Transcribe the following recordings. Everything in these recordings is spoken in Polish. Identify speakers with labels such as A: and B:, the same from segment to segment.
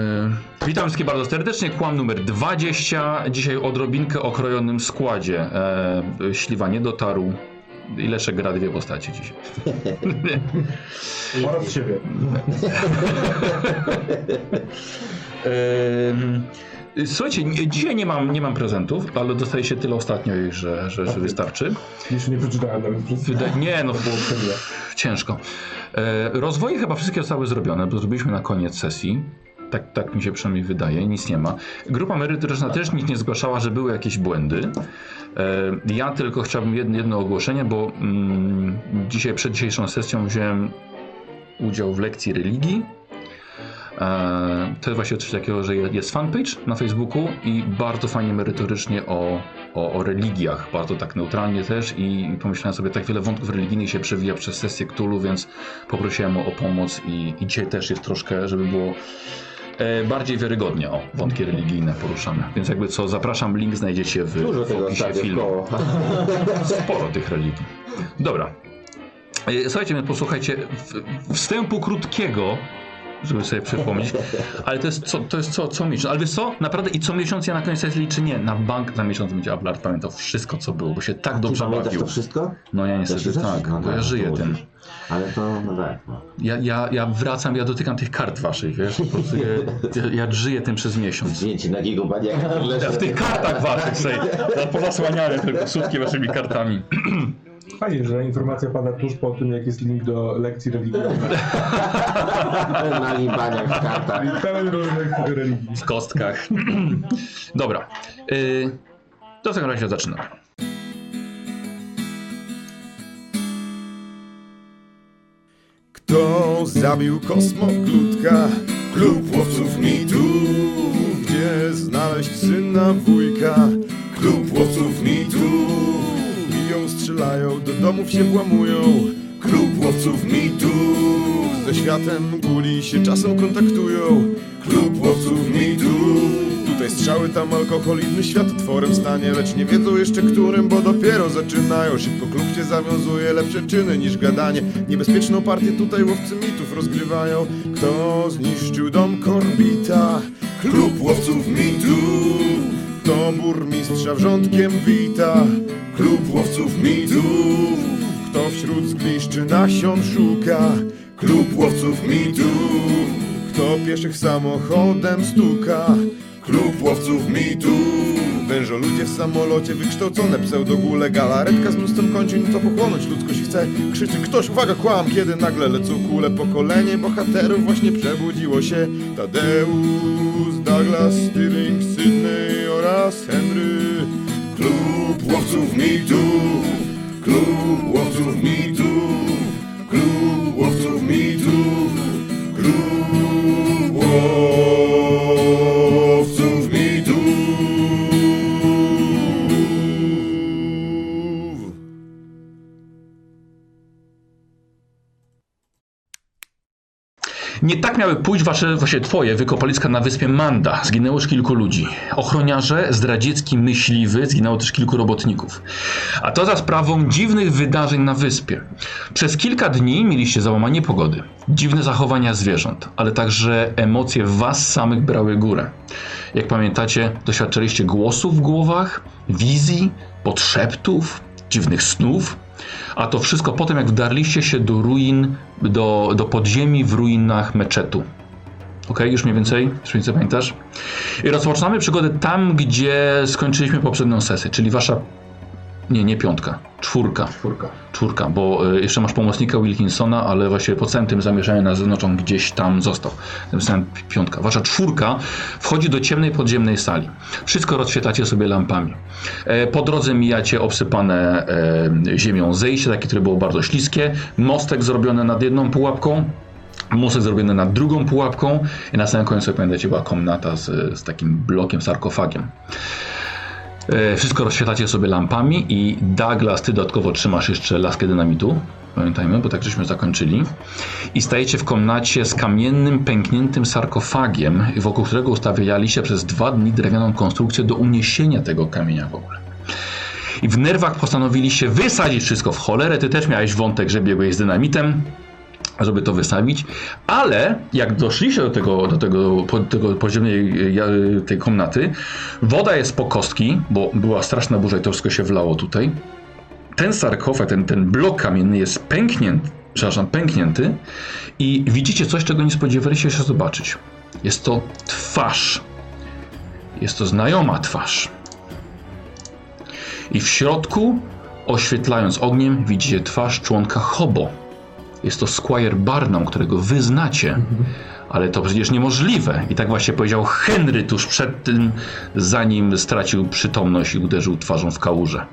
A: E, Witam wszystkich bardzo serdecznie, kłam numer 20. Dzisiaj odrobinkę o krojonym składzie. E, śliwa nie dotarł. Ileszek gra dwie postacie dzisiaj.
B: Oraz siebie.
A: Em, E, Słuchajcie, nie- dzisiaj nie mam, nie mam prezentów, ale dostaje się tyle ostatnio, ich, że, że, że wystarczy.
B: Jeszcze nie przeczytałem nawet przez
A: Wyda- nie, no było
B: chwilę.
A: ciężko. E, rozwoje chyba wszystkie zostały zrobione, bo zrobiliśmy na koniec sesji. Tak, tak mi się przynajmniej wydaje, nic nie ma. Grupa merytoryczna też nic nie zgłaszała, że były jakieś błędy. E, ja tylko chciałbym jedno, jedno ogłoszenie, bo mm, dzisiaj przed dzisiejszą sesją wziąłem udział w lekcji religii. E, to jest właśnie coś takiego, że je- jest fanpage na Facebooku i bardzo fajnie merytorycznie o, o, o religiach, bardzo tak neutralnie też i pomyślałem sobie, tak wiele wątków religijnych się przewija przez sesję Cthulhu, więc poprosiłem o, o pomoc i, i dzisiaj też jest troszkę, żeby było e, bardziej wiarygodnie o wątki religijne poruszamy. Więc jakby co, zapraszam, link znajdziecie w,
C: Dużo
A: w
C: tego
A: opisie
C: ostatnio w
A: filmu
C: koło.
A: sporo tych religii. Dobra. E, Słuchajcie, więc posłuchajcie w- wstępu krótkiego, żeby sobie przypomnieć, ale to jest co, to jest co, co miesiąc. Ale wiesz co, naprawdę i co miesiąc ja na koniec sesji liczę, nie, na bank na miesiąc będzie Ablard pamiętał wszystko, co było, bo się tak
C: Ty
A: dobrze
C: pamiętasz
A: bawił.
C: to wszystko?
A: No ja
C: się
A: niestety
C: zaczyna,
A: tak, bo
C: tak,
A: ja żyję
C: to
A: tym.
C: musisz. Ale to, no tak. No.
A: Ja, ja, ja wracam, ja dotykam tych kart waszych, wiesz, po prostu ja, ja, ja żyję tym przez miesiąc.
C: Zdjęcie nagiego baniaka.
A: Ja w tych kartach waszych, sobie, ja pozasłaniałem tylko słupki waszymi kartami.
B: Fajnie, że informacja pada tuż po tym, jak jest link do lekcji religijnej.
A: tak.
C: Na libaniach w kartach.
B: Czyli pełen różnych religii.
A: w kostkach. Dobra. Yy, to w takim razie zaczynam.
D: Kto zabił kosmoklutka Klub łowców mitu Gdzie znaleźć syna wujka Klub łowców mitu Biją, strzelają, do domów się włamują Klub łowców mitu Ze światem guli się czasem kontaktują Klub łowców mitu Tutaj strzały, tam alkohol, inny świat otworem stanie Lecz nie wiedzą jeszcze którym, bo dopiero zaczynają Szybko klub się zawiązuje, lepsze czyny niż gadanie Niebezpieczną partię tutaj łowcy mitów rozgrywają Kto zniszczył dom Korbita? Klub łowców mitów Kto burmistrza wrzątkiem wita? Klub łowców mitów Kto wśród zgliszczy nasion szuka? Klub łowców mitów kto pieszych samochodem stuka? Klub łowców mitu Wężoludzie w samolocie, wykształcone pseudogule Galaretka z mnóstwem kończyn, to pochłonąć ludzkość chce Krzyczy ktoś, uwaga, kłam, kiedy nagle lecą kule Pokolenie bohaterów właśnie przebudziło się Tadeusz, Douglas, Stirling, Sydney oraz Henry Klub łowców mitu Klub łowców mitu Klub łowców mitu Klub łowców mitów.
A: Nie tak miały pójść wasze, właśnie twoje wykopaliska na wyspie Manda. Zginęło już kilku ludzi. Ochroniarze, zdradziecki myśliwy, zginęło też kilku robotników. A to za sprawą dziwnych wydarzeń na wyspie. Przez kilka dni mieliście załamanie pogody, dziwne zachowania zwierząt, ale także emocje w was samych brały górę. Jak pamiętacie, doświadczyliście głosów w głowach, wizji, podszeptów, dziwnych snów, a to wszystko po tym, jak wdarliście się do ruin, do, do podziemi w ruinach meczetu. Ok, już mniej więcej, już mniej więcej pamiętasz. I rozpoczynamy przygodę tam, gdzie skończyliśmy poprzednią sesję, czyli wasza. Nie, nie piątka, czwórka.
B: Czwórka.
A: Czwórka, bo y, jeszcze masz pomocnika Wilkinsona, ale właśnie po całym tym zamieszaniu na zewnątrz on gdzieś tam został. Napisałem pi- piątka. Wasza czwórka wchodzi do ciemnej podziemnej sali. Wszystko rozświetlacie sobie lampami. E, po drodze mijacie obsypane e, ziemią zejście, takie, które było bardzo śliskie. Mostek zrobiony nad jedną pułapką. Mostek zrobiony nad drugą pułapką. I na samym końcu, jak pamiętacie, była komnata z, z takim blokiem, sarkofagiem. E, Wszystko rozświetlacie sobie lampami i Douglas, ty dodatkowo trzymasz jeszcze laskę dynamitu. Pamiętajmy, bo tak żeśmy zakończyli. I stajecie w komnacie z kamiennym, pękniętym sarkofagiem, wokół którego ustawialiście przez dwa dni drewnianą konstrukcję do uniesienia tego kamienia w ogóle. I w nerwach postanowiliście wysadzić wszystko w cholerę. Ty też miałeś wątek, że biegłeś z dynamitem. żeby to wystawić, ale jak doszliście do tego, do tego, po, tego podziemnej e, tej komnaty, woda jest po kostki, bo była straszna burza i to wszystko się wlało tutaj. Ten sarkofag, ten, ten blok kamienny jest pęknięty, przepraszam, pęknięty i widzicie coś, czego nie spodziewaliście się zobaczyć. Jest to twarz. Jest to znajoma twarz. I w środku, oświetlając ogniem, widzicie twarz członka Hobo. Jest to Squire Barnum, którego wy znacie. Ale to przecież niemożliwe. I tak właśnie powiedział Henry tuż przed tym, zanim stracił przytomność i uderzył twarzą w kałużę.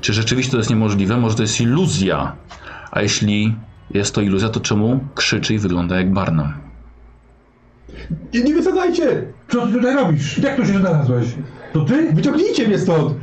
A: Czy rzeczywiście to jest niemożliwe? Może to jest iluzja? A jeśli jest to iluzja, to czemu krzyczy i wygląda jak Barnum?
E: Nie, nie wysadzajcie!
B: Co ty tutaj robisz? Jak tu się znalazłeś? To ty?
E: Wyciągnijcie mnie stąd!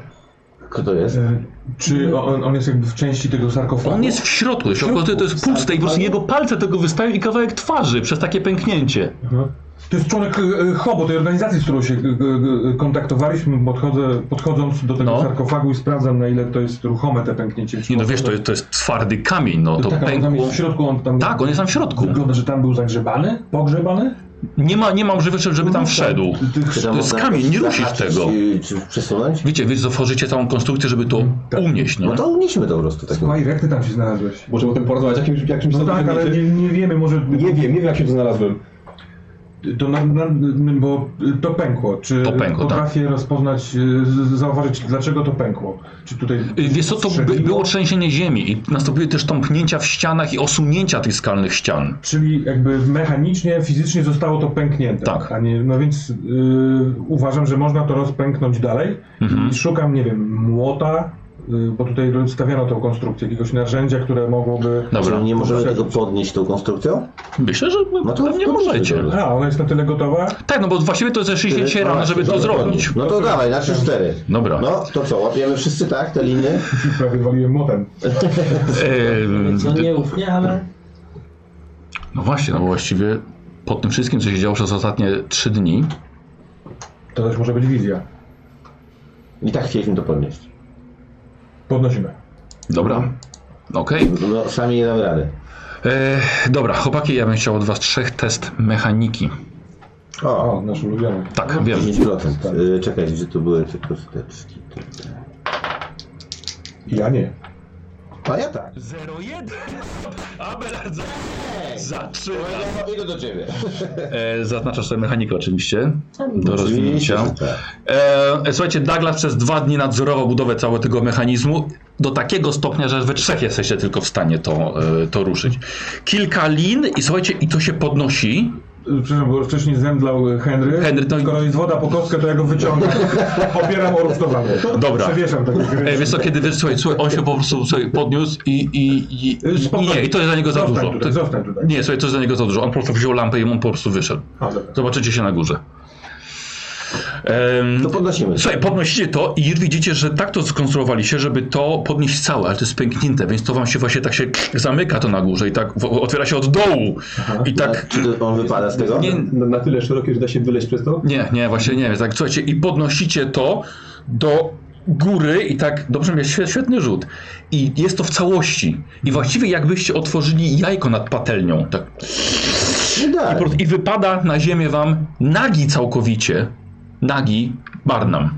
C: Kto to jest?
B: E, Czy on, on jest jakby w części tego sarkofagu?
A: On jest w środku, w środku to, to jest puste i po prostu jego palce tego wystają i kawałek twarzy przez takie pęknięcie.
B: Mhm. To jest członek e, e, Hobo, tej organizacji, z którą się e, e, e, kontaktowaliśmy, podchodzę, podchodząc do tego
A: No.
B: sarkofagu i sprawdzam, na ile to jest ruchome te pęknięcie. Czy
A: Nie no
B: może-
A: wiesz, to, to jest twardy kamień, no to
B: tak, a on tam
A: pękło.
B: jest w środku, on tam...
A: Tak, on jest tam w środku.
B: Wygląda, że tam był zagrzebany, pogrzebany? No tak.
A: Nie ma, nie ma używy, żeby tam wszedł.
B: Tych
C: Czy tam
A: to jest
C: można
A: kamień, nie
C: jakoś
A: rusisz
C: zahaczyć
A: tego.
C: i- Czy przesunąć?
A: Wiecie, wy stworzycie całą konstrukcję, żeby to
B: Tak.
A: unieść, nie?
C: No to unieśmy to po prostu tak.
B: Słuchaj, jak ty tam się znalazłeś?
E: Możemy potem porozmawiać jakimś, jakimś
B: No
E: tam
B: tak, ale nie,
E: przedmiocie.
B: nie wiemy, może...
E: nie wiem, nie wiem jak się tu znalazłem.
B: To na, na, bo to pękło. Czy
A: To pękło, tak.
B: potrafię rozpoznać, y, z- zauważyć, dlaczego to pękło? Czy tutaj.
A: Y, Wiesz co, to by,
B: strzeliło?
A: było trzęsienie ziemi i nastąpiły też tąpnięcia w ścianach i osunięcia tych skalnych ścian.
B: Czyli jakby mechanicznie, fizycznie zostało to pęknięte.
A: Tak.
B: A nie, no więc y, uważam, że można to rozpęknąć dalej.
A: Mhm.
B: I szukam, nie wiem, młota, y, bo tutaj stawiano tą konstrukcję, jakiegoś narzędzia, które mogłoby.
A: Dobra,
C: Czy nie możemy
B: Dobrze.
C: tego podnieść tą konstrukcją?
A: myślę, że
C: No to-
A: pewnie
C: to
A: możecie.
C: dobrze.
B: A, ona jest na tyle gotowa.
A: Tak, no bo właściwie to zeszliście dzisiaj
C: No
A: rano,
C: właśnie,
A: żeby to
C: dobra,
A: zrobić.
C: No to dawaj, na 3-4.
A: Dobra.
C: No to co, łapiemy wszyscy tak, te liny?
B: Prawie waliłem młotem.
A: Ehm,
F: No nieufnie, ale...
A: no właśnie, no bo właściwie po tym wszystkim, co się działo przez ostatnie trzy dni,
B: To też może być wizja.
C: I tak chcieliśmy to podnieść.
B: Podnosimy.
A: dobra, okej.
C: No sami nie damy rady.
A: E, Dobra, chłopaki, ja bym chciał od was trzech test mechaniki.
C: O,
B: O, nasz ulubiony.
A: Tak, wiem.
C: 10%. Y, Czekaj, gdzie tu były te kosteczki?
B: Ja nie.
C: A ja tak.
A: 01 Abelard za... zaczyna.
C: Idę do ciebie.
A: E, zaznaczasz sobie mechanikę oczywiście do
C: Oczywiście,
A: rozwinięcia.
C: że tak.
A: E, e, słuchajcie, Douglas przez dwa dni nadzorował budowę całego tego mechanizmu do takiego stopnia, że we trzech jesteście tylko w stanie to, e, to ruszyć. Kilka lin i słuchajcie, i to się podnosi.
B: Y, Przepraszam, bo wcześniej zemdlał y, Henry.
A: Henry, to-
B: Skoro jest woda po kostkę, to ja go wyciągam. Opieram o rusztowanie.
A: Dobra.
B: Przewieszam tego.
A: E, wiesz co, kiedy wiesz, słuchaj, słuchaj, on się po prostu słuchaj, podniósł i, i, i, i nie, i to jest dla niego za
B: zostań
A: dużo.
B: Tutaj,
A: To-
B: zostań tutaj.
A: Nie, słuchaj, to jest dla niego za dużo. On po prostu wziął lampę i on po prostu wyszedł.
B: A, dobra.
A: Zobaczycie się na górze. Em,
C: To podnosimy.
A: Słuchaj, podnosicie to i już widzicie, że tak to skonstruowaliście, żeby to podnieść całe, ale to jest pęknięte, więc to wam się właśnie tak się zamyka to na górze i tak w- otwiera się od dołu. I tak.
C: Czy to on wypada z tego?
A: Nie,
E: Na, na tyle szerokie, że da się wyleźć przez to?
A: nie, nie, właśnie nie. Tak, słuchajcie, i podnosicie to do góry i tak, dobrze mówię, świe- świetny rzut. I jest to w całości. I właściwie jakbyście otworzyli jajko nad patelnią. Tak,
C: Nie da.
A: po prostu- I wypada na ziemię wam nagi całkowicie. Nagi Barnum.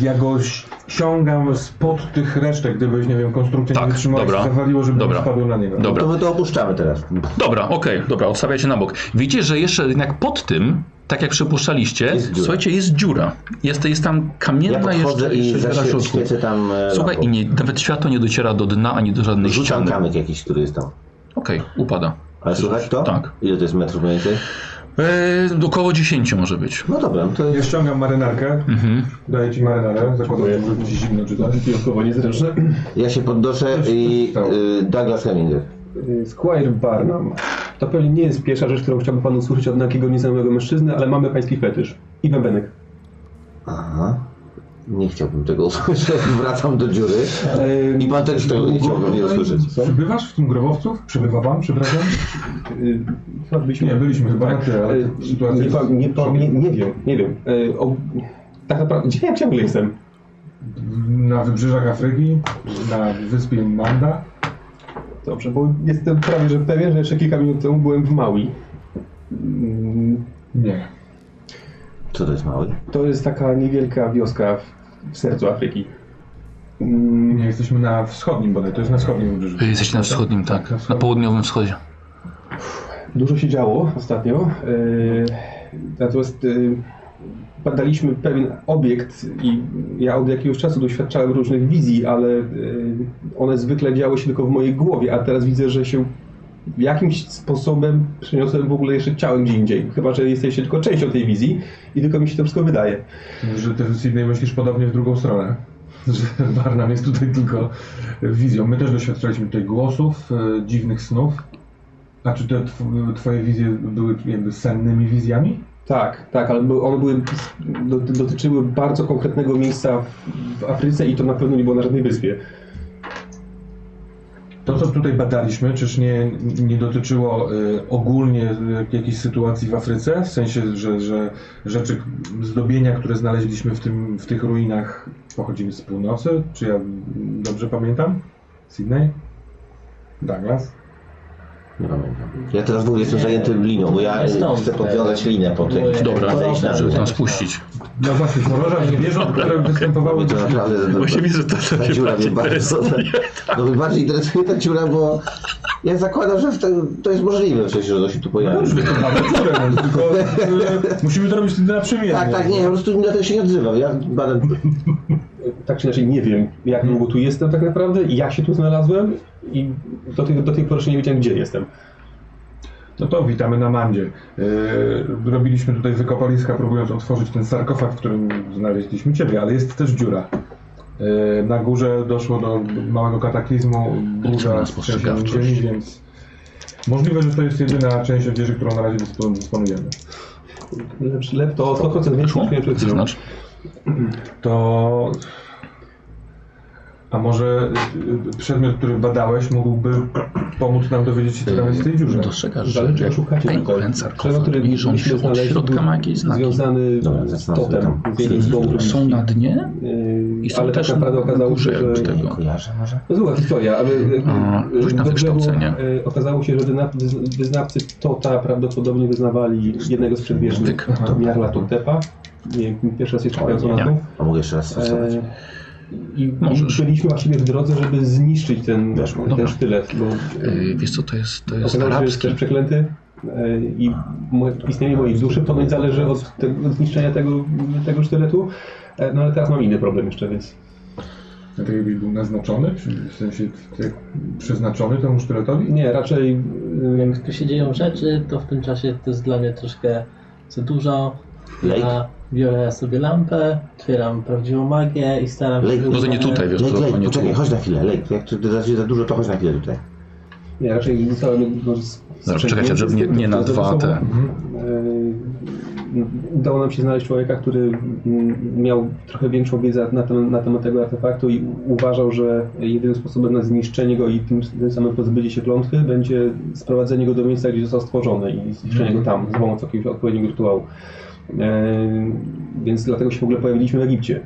B: Ja go ś- ściągam spod tych resztek, gdybyś, nie wiem, konstrukcja
A: Tak,
B: nie wytrzymała i
A: dobra.
B: się zawaliło, żeby
A: Dobra.
B: nie spadło na niego.
A: Dobra.
C: To my to opuszczamy teraz.
A: Dobra, okej, dobra, odstawiacie na bok. Widzicie, że jeszcze jednak pod tym, tak jak przypuszczaliście,
C: Jest dziura.
A: słuchajcie, jest dziura. Jest, jest tam
C: Ja
A: kamienna
C: podchodzę
A: jeszcze,
C: i
A: jeszcze dziura w
C: zaświe-
A: środku.
C: świecę tam. e,
A: Słuchaj,
C: lampą.
A: i nie, nawet światło nie dociera do dna, ani do żadnej
C: Rzucam
A: ściany.
C: kamyk jakiś, który jest tam.
A: Okej, upada.
C: Ale słychać to?
A: Tak.
C: Ile to jest metrów mniej więcej?
A: Eee, około 10 może być.
C: No dobra, no to
B: Ja
C: jest...
B: ściągam marynarkę,
A: Mhm.
B: daję ci marynarę, zakładam, że będzie ci zimno czy coś.
E: Wyjątkowo niezręczne.
C: ja się podnoszę i y, Douglas Heminger.
E: Y, Squire Barnum. To pewnie nie jest pierwsza rzecz, którą chciałbym panu usłyszeć od jakiego nieznajomego mężczyzny, ale mamy pański fetysz. I bębenek.
C: Aha. Nie chciałbym tego usłyszeć. Wracam do dziury.
E: Y,
C: I pan też tego nie chciałbym nie usłyszeć.
B: Przybywasz w tym grobowcu? Przybywa wam, przepraszam?
E: y, chyba byliśmy-
B: Nie, byliśmy chyba na tyle, ale
E: Y,
B: sytuacja
E: nie, pa,
B: jest-
E: nie, pa, nie, nie wiem, nie wiem. Y, o, tak naprawdę, gdzie ja ciągle jestem?
B: Na wybrzeżach Afryki, na wyspie Manda.
E: Dobrze, bo jestem prawie że pewien, że jeszcze kilka minut temu byłem w Maui. Mm,
B: Nie.
C: Co to jest mały?
E: To jest taka niewielka wioska w, w sercu Afryki. Mm,
B: Nie, jesteśmy na wschodnim bodaj, to jest na wschodnim wybrzeżu.
A: Wy Jesteście E, na wschodnim, tak. Na południowym wschodzie.
E: Dużo się działo ostatnio. Yy, natomiast yy, badaliśmy pewien obiekt i ja od jakiegoś czasu doświadczałem różnych wizji, ale yy, one zwykle działy się tylko w mojej głowie, a teraz widzę, że się jakimś sposobem przeniosłem w ogóle jeszcze ciałem gdzie indziej. Chyba, że jesteście tylko częścią tej wizji i tylko mi się to wszystko wydaje.
B: Tak? Że ty z Sydney myślisz podobnie w drugą stronę. Że Barnum jest tutaj tylko wizją. My też doświadczaliśmy tutaj głosów, e, dziwnych snów. A czy te tw- twoje wizje były jakby sennymi wizjami?
E: Tak, tak, ale były- one były, do- dotyczyły bardzo konkretnego miejsca w- w Afryce i to na pewno nie było na żadnej wyspie.
B: To, co tutaj badaliśmy, czyż nie, nie dotyczyło y, ogólnie y, jakiejś sytuacji w Afryce? W sensie, że, że rzeczy, zdobienia, które znaleźliśmy w, tym, w tych ruinach pochodziły z północy? Czy ja mm, dobrze pamiętam? Sydney? Douglas?
C: Nie pamiętam. Ja teraz w ogóle jestem zajęty liną, bo ja
F: Nie stąd,
C: chcę
F: tak.
C: podwiązać linę po tej.
F: Moje-
A: Dobra,
C: Podejść na
A: żeby
C: dół.
A: tam spuścić.
B: No właśnie, mroża zwierząt, które występowały...
C: To naprawdę
A: Właśnie widzę, że to
C: ta
A: się
C: dziura mnie
A: bardziej
C: bardzo, no, mnie bardziej interesuje ta dziura, bo ja zakładam, że w tym- to jest możliwe przecież, że to się tu
B: No
C: pojawi.
B: już wykopamy dziurę, no, tylko y, musimy to robić na przemiennie.
C: Tak, tak, nie, po prostu na to się nie odzywam. Ja badam
E: tak czy inaczej nie wiem, jak długo tu jestem tak naprawdę, jak się tu znalazłem i do tej, do tej pory jeszcze nie wiedziałem, gdzie jestem.
B: No to witamy na Mandzie. Yy, robiliśmy tutaj wykopaliska, próbując otworzyć ten sarkofag, w którym znaleźliśmy Ciebie, ale jest też dziura. Yy, na górze doszło do małego kataklizmu, burza
A: na
B: z trzęsieniem
A: spostrzegawczość.
B: ziemi, więc możliwe, że to jest jedyna część odzieży, którą na razie dyspo- dysponujemy.
E: Lecz lep Znaczy, to o 100% więcej
A: Szło? Znaczy,
E: niż miałem przed chwilą.
A: Zaznacz.
B: To... A może yy, przedmiot, który badałeś, mógłby pomóc nam dowiedzieć się, co tam jest w tej dziurze?
A: Dostrzegasz, że
E: Zależy, jak szukacie
A: ten
E: tego.
A: ten
E: Przedmiot,
A: sarkofag
E: który
A: liżą
E: myśmy
A: się od
E: znaleźli,
A: środka,
E: był
A: ma jakieś znaki.
E: Związany
C: Dobra,
E: z
C: zaczynam
E: totem.
C: tam.
E: z jednym z bogów
A: Są
E: rzymskich.
A: na dnie?
E: Yy,
A: I są
E: ale
A: też
E: tak naprawdę
A: na
E: okazało się,
A: górze
E: że...
A: jakby tego.
C: nie kojarzę może.
E: No zła historia, ale yy,
A: A, rzuć na
E: do
A: wykształcenie.
E: brzegu, yy, okazało się, że wyna- wyz- wyznawcy Tota prawdopodobnie wyznawali jednego z przedwierzchnych
A: Tyk.
E: Jarla Totepa. Nie, pierwszy raz je czytałem
C: Nie.
E: tą nazwą.
C: A mogę jeszcze
A: Eee,
C: raz stosować.
E: E, I,
A: Możesz.
E: I byliśmy właściwie w drodze, żeby zniszczyć ten,
C: Weszło.
E: ten
A: Dobra.
E: sztylet, bo
A: Yy, wiesz co, to jest, to jest
E: okazało się, że jest
A: arabski.
E: też przeklęty e, i mo, istnienie mojej duszy ponoć zależy od, te, od zniszczenia tego, tego sztyletu. E, No ale teraz mam inny problem jeszcze, więc
B: A tak jakbyś był naznaczony, czy w sensie jak przeznaczony temu sztyletowi?
E: nie, raczej e,
F: Jak tu się dzieją rzeczy, to w tym czasie to jest dla mnie troszkę za dużo.
C: Lejk?
F: Ja biorę sobie lampę, otwieram prawdziwą magię i staram się...
C: Lejk,
A: No to nie tutaj, wiesz
C: Lejk,
A: co, to
C: lejk,
A: nie
C: poczekaj,
A: tu.
C: chodź na chwilę, lejk. Jak ty teraz jest za dużo, to chodź na chwilę tutaj.
E: nie, raczej zostałem no, z-
A: Zaraz, czekajcie, żeby nie, nie na dwa te.
E: E, Udało nam się znaleźć człowieka, który mm, miał trochę większą wiedzę na, tem, na temat tego artefaktu i u- uważał, że jedynym sposobem na zniszczenie go i tym, tym samym pozbycie się klątwy będzie sprowadzenie go do miejsca, gdzie został stworzony i zniszczenie go tam za pomocą jakiegoś odpowiedniego rytuału. E, więc dlatego się w ogóle pojawiliśmy w Egipcie.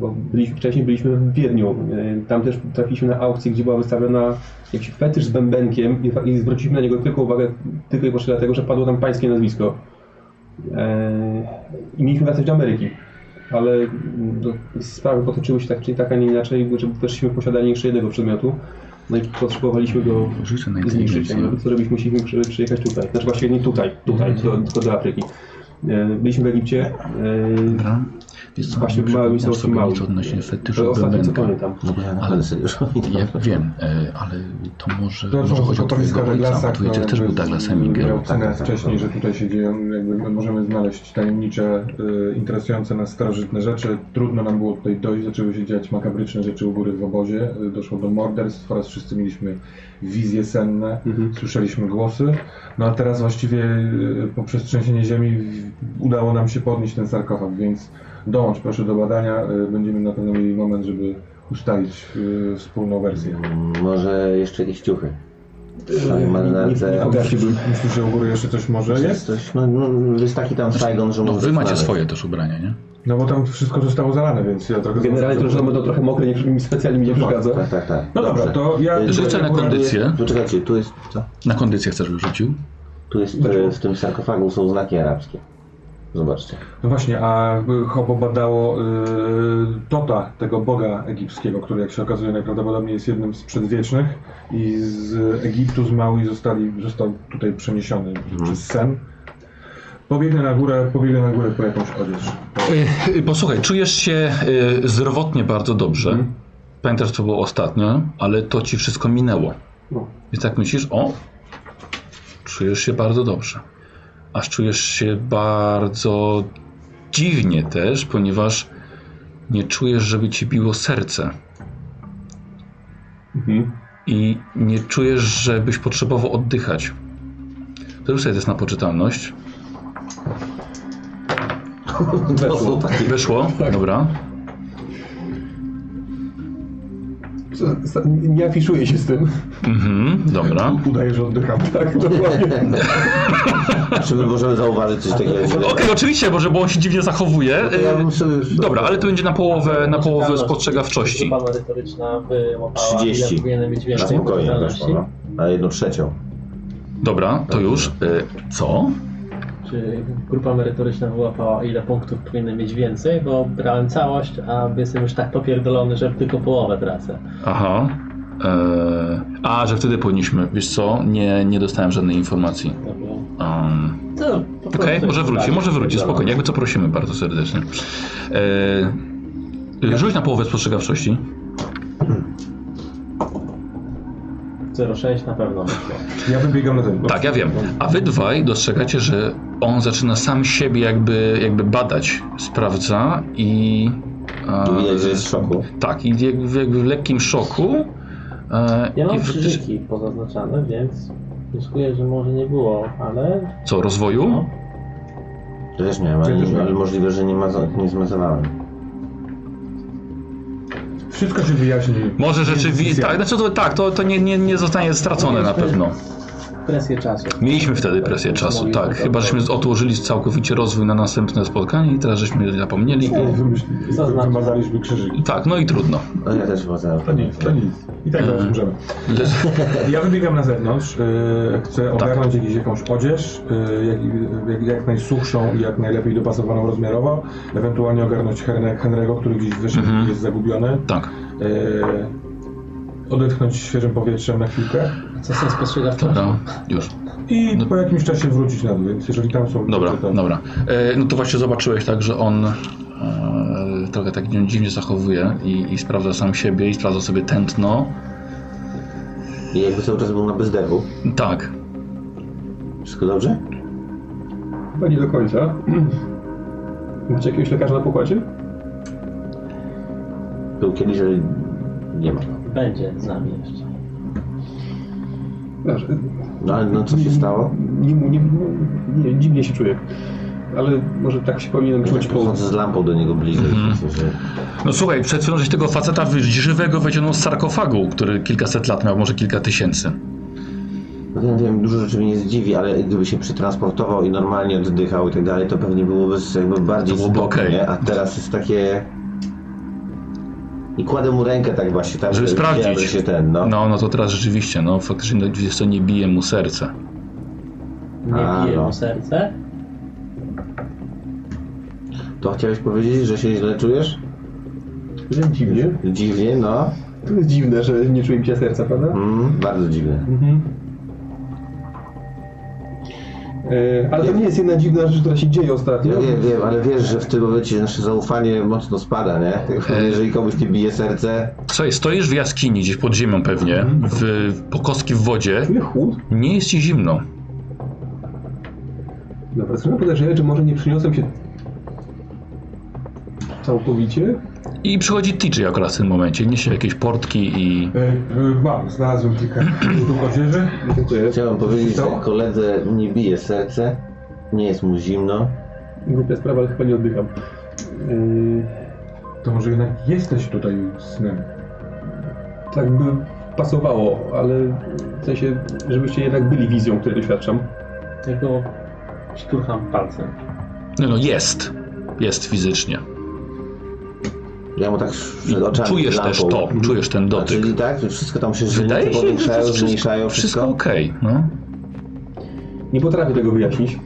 E: Bo byliśmy, wcześniej byliśmy w Wiedniu. E, Tam też trafiliśmy na aukcję, gdzie była wystawiona jakiś fetysz z bębenkiem i, fa- i zwróciliśmy na niego tylko uwagę tylko i wyłącznie dlatego, że padło tam pańskie nazwisko. E, I mieliśmy wracać do Ameryki. Ale mm, no, sprawy potoczyły się tak czy tak, a nie inaczej, że weszliśmy w posiadanie jeszcze jednego przedmiotu. No i potrzebowaliśmy go
A: Rzucę na
E: zniszczyć.
A: inteligencję.
E: Jakby Co robić musimy przy, przyjechać tutaj. Znaczy właściwie nie tutaj, tutaj, tylko, tylko do Afryki. E, Byliśmy w Egipcie. e,
A: Dobra. Wiesz co,
E: Właśnie
A: nie
E: małym E,
A: przypomniał
E: istotnym
A: sobie
E: małym.
A: nic odnośnie fetyszu
E: To ostatnio co
A: bębenka.
E: pamiętam.
C: No bo ja
A: Ale-
C: naprawdę serio już
A: Ja wiem, e, ale to może,
E: No,
B: No, To
A: może
B: są
A: chodzi o
B: wykopaliska
A: twojego ojca,
B: Douglasa,
A: bo twój ojciec też był Douglas Hemingway.
B: Miał cenę
C: Tak, tak,
B: wcześniej,
C: tak.
B: że tutaj się dzieją, jakby my możemy znaleźć tajemnicze, y, interesujące nas starożytne rzeczy. Trudno nam było tutaj dojść, zaczęły się dziać makabryczne rzeczy u góry w obozie. Y, Doszło do morderstw oraz wszyscy mieliśmy wizje senne,
E: Mhm.
B: słyszeliśmy głosy. No a teraz właściwie y, poprzez trzęsienie ziemi w- udało nam się podnieść ten sarkofag, więc dołącz proszę do badania. Y, Będziemy na pewno mieli moment, żeby ustalić y, wspólną wersję.
C: Może jeszcze jakieś ciuchy.
A: Eee,
E: E,
C: Szajmanate.
B: Ogarnij, bo Myślisz, że u góry jeszcze coś może
C: Jest
B: jest?
C: coś, no, no, jest taki tam Saigon, że
A: No
C: może
A: wy macie
C: znaleźć.
A: swoje też ubrania, nie?
B: No bo tam wszystko zostało zalane, więc ja trochę...
E: Generalnie to, że będą trochę mokre, niech mi specjalnie mi nie przeszkadza.
C: Tak, tak, tak.
B: No dobra, to ja...
E: E,
C: Dobrze.
A: Rzucę na
B: ja-
A: kondycję.
C: Tu czekajcie, tu jest, co?
A: Na kondycję chcesz wyrzucił.
C: Tu jest, e, w tym sarkofagu są znaki arabskie. Zobaczcie.
B: No właśnie, a y, Hobo badało y, Tota, tego boga egipskiego, który jak się okazuje najprawdopodobniej jest jednym z przedwiecznych i z Egiptu z Maui zostali, został tutaj przeniesiony
E: Mhm.
B: przez sen. Pobiegnę na górę, pobiegnę na górę po jakąś odzież.
A: Y, y, Posłuchaj, czujesz się y, zdrowotnie bardzo dobrze.
E: Mhm.
A: Pamiętasz, co było ostatnio, ale to ci wszystko minęło.
E: No.
A: Więc tak myślisz, o, czujesz się bardzo dobrze. Aż czujesz się bardzo dziwnie też, ponieważ nie czujesz, żeby ci biło serce.
E: Mhm.
A: I nie czujesz, żebyś potrzebował oddychać. To już sobie test na poczytalność.
E: Weszło.
C: To takie-
A: Wyszło?
E: Tak.
A: Dobra.
E: Sa- Nie afiszuję się z tym.
A: Mhm, dobra.
B: Udaje, że oddycham.
E: Tak, dokładnie.
C: Czy my możemy zauważyć coś takiego?
A: Okej, oczywiście, bo, że- bo on się dziwnie zachowuje.
C: No
A: Y,
C: To ja bym sobie...
A: Dobra, ale to będzie na połowę, na połowę
F: Poczytalność,
A: spostrzegawczości.
F: Próba merytoryczna wyłapała,
C: 30.
F: ile powinienem mieć
C: Na
F: więcej
C: spokojnie
F: poczytalności.
C: weszło, no. Na jedną trzecią.
A: Dobra,
C: Tak.
A: to już. Y, Co?
F: Czy grupa merytoryczna wyłapała, ile punktów powinien mieć więcej, bo brałem całość, a jestem już tak popierdolony, że tylko połowę tracę.
A: Aha. E, a, że wtedy powinniśmy. Wiesz co? Nie, nie dostałem żadnej informacji.
F: No bo-
A: Um,
F: To po
A: Okej,
C: No
F: prostu
A: może
F: jest
A: wróci,
F: tak.
A: może wróci, spokojnie. Jakby co prosimy bardzo serdecznie. E, rzuć na połowę spostrzegawczości.
F: 0,6 na pewno. myślę.
B: Ja wybiegam na ten.
A: Tak, ja wiem. A wy dwaj dostrzegacie, że on zaczyna sam siebie jakby, jakby badać, sprawdza i... e,
C: Tu widać, że jest w szoku.
A: Tak, i jakby, jakby w lekkim szoku. e,
F: Ja
A: i
F: mam
A: faktycznie-
F: krzyżyki pozaznaczane, więc wnioskuję, że może nie było, ale
A: Co, rozwoju?
F: No.
C: To Też nie ma,
B: Ja też
C: nie,
B: nie.
C: ale możliwe, że nie, ma, nie zmazowałem.
B: Wszystko się wyjaśni.
A: Może rzeczywiście.
B: Więc-
A: Tak, znaczy to, tak, to, to nie, nie, nie zostanie stracone na pewno.
F: presję czasu.
A: Mieliśmy wtedy presję czasu, tak. Chyba żeśmy odłożyli całkowicie rozwój na następne spotkanie i teraz żeśmy zapomnieli.
B: Nie, wymyślili.
E: znaczy?
F: Zaznaczam.
B: Wymazaliśmy krzyżyki.
A: Tak, no i trudno.
C: No ja też zmazałem.
B: To nic, to nic. I tak
A: Mhm.
B: teraz możemy. Ja wybiegam na zewnątrz, y,
A: Tak.
B: chcę ogarnąć jakiś, jakąś odzież, y, jak, jak, jak najsuchszą i jak najlepiej dopasowaną rozmiarowo, ewentualnie ogarnąć Henry, Henry'ego, który gdzieś wyszedł
A: Mhm.
B: i jest zagubiony,
A: Tak.
B: y, odetchnąć świeżym powietrzem na chwilkę
F: Co sens postrzegawczości?
A: Dobra, no, już.
B: i po jakimś czasie wrócić na dół, więc jeżeli tam są...
A: No. Dobra,
B: to-
A: dobra. E, no to właśnie zobaczyłeś tak, że on e, trochę tak dziwnie zachowuje i, i sprawdza sam siebie i sprawdza sobie tętno.
C: I jakby cały czas był na bezdechu.
A: Tak.
C: Wszystko dobrze?
E: Chyba nie do końca. Macie jakiegoś lekarza na pokładzie?
C: Był kiedyś, ale nie ma.
F: Będzie z nami jeszcze.
E: Wiesz,
C: No ale no co się stało?
E: Znaczy, Nie, nie, nie, dziwnie się czuję. Ale może tak się powinienem
C: Ja tak
E: czuć po...
C: podchodzę z lampą do niego bliżej.
A: Mhm.
C: w sensie, że-
A: No słuchaj, przed chwilą żeś tego faceta wy- żywego wyciągnął z sarkofagu, który kilkaset lat miał, może kilka tysięcy.
C: No wiem, wiem, dużo rzeczy mnie zdziwi, ale gdyby się przetransportował i normalnie oddychał i tak dalej, to pewnie byłoby z- jakby bardziej
A: To byłoby
C: spoko,
A: okej.
C: nie? A teraz jest takie... I kładę mu rękę tak właśnie tam,
A: Żeby
C: że-
A: sprawdzić.
C: żeby się ten, no.
A: No, no to teraz rzeczywiście, no faktycznie no, wiesz co, nie bije mu serce.
F: Nie
C: A,
F: bije
C: no.
F: mu serce.
C: To chciałeś powiedzieć, że się źle czujesz?
E: Że dziwnie?
C: Dziwnie, no.
E: To jest dziwne, że nie czuję mi się serca, prawda?
C: Mm, bardzo dziwne.
E: Mhm. E, ale to nie jest jedna dziwna rzecz, która się dzieje ostatnio.
C: Ja wiem, wiem, ale wiesz, że w tym momencie nasze zaufanie mocno spada, nie?
A: E.
C: Jeżeli komuś nie bije serce,
A: Słuchaj, stoisz w jaskini, gdzieś pod ziemią pewnie,
C: Mhm.
A: w, po kostki w wodzie,
E: Czuję chłód.
A: nie jest ci zimno.
E: Dobra, zaczynam podejrzewać, że może nie przyniosłem się całkowicie.
A: I przychodzi TJ akurat w tym momencie, niesie jakieś portki i...
B: Y, y, Mam, znalazłem kilka sztuk odzieży.
E: Dziękuję.
C: chciałem powiedzieć, że
B: Co?
C: koledze nie bije serce, nie jest mu zimno.
E: Głupia sprawa, ale chyba nie oddycham. E,
B: To może jednak jesteś tutaj snem.
E: tak by pasowało, ale w sensie, żebyście jednak byli wizją, której doświadczam.
F: Tego szturcham palcem.
A: No, no jest. Jest fizycznie.
C: Ja mu tak przed oczami
A: czujesz
C: lampą. Mhm.
A: też to, czujesz ten
C: A,
A: dotyk.
C: czyli tak, wszystko tam się
A: Wydaje się, że to
C: żywnicy powiększają,
A: jest
C: zmniejszają,
A: wszystko, wszystko
C: wszystko.
A: okej. no.
E: Nie potrafię tego wyjaśnić.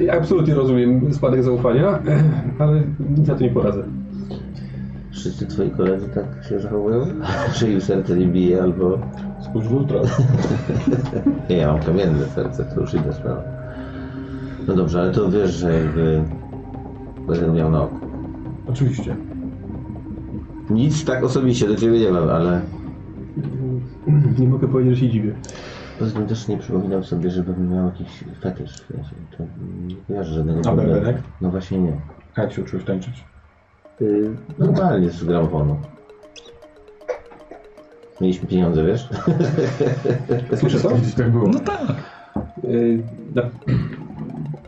E: Ja Absolutnie rozumiem spadek zaufania, e, ale nic na to nie poradzę.
C: Wszyscy twoi koledzy tak się zachowują? Czy im serce nie bije albo...
B: Spójrz w ultra.
C: Nie, ja mam kamienne serce, to już inna sprawa. No dobrze, ale to wiesz, że jakby... Będę miał na oku.
B: Oczywiście.
C: Nic tak osobiście do ciebie nie mam, ale...
E: Nie mogę powiedzieć, że się dziwię.
C: Poza tym też nie przypominam sobie, żebym miał jakiś fetysz. Wiecie, to nie kojarzę żadnego
B: A
C: problemu.
B: bębenek?
C: No właśnie nie.
B: Kaciu, czujesz tańczyć?
C: Yy, Normalnie z gramofonu. Mieliśmy pieniądze, wiesz?
E: Słyszę to?
B: Gdzieś tak było.
A: No tak.
E: Yy, na...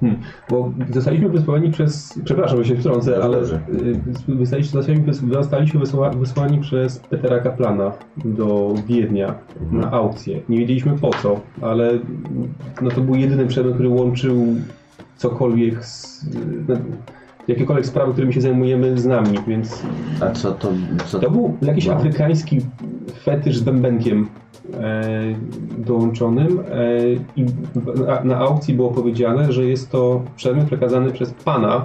E: hmm. Bo zostaliśmy wysłani przez... Przepraszam, że się wtrącę, ale
C: Dobrze.
E: yy, zostaliśmy, zostaliśmy, zostaliśmy wysła, wysłani przez Petera Kaplana do Wiednia
C: Mhm.
E: na aukcję. Nie wiedzieliśmy po co, ale mm, no to był jedyny przedmiot, który łączył cokolwiek z... Yy, no, jakiekolwiek sprawy, którymi się zajmujemy z nami, więc
C: A co to... Co...
E: to był jakiś
C: Wow.
E: afrykański fetysz z bębenkiem e, dołączonym e, i b- na, na aukcji było powiedziane, że jest to przedmiot przekazany przez pana,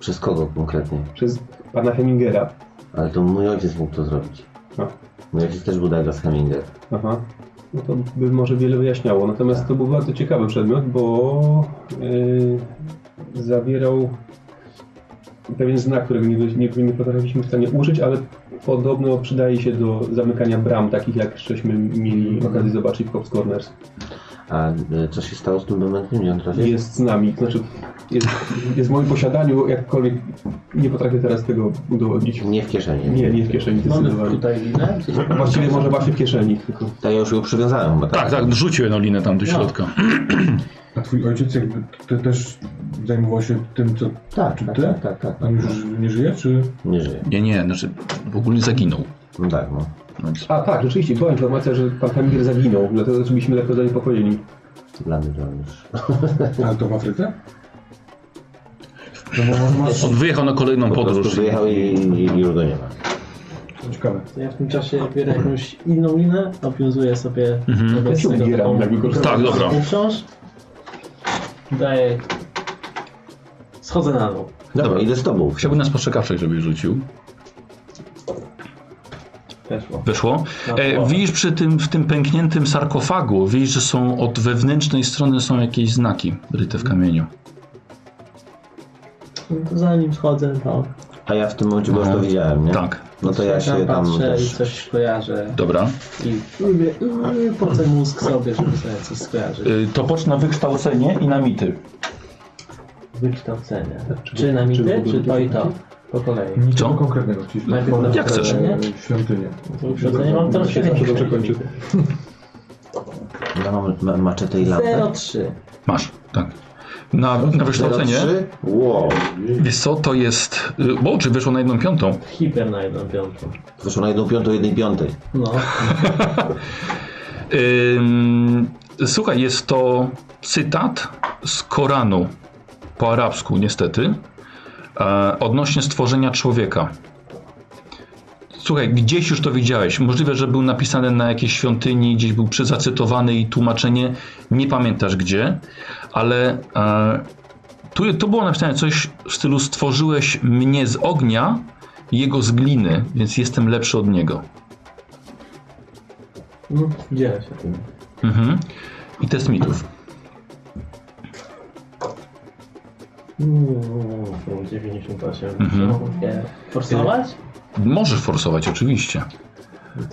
C: Przez kogo konkretnie?
E: przez pana Hemingera.
C: Ale to mój ojciec mógł to zrobić.
E: A,
C: Mój ojciec też był Douglas Heminger.
E: aha. No to by może wiele wyjaśniało. Natomiast to był bardzo ciekawy przedmiot, bo e, zawierał pewien znak, którego nie, nie, nie potrafiliśmy w stanie użyć, ale podobno przydaje się do zamykania bram, takich jak żeśmy mieli okazję zobaczyć w Cops Corners.
C: A y, co się stało z tym momentem? Gdzie on trafił?
E: jest z nami, znaczy jest, jest w moim posiadaniu, jakkolwiek nie potrafię teraz tego udowodnić.
C: Nie w kieszeni.
E: Nie, nie w kieszeni
F: Mamy
E: zdecydowanie.
F: tutaj linę? Gdzieś tam-
E: Właściwie może właśnie w kieszeni, tylko
C: To ja już ją przywiązałem chyba,
A: Tak, tak, rzucił jedną linę
C: No.
A: tam do środka.
B: A twój ojciec jakby ty też zajmował się tym, co...
C: Tak,
B: Czy
C: tak,
B: ty?
C: tak, tak, tak, tak.
B: On już nie żyje, czy...
C: Nie żyje.
A: Nie, nie, znaczy w ogóle zaginął.
C: No tak, no.
A: Więc
E: A tak, rzeczywiście była informacja, że pan Heminger zaginął, dlatego też byliśmy lekko zaniepokojeni.
C: Blady to on już.
B: Ale to w Afryce? No bo może masz...
A: On wyjechał na kolejną
C: Po prostu
A: podróż.
C: wyjechał i, i, i już go nie ma.
B: Ciekawe.
F: To Ja w tym czasie biorę jakąś inną linę, obwiązuję sobie
A: Mhm.
F: tego
E: Ja się
F: tego
E: ubieram,
F: taką-
E: jakby korzystał.
A: Tak, dobra.
F: Usiąż. Daję. Schodzę na dół.
C: Dobra, idę z tobą.
A: Chciałbym nas postrzegawczej, żeby rzucił.
F: Weszło.
A: Wyszło.
F: Na
A: E,
F: głowę.
A: widzisz przy tym, w tym pękniętym sarkofagu, widzisz, że są od wewnętrznej strony są jakieś znaki ryte w kamieniu.
F: No to zanim schodzę, to
C: A ja w tym momencie, bo już
A: No.
C: to widziałem, nie?
A: Tak.
C: No to ja się tam
F: patrzę i
C: też...
F: coś kojarzę.
A: Dobra.
F: I mówię, yy, po co mózg sobie, żeby sobie coś skojarzyć.
A: Y, to pocz na wykształcenie i na mity.
F: Wykształcenie. Czy,
E: czy
F: na
E: w
F: mity,
E: ogóle
F: czy to i to?
E: wykształcenie?
F: Po kolei.
B: Niczego
A: Co?
B: konkretnego. Czyli
F: Najpierw
B: tylko
F: na
B: na
A: Jak chcesz.
E: E,
B: te Świątynię.
F: To wykształcenie mam teraz
E: się zawsze dobrze kończy.
C: Ja mam ma- maczetę i lampę.
F: 0,3.
A: Masz, tak. Na, na wykształcenie.
C: 03? Wow.
A: Wiesz co, to jest. y, Bo czy wyszło na jedną piątą?
F: Hiper na jedną piątą.
C: Wyszło na jedną piątą, jednej piątej.
F: No.
A: Ym, słuchaj, jest to cytat z Koranu po arabsku, niestety, e, odnośnie stworzenia człowieka. Słuchaj, gdzieś już to widziałeś. Możliwe, że był napisany na jakiejś świątyni, gdzieś był przyzacytowany i tłumaczenie, nie pamiętasz gdzie, ale e, tu, tu było napisane coś w stylu stworzyłeś mnie z ognia, jego z gliny, więc jestem lepszy od niego.
F: no dzielę się tym.
A: Mhm. I test mitów.
F: Mm, 98.
A: Mhm.
F: Nie. Forsować?
A: Możesz forsować, oczywiście.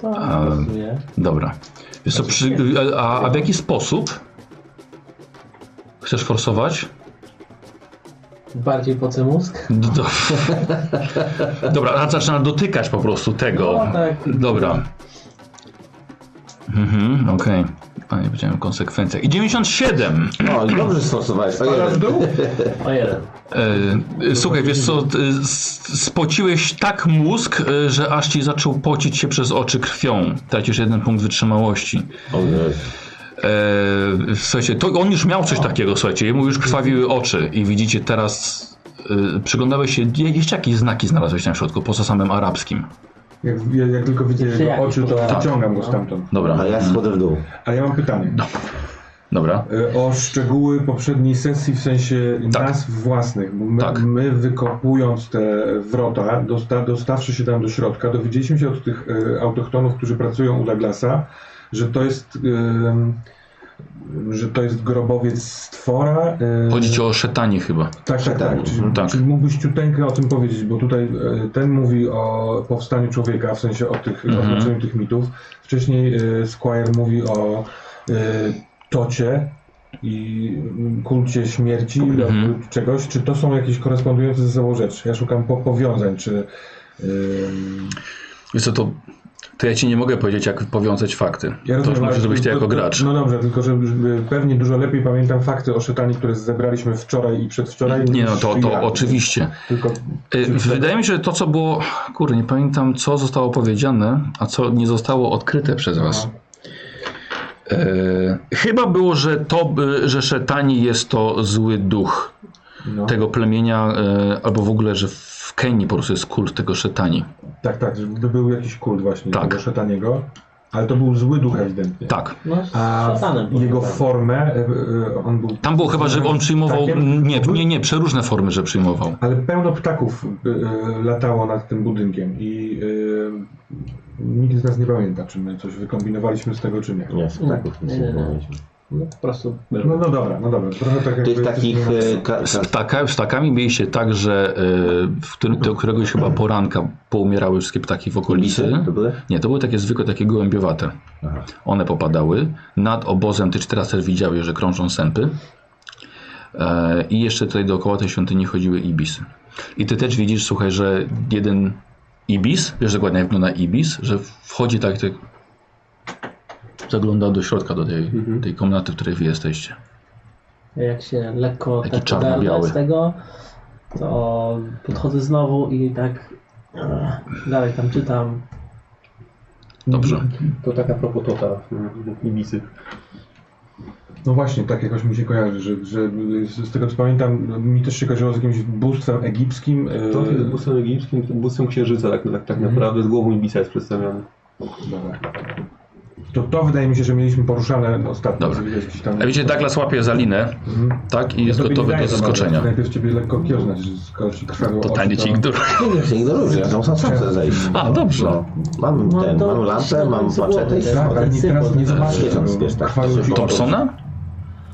F: To Tak, forsuję.
A: Dobra. Wiesz co, przy, a, a w jaki sposób chcesz forsować?
F: Bardziej po co mózg?
A: D- do- Dobra, a zaczyna dotykać po prostu tego.
F: No, tak.
A: Dobra. Mhm, okej. Panie, powiedziałem konsekwencje. I 97!
C: O, No, i dobrze stosowałeś, to
B: Spadasz w
C: jeden.
B: dół?
F: O jeden.
A: E, Słuchaj, wiesz co, t- s- spociłeś tak mózg, e, że aż ci zaczął pocić się przez oczy krwią. Tracisz jeden punkt wytrzymałości.
C: O, Jezu.
A: E, słuchajcie, to on już miał coś takiego, słuchajcie, jemu już krwawiły oczy i widzicie teraz, e, przyglądałeś się, je- jeszcze jakieś znaki znalazłeś tam w środku, poza samym arabskim.
B: Jak, jak, jak tylko widzę
F: Jeszcze
B: jego
F: jakiś
B: oczy, to
F: podstaw.
B: wyciągam go stamtąd.
A: Dobra,
C: A
B: Mhm.
C: ja schodzę w dół.
B: Ale ja mam pytanie.
A: dobra.
B: Y, O szczegóły poprzedniej sesji, w sensie
A: Tak.
B: nazw własnych. My,
A: Tak.
B: my wykopując te wrota, dosta, dostawszy się tam do środka, dowiedzieliśmy się od tych y, autochtonów, którzy pracują u Douglasa, że to jest, ym, że to jest grobowiec stwora. y,
A: Chodzi ci o szetanie chyba.
B: tak, tak, tak.
C: Szatan.
B: Czy,
A: Tak.
B: czy mógłbyś ciuteńkę o tym powiedzieć, bo tutaj e, ten mówi o powstaniu człowieka, w sensie o tych o
A: Mhm.
B: znaczeniu tych mitów. Wcześniej e, Squire mówi o e, tocie i mm, kulcie śmierci
A: Mhm.
B: lub czegoś. Czy to są jakieś korespondujące ze sobą rzeczy? Ja szukam po, powiązań, czy... e, ym,
A: Wiesz co, to, to ja ci nie mogę powiedzieć, jak powiązać fakty.
B: Ja
A: to już
B: rozumiem,
A: musisz
B: ale-
A: zrobić ty
B: to-
A: jako
B: to-
A: gracz.
B: No dobrze, tylko że żeby pewnie dużo lepiej pamiętam fakty o szetani, które zebraliśmy wczoraj i przedwczoraj.
A: Nie
B: niż
A: no, to, to
B: ja.
A: oczywiście.
B: Tylko
A: Y, Wydaje mi się, że to, co było. Kurde, nie pamiętam, co zostało powiedziane, a co nie zostało odkryte przez Was. Y, chyba było, że to, by- że Szetani jest to zły duch
B: no,
A: tego plemienia, y, albo w ogóle, że w Kenii po prostu jest kult tego Szetani.
B: Tak, tak, żeby był jakiś kult właśnie
A: Tak.
B: tego szataniego, ale to był zły duch ewidentnie.
A: Tak.
F: No,
B: A
F: szatanem. tak.
B: jego
F: powiązany.
B: formę, e, e, on był...
A: Tam było chyba, że
B: Mhm.
A: on przyjmował.
B: Ptakiem?
A: Nie, nie, nie, przeróżne formy, że przyjmował.
B: Ale pełno ptaków e, e, latało nad tym budynkiem i e, nikt z nas nie pamięta, czy my coś wykombinowaliśmy z tego, czy nie.
C: Nie, z ptaków nic
F: Nie,
C: nie
F: nie, nie.
C: mieliśmy.
F: No, po prostu
E: e,
B: No, no dobra, no dobra, trochę tak jakby...
C: Tych takich... e, Ka,
A: Z,
C: ka,
A: ptaka, z ptakami mieliście tak, że y, w którym, do któregoś chyba poranka poumierały wszystkie ptaki w
B: Mhm.
A: okolicy.
C: to były?
A: Nie, to były takie zwykłe, takie gołębiowate.
C: Aha.
A: One popadały. Nad obozem ty teraz też widziałeś, że krążą sępy. E, I jeszcze tutaj dookoła tej świątyni chodziły ibisy. I ty też widzisz, słuchaj, że jeden ibis, wiesz dokładnie jak wygląda ibis, że wchodzi tak, tak zagląda do środka, do tej, tej komnaty, w której wy jesteście.
F: jak się lekko
A: Taki
F: tak
A: czarno-biały.
F: oderwę z tego, to podchodzę znowu i tak e, dalej tam czytam.
A: Dobrze.
E: To taka propos Tota, Ibisy.
B: No właśnie, tak jakoś mi się kojarzy, że, że z z tego co pamiętam, mi też się kojarzyło z jakimś bóstwem egipskim. e,
E: To jest bóstwem egipskim, to bóstwem księżyca tak, tak, tak
F: Mhm.
E: naprawdę, z głową Ibisa jest przedstawiony.
B: Dobra. To to wydaje mi się, że mieliśmy poruszane ostatnio.
A: Dobra.
B: że Gdzieś tam...
A: A widzicie, Douglas łapie za linę,
B: Mhm.
A: tak? I
B: Ja
A: jest
B: tobie nie
A: gotowy
B: daję
A: do
B: zobaczyć,
A: zaskoczenia.
B: Najpierw ciebie lekko kiełznać, że skoro ci krwawiło
A: Totalnie
B: oczy,
A: ci
B: to-
A: ignoruje.
C: Nie, się ignorujcie, tam są szanse zejść.
A: A, dobrze.
C: No, mam
F: No
C: ten,
F: to-
C: mam lampę, mam
F: to-
C: maczetę i
F: to-
B: Tak, ale
C: schodzę.
B: nie, teraz nie
F: Symbol.
B: zobaczę.
C: Zwierzę,
B: bo
C: zwierzę, tak.
B: krwawiło
C: To się
B: ci oczy.
A: Thompsona?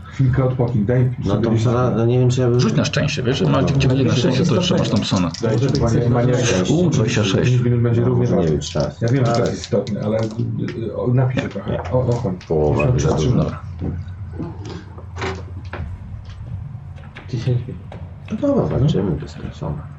B: Chwilkę odpocznij, daj
C: No
B: sobie
C: to
B: gdzieś-
C: no, no nie wiem czy ja bym...
A: Rzuć na szczęście, wiesz? No, jak ci będzie na szczęście, to jeszcze masz Thompsona.
B: Daj ci panie maniak.
A: U, 26.
B: 5 minut będzie
C: No,
B: równie
C: może nie
B: ważne.
C: być czas.
B: Ja wiem, że to jest istotne, ale y, o, napiszę trochę. O, o, chodź.
C: Połowa,
B: Muszę
C: że
B: patrzeć.
C: dużo.
A: Dobra.
F: 10
C: No dobra, walczymy, to jest skończone.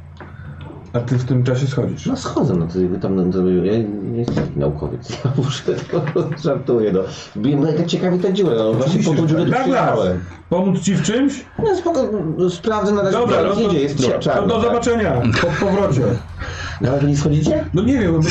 B: A ty w tym czasie schodzisz.
C: No schodzę, no to jakby tam, no to ja nie jestem taki naukowiec, ja muszę tylko żartuję, no. Biłem mega ciekawie tę dziurę, no właśnie po tą dziurę tu
B: Douglas!
C: przyjechałem.
B: Pomóc ci w czymś?
C: No spoko, no, sprawdzę na razie,
B: Dobra, no
C: gdzie
B: to,
C: idzie, jest tak.
B: dobra, to
C: czarno.
B: do zobaczenia po powrocie.
C: Tak. Na razie nie schodzicie?
B: No nie wiem, bo mu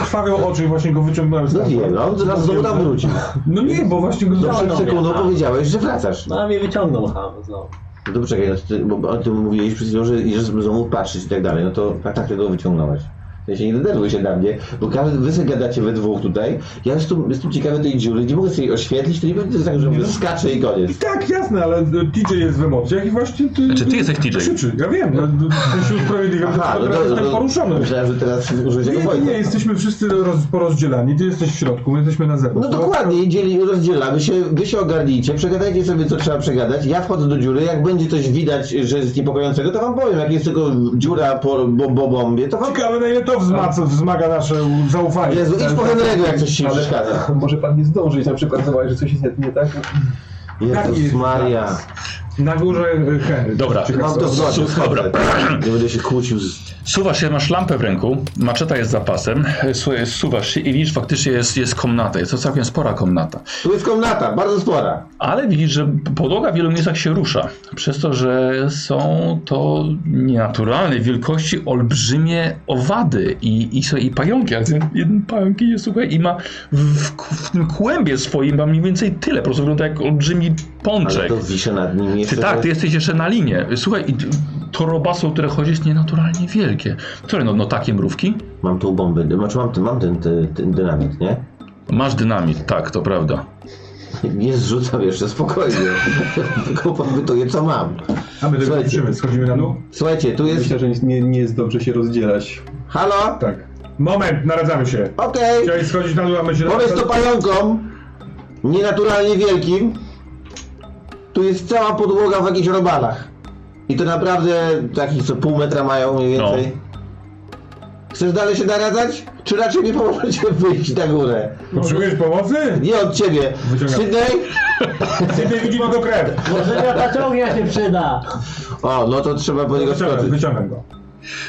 B: krwawią oczy i właśnie go wyciągnąłem z
C: No
B: tam.
C: wiem, no, zaraz znowu tam wróci.
B: No nie, bo właśnie go
C: No przed
F: no,
C: sekundą
F: ja.
C: powiedziałeś, że wracasz.
F: No a mnie wyciągnął ham znowu.
C: No to poczekaj, no, ty, bo o tym mówiłeś przed chwilą, że idziesz z domu patrzeć i tak dalej, no to tak, tak tego wyciągnąłeś. Ja się nie denerwuj się na mnie, bo każdy, wy sobie gadacie we dwóch tutaj, ja jestem, jestem ciekawy tej dziury, nie mogę sobie jej oświetlić, to nie będzie tak, że mówię, skaczę i
B: I
C: koniec.
B: tak, jasne, ale TJ jest w emocjach i właśnie ty...
A: Znaczy, ty jesteś TJ.
B: Krzyczy, ja wiem, no, no, to się usprawiedliwiam,
C: Aha,
B: to
C: no
B: teraz
C: to,
B: jestem
C: to
B: poruszony.
C: myślałem, że teraz użyłeś
B: tak Nie,
C: jako
B: nie,
C: Wojtek.
B: nie, jesteśmy wszyscy roz, porozdzielani, ty jesteś w środku, my jesteśmy na zewnątrz.
C: No dokładnie, dzieli, rozdzielamy się, wy się ogarnijcie, przegadajcie sobie co trzeba przegadać, ja wchodzę do dziury, jak będzie coś widać, że jest niepokojącego, to wam powiem, jak jest tylko dziura po bo, bo, bombie, to wam
B: Ciekawe, na ile to wzmaca, wzmaga nasze zaufanie.
C: Jezu, idź po Henry'ego, jak coś ci
E: Ale-
C: przeszkadza.
E: Może pan nie zdążyć na przykład zobaczyć, że coś jest nie, nie tak?
C: Jezus
B: Taki jest
C: Maria.
B: Douglas. Na górze y, Henry.
A: Dobra.
C: Mam
B: Ciekawe,
C: to
B: dobra.
C: zobaczyć,
A: dobra.
C: tak, Nie będę się kłócił z...
A: Suwasz się, masz lampę w ręku, maczeta jest za pasem, słuchaj, suwasz się i widzisz, faktycznie jest, jest komnata, jest to całkiem spora komnata.
C: Tu jest komnata, bardzo spora.
A: Ale widzisz, że podłoga w wielu miejscach się rusza, przez to, że są to nienaturalnej wielkości olbrzymie owady i, i, słuchaj, i pająki. A ten jeden pająki jest, słuchaj, i ma w, w tym kłębie swoim ma mniej więcej tyle, po prostu wygląda jak olbrzymi
C: Ale
A: pączek.
C: to wiszę nad nim jeszcze.
A: Ty tak,
C: to
A: ty jesteś jeszcze na linie. Słuchaj, i to robaso, które chodzi, jest nienaturalnie wielkie. Które, no, no takie mrówki?
C: Mam tą bombę, znaczy mam, ten- mam ten, ten, ten dynamit, nie?
A: Masz dynamit, tak, to prawda.
C: Nie zrzucam jeszcze, spokojnie. Tylko podbytuję, co mam.
B: A my tego
C: Słuchajcie.
B: kończymy. Schodzimy na dół?
C: Słuchajcie, tu jest...
E: Myślę, że nie, nie jest dobrze się rozdzielać.
C: Halo?
B: Tak. Moment, naradzamy się.
C: Okej.
B: Chciałeś schodzić na dół, a my się...
C: Powiedz to pająkom, nienaturalnie wielkim, tu jest cała podłoga w jakichś robalach. I to naprawdę takich co pół metra mają mniej więcej. Chcesz dalej się naradzać? Czy raczej mi pomożecie wyjść na górę?
B: Potrzebujesz pomocy?
C: Nie od ciebie.
B: Wyciągam.
C: Sydney?
B: Sydney widzi jego krew.
F: Może ta ciągnia się przyda.
C: O, no to trzeba po niego
B: Wyciągam,
C: skoczyć.
B: wyciągam go.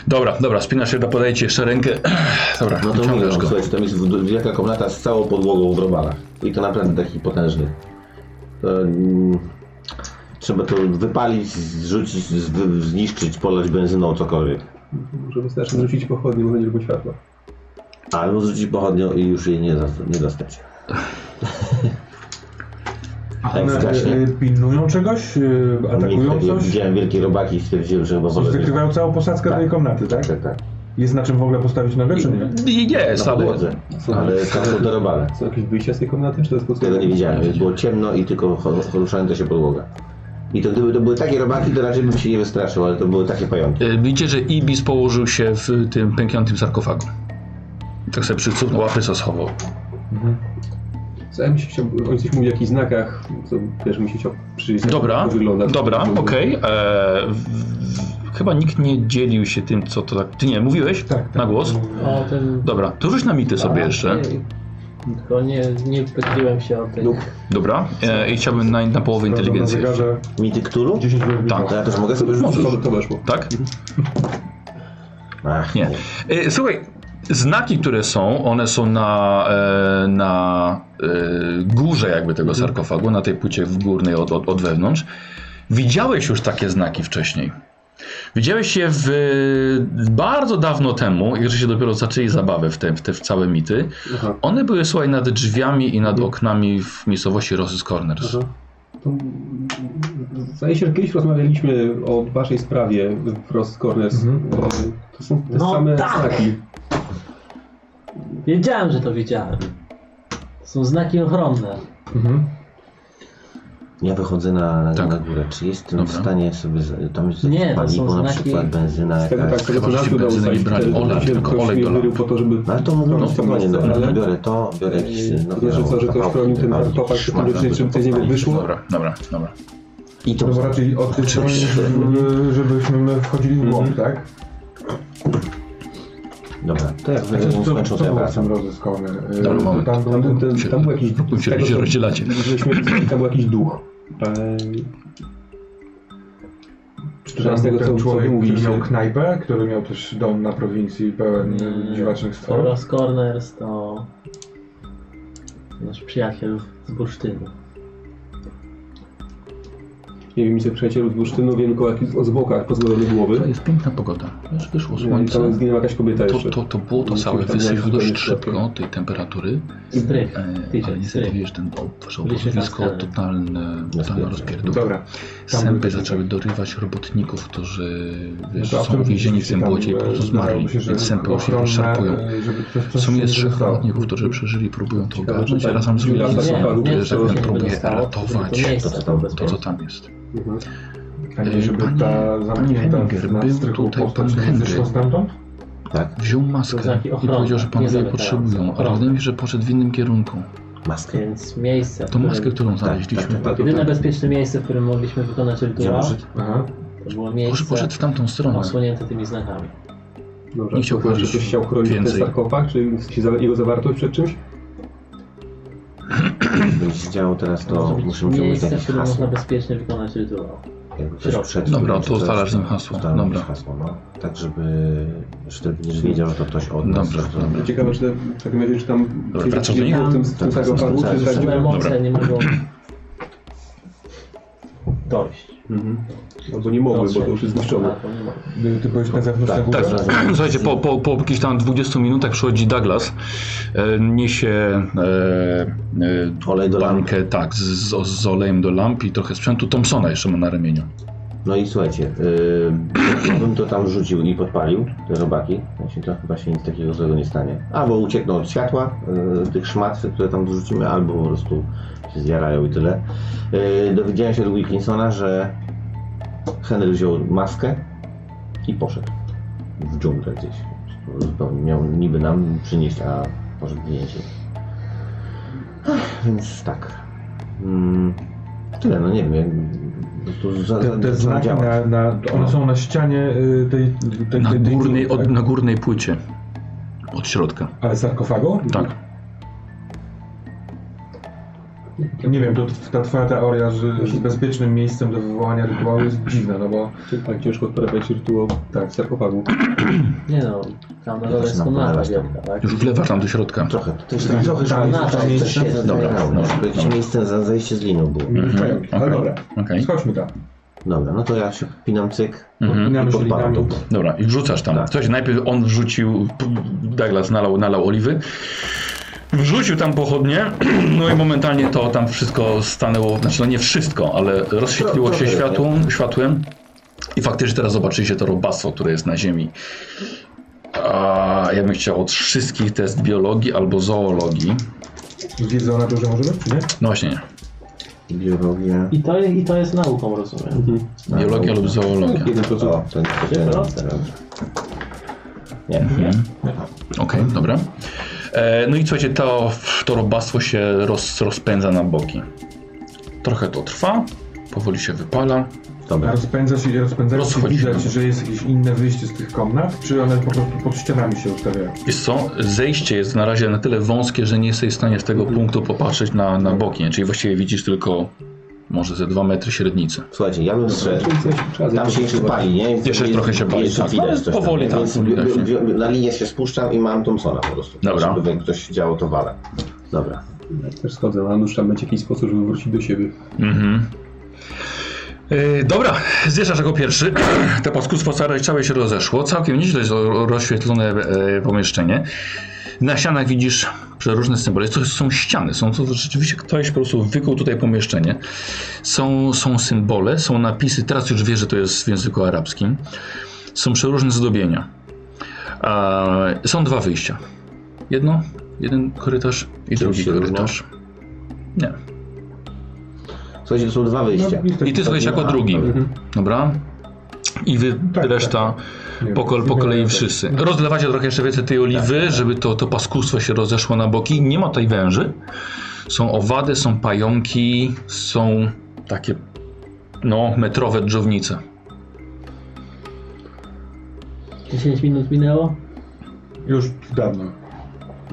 A: Dobra, dobra, spinasz się, podaję ci jeszcze rękę. Dobra,
C: No to mówię,
A: wyciągasz
C: wam,
A: go.
C: słuchajcie, tam jest w- wielka komnata z całą podłogą w robalach. I to naprawdę taki potężny. To, mm, trzeba to wypalić, zrzucić, z- zniszczyć, polać benzyną, cokolwiek.
E: Może wystarczy rzucić pochodnie, może nie tylko światła.
C: Albo zrzucić pochodnią i już jej nie, zas- nie dostać.
B: A
C: Tak,
B: one
C: strasznie.
B: y, pilnują czegoś? Y, atakują
C: Nigdy-
B: coś?
C: Widziałem wielkie robaki i stwierdziłem, że chyba wolę...
B: Wykrywają całą posadzkę
C: Tak.
B: tej komnaty, tak?
C: Tak, tak.
B: Jest na czym w ogóle postawić nogę, czy nie?
A: Nie, nie,
C: Na
A: sady.
C: podłodze. Ale tam są te robale.
E: Są jakieś wyjścia z tej komnaty, czy to jest po prostu...
C: Tego nie widziałem, więc było ciemno i tylko cho- poruszająca się podłoga. I to gdyby to były takie robaki, to raczej bym się nie wystraszył, ale to były takie pająki.
A: Y, Widzicie, że Ibis położył się w tym pękniętym sarkofagu. Tak sobie przycupnął, łapy sobie schował.
E: Co, ja bym się chciał, on coś mówił o jakichś znakach, co też mi się chciał przyjrzeć. jak
A: Dobra,
E: to wygląda.
A: dobra,
E: Mówił.
A: okej. e, w- w- Chyba nikt nie dzielił się tym, co to tak... Ty nie, mówiłeś?
B: Tak, tak.
A: Na głos?
F: O tym...
A: Dobra, to rzuć na mity sobie jeszcze.
F: Nie, Tylko nie, nie pytliłem się o tym.
C: Duch.
A: Dobra, e, i chciałbym na, na połowę inteligencji.
B: Na
A: jeszcze.
B: zegarze
C: Mity Cthulhu?
B: 10 minut.
A: Tak.
C: To ja też mogę sobie rzucić?
E: To, to weszło.
A: Tak?
C: Ach,
A: Nie. E, Słuchaj, znaki, które są, one są na, e, na e, górze jakby tego sarkofagu, na tej płycie w górnej od, od, od wewnątrz. Widziałeś już takie znaki wcześniej. Widziałeś je w, bardzo dawno temu, jak się dopiero zaczęli zabawę w te, w te w całe mity.
E: Aha.
A: One były, słuchaj, nad drzwiami i nad oknami w miejscowości Roses Corners.
E: Aha. To, mm, zdaje się, że kiedyś rozmawialiśmy o waszej sprawie w Ross Corners.
B: Mhm.
E: O, To są te
F: No
E: same
F: tak!
E: znaki.
F: Wiedziałem, że to wiedziałem. Są znaki ochronne.
B: Mhm.
C: Ja wychodzę na, na,
A: Tak.
C: na górę. Czy jestem
A: Dobra.
C: w stanie sobie. z- Tam jest
F: Nie,
C: jakieś
F: to
C: paliwo,
F: są
C: na
F: znaki-
C: przykład benzyna.
E: Z tego
C: jakaś.
E: tak, tego
A: Chyba,
E: co
A: że
E: nas
A: się
E: udało
A: benzyny
E: ustalić,
A: brali
E: wtedy
A: olej,
E: się
A: tylko
E: ktoś
A: olej
E: mnie
A: dolany.
E: wyrył po to, żeby...
C: No ale to mówię, no,
E: Krąg
C: spokojnie,
E: w
C: dobra,
E: stronę.
C: to biorę to, biorę jakiś.
E: Yy,
C: No,
E: to znaczy co, że ktoś chronił ten sarkofag, żeby zobaczyć, żeby coś z niego wyszło?
A: Dobra, dobra, dobra.
C: I to
B: To było No raczej od tej strony, żeby- żebyśmy my wchodzili w
A: Mhm.
B: głąb, tak?
C: Dobra, to jak
A: Znaczy,
B: Co-
C: będę
B: Znaczy, Co,
C: skończył, to
B: co
C: ja
B: było
C: wracam.
B: tam rozy z Corner? Y,
A: Dobra, moment.
B: Tam, tam,
E: Tam, był ten, tam był jakiś...
A: Się-
E: z tego,
A: się
E: co-
A: rozdzielacie.
E: Żeśmy, tam był jakiś duch. E,
B: Czy tam
E: z tego,
B: był ten
E: co- co
B: człowiek,
E: wy
B: który
E: mówiliście.
B: miał knajpę, który miał też dom na prowincji pełen y, dziwacznych stworów.
F: Ross Corners to nasz przyjaciel z bursztynu.
E: Nie wiem, nic o przyjacielu z bursztynu, wiem tylko o jakichś- o zwłokach pozbawionych głowy.
A: To jest piękna pogoda. Wiesz, Wyszło
E: I
A: słońce.
E: tam zginęła jakaś kobieta
A: no. To,
E: jeszcze.
A: to, to było to
E: Nie
A: całe
E: pamiętam, jak
A: wysychło
E: to
A: dość
E: jest
A: szybko
E: lepiej.
A: tej temperatury,
F: Strych,
A: e, ale
F: tydzień,
A: niestety
F: strych.
A: wiesz, ten obszar
F: Byliśmy
A: obowiązkowo
F: zaskakani.
A: totalne, totalne
C: Zaskakani.
A: rozpierdol.
B: Dobra.
A: Sępy zaczęły dorywać robotników, którzy wiesz,
B: No to
A: są
B: absolutnie
A: więzieni w tym
B: się
A: błocie i po prostu
B: zgadzam,
A: zmarli,
B: e, się, że
A: więc sępy już się
B: ochronne,
A: rozszarpują.
B: y, żeby coś- coś
A: Są
B: się nie
A: jest trzech
B: stało.
A: robotników, którzy przeżyli, próbują to
E: Ciekawe,
A: ogarnąć,
E: czy
A: a
E: tak
A: razem z
E: Julia
A: ludźmi,
E: Zasaparu
A: że
E: to
A: tak
E: się
A: próbuje
F: dostało,
A: ratować
F: żeby to miejsce
C: To, co tam
A: to, co
C: bezpieczne.
A: tam jest.
E: Mhm.
B: A nie, żeby
A: Panie-
B: ta zamknięta
A: Henniger,
B: na
A: był
B: strychu
A: tutaj
B: postać
A: pan
B: nie
A: Henry.
B: wyszła stamtąd?
C: Tak,
A: Wziął
F: To
A: maskę
F: znaki
A: i
F: ochrony,
A: powiedział, że panowie jej
F: nie
A: potrzebują,
F: zamykające,
A: ale
F: ochrony.
A: wydaje mi się, że poszedł w innym kierunku.
C: maskę.
F: więc miejsce. w
A: Tą
F: którym-
A: maskę, którą
C: tak,
A: znaleźliśmy,
C: tak.
F: Jedyne bezpieczne miejsce, w którym mogliśmy wykonać
C: Ja
F: rytuał,
C: może-
B: Aha.
F: to było
A: Może
F: miejsce
A: poszedł w tamtą stronę.
F: osłonięte tymi znakami.
E: Dobra,
A: Nie chciał
E: to znaczy,
A: chronić
E: ktoś chciał chronić
A: więcej.
E: ten sarkofag, czy w sensie za- jego zawartość przed czymś?
C: będzie się działo teraz, to
F: Zrobić
C: musimy przyjąć
F: miejsce, w
C: jakieś
F: którym można
C: hasło.
F: bezpiecznie wykonać rytuał.
C: jakby ktoś
F: Środek.
C: przed...
A: Dobra,
C: kimś
A: to
C: coś-
A: ustalasz z nim hasło.
C: ustalam
A: Dobra.
C: jakieś hasło, no. Tak, żeby sztywniarz wiedział, że to ktoś od nas.
A: Dobra,
C: że to-
A: dobra.
E: Ciekawe, czy w takim razie, czy tam
A: Dobra, wracasz do
E: nie było
A: niego?
E: w tym, w tym
C: Tak,
E: sarkofagu,
C: tak,
E: czy
C: tak,
E: tak,
F: Same
A: Dobra.
F: emocje nie mogą dojść.
E: Mhm. Albo nie mogły, bo to już jest zniszczone.
F: Albo nie mogą.
B: Ty, ty byłeś na zewnątrz
C: Tak,
B: na górze?
A: Tak,
C: Dobra.
A: słuchajcie, po, po, po jakichś tam 20 minutach przychodzi Douglas, e, niesie e, e,
C: Olej do lamp.
A: bankę tak, z, z, z olejem do lamp i trochę sprzętu. Thompsona jeszcze ma na ramieniu.
C: No i słuchajcie, yy, bym to tam rzucił i podpalił, te robaki, znaczy to chyba się nic takiego złego nie stanie. Albo uciekną od światła, yy, tych szmat, które tam wrzucimy, albo po prostu się zjarają i tyle. Yy, dowiedziałem się od Wilkinsona, że Henry wziął maskę i poszedł w dżunglę gdzieś. Zupełnie miał niby nam przynieść, a poszedł zdjęcie. Ach, Więc tak. Mm, tyle, no nie wiem. jak- po prostu za-
A: tak.
B: Te, te
C: zaczęło
B: znaki,
C: działać.
B: na, na, one są na ścianie y, tej... tej,
A: No. Na
B: tej, tej
A: górnej,
B: dziury,
A: od,
B: tak?
A: na górnej płycie. Od środka.
B: Ale sarkofagu?
A: Tak.
B: tak, Nie wiem, to t- ta twoja teoria, że że bezpiecznym miejscem do wywołania rytuału jest dziwna, no bo
E: Tak ciężko odprawiać rytuał
B: Tak.
E: w sarkofagu.
F: Nie no, tam na
C: Ja
F: dole
C: też
F: jest
C: mam
F: komnata
C: polewać tam.
F: wielka, tak?
A: Już wlewasz tam do środka.
C: Trochę, to jest
B: Tak,
C: trochę
B: tak,
C: żadna,
B: tak,
C: coś
B: tak,
C: się
B: tak,
C: zaczynało.
A: dobra,
C: No,
A: dobra.
C: Jakieś miejsce za zejście z liną było.
E: Mhm.
B: mm ale
A: okej.
B: dobra,
A: Okej.
B: schodźmy tam.
C: Dobra, no to ja się pinam cyk
A: Mhm.
C: i
B: Nam się
C: podpalam to.
B: linami.
A: Dobra, i wrzucasz tam.
C: Tak.
A: Coś, najpierw on wrzucił, p- Douglas nalał, nalał oliwy, wrzucił tam pochodnie, no i momentalnie to tam wszystko stanęło, znaczy no nie wszystko, ale rozświetliło
C: Tro-
A: się
C: trochę,
A: światłem, światłem i faktycznie teraz zobaczycie to robactwo, które jest na ziemi. A ja bym chciał od wszystkich test biologii albo zoologii.
B: Wiedzą na to, że możemy, czy nie?
A: No właśnie,
C: Biologia.
F: I to, je- I to jest nauką, rozumiem.
A: biologia lub zoologia.
C: O, to nie to nie-
F: Proste.
C: Nie, nie.
A: Okej, dobra. E, no i słuchajcie, to, to robactwo się roz, rozpędza na boki. Trochę to trwa, powoli się wypala.
C: Dobra.
B: Rozpędza się i rozpędza się.
A: Rozchodzi się.
B: Widać, że jest jakieś inne wyjście z tych komnat, czy one po prostu pod ścianami się ustawiają?
A: Wiesz co, zejście jest na razie na tyle wąskie, że nie jesteś w stanie z tego punktu popatrzeć na, na boki. Czyli właściwie widzisz tylko może ze 2 metry średnicy.
C: Słuchajcie, ja bym zszedł. Tam
E: Tak.
C: się jeszcze pali, nie? Jest-
A: Jeszcze
C: jest-
A: trochę się pali,
C: Jeszcze
A: tak.
C: widać coś tam,
A: Powoli
C: nie?
A: tak,
C: Więc
A: powoli
C: bi-
A: właśnie.
C: bi- na linię się spuszczam i mam Thompsona po prostu.
A: Dobra.
C: Żeby jak ktoś działo, to wale. Dobra.
E: Też schodzę, a nóż trzeba będzie jakiś sposób, żeby wrócić do siebie.
A: Mhm. Yy, dobra, zjeżdżasz jako pierwszy. Te paskustwo całe, całe się rozeszło. Całkiem nieźle zo- rozświetlone e, pomieszczenie. Na ścianach widzisz przeróżne symbole. To są ściany. Są to rzeczywiście ktoś po prostu wykuł tutaj pomieszczenie. Są, są symbole, są napisy. Teraz już wiesz, że to jest w języku arabskim. Są przeróżne zdobienia. E, są dwa wyjścia. Jedno, jeden korytarz i drugi
C: się różnią?
A: korytarz. Nie.
C: Słuchajcie, to są dwa wyjścia.
B: niech to
A: I ty słuchajcie jako
C: Aha,
A: drugi.
C: dobra.
A: Dobra. I wy
B: Mhm. Tak,
A: reszta
B: nie
A: po, kol,
B: wiem,
A: po
B: nie
A: kolei
B: wiem,
A: wszyscy. Rozlewacie trochę jeszcze więcej tej oliwy,
B: Tak,
A: żeby to, to paskustwo się rozeszło na boki. Nie ma tutaj węży. Są owady, są pająki, są takie no, metrowe dżownice.
F: 10 minut minęło,
B: Już dawno.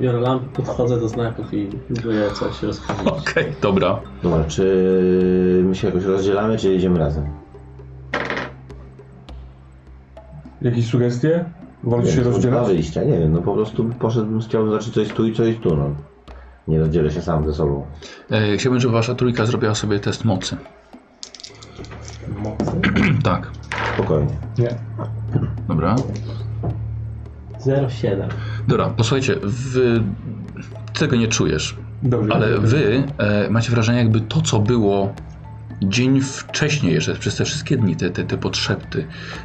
F: biorę lampę, podchodzę do znaków i próbuję coś rozkminić.
A: Okej, dobra.
C: Dobra, czy my się jakoś rozdzielamy, czy jedziemy razem?
B: Jakieś sugestie? Wolisz się
C: to są Dwa
B: rozdzielać?
C: wyjścia, nie wiem, no po prostu poszedłbym, chciałbym zobaczyć co jest tu i co jest tu, no. Nie rozdzielę się sam ze sobą.
A: E, chciałbym, żeby wasza trójka zrobiła sobie test mocy.
B: Mocy?
A: tak,
C: Spokojnie.
B: Nie.
A: dobra.
F: 0,7.
A: Dobra, posłuchajcie, wy tego nie czujesz.
B: Dobrze.
A: Ale wy e, macie wrażenie, jakby to, co było dzień wcześniej, jeszcze przez te wszystkie dni, te, te, te potrzeby,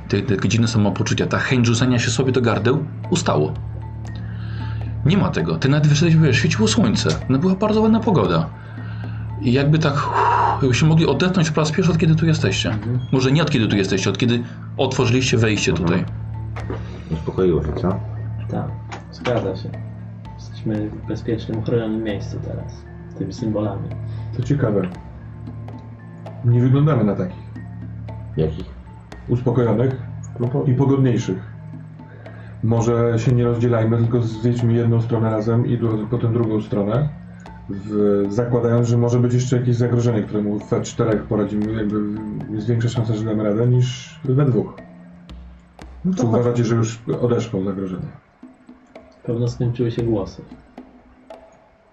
A: te, te dziwne samopoczucia, ta chęć rzucenia się sobie do gardeł, ustało. Nie ma tego. Ty nawet wyszedłeś, wiesz, świeciło słońce. No była bardzo ładna pogoda. I jakby tak, uff, jakby się mogli odetchnąć po raz pierwszy, od kiedy tu jesteście. Może nie od kiedy tu jesteście, od kiedy otworzyliście wejście tutaj.
C: Uspokoiło się, co?
F: Tak, zgadza się. Jesteśmy w bezpiecznym, uchronionym miejscu teraz. z Tymi symbolami.
B: To ciekawe. Nie wyglądamy na takich.
C: Jakich?
B: Uspokojonych i pogodniejszych. Może się nie rozdzielajmy, tylko zjedźmy jedną stronę razem i dru- potem drugą stronę. w, zakładając, że może być jeszcze jakieś zagrożenie, któremu w czterech poradzimy, jakby jest większa szansa, że damy radę niż we dwóch. Czy uważacie, że już odeszło zagrożenie?
F: Pewno skończyły się głosy.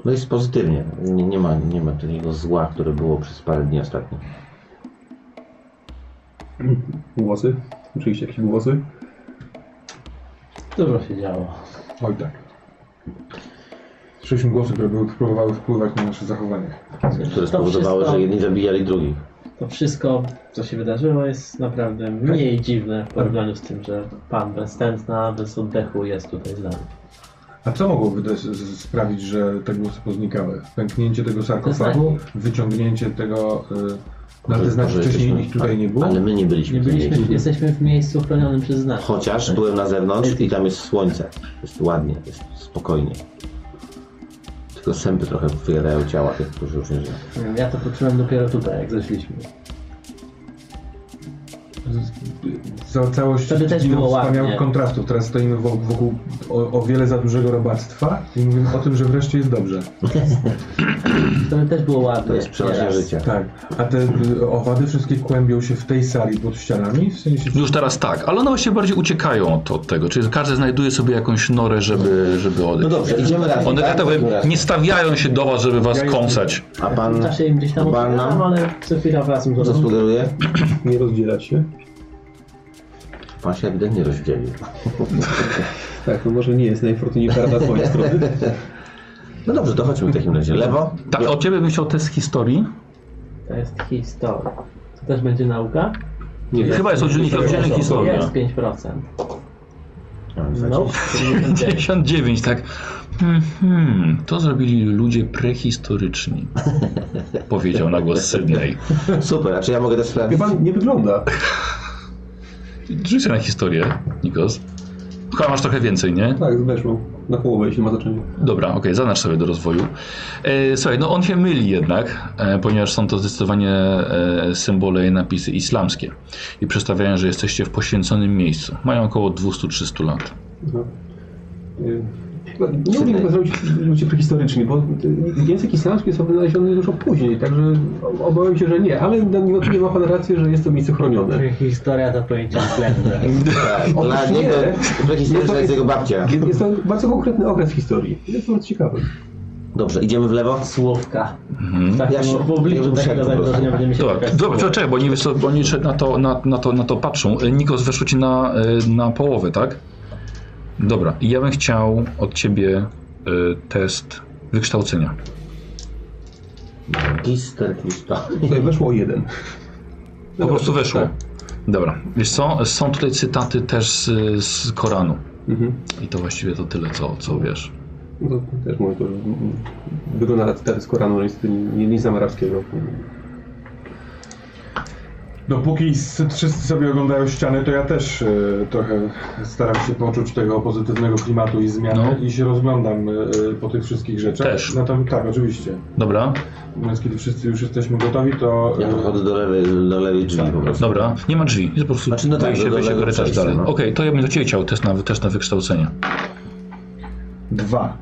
C: No jest pozytywnie. Nie, nie, ma, nie ma takiego zła, które było przez parę dni ostatnio.
E: Głosy? Oczywiście jakieś głosy.
F: Dużo się działo.
B: Oj tak. Słyszeliśmy głosy, które były, próbowały wpływać na nasze zachowanie.
C: Które spowodowały,
F: wszystko-
C: że jedni zabijali drugich.
F: To wszystko, co się wydarzyło, jest naprawdę mniej dziwne w porównaniu z tym, że pan bez tętna, bez oddechu jest tutaj z nami.
B: A co mogłoby też z- z- sprawić, że te głosy poznikały? Pęknięcie tego sarkofagu, wyciągnięcie tego... Y, ale to znaczy
C: Może
B: wcześniej
C: jesteśmy- tak,
B: ich tutaj nie było?
C: Ale my nie byliśmy.
F: Nie
C: w tym
F: byliśmy,
C: miejscu.
F: jesteśmy w miejscu chronionym przez znak.
C: Chociaż byłem na zewnątrz i tam jest słońce. Jest ładnie, jest spokojnie. Tylko sępy trochę wyjadają ciała tych, którzy już nie żyją.
F: Ja to poczułem dopiero tutaj, jak zeszliśmy.
B: Za całość
F: Wtedy też
B: giną
F: było
B: wspaniałych
F: ładnie.
B: kontrastów. Teraz stoimy wo- wokół o, o wiele za dużego robactwa i mówimy o tym, że wreszcie jest dobrze.
F: Wtedy też było ładne.
C: To jest przenośnia
F: Teraz
C: życia.
B: Tak. A te y, owady wszystkie kłębią się w tej sali pod ścianami? W sensie...
A: Już teraz tak, ale one właśnie bardziej uciekają od, od tego, czyli każdy znajduje sobie jakąś norę, żeby, żeby
C: No
A: odejść.
C: dobrze, idziemy razem.
A: One,
C: tak?
A: tak powiem,
C: Idziemy razem.
A: nie stawiają się do was, żeby was kąsać.
C: A
F: W tym
C: pan
F: czasie im gdzieś tam
C: Barna?
F: opowiadam, ale co chwila wracam do
C: co
F: domu.
C: sugeruje?
E: Nie rozdzielać się.
C: Pan się ewidentnie rozdzielił.
E: Tak, to może nie jest najfortunniejsza rada z mojej strony.
C: No dobrze, to chodźmy w takim razie. Lewo?
A: Tak, od ciebie bym chciał test historii.
F: To jest historia. To też będzie nauka?
E: Nie wiem.
A: Chyba jest oddzielnik, oddzielnik historii.
F: Jest 5%. No,
C: No.
F: 99.
A: 59, tak. Mhm, to zrobili ludzie prehistoryczni. Powiedział na głos Sydney.
C: Super, a czy ja mogę też
E: Wie
C: sprawdzić?
E: pan, nie wygląda.
A: Rzuć sobie na historię, Nikos. Chyba masz trochę więcej, nie?
E: Tak, weszło. Na połowę, jeśli ma znaczenie.
A: Dobra, okej, zanasz sobie do rozwoju. E, słuchaj, no on się myli jednak, e, ponieważ są to zdecydowanie e, symbole i napisy islamskie. I przedstawiają, że jesteście w poświęconym miejscu. Mają około 200-300 lat.
E: No. Y, chyba Nie lubię tego zrobić ludzie prehistorycznie, bo y, język islamski jest odnaleziony dużo później, także o- obawiam się, że nie, ale na- niewątpliwie ma pan rację, że jest to miejsce chronione.
F: Historia to pojęcie względne.
C: Tak,
E: Otóż
C: dla niego
E: nie.
C: prehistoryczna
E: Nie, to
C: jest
E: jest-
C: jego babcia.
E: Jest- Jest to bardzo konkretny okres historii. Jest to bardzo ciekawy.
C: Dobrze, idziemy w lewo?
F: Słówka. W takim
C: Ja się-
F: w obliczu
C: ja bym
F: takiego
C: szedł po prostu.
F: zagrożenia będziemy się
A: Mhm. Dobra,
F: czekać
A: dobra
F: słówek.
A: czekaj, bo oni, wiesz co, bo oni jeszcze na to, na, na, to, na to patrzą. E, Nikos, weszło ci na, e, na połowę, tak? Dobra, i ja bym chciał od ciebie e, test wykształcenia.
C: Magister historii.
E: Tutaj weszło o jeden.
A: Po prostu weszło.
E: tak.
A: Dobra, wiesz co, są tutaj cytaty też z, z Koranu.
E: Mhm.
A: I to właściwie to tyle, co, co wiesz.
E: No to też mówię to, że mm, wygląda na cytaty z Koranu, ale niestety nie, nie znam arabskiego.
B: Dopóki s- wszyscy sobie oglądają ściany, to ja też y, trochę staram się poczuć tego pozytywnego klimatu i zmiany
A: No.
B: i się rozglądam y, y, po tych wszystkich rzeczach.
A: Też.
B: No to, tak, oczywiście.
A: Dobra,
B: Natomiast kiedy wszyscy już jesteśmy gotowi, to...
C: Ja
B: y,
C: podchodzę do lewej, do lewej drzwi po prostu.
A: dobra. Nie ma drzwi, jest po prostu
C: Znaczy, no tak,
A: wejście,
C: do
A: wejście,
C: lewego
A: korytarz
C: przejścia,
A: dalej.
C: no.
A: Okej, to ja bym do Ciebie chciał test na, test na wykształcenie.
B: Dwa.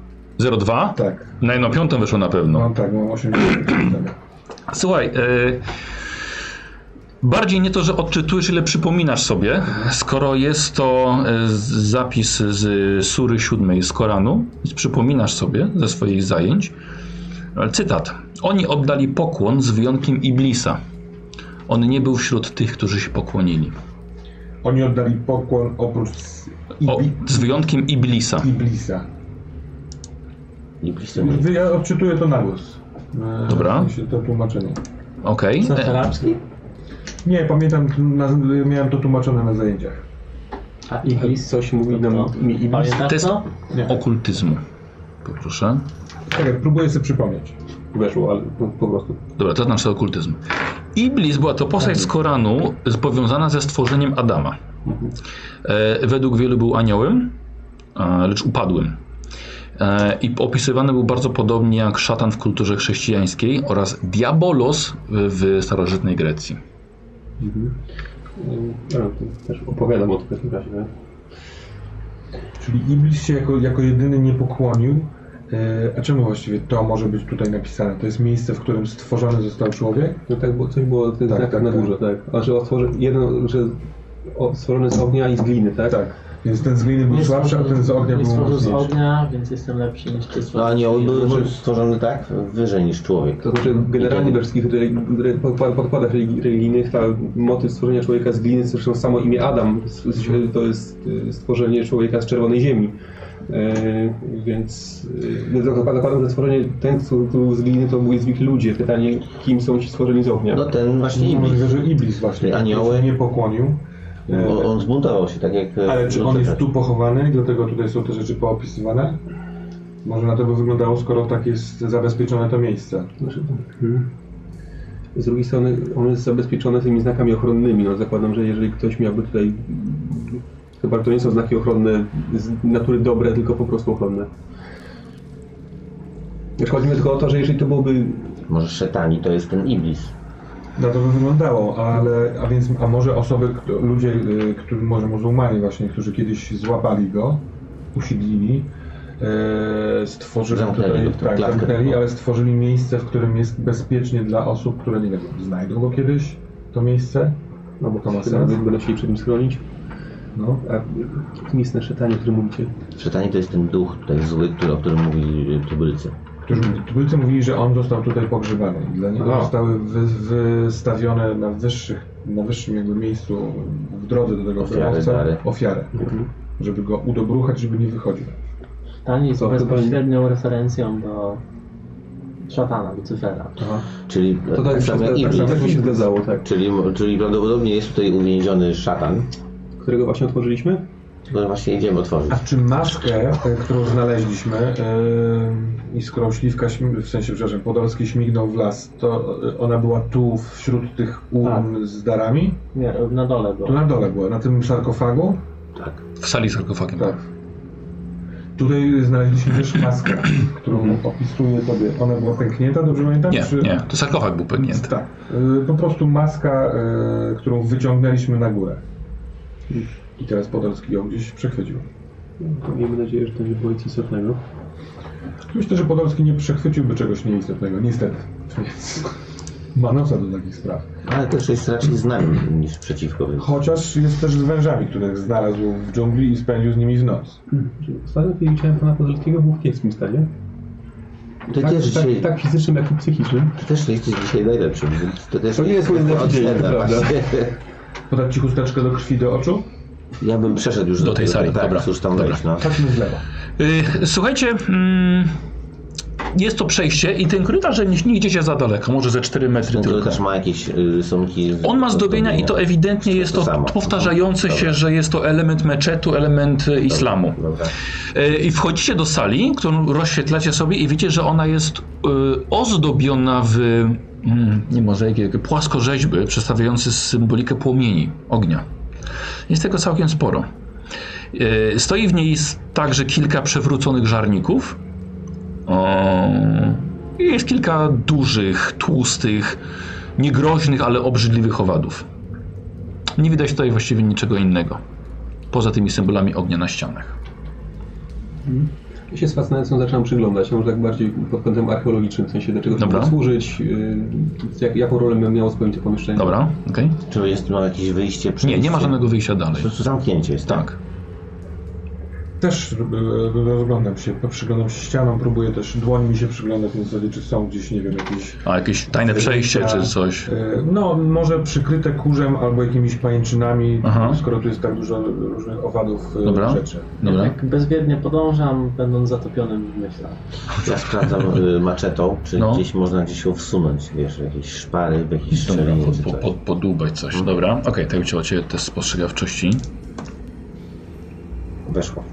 A: 02?
B: Tak.
A: Na jedną piątą wyszło na pewno.
C: No.
B: Mam tak, mam osiem. tak. dziewięć.
A: Słuchaj, e, bardziej nie to, że odczytujesz, ile przypominasz sobie, skoro jest to e, z- zapis z Sury 7 z Koranu, więc przypominasz sobie ze swoich zajęć. E, Cytat. Oni oddali pokłon z wyjątkiem Iblisa. On nie był wśród tych, którzy się pokłonili.
B: Oni oddali pokłon oprócz s-
A: O,
B: Ibi-
A: z wyjątkiem Iblisa.
B: Iblisa.
C: I blisko mnie.
B: Wy- Ja odczytuję to na głos. E,
A: Dobra.
B: w sensie To tłumaczenie.
A: Okej.
F: Znasz
A: E,
F: arabski?
B: Nie, pamiętam, tu na, miałem to tłumaczone na zajęciach.
F: A Iblis?
E: Coś mówi nam
F: To-
E: mi Iblis.
A: To
F: Pamiętasz
A: jest-
F: to?
B: Nie.
A: Okultyzmu. Poproszę.
B: Czekaj, Tak, próbuję sobie przypomnieć.
E: Weszło, ale no, po prostu.
A: Dobra, to znaczy okultyzm. Iblis była to postać z Koranu z- powiązana ze stworzeniem Adama. E, według wielu był aniołem, e, lecz upadłym. E, I opisywany był bardzo podobnie jak szatan w kulturze chrześcijańskiej oraz diabolos w, w starożytnej Grecji.
E: Ym, Ale to też opowiadam o tym w takim razie. tak?
B: Czyli Iblis się jako, jako jedyny nie pokłonił E, A czemu właściwie to może być tutaj napisane? To jest miejsce, w którym stworzony został człowiek?
E: No tak, bo coś było w tych
B: Tak,
E: znakach
B: tak,
E: na
B: tak.
E: górze, tak. A że otworzy, jeden, że o- stworzony z ognia i z gliny, tak?
B: Tak. Więc ten z gliny był słabszy, a ten z ognia
F: nie
B: był
F: stworzył z
B: mocniejszy.
F: ognia, więc jestem lepszy niż ty. stworzył
C: No anioły
F: z gliny.
C: były stworzone tak wyżej niż człowiek.
E: To znaczy generalnie we wszystkich reli- re- podpa- podkładach religi- religijnych ta motyw stworzenia człowieka z gliny, zresztą samo imię Adam s- s- to jest y, stworzenie człowieka z czerwonej ziemi. E, więc y, więc tak naprawdę to stworzenie, ten, co był z gliny, to byli zwykli ludzie. Pytanie, kim są ci stworzeni z ognia?
C: No ten właśnie Iblis.
B: Możliwe, że Iblis właśnie. tak,
C: Anioły.
B: który się nie pokłonił. E,
C: Bo On zbuntował się, tak jak... e,
B: Ale czy on jest
C: Lucyfer.
B: tu pochowany i dlatego tutaj są te rzeczy poopisywane? Może na to by wyglądało, skoro tak jest zabezpieczone to miejsce.
E: Znaczy, mhm. Z drugiej strony on jest zabezpieczony tymi znakami ochronnymi. No, zakładam, że jeżeli ktoś miałby tutaj... mm, Chyba to nie są znaki ochronne z natury dobre, tylko po prostu ochronne. Wiesz, Chodzi mi tylko o to, że jeżeli to byłoby...
C: Może szetani to jest ten Iblis.
B: Na to by wyglądało, ale, a więc, a może osoby, kto- ludzie, y, którzy, może muzułmanie właśnie, którzy kiedyś złapali go, usiedlili, y, stworzyli
C: Zamknęli
B: tutaj,
C: go w tą
B: tak,
C: klatkę. no.
B: zamknęli, ale stworzyli miejsce, w którym jest bezpiecznie dla osób, które, nie wiem, znajdą go kiedyś, to miejsce,
E: No bo
B: To ma
E: wtedy
B: sens.
E: Będą chcieli przed nim schronić.
B: no.
E: A kim jest szetanie, o którym mówicie?
C: Szetani to jest ten duch tutaj zły, który, o którym mówi e, tubylcy.
B: Którzy, tubylcy mówili, że on został tutaj pogrzebany i dla niego
C: No.
E: Aha.
B: zostały wy, wystawione na wyższych, na wyższym jakby miejscu w drodze do tego
C: Ofiary,
B: grobowca
C: dary.
B: ofiarę, żeby go udobruchać, żeby nie wychodził.
F: Tani jest
E: To chyba nie-
F: bezpośrednią referencją do szatana, Lucyfera.
C: Czyli
E: To tak,
C: tak samo jak
E: tak,
C: Iblis.
E: tak, tak mi się zgadzało, tak.
C: Czyli, czyli prawdopodobnie jest tutaj uwięziony szatan,
E: Którego właśnie otworzyliśmy?
C: który właśnie idziemy otworzyć.
B: A czy maskę, e, którą znaleźliśmy e, i z którą Śliwka, śm- w sensie, przepraszam, Podolski śmignął w las, to e, ona była tu wśród tych
A: Tak.
B: urn z darami?
F: Nie, na dole
B: Tu
F: było.
B: na dole była, na tym sarkofagu?
C: Tak.
A: W sali z sarkofagiem.
B: Tak. Tutaj znaleźliśmy też maskę, którą opisuję tobie. Ona była pęknięta, dobrze pamiętam?
A: Nie,
B: Czy-
A: nie, to sarkofag był pęknięty.
B: Tak. Y, Po prostu maska, y, którą wyciągnęliśmy na górę. I teraz Podolski ją gdzieś przechwycił.
E: Miejmy nadzieję, że to nie było nic istotnego.
B: Myślę, że Podolski nie przechwyciłby czegoś nieistotnego, niestety. Więc Ma nosa do takich spraw.
C: Ale też jest raczej z nami niż przeciwko. Więc.
B: Chociaż jest też z wężami, których znalazł w dżungli i spędził z nimi w noc.
E: Czyli Ostatnio, kiedy widziałem pana Podolskiego, był w kiepskim stanie.
C: Ty
E: Tak,
C: też
E: tak,
C: dzisiaj,
E: tak fizycznym, jak i psychicznym.
C: ty też jesteś dzisiaj najlepszy. więc To, też
E: To nie jest mój
C: taka
E: najlepszy dzień,
C: ocena
E: to prawda.
C: właśnie.
B: Podać ci chusteczkę do krwi do oczu?
C: Ja bym przeszedł już
A: Do
C: do,
A: tej
C: tego,
A: sali,
C: tak,
A: dobra,
C: Cóż tam
A: dobra.
C: wejść, no.
B: Chodźmy w lewo.
A: Y, Słuchajcie, mm, jest to przejście i ten korytarz nie- nie idziecie za daleko, może ze 4 metry
C: Ten
A: tylko.
C: korytarz ma jakieś y, rysunki. z-
A: On ma zdobienia i to ewidentnie jest
C: to
A: to
C: samo.
A: powtarzający
C: Dobra.
A: się, że jest to element meczetu, element y, islamu.
C: Dobra.
A: E, I wchodzicie do sali, którą rozświetlacie sobie i widzicie, że ona jest e, ozdobiona w mm, nie mozaiki, jakie płaskorzeźby przedstawiające symbolikę płomieni, ognia. Jest tego całkiem sporo. E, Stoi w niej s- także kilka przewróconych żarników. O, i Jest kilka dużych, tłustych, niegroźnych, ale obrzydliwych owadów. Nie widać tutaj właściwie niczego innego. Poza tymi symbolami ognia na ścianach.
E: Ja się z fascynacją zaczynam przyglądać, może tak bardziej pod kątem archeologicznym, w sensie do czego to
A: Dobra.
E: ma służyć, y, jak, jaką rolę mia- miało spełnić to pomieszczenie.
A: Dobra, okej.
C: Czy jest, ma jakieś wyjście?
A: Nie, nie ma
C: przejście?
A: żadnego wyjścia
C: Po
A: dalej.
C: prostu zamknięcie jest, tak?
A: Tak.
B: Też y, rozglądam się, przyglądam się ścianą, próbuję też dłońmi się przyglądać na zasadzie, czy znaczy, są gdzieś, nie wiem, jakieś...
A: A jakieś tajne przejście czy coś.
B: y, No, może przykryte kurzem albo jakimiś pajęczynami,
A: Aha.
B: skoro tu jest tak dużo różnych owadów y,
A: Dobra.
B: rzeczy.
A: Dobra.
F: Tak bezwiednie podążam, będąc zatopionym w myślach.
C: Ja sprawdzam y, maczetą, czy
A: Tak. No.
C: gdzieś można gdzieś ją wsunąć, wiesz, jakieś szpary, w jakieś
A: Dobra,
C: szczeliny, czy
A: po,
C: coś.
A: po, podłubać coś. Dobra, okej, tak ucięło cię test spostrzegawczości.
C: Weszło.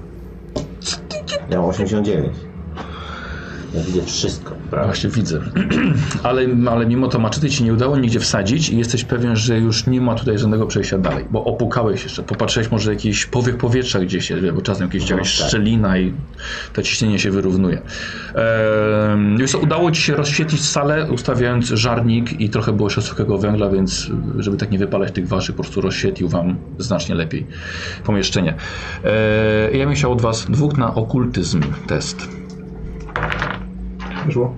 C: Ja mam 89. Ja widzę wszystko, prawda?
A: Właśnie widzę. ale, ale mimo to maczety ci nie udało nigdzie wsadzić i jesteś pewien, że już nie ma tutaj żadnego przejścia dalej, bo opukałeś jeszcze. Popatrzyłeś może jakiś powiew powietrza gdzieś, jest, bo czasem jakieś jakaś
C: tak.
A: szczelina i to ciśnienie się wyrównuje. Ehm, wiesz co, udało ci się rozświetlić salę, ustawiając żarnik i trochę było jeszcze suchego węgla, więc żeby tak nie wypalać tych waszych, po prostu rozświetlił wam znacznie lepiej E, pomieszczenie. Ehm, ja bym chciał od was dwóch na okultyzm test.
E: Wyszło.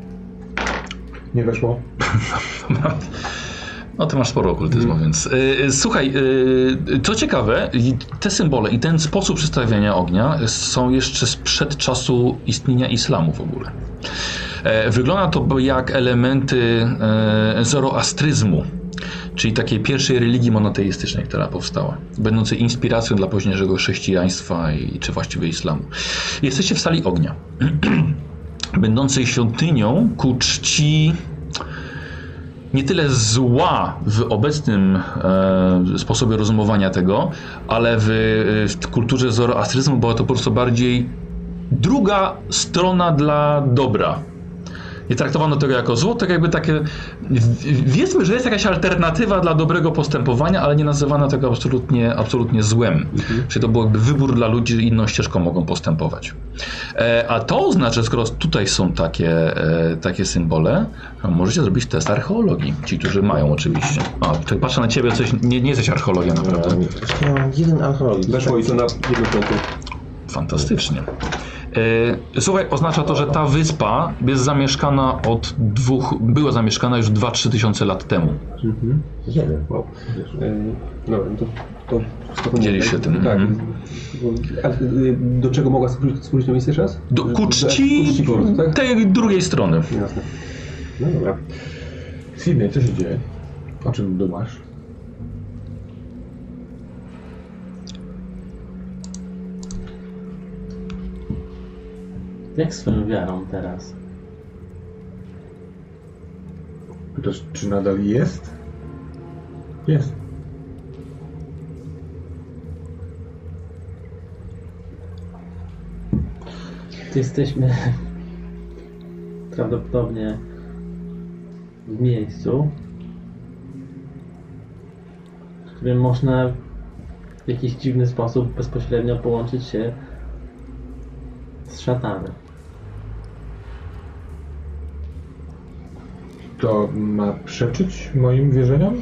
B: Nie weszło.
A: No ty masz sporo okultyzmu, więc. Y, y, słuchaj, y, co ciekawe, i te symbole i ten sposób przedstawiania ognia są jeszcze sprzed czasu istnienia islamu w ogóle. E, wygląda to jak elementy e, zoroastryzmu, czyli takiej pierwszej religii monoteistycznej, która powstała, będącej inspiracją dla późniejszego chrześcijaństwa i, czy właściwie islamu. Jesteście w sali ognia, będącej świątynią ku czci nie tyle zła w obecnym e, sposobie rozumowania tego, ale w, e, w kulturze zoroastryzmu była to po prostu bardziej druga strona dla dobra. Nie traktowano tego jako zło, tak jakby takie. w- w- Wiedzmy, że jest jakaś alternatywa dla dobrego postępowania, ale nie nazywano tego absolutnie, absolutnie złem. Czyli to byłby wybór dla ludzi, że inną ścieżką mogą postępować. E, a to oznacza, że skoro tutaj są takie, e, takie symbole, to możecie zrobić test archeologii. Ci, którzy mają oczywiście. A, tak patrzę na ciebie, coś, nie, nie jesteś archeologiem naprawdę.
C: Ja mam jeden archeologii.
E: Weszło i to na jednym piątku.
A: Fantastycznie. E, Słuchaj, oznacza to, że ta wyspa jest zamieszkana od dwóch, była zamieszkana już 2-3 tysiące lat temu.
E: Mhm.
C: Jeden.
E: Wow. Yy, Dobra, no to, to spokojnie.
A: Dzielisz się tym,
E: Tak.
A: mhm.
E: A y, do czego mogła służyć, służyć na miejsce jeszcze raz?
A: Do, ku
E: Tak, Ku
A: czci
E: czci po prostu, tak?
A: tej drugiej strony.
E: Jasne. No dobra.
B: Sidney, co się dzieje? O czym dumasz?
F: Jak swoją wiarą teraz?
B: Pytasz, czy nadal jest? Jest.
F: Jesteśmy prawdopodobnie w miejscu, w którym można w jakiś dziwny sposób bezpośrednio połączyć się z szatanem.
B: To ma przeczyć moim wierzeniom?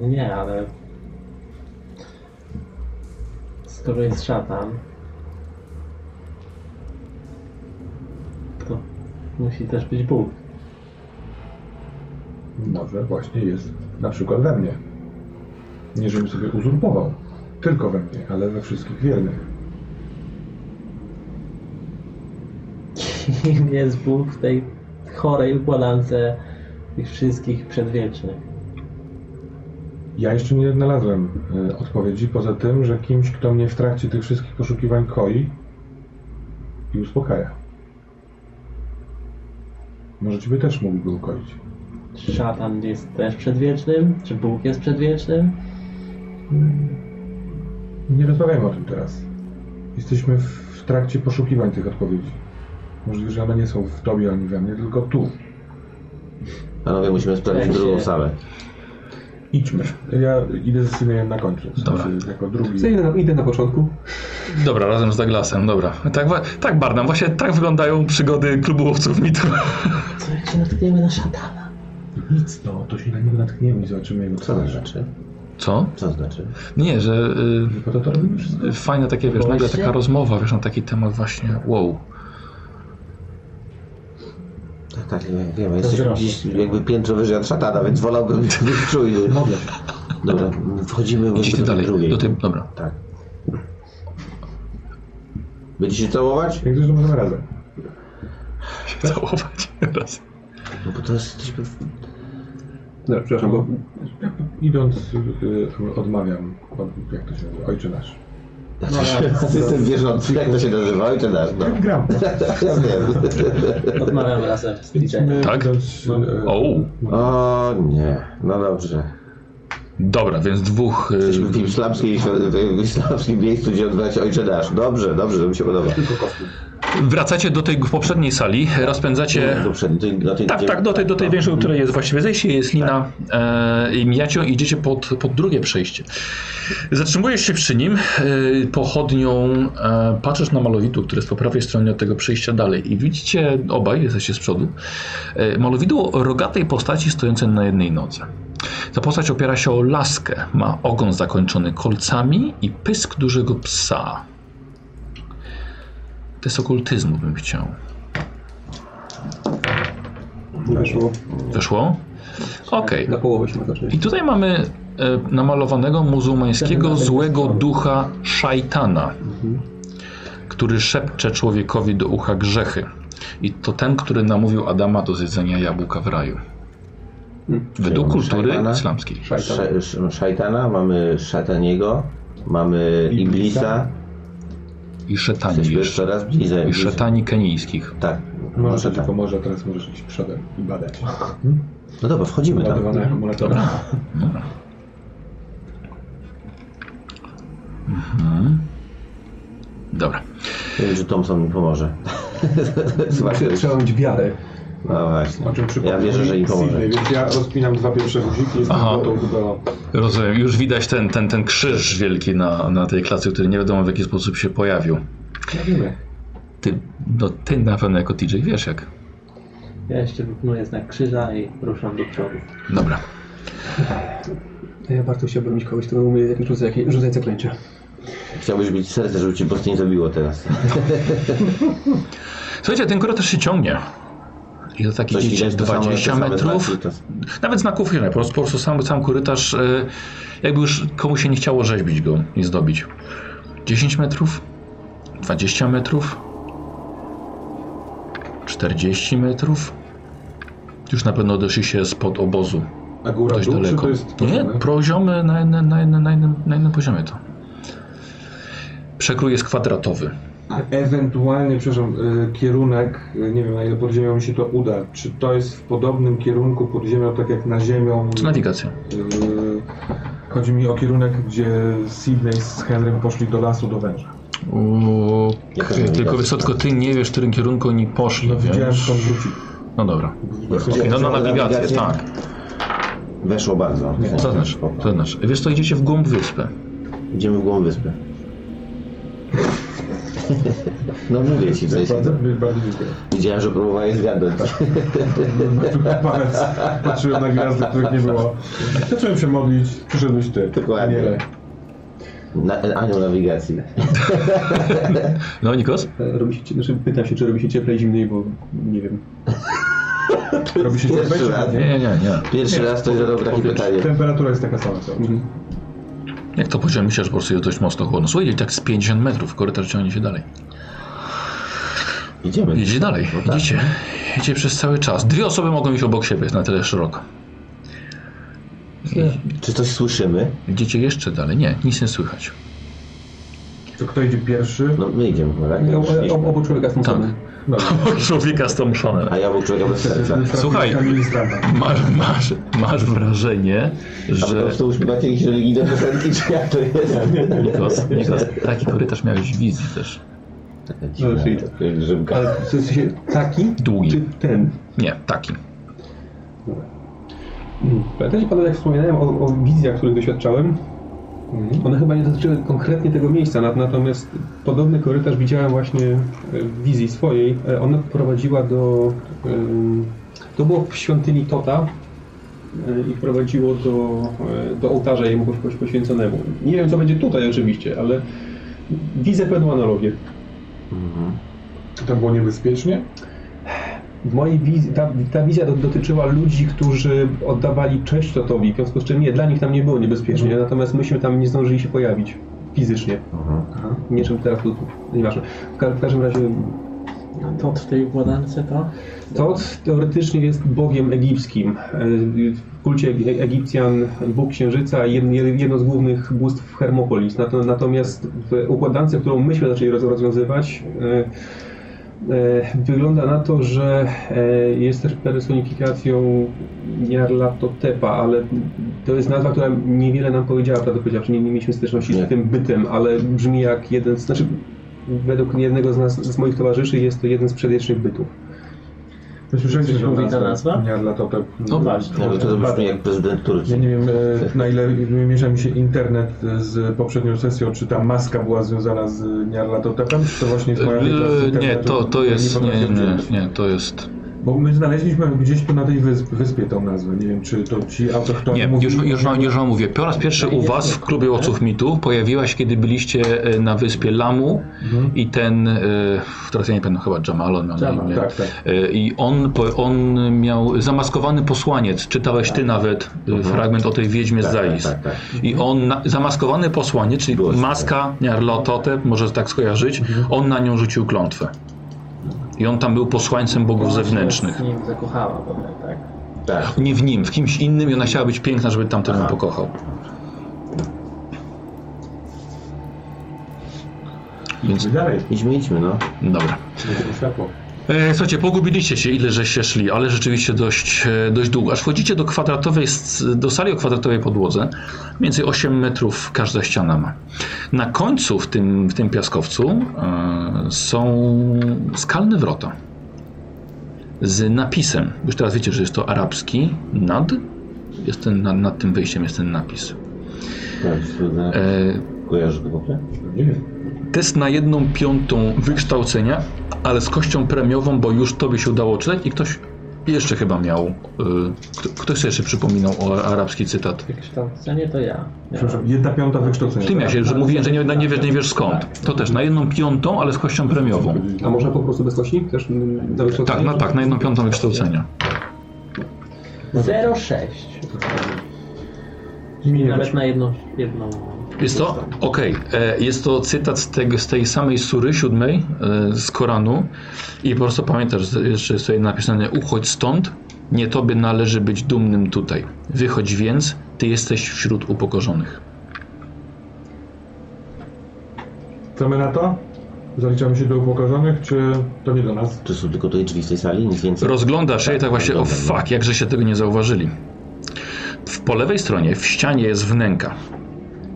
F: Nie, ale skoro jest szatan, to musi też być Bóg.
B: Może właśnie jest na przykład we mnie. Nie żebym sobie uzurpował. Tylko we mnie, ale we wszystkich wiernych.
F: Kim jest Bóg w tej chorej układance tych wszystkich przedwiecznych?
B: Ja jeszcze nie znalazłem y, odpowiedzi, poza tym, że kimś, kto mnie w trakcie tych wszystkich poszukiwań koi i uspokaja. Może ciebie też mógłby ukoić.
F: Czy szatan jest też przedwiecznym? Czy Bóg jest przedwiecznym?
B: Nie rozmawiajmy o tym teraz. Jesteśmy w w trakcie poszukiwań tych odpowiedzi. Możliwe, że one nie są w tobie ani we mnie, tylko tu.
C: Panowie, musimy sprawdzić
F: Cześć.
C: drugą salę.
B: Idźmy. Ja idę ze Synem na końcu. w sensie
A: Dobra.
B: Jako drugi.
E: Co, idę, na, idę na początku.
A: Dobra, razem z Douglasem, dobra. Tak, wa- tak Barnum, właśnie tak wyglądają przygody klubu łowców mitu.
F: Co jak się natkniemy na szatana?
B: Nic, no, to się na niego natkniemy i zobaczymy jego
C: Co to
B: twarz.
C: znaczy?
A: Co?
C: Co to znaczy?
A: Nie, że
B: I po to to robimy wszystko.
A: y, fajna takie, wiesz, nagle
F: Właśnie.
A: taka rozmowa, wiesz, na taki temat właśnie, wow.
C: Tak, tak, wiem, wiem. Jesteśmy
F: zrobię.
C: gdzieś jakby piętro wyżej od szatana, więc wolałbym być czujny. Dobra, wchodzimy w
A: Idziecie
C: do
A: dalej,
C: drugiej.
A: do tej, dobra.
C: Tak. Będziecie całować?
B: Jak coś, to możemy razem.
A: Się całować raz.
C: No bo teraz jesteśmy... w-
E: Dobra, przepraszam, bo
B: Idąc, y, odmawiam, od, jak to się nazywa, ojcze nasz.
C: Jak to się- Jestem wierzący, jak to się nazywa? Ojcze nasz, no.
B: Gram.
C: Ja wiem.
F: Odmawiam razem z DJ-em.
A: Tak?
B: Idąc, y,
A: O,
C: O nie, no dobrze.
A: dobra, więc dwóch... y,
C: Jesteśmy w islamskiej, w islamskim miejscu, gdzie odbywa się Ojcze Nasz. Dobrze, dobrze, to mi się podoba.
A: Wracacie do tej poprzedniej sali, rozpędzacie.
C: Do przed- do- do tej-
A: Tak, tak, do tej, do tej większej, która jest właściwie zejście, jest lina e, i mijacie, idziecie pod, pod drugie przejście. Zatrzymujesz się przy nim, e, pochodnią e, patrzysz na malowitu, które jest po prawej stronie od tego przejścia dalej i widzicie obaj, jesteście z przodu, e, malowidło rogatej postaci stojącej na jednej nodze. Ta postać opiera się o laskę, ma ogon zakończony kolcami i pysk dużego psa. To jest okultyzmu bym chciał.
E: Nie wyszło.
A: Wyszło? Okej.
E: Na połowę się zaczyna.
A: I tutaj mamy e, namalowanego muzułmańskiego złego ducha szajtana, który szepcze człowiekowi do ucha grzechy. I to ten, który namówił Adama do zjedzenia jabłka w raju.
E: Mhm.
A: Według
C: Czyli
A: kultury
C: Hmm. szajtana?
A: islamskiej.
E: Szajtan.
C: Sze- sz- Szajtana, mamy szataniego, mamy Iblisa.
B: Iblisa.
A: I szetani
C: Jesteśmy
A: jeszcze.
C: coraz bliżej.
A: I szetani kenijskich.
C: Tak.
B: Może
C: Może tak.
B: tylko może, teraz możesz iść przodem i badać.
C: No dobra, wchodzimy tam.
A: Mhm.
B: Ładowane akumulatory.
A: Dobra.
C: Nie wiem, czy Thompson mi pomoże. Zobaczmy.
E: Znaczy, Trzeba mieć wiarę.
C: No właśnie.
B: O czym
C: Ja
B: przypomnę
C: wierzę, że im
B: Sydney,
C: pomoże.
B: Więc ja rozpinam dwa pierwsze guziki, jestem
A: Aha.
B: gotów do...
A: Rozumiem. Już widać ten, ten, ten krzyż wielki na, na tej klasie, który nie wiadomo w jaki sposób się pojawił.
B: Ja wiemy.
A: Ty, no ty na pewno jako TJ wiesz jak.
F: Ja jeszcze wykonuję znak krzyża i ruszam do przodu.
A: Dobra.
E: Ja bardzo chciałbym mieć kogoś, kto umie rzucać, jakieś- rzucać zaklęcia.
C: Chciałbyś mieć serce, żeby cię po prostu nie zabiło teraz.
A: Słuchajcie, ten korytarz się ciągnie. I to takie
C: Coś
A: gdzieś
C: widać, te same-
A: 20
C: te same
A: metrów.
C: znaki, to-
A: Nawet znaków nie ma, po prostu, po prostu sam, sam korytarz, e, jakby już komuś się nie chciało rzeźbić go i zdobić. 10 metrów, 20 metrów, 40 metrów. Już na pewno doszliście spod obozu,
B: A góra
A: dość
B: dół, czy
A: daleko.
B: to jest...
A: nie,
B: poziomy?
A: poziomy na, jednym- na, jednym- na, jednym- na innym poziomie to. Przekrój jest kwadratowy.
B: Ewentualnie, przepraszam, y, kierunek, y, nie wiem na ile pod ziemią mi się to uda. Czy to jest w podobnym kierunku pod ziemią, tak jak na ziemią?
A: To nawigacja.
B: Y, Chodzi mi o kierunek, gdzie Sydney z Henrym poszli do lasu, do węża.
A: Okej,
C: nawigacja.
A: tylko wysoko ty nie wiesz, w którym kierunku oni poszli,
B: No, widziałem,
A: wiesz?
B: skąd wrócili.
A: No dobra.
C: Widziałem,
A: No na
C: że
A: nawigację, tak.
C: Weszło bardzo.
A: Co znasz? Co znasz? Wiesz co, idziecie w głąb wyspy.
C: Idziemy w głąb wyspy. No mówię ci, w sensie to.
B: Bardzo, bardzo dziękuję.
C: Widziałem, że próbowałeś zgadnąć.
B: No, Palec. Patrzyłem na gwiazdy, których nie było. Zacząłem się modlić, przyszedłeś ty.
C: Dokładnie.
B: Daniele.
C: Na, anioł nawigacji.
A: No, Nikos?
E: E, Robi się, cie- znaczy pytam się, czy robi się cieplej, zimniej, bo nie wiem.
B: Robi się
C: Pierwszy
B: cieplej,
C: raz.
B: czy
A: Nie,
B: nie?
A: nie, nie. nie.
C: Pierwszy raz ktoś zadał takie pytanie.
B: Temperatura jest taka sama cały czas.
A: Jak to powiedziałem, myślę, że po prostu jest dość mocno chłodno. Słuchajcie, tak z 50 metrów korytarz ciągnie się dalej.
C: Idziemy.
A: Jedziecie dalej,
C: No tak.
A: idziecie. Idziecie przez cały czas. Dwie osoby mogą iść obok siebie, jest na tyle szeroko.
C: Czy coś słyszymy?
A: Idziecie jeszcze dalej. Nie, nic nie słychać.
B: To kto idzie pierwszy?
C: No my idziemy chyba, tak?
E: Ja,
C: Już
E: o,
C: szliśmy.
E: o, obu człowieka
A: Tak.
E: smucony.
A: Człowieka stąpszone.
C: A ja był człowieka bez serca.
A: Słuchaj.
B: Administranta.
A: Masz, masz, masz wrażenie,
C: A wy po
A: że...
C: prostu uśpiewacie jakieś religijne piosenki, czy jak to jest?
A: Nikos, Nikos, taki korytarz miałeś w wizji też.
C: Dziwne,
E: czyli-
C: to jest grzybka.
E: Ale w sensie taki?
A: Długi.
E: Czy ten?
A: Nie, taki.
E: Hmm. Pamiętacie panowie, jak wspominałem o, o wizjach, których doświadczałem? One chyba nie dotyczyły konkretnie tego miejsca, nat- natomiast podobny korytarz widziałem właśnie e, w wizji swojej. E, Ona prowadziła do... em, To było w świątyni Tota e, i prowadziło do, e, do ołtarza jemu poś- poś- poświęconemu. Nie wiem, co będzie tutaj oczywiście, ale widzę pewną analogię.
B: Czy tam było niebezpiecznie?
E: W mojej wizji, ta, ta wizja do, dotyczyła ludzi, którzy oddawali cześć Totowi, w związku z czym nie, dla nich tam nie było niebezpiecznie, natomiast myśmy tam nie zdążyli się pojawić fizycznie. Niczym teraz tu, nieważne. W, ka- w każdym razie
F: A No to w tej układance to?
E: Tot teoretycznie jest bogiem egipskim. E, W kulcie Eg- Egipcjan Bóg Księżyca, jed- jedno z głównych bóstw Hermopolis. Nato- Natomiast w układance, którą myśmy zaczęli roz- rozwiązywać, e, e, wygląda na to, że e, jest też personifikacją Jarlatotepa, ale to jest nazwa, która niewiele nam powiedziała, prawdę powiedziawszy, nie, nie mieliśmy styczności
C: Nie.
E: z tym bytem, ale brzmi jak jeden, z- znaczy według jednego z, nas, z moich towarzyszy jest to jeden z przedwiecznych bytów.
B: My słyszeliśmy
F: Coś
B: tą
F: mówi
B: nazwę.
F: ta nazwa?
B: Nie, dla to, to,
F: No właśnie.
C: No, to brzmi jak prezydent
B: Ja
C: Turcji.
B: nie wiem, e, na ile miesza mi się internet e, z poprzednią sesją, czy ta maska była związana z Niarlatotepem, czy to właśnie jest moja wiedza
A: Yy,
B: z
A: nie,
B: internetu,
A: to, to
B: której
A: jest... Nie,
B: potrafię
A: nie,
B: wziąć?
A: nie, to jest...
B: Bo my znaleźliśmy gdzieś tu na tej wysp, wyspie tą nazwę. Nie wiem, czy to ci autochtoni
A: Nie,
B: mówili.
A: już, już, wam, już wam mówię. Po raz pierwszy u was w klubie Łowców Mitu pojawiła się, kiedy byliście e, na wyspie Lamu i ten, e, teraz ja nie pamiętam, chyba Jamal on miał na
F: Jamal,
A: imię.
B: Tak, tak.
A: E, I on, po- on miał zamaskowany posłaniec. Czytałeś ty nawet e, fragment o tej wiedźmie z Zais.
C: Mhm. tak, tak.
A: I on, na, zamaskowany posłaniec, czyli
C: Było Mhm. coś
A: maska Nyarlathotep, może tak skojarzyć, on na nią rzucił klątwę. I on tam był posłańcem
F: Ona
A: bogów
F: się
A: zewnętrznych.
F: Z nim zakochała potem, tak.
C: Tak.
A: Nie w nim, w kimś innym i ona chciała być piękna, żeby tamten ją
C: Aha.
A: pokochał. Więc,
B: Dalej.
C: Idźmy, idźmy, no.
A: dobra.
B: Światło.
A: E, słuchajcie, pogubiliście się, ile żeście szli, ale rzeczywiście dość, e, dość długo. Aż wchodzicie do kwadratowej, sc- do sali o kwadratowej podłodze, mniej więcej 8 metrów każda ściana ma. Na końcu w tym, w tym piaskowcu e, są skalne wrota z napisem. Już teraz wiecie, że jest to arabski, nad, jest ten, nad, nad tym wyjściem jest ten napis.
C: Tak, cudne.
A: E,
C: Kojarzysz go w ogóle?
B: Nie wiem.
A: Test na jedną piątą wykształcenia, ale z kością premiową, bo już tobie się udało czytać i ktoś jeszcze chyba miał. y, kto- ktoś sobie jeszcze przypominał o arabski cytat.
F: Wykształcenie to ja. Ja.
B: Przepraszam, jedna piąta wykształcenia. tak?
A: Ty miałeś, że mówiłem, że nie, nie, wiesz, nie wiesz skąd. To też na jedną piątą, ale z kością premiową.
E: A można po prostu bez kości? Też mm, na wykształcenie?
A: Tak, no tak, na jedną piątą wykształcenia.
F: 06. Brzmi nawet na jedną, jedną.
A: Jest to? Okej. e, Jest to cytat z, tego, z tej samej sury siódmej e, z Koranu i po prostu pamiętasz, z- jeszcze jest tutaj napisane uchodź stąd, nie tobie należy być dumnym tutaj. Wychodź więc, ty jesteś wśród upokorzonych.
B: Co my na to? Zaliczamy się do upokorzonych, czy to nie do nas?
C: Czy są tylko te drzwi w tej sali? Nic więcej?
A: Rozglądasz się i tak właśnie, o
C: rozglądam, no.
A: fuck, jakże się tego nie zauważyli. W, po lewej stronie w ścianie jest wnęka.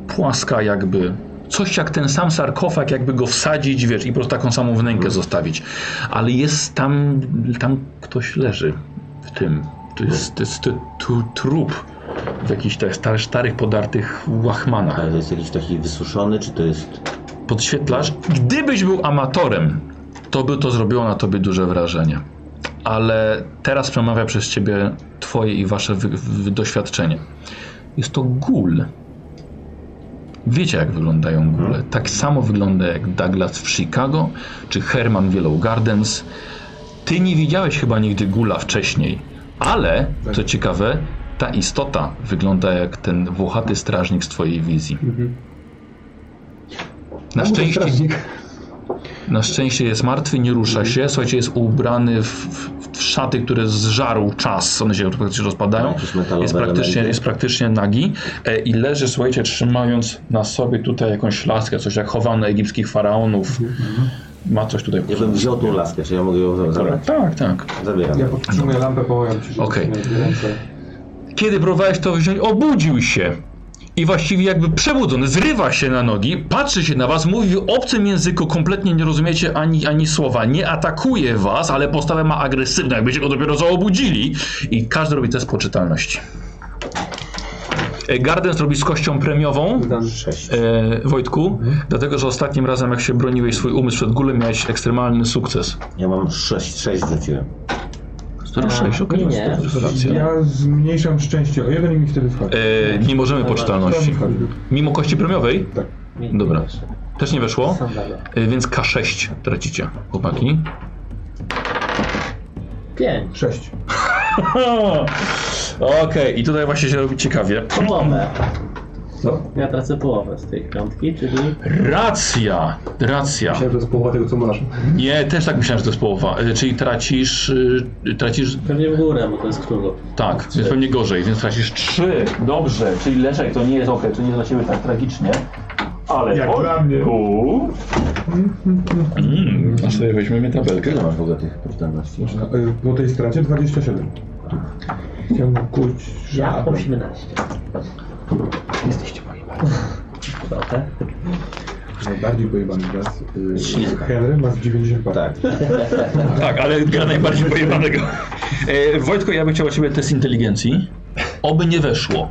A: Płaska jakby, coś jak ten sam sarkofag, jakby go wsadzić, wiesz, i po prostu taką samą wnękę
C: Mhm.
A: zostawić. Ale jest tam, tam ktoś leży w tym. To
C: Mhm.
A: jest, to jest to, tu, trup w jakichś tak star, starych, podartych łachmanach.
C: Ale to jest jakiś taki wysuszony, czy to jest...
A: Podświetlasz. Gdybyś był amatorem, to by to zrobiło na tobie duże wrażenie. Ale teraz przemawia przez ciebie twoje i wasze wy, wy, doświadczenie. Jest to gul. Wiecie, jak wyglądają góle. Tak samo wygląda jak Douglas w Chicago, czy Herman w Yellow Gardens. Ty nie widziałeś chyba nigdy gula wcześniej, ale, co ciekawe, ta istota wygląda jak ten włochaty strażnik z twojej wizji. Na szczęście, na szczęście jest martwy, nie rusza się. Słuchajcie, jest ubrany w, w, w szaty, które zżarł czas. One się praktycznie rozpadają.
C: Jakieś Tak, metalowe
A: Jest praktycznie,
C: elementy.
A: jest praktycznie nagi e, i leży, słuchajcie, trzymając na sobie tutaj jakąś laskę, coś jak chowano egipskich faraonów. Ma coś tutaj.
C: Ja bym wziął tą laskę, czy ja mogę ją zabrać?
A: Tak, tak.
C: Zabieram.
B: Ja podtrzymuję lampę, połam ci się.
A: Okej.
B: w ręce.
A: Kiedy próbowałeś to wziąć, obudził się. I właściwie jakby przebudzony, zrywa się na nogi, patrzy się na was, mówi w obcym języku, kompletnie nie rozumiecie ani, ani słowa, nie atakuje was, ale postawę ma agresywną, jakbyście go dopiero zaobudzili. I każdy robi test poczytalności. E, Gardens robi z kością premiową,
C: Sześć.
A: e, Wojtku, dlatego że ostatnim razem jak się broniłeś swój umysł przed gulem, miałeś ekstremalny sukces.
C: Ja mam sześć, sześć rzuciłem.
A: 106, okej.
F: Nie, nie.
A: racja.
B: Ja zmniejszam szczęście o jeden i mi wtedy wchodzi.
A: E, nie możemy poczytalności.
B: Wchodzi.
A: Mimo kości premiowej?
F: Mi-
A: Dobra.
F: mi też.
A: Też nie weszło?
F: Sandale.
A: Y, Więc K6 tracicie, chłopaki.
F: Pięć.
B: Sześć.
A: Okej, i tutaj właśnie się robi ciekawie.
F: Połowę.
E: Co?
F: Ja tracę połowę z tej piątki, czyli
A: Racja! Racja.
E: Myślałem, że to jest połowa tego, co masz.
A: Nie, też tak myślałem, że to jest połowa. Y, Czyli tracisz. y, tracisz.
F: pewnie w górę, bo to jest król.
A: Tak, więc pewnie gorzej, więc tracisz 3. Dobrze, czyli leszek to nie jest ok, to nie jest dla ciebie tak tragicznie. Ale.
B: Jak dla mnie.
A: Mm, a sobie weźmiemy tabelkę.
C: Ile masz w ogóle tych poczytalności?
B: No, y, Po tej stracie 27. Chciałbym kurć
F: Ja
B: żabę.
F: 18.
A: Jesteście moi
F: Chyba, tak?
B: Najbardziej pojebany teraz. y,
C: Śliwka.
B: Henry ma z 90 par.
C: Tak.
A: Tak, ale gra najbardziej pojebanego. E, Wojtko, ja bym chciał od ciebie test inteligencji. Oby nie weszło.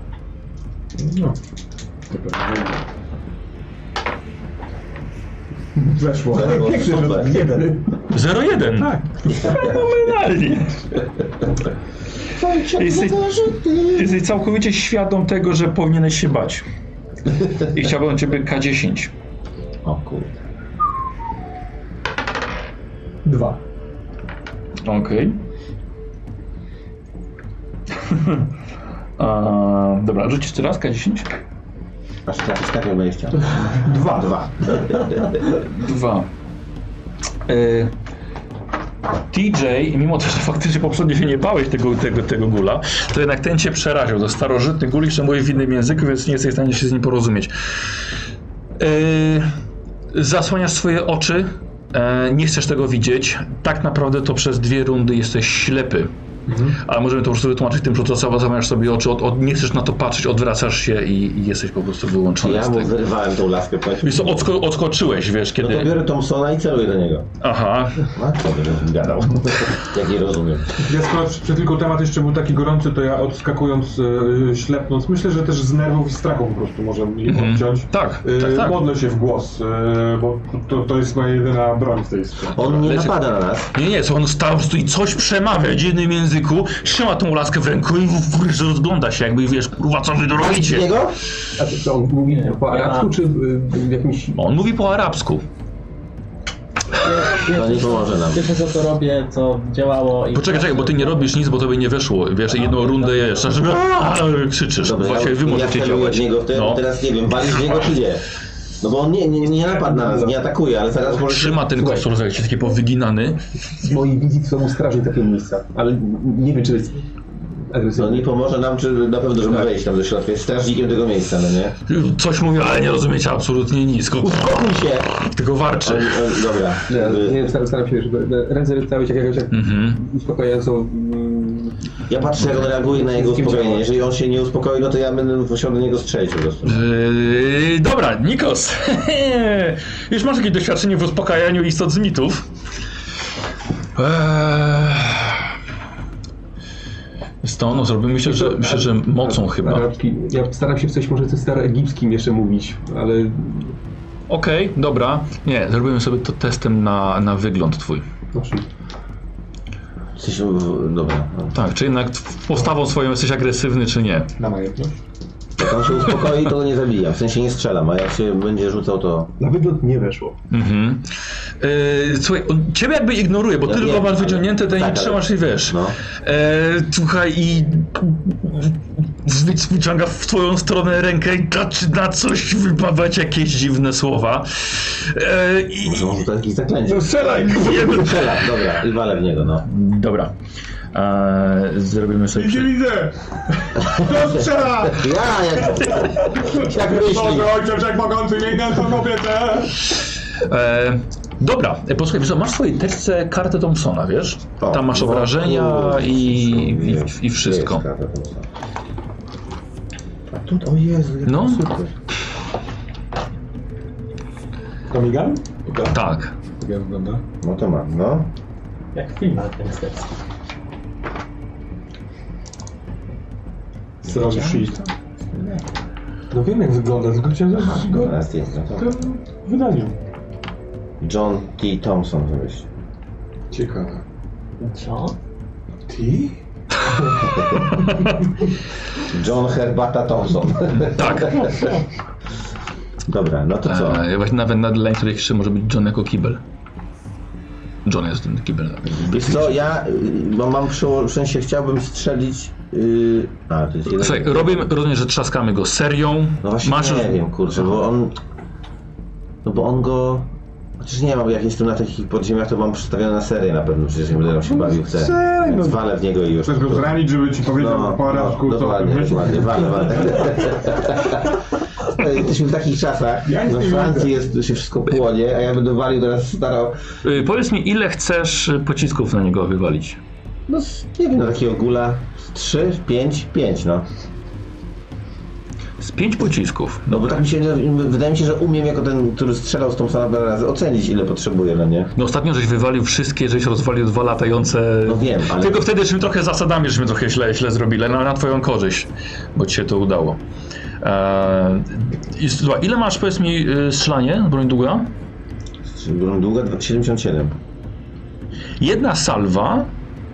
B: No. To pewnie. Weszło.
C: Weszło,
B: Jak się
C: super.
B: roz- Jeden.
A: 0-1.
B: Tak.
A: Fenomenalnie.
B: no
A: Jesteś, jesteś całkowicie świadom tego, że powinieneś się bać. I chciałbym od ciebie K10.
C: O kurde.
E: Dwa.
A: Okej. A, dobra, rzuć jeszcze raz K10.
C: Aż tak, tak jak będziesz chciał.
B: Dwa.
C: Dwa.
A: Dwa. Y, TJ, mimo to, że faktycznie poprzednio się nie bałeś tego, tego, tego gula, to jednak ten cię przeraził. To starożytny gul jeszcze mówi w innym języku, więc nie jesteś w stanie się z nim porozumieć. Y, zasłaniasz swoje oczy, e, nie chcesz tego widzieć. Tak naprawdę to przez dwie rundy jesteś ślepy.
C: Mhm.
A: Ale możemy to po prostu wytłumaczyć tym, że to zasłaniasz sobie oczy, od, od, nie chcesz na to patrzeć, odwracasz się i, i jesteś po prostu wyłączony
C: Ja
A: z
C: mu
A: tego.
C: wyrwałem tą laskę. powiedz.
A: tak- Wiesz co, odsko, odskoczyłeś, wiesz,
C: No to
A: kiedy...
C: biorę Thompsona i celuję do niego.
A: Aha,
C: A co będę gadał? Jak nie rozumiem.
B: Ja skoro przy- przed chwilką temat jeszcze był taki gorący, to ja odskakując, yy, ślepnąc, myślę, że też z nerwów i strachu po prostu może mi odciąć.
A: Tak,
B: Yy,
A: tak, tak.
B: Modlę się w głos, yy, bo to, to jest moja jedyna broń w tej sprawie.
C: On nie
A: Lecę.
C: napada na nas.
A: Nie, nie, co on stał i coś przemawia w dziwnym języku, trzyma tą laskę w ręku i w- w- rozgląda się, jakby wiesz, kurwa, co wy tu robicie?
C: Jego?
E: A to co, on mówi po arabsku, czy y, w jakimś...
A: On mówi po arabsku.
C: To nie pomoże nam.
F: Pierwsze co to robię, co działało i...
A: Poczekaj, czekaj, bo ty nie robisz nic, bo to by nie weszło. Wiesz, jedną rundę jeszcze, żeby krzyczysz.
C: Dobra,
A: Właśnie wy
C: ja
A: możecie
C: celuję
A: działać.
C: w niego, w te,
A: No.
C: teraz nie wiem, walisz w niego czy nie? No bo on nie, nie, nie napadł na nas, nie atakuje, ale zaraz może...
A: Trzyma ten kostur, jak się taki powyginany.
E: Z mojej wizji to są strasznie takie miejsca, ale nie wiem, czy to jest
C: No
E: agresywne.
C: nie pomoże nam, czy na pewno, żeby wejść tam do środka. Jest strażnikiem tego miejsca, no nie?
A: Coś mówi, ale nie rozumiecie absolutnie nic. tylko-
C: Uspokój się!
A: Tylko
C: On,
A: warczy.
C: on, dobra.
E: Ja,
C: Y,
E: nie wiem, staram, staram się, żeby ręce wystawić jak jakoś jak
A: Mhm.
E: uspokajającą... mm,
C: Ja patrzę, jak on reaguje na jego uspokojenie. Jeżeli on się nie uspokoi, no to ja będę musiał do niego strzelić po prostu.
A: Yy, dobra, Nikos. Już masz jakieś doświadczenie w uspokajaniu istot z mitów? Eee... Z tą, no zrobię, myślę, że, myślę, że mocą chyba. Okej,
E: Arabski. Ja staram się w coś może coś staroegipskim jeszcze mówić, ale
A: dobra. Nie, zrobimy sobie to testem na, na wygląd twój.
E: proszę.
C: Coś, w- dobra. no.
A: Tak, czy jednak tw- postawą swoją jesteś agresywny, czy nie.
B: Na majętność.
C: Jak on się uspokoi, to go nie zabija. W sensie nie strzelam, a jak się będzie rzucał, to...
E: Na wygląd nie weszło.
A: Mhm. Eee, słuchaj, on ciebie jakby ignoruje, bo
C: Ja
A: ty
C: wiem,
A: tylko masz
C: ale-
A: wyciągnięte, ten
C: tak,
A: nie
C: ale-
A: trzymasz i wiesz.
C: No.
A: E, słuchaj, i zwyc- wyciąga w twoją stronę rękę i zaczyna coś wybawać jakieś dziwne słowa. E, i, no-
C: Może on rzuca jakieś zaklęcie.
A: strzelaj!
C: Strzela, dobra. I walę w niego, no.
A: Dobra. E, zrobimy sobie...
B: Idzie,
A: Przy...
B: widzę! To strzela!
C: Ja, jak... Jak myśli?
B: Boże, ojcze wszechmogący, miej nędzną kobietę!
A: E, dobra, e, posłuchaj, wiesz co, masz w swojej teczce kartę Thompsona, wiesz?
C: O,
A: Tam masz
C: no,
A: obrażenia
C: kurczę,
A: i, i,
C: jest,
A: i wszystko.
C: jest karta pomocna. A tu, o Jezu, jak
A: No.
C: to super.
B: Komigan?
A: Tak.
B: Tak jak wygląda.
C: No to mam, no.
F: Jak w filmach, ten seks.
B: Srogi shield.
A: Tak.
B: No wiem jak wygląda, tylko chciałem zobaczyć go
C: Teraz jest, no to.
B: w wydaniu.
C: John T. Thompson wymyślił.
B: Ciekawe.
F: Co?
B: Ty?
C: John Herbata Thompson.
A: Tak.
C: Dobra, no to co?
A: E, właśnie nawet na dla niektórych jeszcze może być John jako kibel. John jest ten kibel.
C: Wiesz co, ja y, bo mam przeło- w sensie chciałbym strzelić... Yy, a, to jest jeden...
A: Słuchaj, robimy, rozumiem, że trzaskamy go serią.
C: No właśnie
A: Masz
C: nie wiem, kurczę, bo on... No bo on go... Chociaż nie mam, jak jestem na takich podziemiach, to mam przestawione na serię na pewno, przecież nie będę miał się bawił w te...
B: Serio,
C: Więc
B: no.
C: walę w niego i już.
B: Chcesz go zranić, żeby ci powiedział
C: No,
B: po arabsku,
C: no,
B: co
C: dokładnie,
B: ty myślisz?
C: dokładnie, wale, wale. Stary, Jesteśmy w takich czasach,
B: Ja nic
C: we
B: nie
C: Francji jest, się wszystko płonie, a ja będę walił teraz starał,
A: y, powiedz mi, ile chcesz y, pocisków na niego wywalić?
C: no z- nie wiem, na takiego gula 3, 5, 5 no.
A: Z pięć pocisków.
C: No bo tak mi się, wydaje mi się, że umiem jako ten, który strzelał z tą samą razy ocenić ile potrzebuję, no nie?
A: No ostatnio żeś wywalił wszystkie, żeś rozwalił dwa latające.
C: No wiem, ale-
A: Tylko wtedy żeśmy trochę zasadami, żeśmy trochę źle, źle zrobili, ale na, na twoją korzyść, bo ci się to udało. E, Eee, i, słuchaj, ile masz, powiedz mi, y, strzelanie, broń długa?
C: Długa 77.
A: Jedna salwa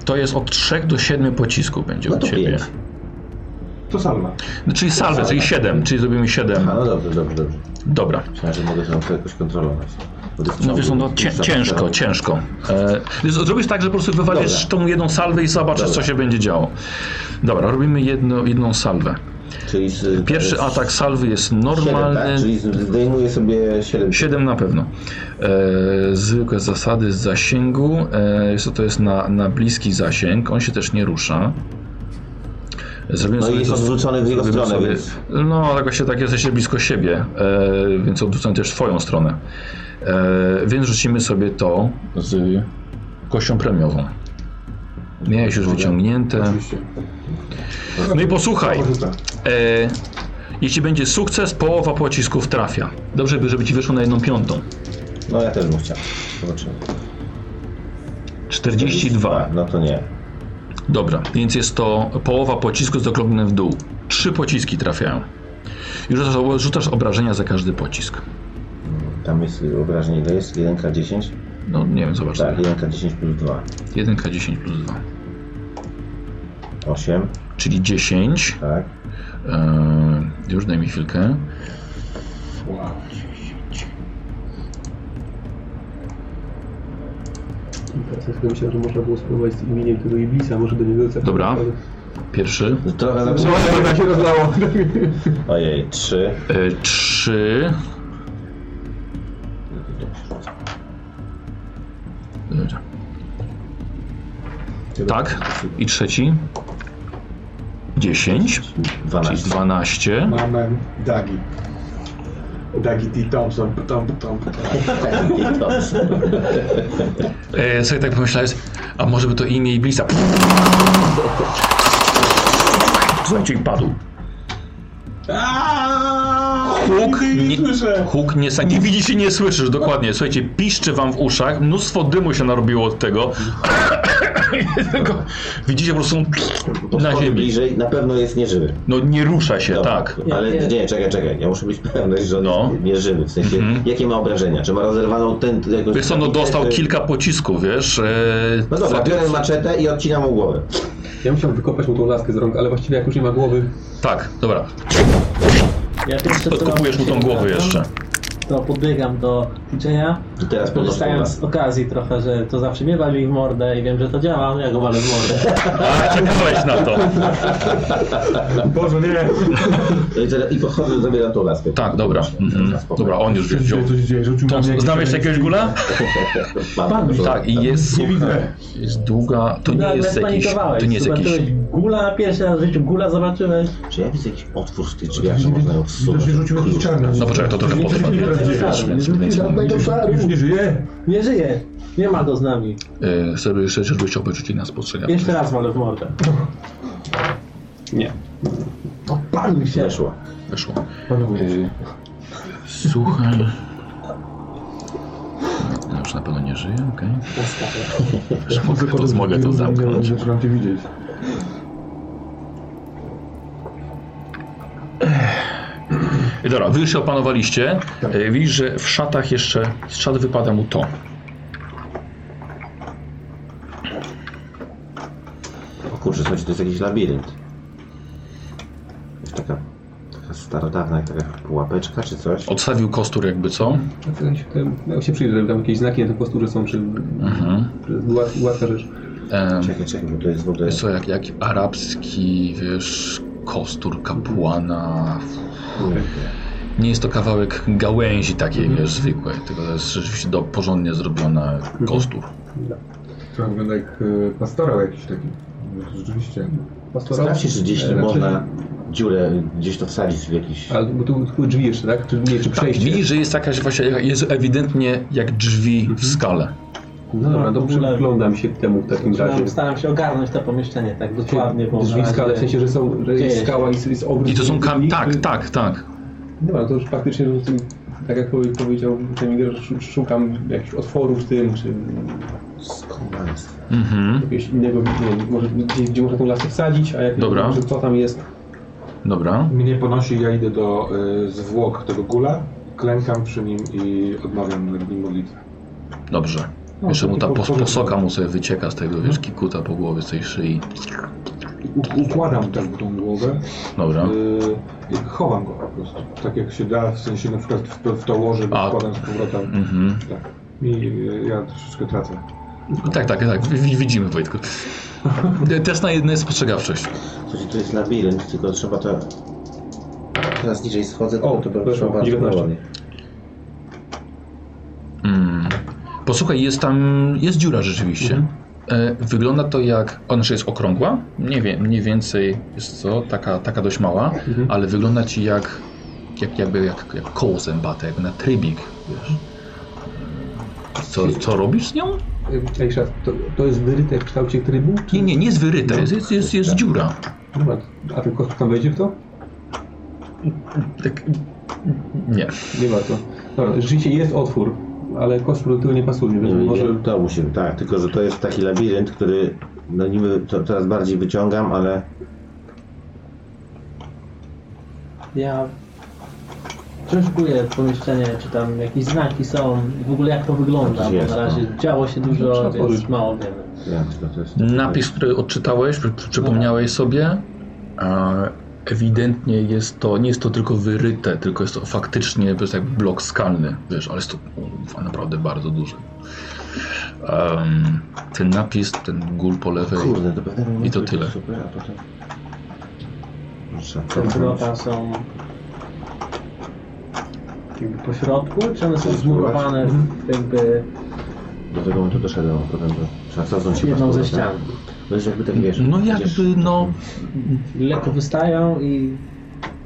A: to jest od 3 do 7 pocisków będzie
C: No
A: od
C: to
A: ciebie.
C: pięć.
B: To salma.
A: No, czyli salwę, czyli 7, czyli zrobimy 7.
C: A no dobrze, dobrze, dobrze.
A: Dobra.
C: Myślałem, że mogę to jakoś kontrolować. Bo to jest
A: No wiesz, no, to cię, ciężko, ciężko. E, więc zrobisz tak, że po prostu wywalisz tą jedną salwę i zobaczysz,
C: Dobra.
A: co się będzie działo. Dobra, robimy jedno, jedną salwę.
C: Czyli z,
A: Pierwszy
C: z-
A: atak salwy jest
C: siedem,
A: normalny.
C: tak? Czyli z- zdejmuję sobie 7.
A: 7 na pewno. E, zwykłe zasady z zasięgu. E, jest to- to jest na, na bliski zasięg. On się też nie rusza. Zrobimy
C: No i jest odwrócony w jego
A: zrobimy
C: stronę,
A: sobie-
C: więc
A: No, ale właśnie tak jesteście blisko siebie, e, więc odwrócony też w twoją stronę. E, więc rzucimy sobie to z kością premiową. Miałeś już wyciągnięte.
B: Oczywiście.
A: No i posłuchaj.
B: Porzuca.
A: E, jeśli będzie sukces, połowa pocisków trafia. Dobrze by, żeby ci wyszło na jedną piątą.
C: no ja też bym chciał. Zobaczymy.
A: 42.
C: No to nie.
A: Dobra, więc jest to połowa pocisku z okrągłym w dół. Trzy pociski trafiają. I rzucasz, rzucasz obrażenia za każdy pocisk.
C: Tam jest obrażenie ile jest? 1K10?
A: No nie wiem, zobacz.
C: Tak, 1K10 plus 2.
A: 1K10 plus 2.
C: 8,
A: Czyli 10.
C: tak.
A: Eee, już daj mi chwilkę.
B: Wow.
E: Teraz myślę, że można było spróbować z imieniem tego Iblisa, może do niego zacząć.
A: Dobra. Pierwszy.
C: No Trochę nam się...
B: Tak się rozlało.
C: Ojej, 3.
A: Eee, 3. Dobra. Tak. I trzeci. 10. Czyli
C: 12.
A: 12.
G: Mamy Dagi. Dagi T. Thompson. Tom, tom,
A: E, sobie tak pomyślałeś, a może by to imię Iblisa. Słuchajcie, i padł. Huk nie, huk nie, sa- nie widzisz i nie słyszysz, dokładnie. Słuchajcie, piszczy wam w uszach, mnóstwo dymu się narobiło od tego. Tylko widzicie po prostu na
C: Podchodzi
A: ziemi.
C: bliżej, na pewno jest nieżywy.
A: No nie rusza się,
C: Dobra.
A: tak.
C: Ale
F: Nie,
C: nie,
F: nie.
C: czekaj, czekaj. Ja muszę mieć pewność, że on
A: No. Mhm.
C: jest nieżywy. W sensie, jakie ma obrażenia? Czy ma rozerwaną ten... Jakoś
A: Wiesz co, no dostał kilka pocisków, wiesz. E,
C: No dobra, biorę maczetę i odcinam mu głowę.
E: Ja musiałem wykopać mu tą laskę z rąk, ale właściwie jak już nie ma głowy,
A: tak, dobra.
F: Ja pierwsze, co
A: Odkopujesz mu tą
F: robię,
A: głowę
F: jak
A: jeszcze.
F: To podbiegam do TJ'a,
C: I teraz podnoszę
F: korzystając z okazji trochę, że to zawsze mnie wali w mordę i wiem, że to działa, no ja go walę w mordę.
A: A, czekałeś na to.
B: Boże, nie.
C: głowę. No I teraz- I podchodzę, zabieram tą laskę.
A: Tak, dobra. Mhm. Dobra, on już wziął.
B: Coś dzieje, rzucił na mnie
A: Znam jeszcze jakiegoś gula?
C: Mam dużo-
A: Tak, i jest,
B: Nie widzę.
A: jest długa, to nie jest jakiś, to nie jest jakiś,
F: No, zobaczyłeś gula, pierwszy raz w życiu gula zobaczyłeś.
C: Czy ja widzę jakiś otwór w tych drzwiach, że można ją
B: Widocznie
C: wsunąć?
B: rzucił jakiś czarny.
A: No poczekaj, to trochę
B: Nie,
A: potrwa.
B: nie, nie, nie, nie, nie.
G: żadnego szaru.
B: Już nie żyje.
F: Nie żyje, nie ma go z nami.
A: y, sobie jeszcze żebyś obejrzyli nas postrzega.
F: Pierwszy raz walę w mordę.
E: nie.
F: Panuj się.
C: Weszła.
A: Weszło.
B: Panowie,
A: Y, Słuchaj. No już na pewno nie żyje, okej. Już mogę to, mogę to zamknąć.
B: Zaczynam cię widzieć.
A: I Dobra, wy już się opanowaliście. Y, Widzisz, że w szatach jeszcze, z szat wypada mu to.
C: O kurczę, słuchajcie, to jest jakiś labirynt. Jest Taka, taka starodawna, jak taka pułapeczka czy coś.
A: Odstawił kostur jakby co.
E: Ja się, ja się przyjrzę, tam jakieś znaki na tym posturze są, czy
A: Mhm.
E: łat, łatwa rzecz.
A: Em,
C: Czekaj, czekaj, bo to jest w ogóle...
A: Wiesz co, jak, jak arabski, wiesz, kostur kapłana. Nie jest to kawałek gałęzi takiej,
E: Mhm.
A: wiesz, zwykłej, tylko to jest rzeczywiście do, porządnie zrobiona
E: Mhm.
A: kostur. Tak.
B: Trochę wygląda jak e, pastorał jakiś taki. No to Rzeczywiście.
E: Pastoral?
C: Sprawdźcie, czy gdzieś
A: Znaczy-
E: E,
C: można dziurę, gdzieś to wsadzić w jakiś...
E: Ale bo tu były drzwi jeszcze, tak? Czy, nie, czy
A: Tak,
E: przejście?
A: widzisz, że jest jakaś właśnie, jest ewidentnie jak drzwi
E: Mhm.
A: w skale.
E: no dobra, to przyglądam się temu w takim razie.
F: Staram, staram się ogarnąć to pomieszczenie tak dokładnie. bo
E: Drzwi w skale, w sensie, że są, że jest
F: Dzieje się.
E: skała i jest obrót.
A: I to są kam...
E: drzwi,
A: Tak,
E: czy-
A: tak, tak.
E: Dobra, to już faktycznie, że tu, tak jak powie- powiedział ten gracz, sz- szukam jakichś otworów w tym, czy
C: Skąd?
A: Mhm,
E: jakiegoś innego, nie wiem, może gdzie, gdzie można tą laskę wsadzić, a jak
A: Dobra.
E: Może co tam jest.
A: dobra.
B: Mnie ponosi, ja idę y, do e, zwłok tego gula, klękam przy nim i odmawiam nad nim modlitwę.
A: Dobrze.
G: No,
A: Jeszcze mu ta
G: taki
A: pos
G: podpowiedź.
A: posoka mu sobie wycieka z tego,
E: Mhm.
A: wiesz, kikuta po głowie, z tej szyi.
B: U- Układam też tą głowę.
A: Dobra.
E: Mhm.
B: Y, chowam go po prostu. Tak jak się da, w sensie na przykład w, to- w to łoże
A: A.
B: go wkładam z powrotem.
A: Mhm.
B: Tak. I y, ja troszeczkę tracę.
A: Tak, tak, tak. wi- Widzimy, Wojtku. Test na jedną spostrzegawczość.
C: Słuchajcie, to jest labirynt, tylko trzeba to... Teraz niżej schodzę,
E: O,
C: to, to będę
E: weszło,
C: trzeba bardzo
E: 19.
C: powoli.
A: Mm. Posłuchaj, jest tam, jest dziura rzeczywiście. E, Wygląda to jak, ona jeszcze jest okrągła, nie wiem, mniej więcej jest co, taka, taka dość mała, ale wygląda ci jak, jak jakby jak, jak koło zębate, jakby na trybik, wiesz. Co, co robisz z nią?
E: Ej, szat, to, to jest wyryte w kształcie trybu? Czy...
A: Nie, nie, nie jest wyryte, jest, jest, jest, jest dziura.
E: Dobra, a ten koszt tam wejdzie w to?
A: Tak, nie.
E: Nie warto. Dobra, rzeczywiście jest otwór, ale koszt do tyłu nie pasuje, więc
C: Nie,
E: może...
C: nie, No, to musimy, tak, tylko że to jest taki labirynt, który no niby to, teraz bardziej wyciągam, ale
F: Ja przeszukuję pomieszczenie, czy tam jakieś znaki są i w ogóle jak to wygląda,
C: Coś
F: bo
C: jest,
F: na razie działo się dużo,
E: Trzeba
F: więc
E: powiedzieć.
F: mało wiemy.
C: ja, to, to jest...
A: Napis, który odczytałeś, przy- przy- przypomniałeś sobie, e, ewidentnie jest to, nie jest to tylko wyryte, tylko jest to faktycznie to jest jak blok skalny, wiesz, ale jest to ufa, naprawdę bardzo duży. Em, ten napis, ten gór po lewej,
C: Kurde, to pewnie
A: I to tyle.
C: Super, a potem... Trzeba
F: Te
C: cofnąć.
F: wrota są jakby po środku, czy one są zmurowane w jakby
C: Do tego momentu doszedłem, a potem to trzeba cofnąć się
F: jedną
C: po
F: ze
C: prostu, tak?
F: ścian.
C: To jest jakby tak, wiesz...
A: no
C: idziesz-
A: jakby, no,
F: Lekko wystają i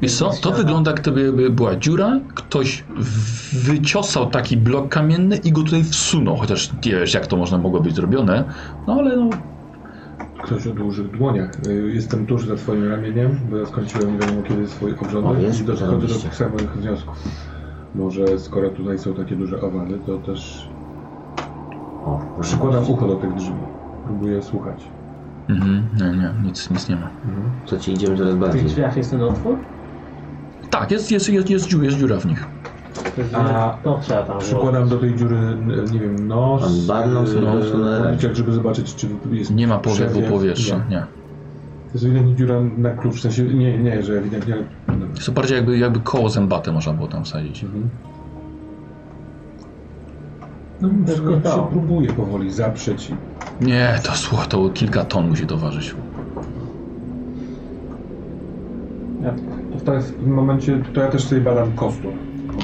A: wiesz co, to wygląda jak gdyby była dziura, ktoś w- wyciosał taki blok kamienny i go tutaj wsunął, chociaż nie wiesz, jak to można mogło być zrobione, no ale no,
B: Ktoś o dużych dłoniach. Y, Jestem tuż za twoim ramieniem, bo ja skończyłem nie wiadomo kiedy swój
C: O,
B: obrządek
C: jest,
B: i dochodzę do
C: zarobiście.
B: tych samych wniosków. Może skoro tutaj są takie duże owady, to też
C: O, proszę.
B: przykładam ucho do tych drzwi. Próbuję słuchać.
A: mhm, nie, nie, nic, nic nie ma.
C: Co ci idziemy coraz
F: w tych
C: bardziej.
F: drzwiach jest ten otwór?
A: Tak, jest, jest, jest, jest, dziura, jest dziura w nich.
B: A
F: To trzeba tam było.
B: Przykładam do tej dziury, n- nie wiem, nos,
C: Pan Barnum sobie
B: y,
C: po prostu na-
B: policzek, żeby zobaczyć, czy jest
A: Nie ma powiewu
B: przewiew.
A: powietrza,
B: Nie.
A: nie.
B: To jest ewidentnie dziura na klucz, w sensie, nie, nie, że ewidentnie, ale
A: Jest to bardziej jakby, jakby koło zębate można było tam wsadzić.
B: No, wszystko
F: to.
B: się próbuje powoli zaprzeć. i-
A: Nie, to słuchaj, to kilka ton musi towarzyszyć.
F: Ja,
B: To w tak- w tym momencie, to ja też sobie badam kostur.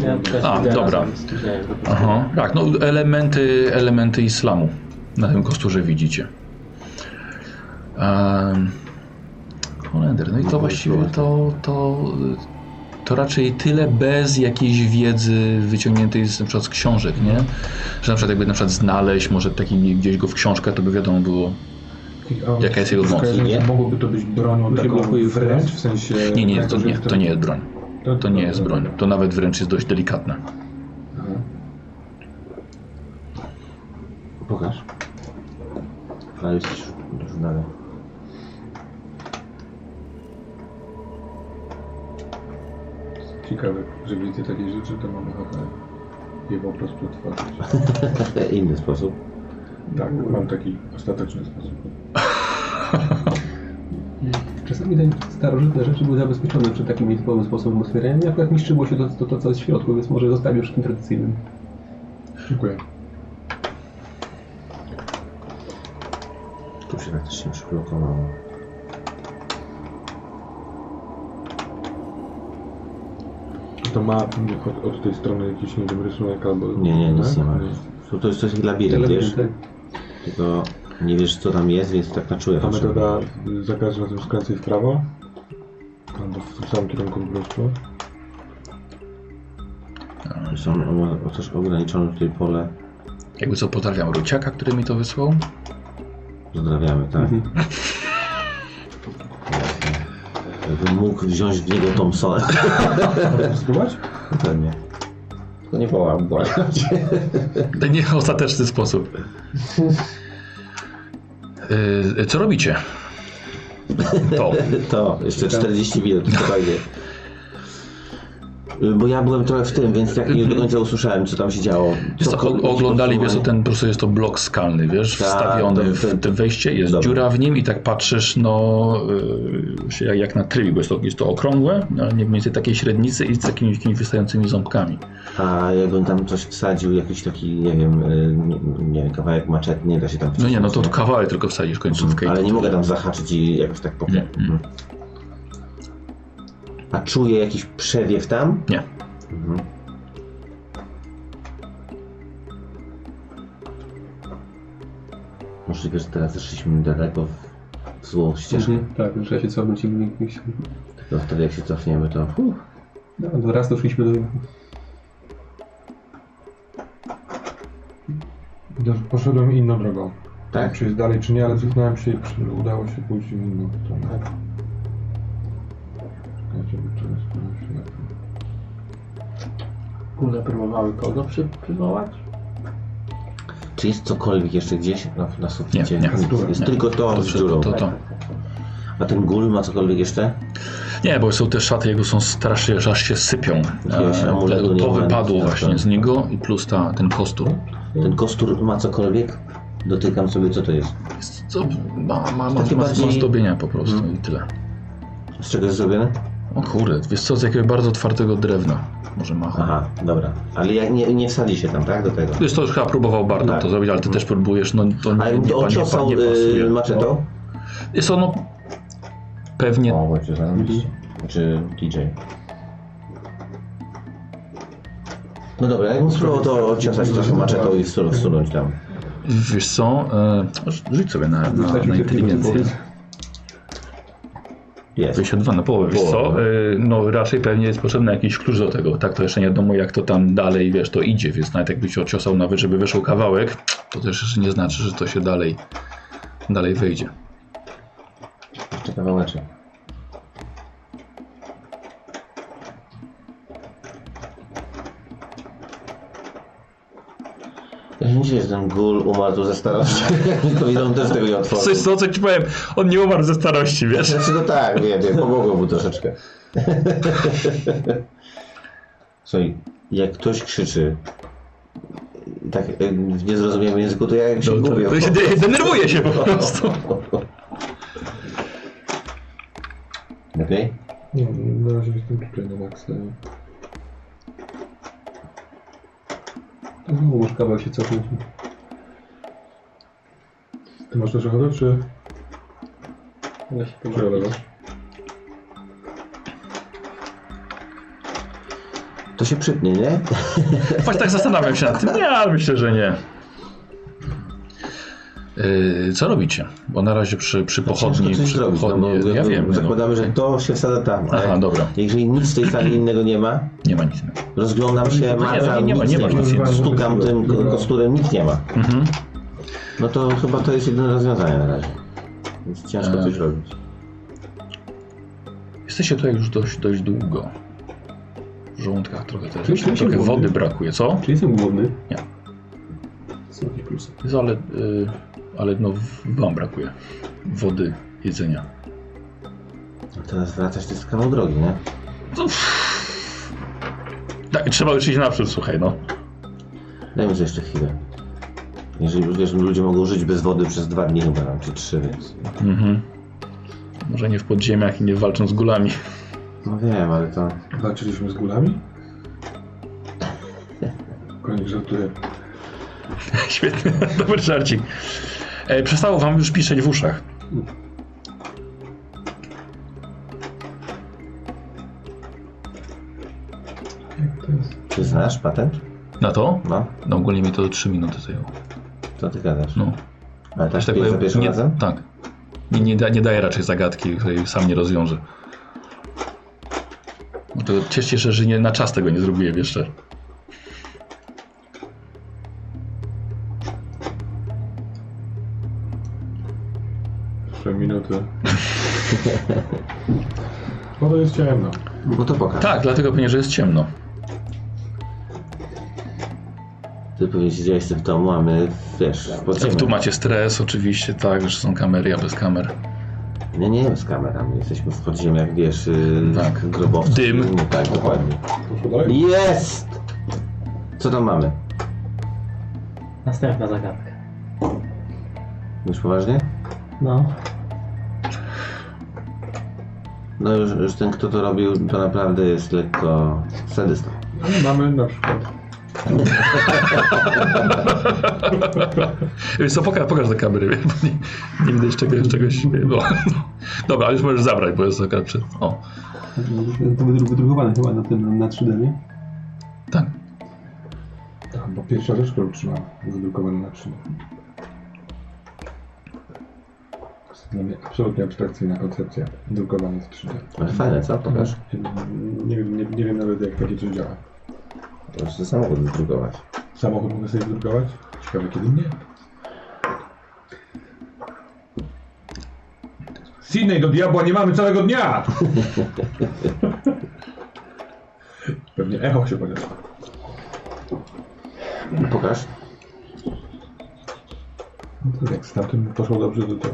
F: ja też tak
A: A,
F: idę
A: dobra.
F: razem z drzwiami.
A: Aha, tak, no elementy, elementy islamu na tym kosturze widzicie. Um, Holender, no i to właściwie to, to, to raczej tyle bez jakiejś wiedzy wyciągniętej z, na przykład z książek, nie? Że na przykład jakby na przykład znaleźć może taki gdzieś go w książkach, to by wiadomo było,
B: A
A: Jaka jest jego moc?
B: skojarzenie,
C: Nie?
B: że Mogłoby to być bronią
E: się blokuje
B: taką wręcz,
E: wprost?
B: w sensie...
A: Nie, nie,
B: tak,
A: to
B: że
A: nie,
B: w tym-
A: to nie jest broń.
B: to,
A: To nie jest broń. To nawet wręcz jest dość delikatne.
C: Pokaż. A jest już już dalej.
B: Ciekawe, że widzę takie rzeczy, to mam ochotę je po prostu otworzyć.
C: Inny sposób.
B: Tak, mam taki ostateczny sposób.
E: Czasami te starożytne rzeczy były zabezpieczone przed takim nietypowym sposobem otwierania i akurat niszczyło się to, to, to co jest w środku, więc może zostawię już tym tradycyjnym.
B: Dziękuję.
C: Tu się faktycznie przyblokowało.
B: To ma od, od tej strony jakiś nie wiem, rysunek albo...
C: Nie, nie, nic nie ma.
B: Mhm.
C: To, to jest coś jak labirynt, wiesz?
E: Elementy.
C: Tylko nie wiesz co tam jest, więc tak na czuję.
B: Ta
C: patrzę.
B: metoda y, za każdym razem skręcaj w prawo. Albo w tym samym kierunku po prostu.
C: Są o- o też ograniczone tutaj pole.
A: Jakby co pozdrawiam Ruciaka, który mi to wysłał.
C: Pozdrawiamy, tak.
B: Mhm.
C: Jakbym mógł wziąć w niego Thompsona.
B: Możesz spróbować?
C: Pewnie. To nie wołam, błagam cię.
A: To nie w ostateczny sposób. Yy, Co robicie? To.
C: To, jeszcze 40 minut, spokojnie. Bo ja byłem trochę w tym, więc tak nie do końca usłyszałem, co tam się działo.
A: Mhm. Wiesz co, o- oglądali, wiesz, co, ten po prostu jest to blok skalny, wiesz,
C: Tak,
A: wstawiony
C: to- to-
A: w te wejście, jest
C: Dobra.
A: dziura w nim i tak patrzysz, no, y, się jak, jak na trybik, bo jest to, jest to okrągłe, no, ale nie mniej więcej takiej średnicy i z takimi, takimi wystającymi ząbkami.
C: A jak on tam coś wsadził, jakiś taki, nie wiem, y, nie, nie wiem, kawałek maczet, nie da się tam
A: No nie, no to
C: wcisnąć,
A: kawałek tylko wsadzisz końcówkę. i
C: Ale
A: to
C: nie
A: tyle.
C: mogę tam zahaczyć i jakoś tak po
A: Nie, nie.
C: A czuję jakiś przewiew tam?
A: Nie.
C: Mhm. Możliwe, że teraz zeszliśmy daleko w, w złą ścieżkę.
E: Mhm, tak, trzeba się cofnąć i gdzieś...
C: To wtedy jak się cofniemy, to... Huh.
E: No, no raz doszliśmy do...
B: Do- Poszedłem inną drogą.
C: Tak?
B: Czy jest dalej, czy nie, ale cofnąłem się i przy- udało się pójść w inną stronę. Czekajcie, bo teraz powiem się-
F: Kule próbowały kogo przy, przywołać?
C: Czy jest cokolwiek jeszcze gdzieś na, na suficie?
A: Nie, nie.
C: Nic. Jest
A: Nie.
C: tylko to,
A: To,
C: z
A: to,
C: dziurą.
A: to, to.
C: A ten gul ma cokolwiek jeszcze?
A: Nie, bo są te szaty jego są strasznie, że aż się sypią.
C: Jakiegoś
A: E,
C: Tak, amuletu
A: dlatego
C: nie
A: to
C: ma, Tak.
A: wypadło
C: nic na
A: właśnie
C: to.
A: z niego i plus ta, ten kostur.
C: Ten kostur ma cokolwiek? Dotykam sobie, co to jest?
A: Jest Co, ma, ma, ma,
C: Takie
A: ma,
C: bardziej- Mhm.
A: ma zdobienia po prostu i tyle.
C: Z czego jest zrobione?
A: O kurde, wiesz co, z jakiegoś bardzo twardego drewna. Może ma.
C: Aha, dobra. Ale ja nie, nie wsadzi się tam, tak? Do tego.
A: Wiesz, to już chyba próbował Barton
C: Tak.
A: to zrobić, ale ty też próbujesz, no to nie,
C: Ale
A: nie, nie,
C: on
A: nie,
C: ciosał
A: nie
C: y,
A: pasuje.
C: maczetą?
A: Jest ono pewnie
C: O, właśnie, zarobiście. Czy DJ? No dobra, jak bym spróbował to odciosać trochę maczetą i wsu- wsunąć tam.
A: Wiesz co, e, rzuć sobie na, na, na inteligencję.
C: Jest.
A: 52 na połowę, wiesz co? E, No raczej pewnie jest potrzebny jakiś klucz do tego, tak? To jeszcze nie wiadomo jak to tam dalej, wiesz, to idzie, więc nawet jakbyś ociosał nawet, żeby wyszł kawałek, to też jeszcze nie znaczy, że to się dalej, dalej wyjdzie.
C: Jeszcze kawałeczek. Ja się nie dziwię, że ten gul umarł tu ze starości. to widzą on też tego nie otworzył.
A: Coś, co, co ci powiem, on nie umarł ze starości, wiesz?
C: Znaczy no tak, wiem, wiem, pomogło mu troszeczkę. Słuchaj, jak ktoś krzyczy tak y, w niezrozumiałym języku, to ja się
A: No, to,
C: gubię.
A: to się de- denerwuje się po prostu.
C: Okej?
B: Nie, na razie jestem tutaj na maksa.
E: To znowu już kawałek się cofnąć.
B: Ty masz też ochotę, czy
F: Kogo się tu ma?
B: przelewasz?
C: To się przytnie, nie?
A: Właśnie tak zastanawiam się nad tym. Nie, ale myślę, że nie. Yy, co robicie? Bo na razie przy, przy pochodni,
C: Ciężko Znaczy, coś
A: przy
C: zrobić, no,
A: pochodni
C: bo
A: ja
C: jakby
A: wiem, no,
C: Zakładamy, że to się wsadza tam. a
A: Aha,
C: jak-
A: dobra.
C: Jeżeli nic w tej sali innego nie ma,
A: nie ma nic.
C: rozglądam się,
A: nie,
C: macam,
A: nie ma,
C: nic
A: nie ma, nic nie ma.
C: Stukam tym ko- kosturem, nic nie ma.
A: Mhm.
C: No to chyba to jest jedyne rozwiązanie na razie. Więc ciężko
A: E.
C: coś robić.
A: Jesteście tutaj już dość, dość długo. W żołądkach trochę też.
E: Czy jesteś
A: trochę
E: głodny?
A: wody brakuje, co?
E: Czy jestem głodny?
A: Nie.
E: Są jakieś plusy.
A: Jest, ale, yy, ale no wam brakuje wody, jedzenia.
C: A Teraz wracać to jest kawał drogi, nie?
A: Tak, trzeba już iść naprzód, słuchaj, no.
C: Dajmy sobie jeszcze chwilę. Jeżeli wiesz, ludzie mogą żyć bez wody przez dwa dni chyba, tam, czy trzy, więc...
A: Mhm. Może nie w podziemiach i nie walczą z gulami.
C: No wiem, ale to...
B: Walczyliśmy z gulami? Konik żartuje.
A: Świetny, dobry żarcik. E, przestało wam już piszeć w uszach.
C: Czy znasz patent?
A: Na to?
C: No,
A: No ogólnie mi to 3 minuty zajęło.
C: to ty gadasz.
A: No.
C: Ale tak,
A: Że tak
C: tak za
A: powiem,
C: pierwszym
A: nie,
C: razem?
A: tak. Nie, nie, da, nie daję raczej zagadki, której sam nie rozwiążę. No to cieszę się, że nie, na czas tego nie zrobiłem jeszcze.
B: Trzy minuty. No to jest ciemno.
C: No to pokaż.
A: Tak, dlatego pewnie, że jest ciemno.
C: Ty powinieneś zjeść w domu, a my, wiesz, w
A: Tak, Tu
C: podziemiach.
A: macie stres oczywiście, tak, że są kamery, ja bez kamer.
C: Nie, nie wiem, z kamerami. Jesteśmy w podziemiach, wiesz, yy,
A: Tak.
C: grobowców.
A: Dym.
C: No, tak, dokładnie.
G: Poszło dalej?
C: Jest! Co tam mamy?
F: Następna zagadka.
C: Już poważnie?
F: No.
C: No już, już ten, kto to robił, to naprawdę jest lekko sadystą.
B: No, Mamy na przykład
A: Wiesz co, pokaż, pokaż do kamery, wie, bo nie, nie będę jeszcze czegoś, czegoś no. Dobra, ale już możesz zabrać, bo jest taka przed... O,
E: To wydru- wydrukowane chyba na, tym, na 3D, nie? Tak,
A: tak.
B: A, bo pierwsza rzecz, którą trzymam, wydrukowana na czym. Dla mnie absolutnie abstrakcyjna koncepcja drukowanie w 3D.
C: Ale fajne, co? Pokaż.
B: Nie wiem, nie, nie wiem nawet jak takie coś działa.
C: To Muszę samochód wydrukować.
B: Samochód mogę sobie wydrukować? Ciekawe kiedy nie. Sydney, do diabła nie mamy całego dnia! Pewnie echo się poniosło.
C: Pokaż.
B: No to jak z tamtym poszło dobrze, to to...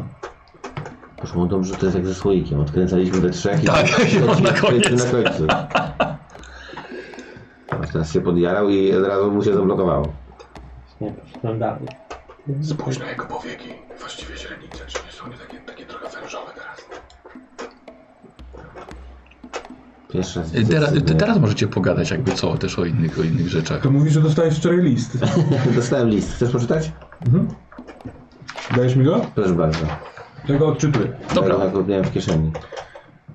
C: Poszło mu dobrze, to jest jak ze słoikiem. Odkręcaliśmy do trzech i...
A: Tak, i on na koniec.
C: Na końcu. A Teraz się podjarał i od razu mu się zablokowało.
F: Nie, przeczytam dalej.
B: Spójrz na jego powieki. Właściwie źrenice, czy nie są one takie, takie trochę wężowe teraz?
C: Pierwszy raz
A: Y,
C: widzę
A: Teraz,
C: Sydney.
A: y, teraz możecie pogadać jakby co, też o innych, o innych rzeczach.
B: To mówisz, że dostałeś wczoraj list.
C: Dostałem list. Chcesz poczytać?
B: Dajesz mi go?
C: Proszę bardzo.
B: Tego odczytuję.
A: Dobra.
C: Ja go miałem w kieszeni.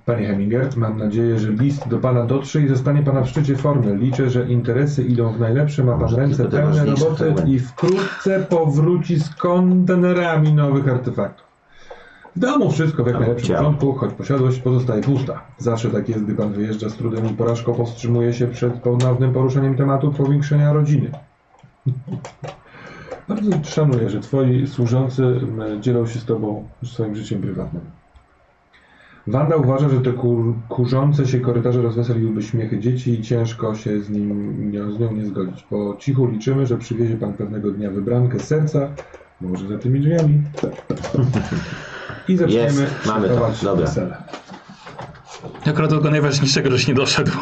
B: Panie Hemingert, mam nadzieję, że list do Pana dotrze i zostanie Pan w szczycie formy. Liczę, że interesy idą w najlepsze, ma Pan
C: Może
B: ręce
C: tylko te
B: pełne
C: ważniejsze
B: roboty
C: fragmenty.
B: i wkrótce powróci z kontenerami nowych artefaktów. W domu wszystko w jak
C: Ale
B: najlepszym
C: chciał.
B: porządku, choć posiadłość pozostaje pusta. Zawsze tak jest, gdy Pan wyjeżdża z trudem i porażką powstrzymuje się przed ponownym poruszeniem tematu powiększenia rodziny. Bardzo szanuję, że Twoi służący m, dzielą się z Tobą swoim życiem prywatnym. Wanda uważa, że te kur- kurzące się korytarze rozweseliłyby śmiechy dzieci i ciężko się z, nim, nie, z nią nie zgodzić. Po cichu liczymy, że przywiezie pan pewnego dnia wybrankę z serca, może za tymi drzwiami. I zaczniemy
C: Jest, mamy to,
B: szykować
C: dobra.
B: wesele.
A: Akurat do tego najważniejszego, żeś nie doszedł.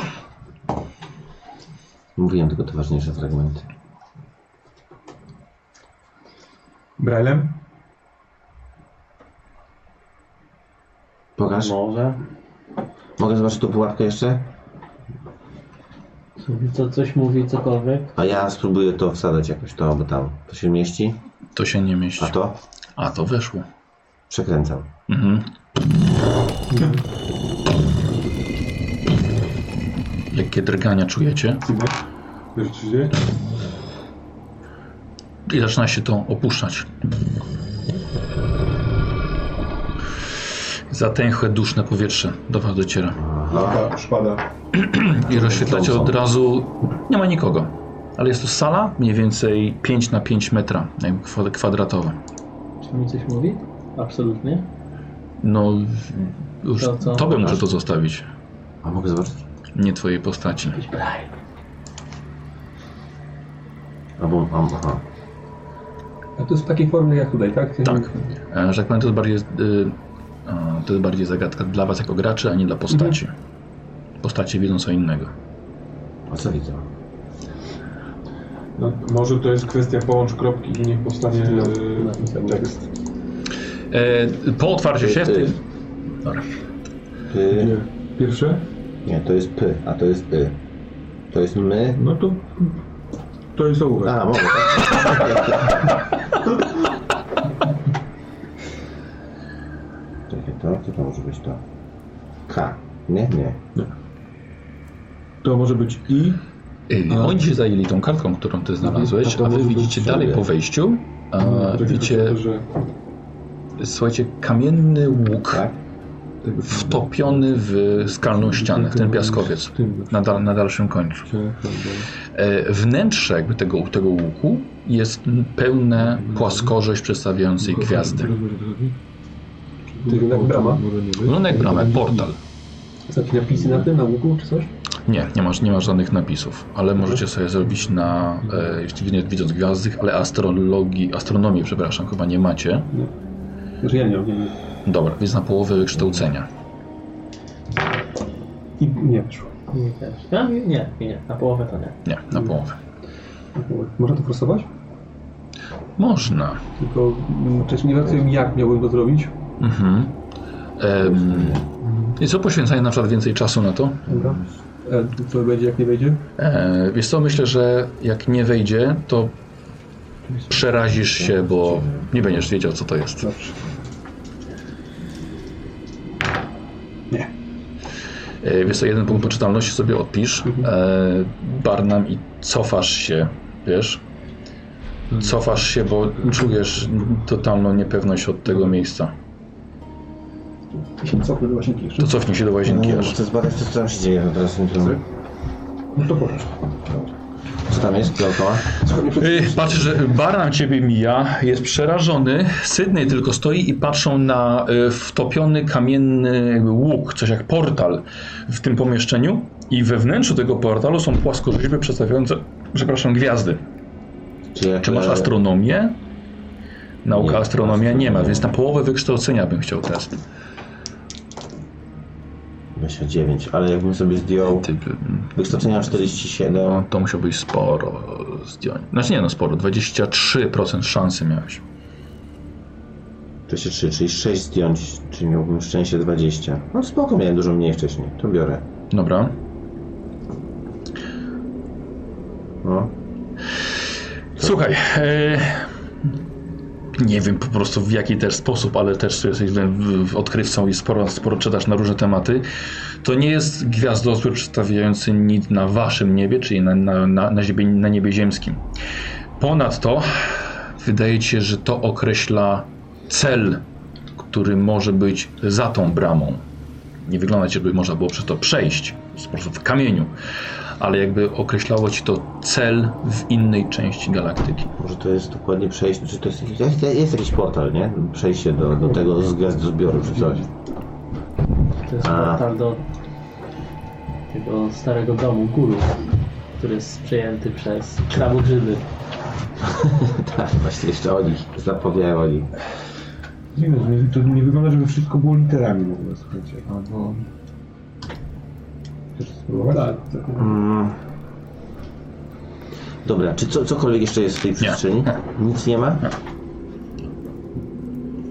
C: Mówiłem tylko te ważniejsze fragmenty.
B: Braillem?
C: Pokaż.
F: Może.
C: Mogę zobaczyć tą pułapkę jeszcze?
F: Co, coś mówi, cokolwiek.
C: A ja spróbuję to wsadzać jakoś, to albo tam. To się mieści,
A: To się nie mieści.
C: a to
A: A to weszło.
C: przekręcam.
A: Mhm. Lekkie drgania czujecie
B: Sydney? Wiesz, co się dzieje?
A: i zaczyna się to opuszczać. Zatęchłe, duszne powietrze do was dociera.
B: Szpada, szpada.
A: I rozświetlacie od razu. Nie ma nikogo. Ale jest to sala mniej więcej 5 na 5 metra jakby kwa- kwadratowa.
F: Czy mi coś mówi? Absolutnie.
A: No, już
F: To co?
A: tobie muszę to zostawić,
C: A mogę zobaczyć?
A: nie twojej postaci.
F: Jakiś braj.
C: Albo, a, aha.
E: A to jest w takiej formie jak tutaj, tak?
A: Tak. E, Że tak powiem, to jest bardziej, y, a, to jest bardziej zagadka dla was jako graczy, a nie dla postaci. Postacie wiedzą co innego.
C: A co widzę?
B: No, może to jest kwestia połącz kropki i niech powstanie
A: No.
B: e, tekst.
A: E, po otwarciu się...
C: Ty.
A: Dobra.
C: Py.
B: Pierwsze?
C: Nie, to jest py, a to jest y. To jest my.
B: No to... To jest ołówek.
A: Tak.
C: A, mogę. Czekaj, to, co to może być to? K. Nie, nie.
B: To może być i...
A: Y, Oni się zajęli tą kartką, którą ty znalazłeś,
C: to
A: a wy
C: może być
A: widzicie
C: sobie.
A: dalej po wejściu. A,
B: Chodzi o
A: widzicie,
B: No, tak to, że...
A: słuchajcie, kamienny łuk
C: Tak?
A: wtopiony w skalną ścianę, w ten piaskowiec
B: Tym.
A: na, dal, na dalszym końcu. E, Wnętrze jakby tego, tego łuku jest pełne płaskorzeć przedstawiającej gwiazdy.
B: Tylko tak brama.
A: Wygląda jak bramę, portal.
E: Są jakieś napisy na tym, na łuku czy coś?
A: Nie, nie masz, nie masz żadnych napisów, ale możecie sobie zrobić na, e, jeśli nie widząc gwiazdy, ale astrologii, astronomii, przepraszam, chyba nie macie.
E: Znaczy ja nie wiem.
A: Dobra, więc na połowę wykształcenia.
E: I nie wyszło.
F: Nie, też. No, nie, nie, nie, na połowę to nie.
A: Nie, na połowę.
E: Można to forsować?
A: Można.
E: Tylko mm, wcześniej nie wiem jak miałbym to zrobić.
A: Mhm. Em, I co poświęcenie na przykład więcej czasu na to?
E: Dobra. E, co będzie jak nie wejdzie?
A: E, wiesz co, myślę, że jak nie wejdzie, to przerazisz się, bo nie będziesz wiedział, co to jest.
E: Dobrze.
A: E, Wiesz co, jeden punkt poczytalności sobie odpisz. E, Barnam i cofasz się, wiesz? Cofasz się, bo czujesz totalną niepewność od tego miejsca.
E: I się cofnę do łazienki jeszcze.
A: To cofnij się do łazienki
C: No,
A: aż.
C: Chcę zbadać to, co tam się dzieje no teraz. nie wiem.
E: No to poraż.
C: Co tam jest dookoła?
A: Y, Patrzysz, że Barnam ciebie mija, jest przerażony. Sydney tylko stoi i patrzą na y, wtopiony kamienny jakby łuk, coś jak portal w tym pomieszczeniu. I we wnętrzu tego portalu są płaskorzeźby przedstawiające, przepraszam, gwiazdy.
C: Czy, jak,
A: Czy masz
C: e,
A: astronomię? Nauka
C: Nie,
A: astronomia nie ma,
C: astronomia.
A: więc na połowę wykształcenia bym chciał test.
C: 29, ale jakbym sobie zdjął
A: Ty, mm,
C: wykształcenia 47,
A: no, to musiał być sporo zdjąć. Znaczy nie no sporo, 23% szansy miałeś.
C: 23, czyli 6 zdjąć, czyli miałbym szczęście 20. No spoko, miałem dużo mniej wcześniej, to biorę.
A: Dobra.
C: No.
A: Słuchaj, e, nie wiem po prostu w jaki też sposób, ale też tu jesteś w- w- odkrywcą i sporo, sporo czytasz na różne tematy. To nie jest gwiazdozbiór przedstawiający nic na waszym niebie, czyli na, na, na, na, ziebie, na niebie ziemskim. Ponadto wydaje ci się, że to określa cel, który może być za tą bramą. Nie wygląda ci, żeby można było przez to przejść, po prostu w kamieniu, ale jakby określało ci to cel w innej części galaktyki.
C: Może to jest dokładnie przejście, czy to jest, jest, jest jakiś portal, nie? Przejście do, do tego z gwiazdozbioru czy coś.
F: To jest
C: A.
F: portal do tego starego domu guru, który jest przejęty przez krabogrzyby.
C: Tak, właśnie jeszcze o nich, zapomniałem o nich.
B: Nie wiem, to nie wygląda, żeby wszystko było literami w ogóle, słuchajcie. Albo... Chcesz spróbować?
E: Tak.
C: Mm. Dobra, czy co, cokolwiek jeszcze jest w tej przestrzeni? Nic nie ma?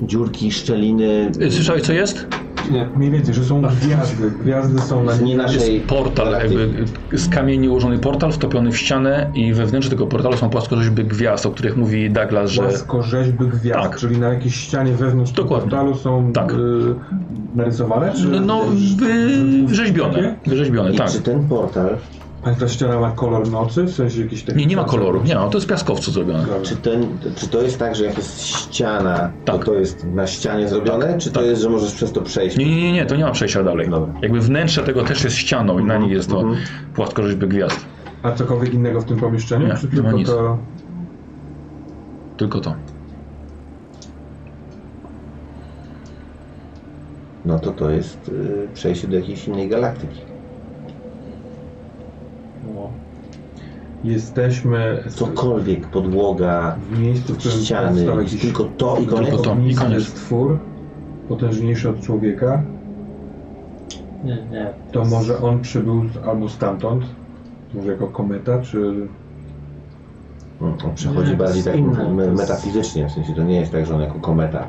C: Dziurki, szczeliny,
A: Y, Słyszałeś co jest?
E: Nie.
B: Mniej więcej, że
A: Tak.
B: są gwiazdy. Gwiazdy są na
C: z nie naszej...
A: Portal,
C: galaktyki.
A: jakby z kamieni ułożony portal wtopiony w ścianę i we wnętrzu tego portalu są płaskorzeźby gwiazd, o których mówi Douglas, że
B: płaskorzeźby gwiazd,
A: Tak.
B: czyli na jakiejś ścianie wewnątrz
A: Dokładnie.
B: portalu są
A: Tak.
B: y, narysowane? Czy,
A: no wy- wyrzeźbione, wyrzeźbione,
C: I
A: tak.
C: czy ten portal,
B: A ta ściana ma kolor nocy? W sensie jakiś taki...
A: Nie, nie ma koloru, nie, no, to jest piaskowcu zrobione.
B: Dobra.
C: czy, ten, czy to jest tak, że jak jest ściana,
A: Tak.
C: to to jest na ścianie zrobione, czy to jest, że możesz przez to przejść?
A: Nie, nie, nie, nie, to nie ma przejścia dalej.
C: Dobra.
A: Jakby wnętrze tego też jest ścianą i na niej jest to
C: mhm.
A: płaskorzeźby gwiazd.
B: A cokolwiek innego w tym pomieszczeniu?
A: Nie,
B: czy
A: nie ma
B: tylko
A: nic.
B: to...
A: Tylko to.
C: No to to jest y, przejście do jakiejś innej galaktyki.
F: No,
B: Jesteśmy
C: Cokolwiek, podłoga,
B: w miejscu, w którym
C: ściany,
B: powstał
C: jest
B: jakiś
C: tylko to i koniec.
A: Tylko to. i
B: ognisty
A: koniec.
B: stwór, potężniejszy od człowieka,
F: nie, nie.
B: to
F: jest-
B: może on przybył z- albo stamtąd, może jako kometa, czy...
C: Mm, On przechodzi
F: Nie, to
C: bardziej
F: jest
C: tak
F: inne,
C: me-
F: to jest-
C: metafizycznie, w sensie to nie jest tak, że on jako kometa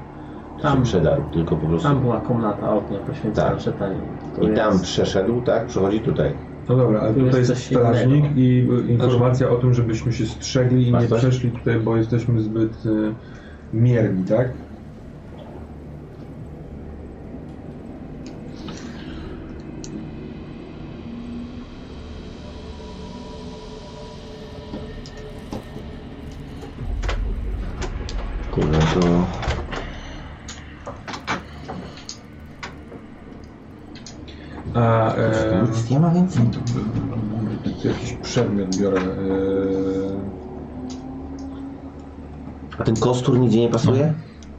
C: to się
F: Tam.
C: przedarł, tylko po prostu
F: Tam była komnata ognia poświęcona
C: Tak.
F: czytaniu. Tu
C: i
F: jest-
C: tam przeszedł, tak? Przechodzi tutaj.
B: No dobra, ale
F: Tu jest
B: tutaj jest
F: coś innego.
B: strażnik i y, informacja o tym, żebyśmy się strzegli i
C: Masz
B: nie
C: coś?
B: przeszli tutaj, bo jesteśmy zbyt y, mierni, tak?
C: Kurde, to...
B: A e,
C: Nic nie ma więcej?
B: jakiś przedmiot biorę. E,
C: A ten kostur nigdzie nie pasuje?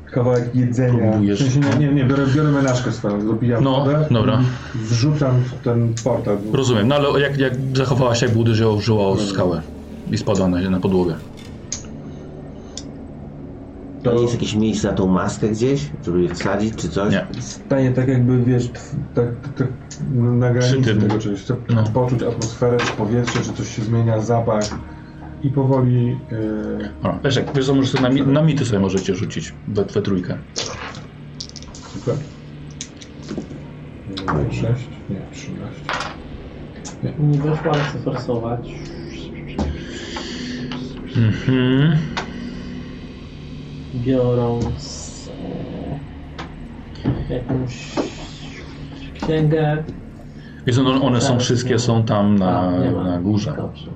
F: No.
B: kawałek jedzenia. W
A: Próbujesz.
B: sensie, nie, nie, nie, biorę, biorę melaszkę swoją, dopijam
A: No,
B: wodę
A: dobra.
B: i wrzucam w ten portal.
A: Rozumiem, no ale jak, jak zachowałaś się, jakby uderzyła żyła o skałę i spadła na, na podłogę.
C: To jest jakieś miejsce na tą maskę gdzieś, żeby je wsadzić czy coś?
A: Nie.
B: Staje tak jakby, wiesz, tw- tak, tak na granicy
A: Przy tym.
B: tego czegoś. Chcę
A: No.
B: poczuć atmosferę, czy powietrze, czy coś się zmienia, zapach. I powoli... Yy,
A: Dobra, Leszek, wiesz co, możesz sobie na, mi- na mity sobie możecie rzucić we, we trójkę.
B: super. Yy, 6, nie, 13.
F: Nie wyszło, ale chcę forsować.
A: Mhm.
F: Biorąc e, jakąś księgę.
A: Więc one, one są wszystkie, są tam na,
F: A, nie ma.
A: na górze.
F: Dobrze.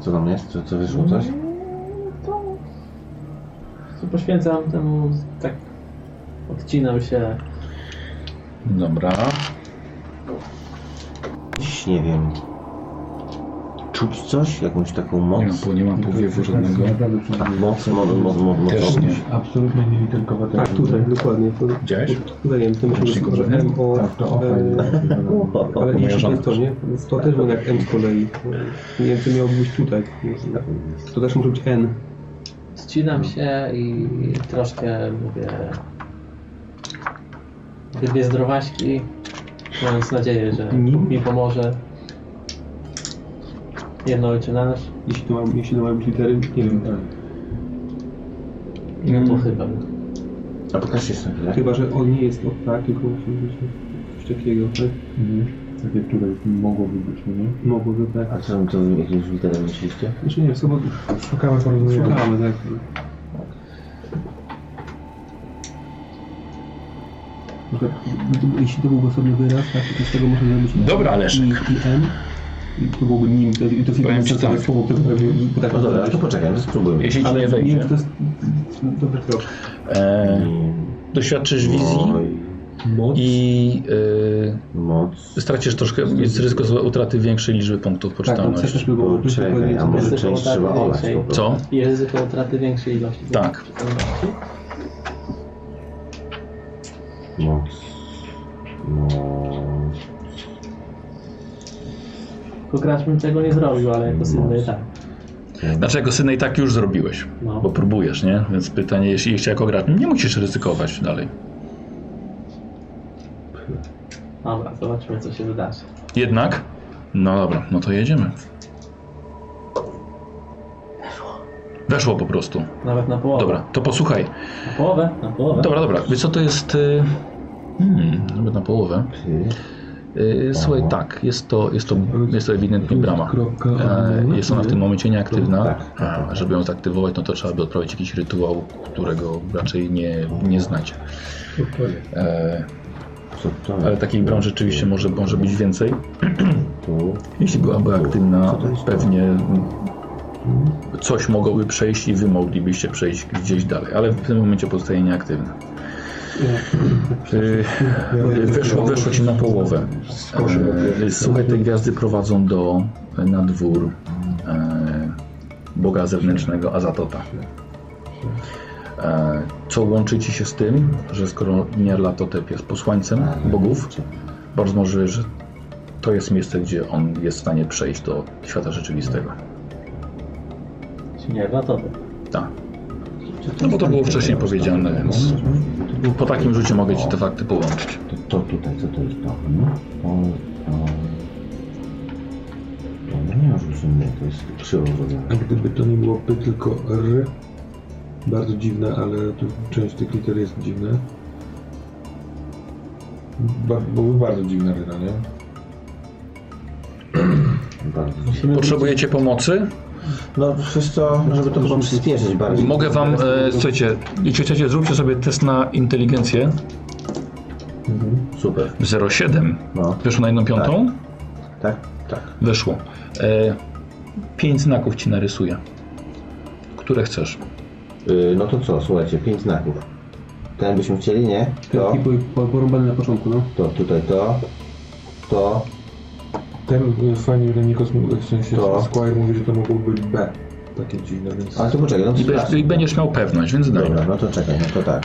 C: Co tam jest? Co, co wyszło coś?
F: To poświęcam temu, tak odcinam się.
A: Dobra.
C: Dziś nie wiem. Czuć coś? Jakąś taką moc?
A: Nie ma, pół- nie ma półwiewu żadnego.
B: Naprawdę
C: A,
B: przynajmniej.
C: moc, moc, moc, moc, moc.
A: Też nie.
B: Absolutnie nie literkowe
E: Tak, tutaj, dokładnie. To,
A: Widziałeś?
E: tutaj wiem, to myślę, że
A: Ręczniku
E: że M, O,
B: Tak, to tak.
E: e,
B: ofajnie.
E: ale
A: Moja
E: jeśli to
A: żona
E: jest to, nie? To też był jak M z kolei. Nie wiem, czy miał być tutaj. To też może być N.
F: Odcinam się i troszkę mówię. Dwie zdrowaśki, mając nadzieję, że
A: Mhm.
F: Bóg mi pomoże. Jedno ojcze nasz,
E: Jeśli to ma, jeśli to ma być litery, nie wiem.
B: Tak.
F: no
A: Mhm.
F: to chyba.
C: A pokaż jeszcze na chwilę.
E: Chyba, że on nie jest od tak, tylko musi być coś takiego, tak?
B: Mhm. Takie tutaj mogłoby być, no nie?
E: Mogłoby tak.
C: A co tam to wy jakimś literem myśliście?
E: Znaczy nie wiem, chyba
B: Szukamy porozumienia.
E: szukamy, tak. Może, gdyby- jeśli to byłby osobny wyraz, tak, to z tego można zrobić
A: Dobra, Leszek.
E: I, i M. I to byłby nim, to, i to jest
A: Powiem
E: jedyne
A: ci
E: podstawowe
A: tak.
E: słowo, które by- tak
C: No dobra, to poczekaj, to spróbujmy.
A: Jeśli ci
E: Ale
A: nie
E: nie wiem,
A: wejdzie,
E: czy to jest dobry krok.
A: e,
C: Mm,
A: doświadczysz wizji
C: Oj,
E: Moc.
A: i e,
C: moc.
A: stracisz troszkę, jest ryzyko utraty większej liczby punktów
E: Tak, to
A: poczytalności.
E: też by było. żeby
C: Poczekaj,
E: powiedzieć,
C: a może
E: że-
F: jest
C: część
F: to
C: trzeba
F: tak
C: olać
F: więcej.
C: po prostu.
A: Co?
F: I ryzyko utraty większej ilości.
A: Tak.
F: przytomności.
C: Moc. Moc.
F: Tylko gracz bym tego nie zrobił, ale jako
A: No.
F: synny tak.
A: Dlaczego syna i tak już zrobiłeś?
F: No.
A: Bo próbujesz, nie? Więc pytanie, jeśli, jeśli jako gracz nie musisz ryzykować dalej.
F: Dobra, zobaczymy co się wydarzy.
A: Jednak? No dobra, no to jedziemy. Weszło po prostu.
F: Nawet na połowę.
A: Dobra, to posłuchaj.
F: Na połowę? Na połowę.
A: Dobra, dobra. Wiesz co to jest? y, Hmm, nawet na połowę.
C: Ty.
A: Y, Słuchaj, tak, jest to, jest to, jest to ewidentnie brama.
B: Kropka.
A: E, Jest ona w tym momencie nieaktywna.
C: Tak.
A: A żeby ją zaktywować, no to trzeba by odprawić jakiś rytuał, którego raczej nie, nie znacie. E,
C: Co to?
A: Ale takich bram rzeczywiście może, może być więcej.
C: Tu.
A: Jeśli byłaby
C: Co
A: aktywna,
C: to jest? Hmm?
A: pewnie coś mogłoby przejść i wy moglibyście przejść gdzieś dalej, ale w tym momencie pozostaje nieaktywna. Y, Weszło, weszło ci na połowę. E, Słuchaj, te gwiazdy prowadzą do, y, na dwór e, Boga zewnętrznego Azatota. E, Co łączy ci się z tym, że skoro Nierlatotep jest posłańcem bogów, bardzo możliwe, że to jest miejsce, gdzie on jest w stanie przejść do świata rzeczywistego.
F: Nie, no to.
A: Tak. No bo to było wcześniej powiedziane, więc po takim rzucie mogę ci te fakty połączyć.
C: To, to tutaj, co to jest to? No, to, to... To nie ma rozumie, to jest krzywą zrobione.
B: A gdyby to nie było P, tylko R, bardzo dziwne, ale tu część tych liter jest dziwna. Ba- były bardzo dziwne ryna, nie?
C: Bardzo.
F: Musimy
A: Potrzebujecie pomocy?
C: No wiesz co, żeby to chyba przyspieszyć bardziej.
A: Mogę wam, e, słuchajcie, jeśli chcecie, zróbcie sobie test na inteligencję
C: Super.
A: 07.
C: No,
A: Weszło na jedną piątą?
C: tak? Tak.
A: Weszło. E, pięć znaków ci narysuję. Które chcesz?
C: Y, no to co, słuchajcie, pięć znaków. Ten byśmy chcieli, nie? To,
E: Taki po- po- porąbany na początku, no.
C: to tutaj to, to,
B: Ten y, fajny Renikos, w sensie
C: To.
B: Squire mówi, że to mogło być B. Takie dziwne, więc...
C: ale to poczekaj, no to
A: I, będziesz-
C: sprawdźmy.
A: i będziesz miał pewność, więc daj.
C: Dobra, no to czekaj, no to tak.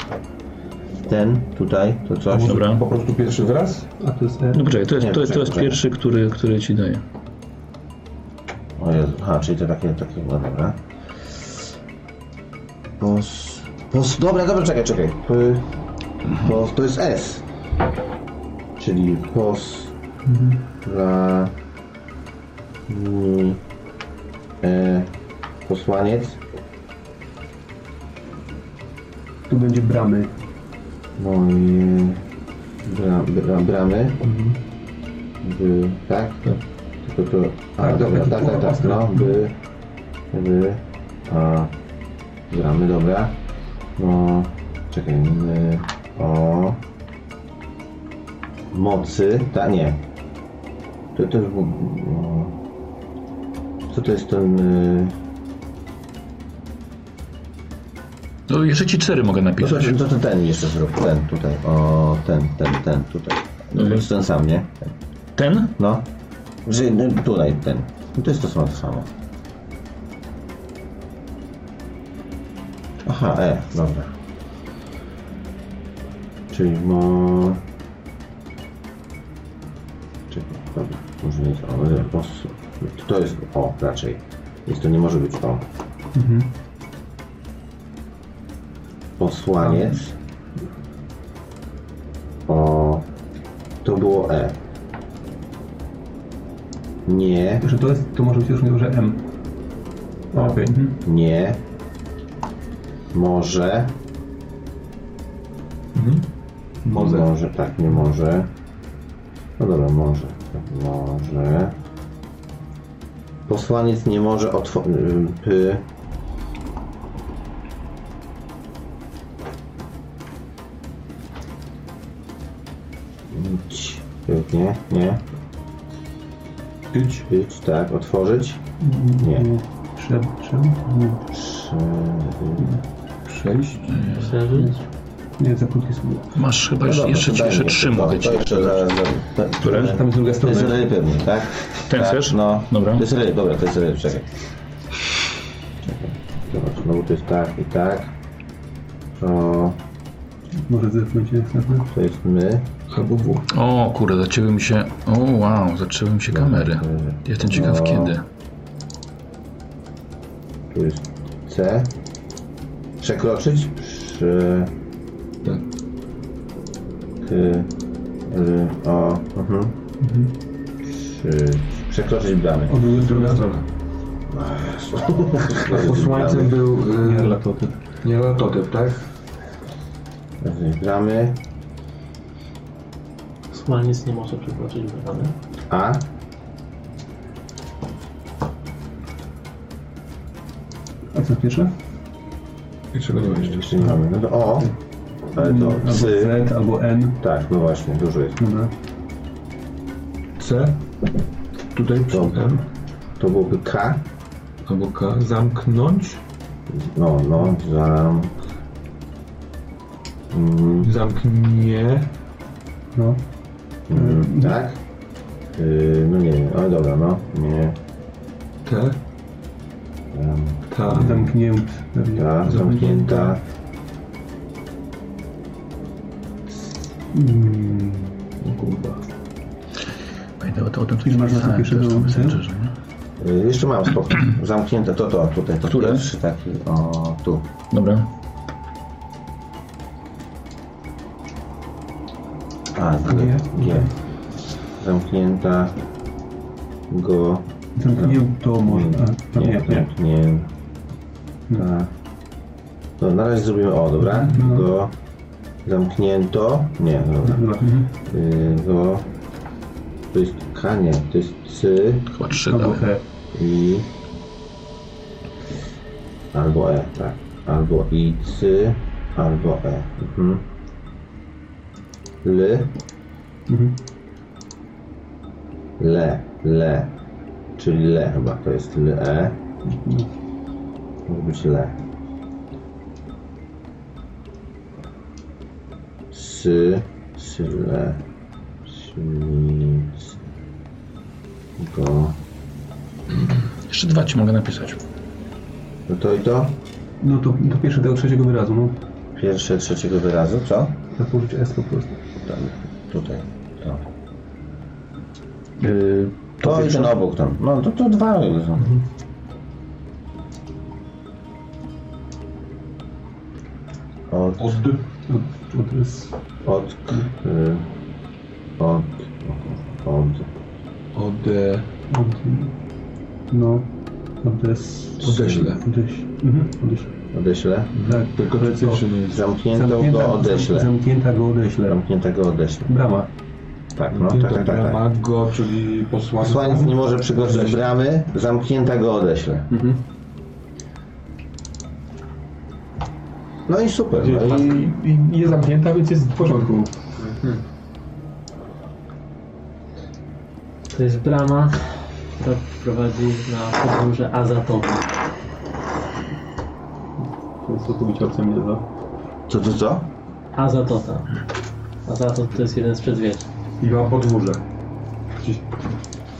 C: Ten, tutaj, to coś.
A: Dobra.
B: Po prostu pierwszy wyraz?
E: A to jest R.
A: No Dobrze, to jest, to jest, to jest
C: Czekaj.
A: pierwszy, który, który ci daję.
C: O Jezu, aha, czyli to takie, takie, no dobra. Pos... Pos... Dobra, dobra, czekaj, czekaj. P... Pos... To jest S. Czyli pos... Dla... Ni... E... Posłaniec.
E: Tu będzie bramy.
C: Moje... No Bra... Bra... Bramy. By... Tak? Tylko to... A,
B: Tak,
C: dobra,
B: taki
C: tak, tak, tak,
B: puchasty.
C: no, by... By... A... Bramy, dobra. No... Czekaj, my... O... Mocy... Ta, nie. To, to już... było- No. Co to jest ten... y,
A: No, jeszcze ci cztery mogę
C: No
A: napisać.
C: to, to, to ten jeszcze zrób, ten tutaj, o, ten, ten, ten, tutaj. No to jest ten sam, nie?
A: Ten?
C: No. Że, no, tutaj ten. No to jest to samo, to samo. Aha, e, dobra. Czyli ma... Czekaj, dobra. Może nie jest o, nie, po prostu. To jest o, raczej. Jest to nie może być o. Posłaniec. O. To było E. Nie.
E: Że to jest, to może być już nie że M. Okej. Mhm.
C: Nie. Może.
E: Może.
C: Może, tak, nie może. No dobra, może. Tak, może. Posłaniec nie może y, otworzyć. Py. Idź. Nie, nie.
E: Być.
C: Idź, tak, otworzyć. Nie.
E: Prze, prze, E, nie.
C: Prze...
E: Przejść.
F: Przeżyć.
E: Nie, za krótkie słowo.
A: Masz chyba
C: No
A: jeszcze,
C: dobra,
A: jeszcze,
C: to
A: ci-
C: daj
A: jeszcze
C: mi
A: trzy
C: to,
A: mogę
C: to
A: ci.
C: jeszcze zaraz, zaraz. Które?
E: Tam jest druga
C: To
E: strona.
C: jest ryj pewnie, tak?
A: Ten
C: tak,
A: chcesz?
C: No.
A: Dobra.
C: To jest ryj, dobra, to jest ryj, czekaj. Czekaj. Zobacz, no bo to jest tak i tak. O,
E: Może zepnąć jest na pewno.
C: to jest my.
G: Albo W.
A: O kurde, zaczęły mi się... O wow, zaczęły mi się kamery. Jestem ciekaw
C: No.
A: kiedy.
C: Tu jest C. Przekroczyć. Przy...
G: Tak.
C: K. L. O. Mhm. Przy... Przekroczyć bramy.
B: O, druga, druga strona. Posłańcem był y,
E: Jarlatopy.
B: Nierlatotep, tak?
C: Przekroczyć bramy.
F: Słaniec nie może przekroczyć bramy.
C: A.
E: A co pierwsze?
G: I czego nie ma jeszcze?
C: Jeszcze nie mamy. No to O. Ale to
E: Albo
C: psy.
E: Z, albo N.
C: Tak, no właśnie, dużo jest.
E: Dobra.
B: C. Tutaj przy
C: Dobra.
B: M.
C: To byłoby K.
B: Albo K. Zamknąć.
C: No, no, zam. Mm,
B: Zamknie.
E: No.
C: mm, tak? Yy, no nie, ale dobra, no. Nie.
B: T.
C: Tam,
B: Ta.
E: Zamknięty. pewnie.
C: ta, zamknięta.
E: Mm.
A: Pamiętaj o tym, o tym
E: Czyli masz na
A: pisałem
E: pierwszego
A: też na
E: opcję?
A: Messengerze, nie?
C: Yy, jeszcze mam spokój. Zamknięte to, to, tutaj. To
A: Które?
C: Pierwszy taki, o, tu.
A: Dobra.
C: A, G. G. Zamknięta. Go.
E: Zamknięto może. A, a,
C: Nie,
E: nie, nie.
C: nie. Ta. No, na razie zrobimy, o, dobra.
E: No.
C: Go. Zamknięto. Nie, dobra.
E: Dobra. Mhm.
C: Y, To, to jest K, nie, to jest cy
A: Chyba trzy
E: Albo
A: dałem.
E: E.
C: i albo E, tak. Albo i cy, albo E. Mhm. L,
E: Mhm.
C: le, le, czyli le chyba to jest l, e. Może być le. Sy, sy, le, śnic, go.
A: Jeszcze dwa ci mogę napisać.
C: No to i to?
E: No to, to pierwsze do trzeciego wyrazu, no.
C: Pierwsze trzeciego wyrazu, co?
E: Zapożyć S po prostu.
C: Tam, tutaj, Y, to. Mhm. To i ten obok tam. No to, to dwa są. Od,
G: Od, od, od, jest-
C: od, y, od, od,
B: Ode...
G: od, no, odes...
B: Odeślę.
G: Odeś, mhm, odeślę.
C: odeślę.
G: Tak, tylko
B: Precyzyjny jest.
C: Zamkniętą go odeślę.
G: Zamknięta go odeślę.
C: Zamkniętego odeślę.
G: Brama.
C: Tak, no, tak,
B: Pięta
C: tak, tak. tak.
B: brama, go, czyli posłanka.
C: Posłaniec nie może przekroczyć bramy, zamknięta go odeślę.
F: Mhm.
C: No i super. No i
G: I, i jest zamknięta, więc jest w porządku.
F: To jest brama, która prowadzi na podwórze Azatowe.
E: To jest całkowicie obce mi to.
C: co, co, co?
F: Azatota. Azatot to jest jeden z przedwiecz.
B: I ma podwórze.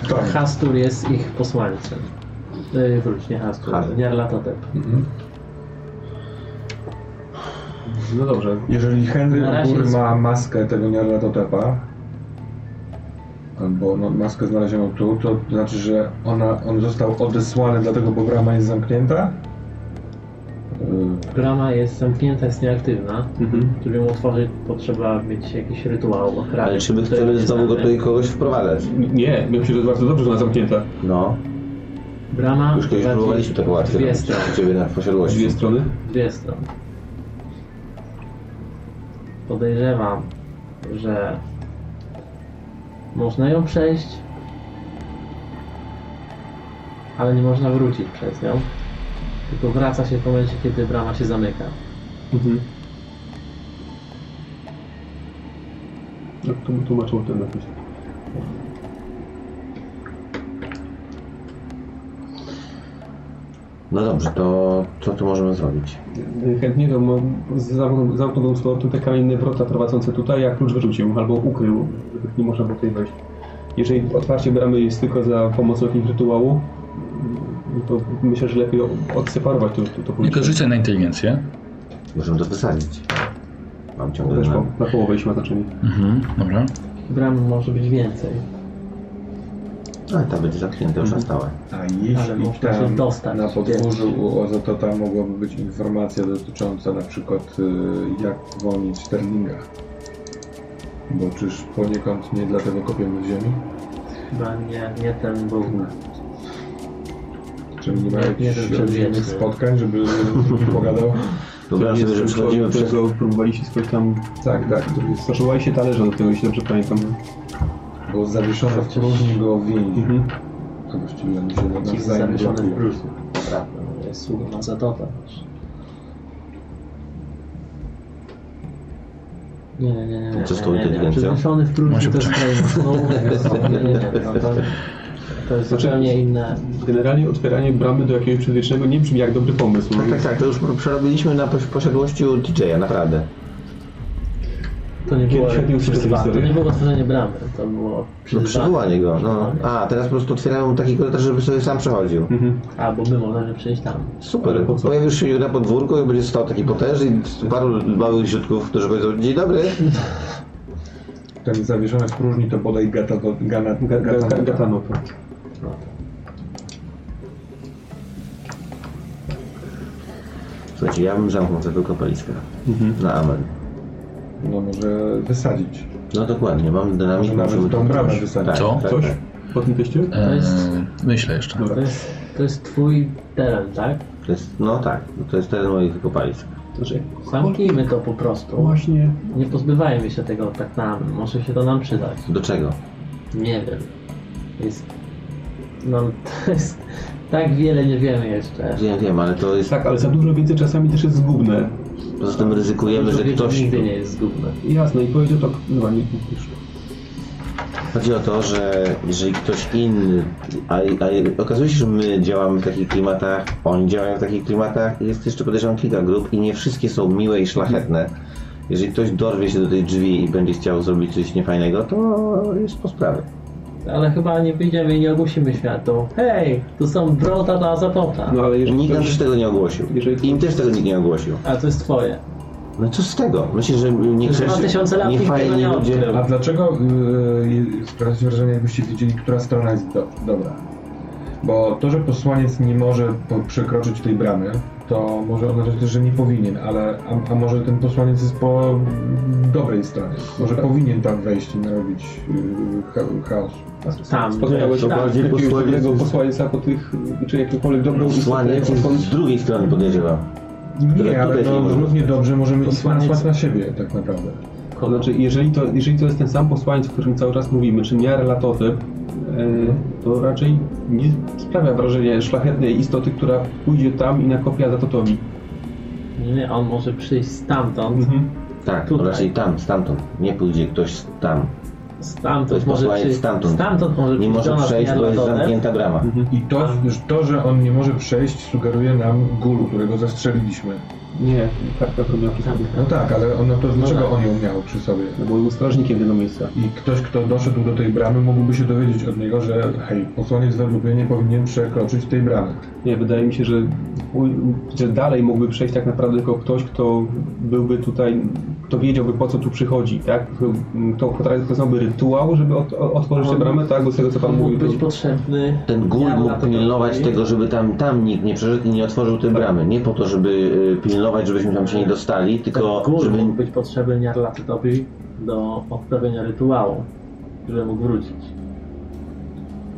B: Tak.
F: Hastur jest ich posłańcem. Yy, wróć, nie Hastur,
C: Ale.
F: Nyarlathotep.
E: No dobrze.
B: Jeżeli Henry
F: Na
B: u
F: razie
B: góry
F: jest-
B: ma maskę tego Nyarlathotepa, albo no, maskę znalezioną tu, to znaczy, że ona, on został odesłany dlatego, bo brama jest zamknięta?
F: Brama jest zamknięta, jest nieaktywna.
E: Mhm.
F: Żeby ją otworzyć, potrzeba mieć jakiś rytuał. ochranny.
C: Ale czy my
F: Tak. Tutaj
C: chcemy
F: nie
C: znowu go
F: znamy.
C: tutaj kogoś wprowadzać?
E: Nie, myślę, że to bardzo dobrze, że ona zamknięta.
C: No,
F: Brama
C: już kiedyś
F: prowadzi
C: próbowaliśmy tak łatwiej.
F: dwie
C: robić.
F: strony.
C: U Ciebie na
E: Z
C: posiadłości.
E: dwie strony.
F: Dwie strony. Podejrzewam, że można ją przejść, ale nie można wrócić przez nią. Tylko wraca się w momencie, kiedy brama się zamyka.
E: Mhm. No, to mu tłumaczyło ten napis.
C: No dobrze, to co tu możemy zrobić?
E: Chętnie to mo- zamknął zamknął z powrotem te kamienne wrota prowadzące tutaj, a klucz wyrzucił albo ukrył, żeby nie można było tutaj wejść. Jeżeli otwarcie bramy jest tylko za pomocą jakiegoś rytuału, mm, to myślę, że lepiej o- odseparować to, to, to
A: Tylko rzucę na inteligencję.
C: Możemy to wysadzić. Mam
E: Bo
C: ciągle
E: Też
C: na...
E: po, na połowę jeśli ma znaczenie.
A: Mhm, dobra.
F: Bram może być więcej,
C: Ale No, ta będzie zamknięta już na
F: Mhm.
C: stałe.
B: A
F: ale
B: jeśli
F: można się
B: tam
F: dostać.
B: na podwórzu u Ozotota mogłaby być informacja dotycząca na przykład y, jak uwolnić Sterlinga. Bo czyż poniekąd nie dlatego kopiemy w ziemi?
F: Chyba nie, nie ten był.
B: Czy nie ma
F: Nie, nie
B: jakichś
F: wiem, czy
B: rodzinnych
F: wiecie.
B: spotkań, żeby z nimi pogadał?
C: Wyobraź sobie, że przechodzimy przez...
E: którego próbowaliście skądś tam...
B: Tak, tak, który jest
E: Spożywaliście talerza do tego, jeśli dobrze pamiętam.
B: Było zawieszone w próżni go winni.
E: Mhm.
B: A właściwie oni się
F: Jest
B: nawzajem
F: zawieszony w
B: blokują.
F: próżni. Prawda, no jest sługą Azatota też. Nie, nie, nie, nie, nie.
C: Co z tą
F: nie, nie, nie.
C: inteligencją?
F: Przywieszony w próżni
A: Może
F: to jest No, kolejny. Nie, nie, nie. no to- To jest zupełnie inne.
E: Generalnie otwieranie bramy do jakiegoś przedwiecznego nie brzmi jak dobry pomysł.
C: Tak, tak, tak, to już przerobiliśmy na posi- posiadłości u DJ-a, naprawdę.
F: To nie było
E: Kiedyś robił wszyscy
F: przyzwa- To
E: historię.
F: nie było otworzenie bramy, to było
C: No
F: przyzwanie.
E: tak.
C: przywołanie go, no. A, teraz po prostu otwieramy mu taki korytarz, żeby sobie sam przechodził.
E: Mhm.
F: Albo my możemy przyjść tam.
C: Super.
E: Ale po co?
C: Pojawisz się na podwórku i będzie stał taki potężny i paru małych ziutków, którzy powiedzą dzień dobry.
B: Ten zawieszony w próżni to bodaj gata, gana,
E: Ga- ga- ga-
B: gata,
E: Gatanoka.
C: Słuchajcie, ja bym zamknął tę tylko paliskę.
E: Mhm.
C: Na amen.
B: No może wysadzić.
C: No dokładnie, mam dynamit,
B: Może nawet
C: możemy
B: tą
C: to
B: bramę
C: zrobić.
B: wysadzić.
C: Tak,
A: Co?
C: tak,
E: Coś
C: tak.
E: po tym teście?
A: E,
F: jest-
A: myślę jeszcze.
F: To jest, to jest twój teren, tak?
C: To jest, no tak, to jest teren moich kopalisk.
E: Znaczy,
F: Zamknijmy to po prostu.
E: no właśnie.
F: Nie pozbywajmy się tego tak na Może się to nam przydać.
C: Do czego?
F: Nie wiem. Jest... No, to jest... Tak wiele nie wiemy jeszcze.
C: Wiem, wiem, ale to jest...
E: Tak, ale za dużo wiedzy czasami też jest zgubne.
C: Poza tym ryzykujemy, że
F: Człowiek
C: ktoś...
F: nigdy nie jest zgubny.
E: Jasne, i powiedział to. No, nie, już.
C: Chodzi o to, że jeżeli ktoś inny, a, a okazuje się, że my działamy w takich klimatach, oni działają w takich klimatach, jest jeszcze podejrzewam kilka grup i nie wszystkie są miłe i szlachetne. Jeżeli ktoś dorwie się do tej drzwi i będzie chciał zrobić coś niefajnego, to jest po sprawie.
F: Ale chyba nie wyjdziemy i nie ogłosimy światu. Hej, tu są brota dla Azatota.
E: No ale jeżeli
C: Nikt nam
E: ktoś,
C: też tego nie ogłosił.
E: Jeżeli-
C: Im też tego nikt nie ogłosił.
F: A to jest twoje.
C: No co z tego? Myślę, że nie
F: Już dwa tysiące lat
C: nie
F: nikt tego
C: fajni
F: nie
C: ludzie.
F: odkrył.
B: A dlaczego yy, sprawia wrażenie, jakbyście wiedzieli, która strona jest do, dobra? Bo to, że posłaniec nie może po, przekroczyć tej bramy, to może oznaczać też, że nie powinien, ale a, a może ten posłaniec jest po dobrej stronie. Może powinien tam wejść i narobić yy, cha- chaos.
F: Tam,
E: Spotkałeś
C: to bardziej
E: jakiegoś
C: posłaniec
E: dobrego
C: jest-
E: posłańca po tych, czy jakiegokolwiek dobrą
C: Słaniec jest z drugiej strony podejrzewa.
B: Nie,
C: Które
B: ale
C: tutaj
B: no,
C: nie może.
B: równie dobrze możemy ich
F: Posłaniec-
B: nasłać na siebie tak naprawdę.
E: To znaczy, jeżeli to, jeżeli to jest ten sam posłaniec, o którym cały czas mówimy, czy miara latotyp, to raczej nie sprawia wrażenia szlachetnej istoty, która pójdzie tam i nakopia Zatotowi.
F: Nie, nie, on może przyjść stamtąd.
C: Tak,
F: Tutaj.
C: raczej tam, stamtąd. Nie pójdzie ktoś tam. To
F: Stamtąd
C: jest
F: może
C: posłaniec
F: przyjść.
C: stamtąd.
F: Stamtąd może
C: Nie
F: przyjść do
C: może
F: nas Mhm.
C: przejść, bo jest
F: Jarlatorem.
C: zamknięta brama.
B: I to, już to, że on nie może przejść, sugeruje nam gul, którego zastrzeliliśmy.
E: Nie, kartka to miała przy sobie.
B: No tak, ale on, no to dlaczego
F: tak.
B: on ją miał przy sobie?
E: No bo był strażnikiem tego miejsca.
B: I ktoś, kto doszedł do tej bramy, mógłby się dowiedzieć od niego, że hej, posłaniec Werlubiej nie powinien przekroczyć tej bramy.
E: Nie, wydaje mi się, że, u- że dalej mógłby przejść tak naprawdę tylko ktoś, kto byłby tutaj, kto wiedziałby po co tu przychodzi, tak? Kto, potrafi- kto znałby rytuał, żeby ot, otworzyć tę bramę, tak? Bo z tego co pan
F: On
E: mówi,
F: mógł
E: to...
F: być potrzebny.
C: Ten gul
F: Jarlatorem.
C: mógł pilnować tego, żeby tam, tam nikt nie przeszedł i nie otworzył tej bramy. Nie po to, żeby y, pilnować, żebyśmy tam się nie dostali, tylko
F: Gór
C: żeby...
F: mógł być potrzebny Jarlatowi do odprawienia rytuału, żeby mógł wrócić.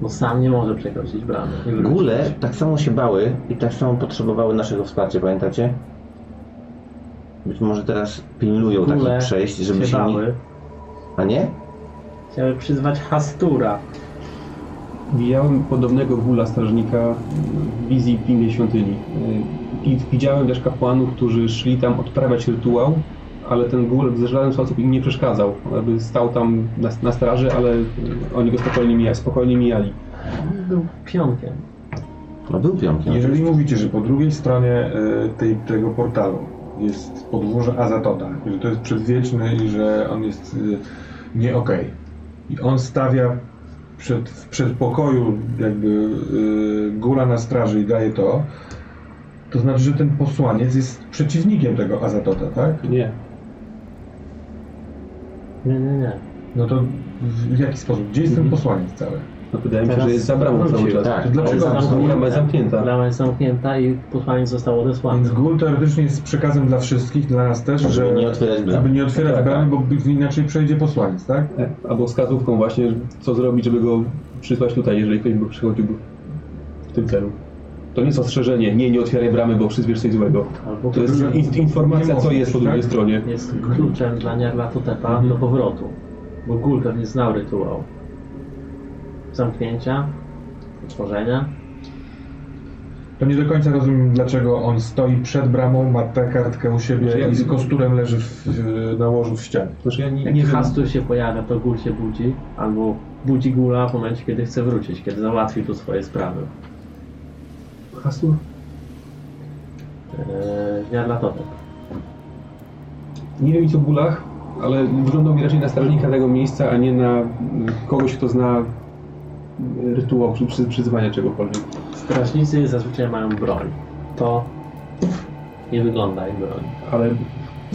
F: Bo sam nie może przekroczyć bramy. i wrócić.
C: Gule tak samo się bały i tak samo potrzebowały naszego wsparcia, pamiętacie? Być może teraz pilnują takich
F: Gule
C: przejść, żeby się nie...
F: bały.
C: A nie?
F: Chciały przyzwać Hastura.
E: Widziałem podobnego gula strażnika w wizji pilnej świątyni. Y, I widziałem też kapłanów, którzy szli tam odprawiać rytuał, ale ten gul w żaden sposób im nie przeszkadzał. Jakby stał tam na, na straży, ale y, oni go spokojnie, mija, spokojnie mijali.
F: Był pionkiem.
C: No był piątkiem.
B: Jeżeli mówicie, że po drugiej stronie y, tej, tego portalu jest podwórze Azatota, i że to jest przedwieczny i że on jest y, nie okej. I on stawia przed, w przedpokoju jakby y, góra na straży i daje to, to znaczy, że ten posłaniec jest przeciwnikiem tego Azatota, tak?
E: Nie.
F: Nie, nie, nie.
B: No to w, w jaki sposób? Gdzie jest ten posłaniec cały?
E: No, wydaje mi się,
F: Teraz
E: że jest za bramą
F: wrócił,
E: cały czas.
C: Tak,
B: To dlaczego
E: Ale zamknął bramę zamknięta.
F: Brama jest zamknięta i posłanie zostało odesłane.
B: Więc gól teoretycznie jest przekazem dla wszystkich, dla nas też,
C: Żeby
B: że
C: nie otwierać bramy.
B: żeby nie otwierać
E: Tak, tak.
B: bramy, bo by- inaczej przejdzie posłaniec, tak?
E: E, Albo wskazówką właśnie, co zrobić, żeby go przysłać tutaj, jeżeli ktoś by przychodził w tym celu. To nie jest ostrzeżenie, nie, nie otwieraj bramy, bo przyzwiesz coś złego.
F: Albo
E: To jest
B: Druga-
E: in, informacja,
B: nie
E: co
B: możesz,
E: jest po
B: tak?
E: drugiej stronie.
F: jest kluczem dla Nierlatutepa
C: Mhm.
F: do powrotu. Bo Gul pewnie znał rytuał. Zamknięcia, otworzenia.
B: To nie do końca rozumiem, dlaczego on stoi przed bramą, ma tę kartkę u
E: Znaczy,
B: siebie
E: ja-
B: i z kosturem leży w, w, na łożu w ścianie.
E: Znaczy ja nie,
F: Jak
E: nie wiem,
F: Hastur się pojawia, to Gul się budzi. Albo budzi Gula w momencie, kiedy chce wrócić, kiedy załatwi tu swoje sprawy.
E: hasło?
F: Eee, Nierlatotep.
E: Nie wiem nic o bólach, ale wyglądał mi raczej na strażnika tego miejsca, a nie na mm, kogoś, kto zna mm, rytuał przy, przy, przyzywania czegokolwiek.
F: Strażnicy zazwyczaj mają broń. To nie wygląda jak broń.
E: Ale Znaczy,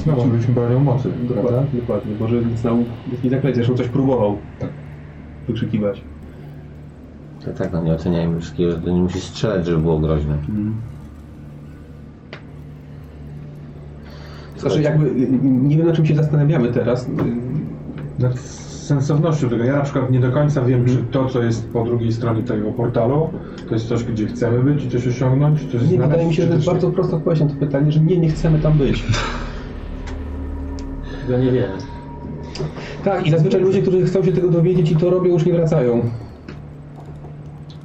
B: No, bo byliśmy bronią mocy, prawda?
E: dokładnie, dokładnie może znał jakieś zaklęcie, zresztą coś próbował
B: Tak.
E: wykrzykiwać.
C: Tak, tak, no nie oceniajmy wszystkiego, że to nie musi strzelać, żeby było groźne.
E: Znaczy jakby y, y, nie wiem na czym się zastanawiamy teraz. y,
B: Nad No, sensownością tego. Ja na przykład nie do końca wiem, czy to, co jest po drugiej stronie tego portalu, to jest coś, gdzie chcemy być i coś osiągnąć, coś
E: Nie,
B: znaleźć.
E: wydaje mi się,
B: czy
E: że to
B: też
E: jest bardzo prosta odpowiedź na to pytanie, że nie, nie chcemy tam być.
F: Tego nie wiem.
E: Tak, i zazwyczaj ludzie, którzy chcą się tego dowiedzieć i to robią, już nie wracają.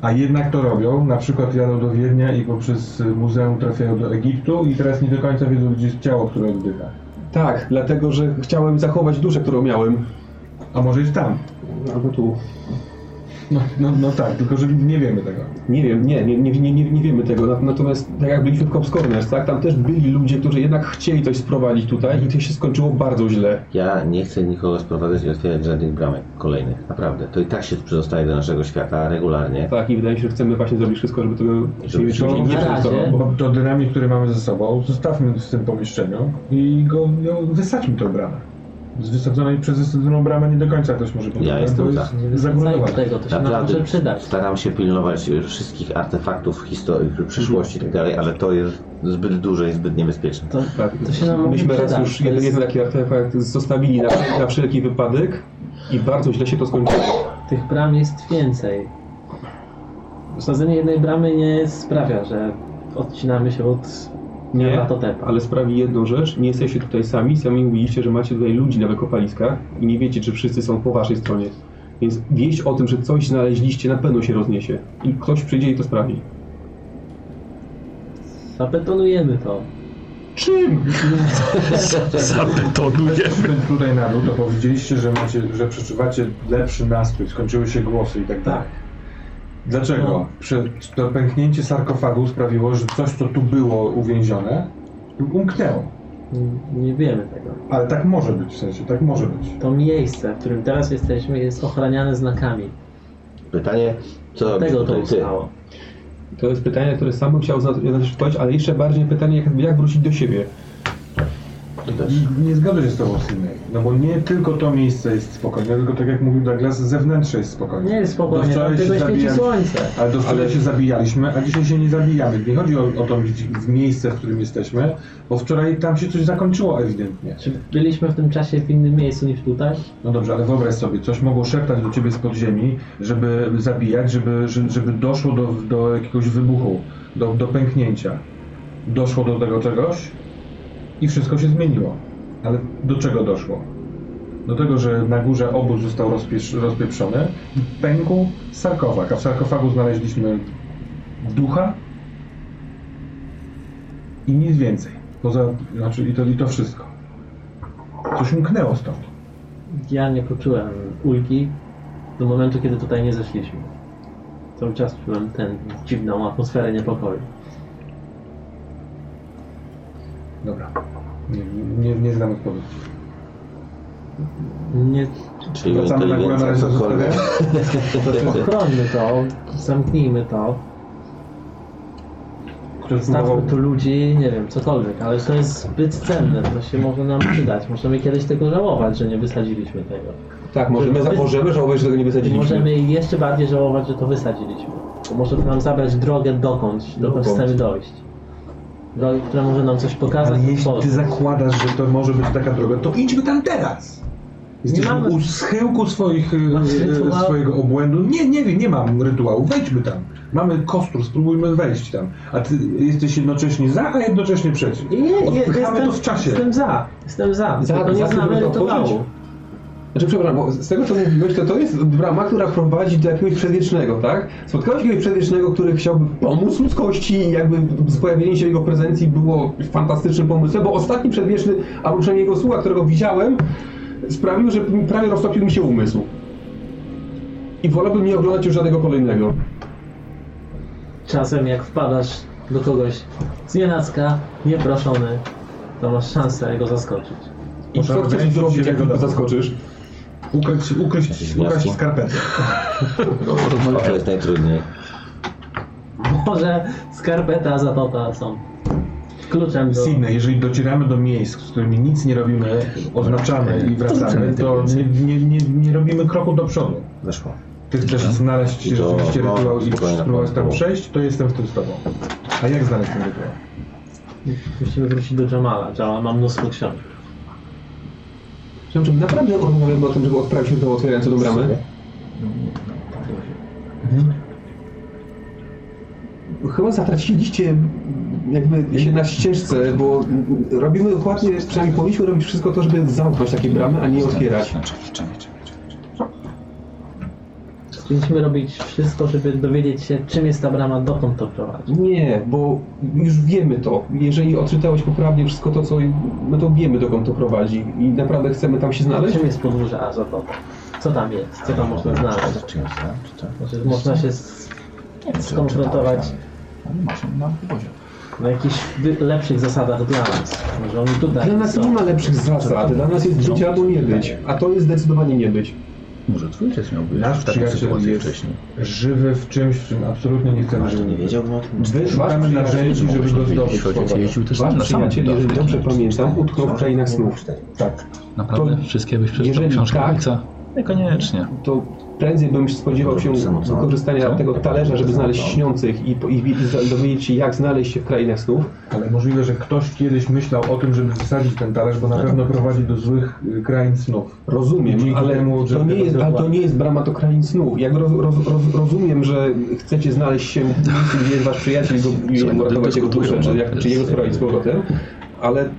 B: A jednak to robią, na przykład jadą do Wiednia i poprzez y, muzeum trafiają do Egiptu i teraz nie do końca wiedzą, gdzie jest ciało, które oddycha.
E: Tak, dlatego, że chciałem zachować duszę, którą miałem.
B: A może jest tam?
E: Albo tu.
B: No, no, no tak, tylko że nie wiemy tego.
E: Nie wiem, nie, nie, nie, nie, nie, nie wiemy tego. Na- Natomiast tak jak byliśmy w Cops Corners, tak, tam też byli ludzie, którzy jednak chcieli coś sprowadzić tutaj i to się skończyło bardzo źle.
C: Ja nie chcę nikogo sprowadzać i otwierać żadnych bramek kolejnych. Naprawdę. To i tak się przedostaje do naszego świata regularnie.
E: Tak, i wydaje mi się, że chcemy właśnie zrobić wszystko, żeby tego
C: Żeby
E: żeby się
C: się
E: nie
F: na razie-
E: przedostało.
B: Bo to dynamit, który mamy ze sobą, zostawmy w tym pomieszczeniu i go, ją, wysadźmy tą bramę. Z wysadzonej przez wysadzoną bramę nie do końca ktoś może powiedzieć.
C: jestem
B: bo
C: za.
B: jest
F: Nie wyrzucajmy
B: Zagrożona.
F: tego, to się nam
C: Naprawdę
F: może przydać.
C: staram się pilnować y, wszystkich artefaktów historii, przyszłości i tak dalej, ale to jest zbyt duże i zbyt niebezpieczne.
F: To,
E: Tak,
F: to się nam
E: myśmy raz
F: przyda.
E: już
F: To
E: jeden,
F: jest-
E: jeden taki artefakt zostawili na, na wszelki wypadek i bardzo źle się to skończyło.
F: Tych bram jest więcej. Wsadzenie jednej bramy nie sprawia, że odcinamy się od
E: Nie,
F: Niawatotepa.
E: ale sprawi jedną rzecz, nie jesteście tutaj sami, sami mówiliście, że macie tutaj ludzi na wykopaliskach i nie wiecie, czy wszyscy są po waszej stronie. Więc wieść o tym, że coś znaleźliście, na pewno się rozniesie. I ktoś przyjdzie i to sprawi.
F: Zabetonujemy to.
E: Czym?
A: Zabetonuje.
B: Idąc tutaj na dół, to powiedzieliście, że, macie, że przeczuwacie lepszy nastrój, skończyły się głosy i tak dalej. Dlaczego?
F: No.
B: Prze- to pęknięcie sarkofagu sprawiło, że coś, co tu było uwięzione, umknęło.
F: Nie- Nie wiemy tego.
B: Ale tak może być, w sensie, tak może być.
F: To miejsce, w którym teraz jesteśmy, jest ochraniane znakami.
C: Pytanie, co robisz
F: Tego to
C: tutaj ty?
F: ustało.
E: To jest pytanie, które sam bym chciał zna- znaczy odpowiedzieć, ale jeszcze bardziej pytanie, jak, jak wrócić do siebie.
B: I nie zgadzam się z tobą, Sydney. No bo nie tylko to miejsce jest spokojne, tylko tak jak mówił Douglas, zewnętrzne jest spokojne.
F: Nie, spokojnie,
B: Wczoraj
F: tam
B: się
F: tylko świeci
B: zabijam.
F: słońce.
B: Ale do wczoraj się zabijaliśmy, a dzisiaj się nie zabijamy. Nie chodzi o, o to gdzie- w miejsce, w którym jesteśmy, bo wczoraj tam się coś zakończyło ewidentnie.
F: Czy byliśmy w tym czasie w innym miejscu niż tutaj?
B: No dobrze, ale wyobraź sobie, coś mogło szeptać do ciebie z podziemi, żeby zabijać, żeby, żeby, żeby doszło do, do jakiegoś wybuchu, do, do pęknięcia. Doszło do tego czegoś i wszystko się zmieniło. Ale do czego doszło? Do tego, że na górze obóz został rozpiesz- rozpieprzony i pękł sarkofag, a w sarkofagu znaleźliśmy ducha i nic więcej. Poza, znaczy, i, to, I to wszystko. Coś umknęło stąd.
F: Ja nie poczułem ulgi do momentu, kiedy tutaj nie zeszliśmy. Cały czas czułem tę dziwną atmosferę niepokoju.
B: Dobra. Nie, nie, nie znam odpowiedzi.
F: Nie
C: Czyli
B: Wracamy na górę na
C: inteligencja,
B: razie
C: cokolwiek.
B: zostawiamy.
F: chronmy to, zamknijmy to,
B: Ktoś próbował...
F: stawmy tu ludzi, nie wiem, cokolwiek, ale to jest zbyt cenne, to się może nam przydać. Możemy kiedyś tego żałować, że nie wysadziliśmy tego.
E: Tak, możemy, za- możemy żałować, że tego nie wysadziliśmy.
F: Możemy jeszcze bardziej żałować, że to wysadziliśmy. Bo może to nam zabrać drogę dokądś, dokąd
E: Dokąd?
F: chcemy dojść. Drogę, która może nam coś pokazać.
B: Ale jeśli ty
F: otworzyć.
B: zakładasz, że to może być taka droga, to idźmy tam teraz! Jesteśmy
F: mamy-
B: u schyłku swoich, e,
F: Masz
B: e,
F: rytuał?
B: swojego obłędu. Nie, nie, wiem, nie mam rytuału. Wejdźmy tam. Mamy kostur, spróbujmy wejść tam. A ty jesteś jednocześnie za, a jednocześnie przeciw.
F: Nie, nie,
B: Odpychamy
F: jestem,
B: to w czasie.
F: Jestem za, jestem za.
E: Za-
F: tylko
E: za
F: nie
E: tym,
F: znamy
E: żeby to
F: rytuału.
E: otworzyć? Znaczy, przepraszam, bo z tego co mówiłeś, to to jest brama, która prowadzi do jakiegoś przedwiecznego, tak? Spotkałeś jakiegoś przedwiecznego, który chciałby pomóc ludzkości i jakby z pojawieniem się jego prezencji było fantastycznym pomysłem, bo ostatni przedwieczny, albo przynajmniej jego sługa, którego widziałem, sprawił, że prawie roztopił mi się umysł. I wolałbym nie oglądać już żadnego kolejnego.
F: Czasem jak wpadasz do kogoś z nienacka, nieproszony, to masz szansę go zaskoczyć.
E: I
B: Może
E: co chcesz
B: wręczyć
E: zrobić,
B: się
E: jak
B: jego
E: go
B: domu.
E: zaskoczysz?
B: Ukryć, ukryć,
C: Gniazdko.
B: ukryć skarpetę.
C: To jest najtrudniej.
F: Może skarpeta, zatota są kluczem do...
B: Sydney, jeżeli docieramy do miejsc, z którymi nic nie robimy, oznaczamy i wracamy, to nie, nie, nie, nie robimy kroku do przodu.
C: Weszło.
B: Ty chcesz znaleźć
C: I to-
B: rzeczywiście
C: no,
B: rytuał i
C: spokojnie,
B: spróbować
C: no,
B: tam
C: no.
B: przejść, to jestem w tym z tobą. A jak znaleźć ten rytuał?
F: Musimy wrócić do Jamala. Jamal ma mnóstwo książek.
E: Przepraszam, naprawdę rozmawiamy o tym, żeby odprawić się do otwierającą tą bramę? Chyba zatraciliście jakby się na ścieżce, bo robimy dokładnie, przynajmniej powinniśmy robić wszystko to, żeby zamknąć takie bramy, a nie otwierać.
F: Powinniśmy robić wszystko, żeby dowiedzieć się, czym jest ta brama, dokąd to prowadzi.
E: Nie, bo już wiemy to. Jeżeli odczytałeś poprawnie wszystko to, co my to wiemy, dokąd to prowadzi i naprawdę chcemy tam się znaleźć,
F: Czym jest podwórze Azotota? co tam jest, co tam można znaleźć.
C: Czy ją znam, czy co?
F: Znaczy, można się z, skonfrontować
A: Ale masz ją na obozie.
F: na jakichś wy- lepszych zasadach dla nas. Może oni tutaj
E: Dla nas
F: są.
E: nie ma lepszych zasad. Dla nas jest być albo nie być. A to jest zdecydowanie nie być.
A: Może twój też miałby
B: Nasz
A: w takiej
B: przyjaciel
A: sytuacji
B: jest-
A: wcześniej.
B: Żywy w czymś, w czym absolutnie nie chcemy
C: Masz to nie
B: żyć.
C: wiedziałbym o tym.
E: Wy, wasz
B: Szukamy
E: przyjaciel,
B: narzędzi, żeby go zdobyć.
A: Jeśli ojciec jeździł też
E: wasz
A: na samym
E: przyjaciel jeżeli
A: do
E: dobrze
A: Afryki.
E: pamiętam, utknął w krainach snów.
B: Tak.
A: Naprawdę?
E: To-
A: Wszystkie byś przeczytał
E: jeżeli
A: książkę
E: tak-
A: Wixa? Niekoniecznie.
E: To prędzej bym spodziewał się wykorzystania tego talerza, żeby znaleźć śniących i, po- i, i za- dowiedzieć się, jak znaleźć się w krainach snów.
B: Ale możliwe, że ktoś kiedyś myślał o tym, żeby wysadzić ten talerz, bo na
C: Tak.
B: pewno prowadzi do złych y, krain snów.
E: Rozumiem,
B: Dzięki
E: ale,
B: temu, że
E: to nie
B: tego
E: jest,
B: nie
E: ale to
B: było.
E: nie jest brama do krain snów. Jak roz, roz, roz, rozumiem, że chcecie znaleźć się, gdzie jest wasz przyjaciel i go, i
A: Słuchaj,
E: uratować
A: to
E: jego duszę,
A: dyskutują,
E: czy,
A: no.
E: jak, czy jego sprawić z powrotem, ale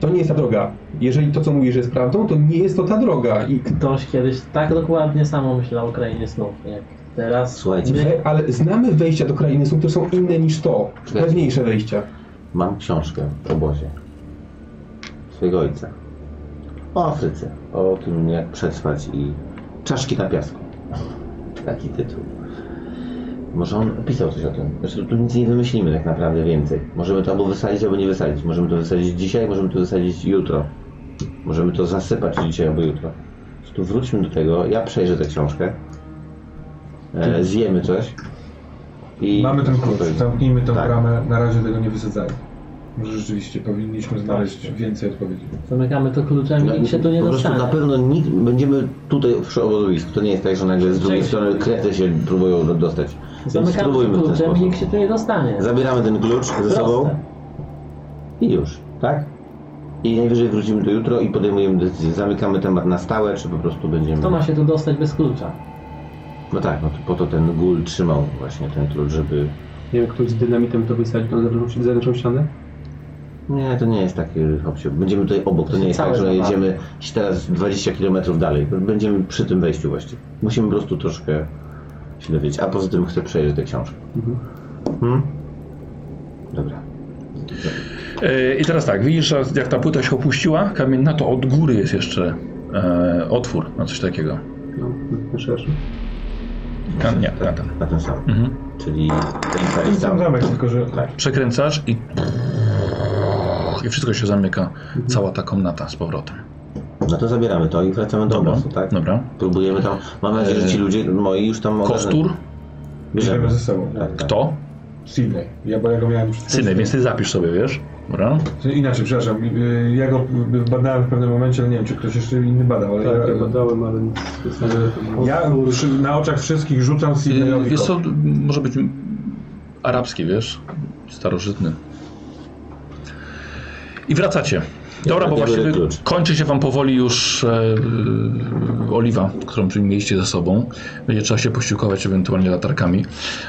E: to nie jest ta droga. Jeżeli to, co mówisz, jest prawdą, to nie jest to ta droga. I,
F: Ktoś kiedyś tak dokładnie samo myślał o krainie snów, jak teraz
C: Słuchajcie,
F: my,
E: we, ale znamy wejścia do krainy snów, które są inne niż to.
C: Czekajcie.
E: Pewniejsze wejścia.
C: Mam książkę w obozie swojego ojca o Afryce, o tym jak przetrwać i czaszki na piasku. Taki tytuł. Może on pisał coś o tym. Znaczy, tu nic nie wymyślimy tak naprawdę więcej. Możemy to albo wysadzić, albo nie wysadzić. Możemy to wysadzić dzisiaj, możemy to wysadzić jutro. Możemy to zasypać dzisiaj albo jutro. Więc Tu wróćmy do tego. Ja przejrzę tę książkę. E, zjemy coś. I
B: Mamy ten klucz, zamknijmy tę
C: Tak.
B: bramę, na razie tego nie wysadzajmy. Może rzeczywiście powinniśmy
C: Tak.
B: znaleźć więcej odpowiedzi.
F: zamykamy to kluczem i się tu nie
C: po prostu
F: dostanie.
C: na pewno nikt, będziemy tutaj przy obozowisku. To nie jest tak, że nagle z drugiej
F: Cześć.
C: strony krety się próbują do- dostać. Więc
F: Zamykamy
C: spróbujmy
F: to
C: w ten
F: kluczem i
C: sposób.
F: nikt się tu nie dostanie.
C: Zabieramy ten klucz ze
F: Proste.
C: sobą i już, tak? I najwyżej wrócimy do jutro i podejmujemy decyzję. Zamykamy temat na stałe, czy po prostu będziemy...
F: Kto ma się tu dostać bez klucza?
C: No tak, no to po to ten gul trzymał właśnie ten klucz, żeby...
E: Nie wiem, ktoś z dynamitem to wysadził na zewnątrz- zewnętrzną ścianę?
C: Nie, to nie jest taki hopsiu. Będziemy tutaj obok, to
F: To się
C: nie jest tak,
F: całe
C: że
F: zabawy.
C: jedziemy teraz 20 km dalej. Będziemy przy tym wejściu właściwie. Musimy po prostu troszkę się dowiedzieć. A poza tym chcę przejrzeć tę książkę. Hmm? Dobra.
A: E, I teraz tak, widzisz, że jak ta płyta się opuściła kamienna, to od góry jest jeszcze e, otwór na coś takiego.
E: No, na szerszy.
A: A, nie, na ten.
C: Na ten sam.
A: Mhm.
C: Czyli ten sam.
B: Ten sam zamek, tylko że
A: Przekręcasz i... I wszystko się zamyka, cała ta komnata z powrotem.
C: No to zabieramy to i wracamy do obozu, tak?
A: Dobra.
C: Próbujemy tam. Mam nadzieję, że ci ludzie moi już tam ogarną-
A: Kostur,
B: bierzemy ze sobą.
C: Tak, tak.
A: kto?
B: Sydney. Ja, bo ja go miałem przed
A: Synek, więc ty zapisz sobie, wiesz? Dobra.
B: Inaczej, przepraszam. y, Ja go y, badałem w pewnym momencie, ale nie wiem, czy ktoś jeszcze inny badał, ale
E: Tak,
B: ja,
E: ja badałem, ale nic specjalnego to było.
B: ja przy, na oczach wszystkich rzucam
A: Y,
B: Sydneyowi.
A: Wiesz co,
B: kod.
A: może być arabski, wiesz? Starożytny. I wracacie. Dobra,
C: Ja
A: bo
C: biorę
A: właściwie
C: klucz.
A: kończy się wam powoli już e, y, oliwa, którą mieliście ze sobą. Będzie trzeba się posiłkować ewentualnie latarkami,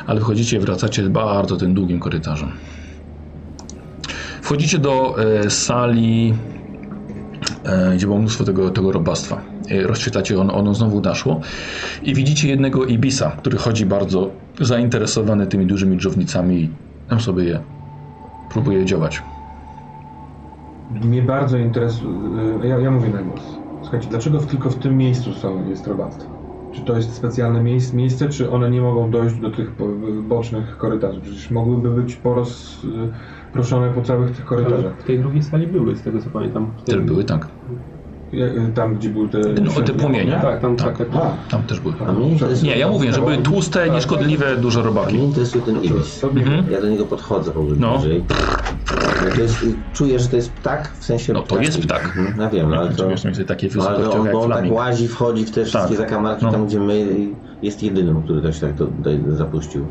A: ale wychodzicie i wracacie bardzo tym długim korytarzem. Wchodzicie do e, sali e, gdzie było mnóstwo tego, tego robactwa. E, Rozświetlacie on, ono znowu naszło i widzicie jednego ibisa, który chodzi bardzo zainteresowany tymi dużymi drzownicami i tam sobie je próbuje działać.
B: Mnie bardzo interesuje. y, Ja, ja mówię na głos. Słuchajcie, dlaczego w- tylko w tym miejscu są jest robactwo? Czy to jest specjalne miejsce, miejsce, czy one nie mogą dojść do tych po- bocznych korytarzy? Przecież mogłyby być porozproszone po całych tych
E: Ale
B: korytarzach.
E: w tej drugiej sali były, z tego co pamiętam. W tej-
A: Też były, tak.
B: Ja- y, Tam, gdzie były te...
A: No, te płomienie.
E: Tak, tam tak. tak, tak.
A: Tam też były.
C: A mnie interesuje,
A: Nie, ja mówię, że były tłuste, nieszkodliwe, duże robaki.
C: mnie interesuje ten ibis.
A: Mhm.
C: Ja do niego podchodzę po prostu
A: No.
C: bliżej. To jest, czuję, że to jest ptak, w sensie
A: No, to
C: ptaki.
A: jest ptak.
C: Mhm, Ja wiem, no, ale to...
A: Czy wiesz, mniej więcej takie
C: No, ale
A: wysokości
C: on,
A: jak
C: bo on tak
A: flaming.
C: łazi, wchodzi w te wszystkie
A: Tak.
C: zakamarki,
A: No.
C: tam gdzie my i jest jedynym, który też tak to tutaj zapuścił.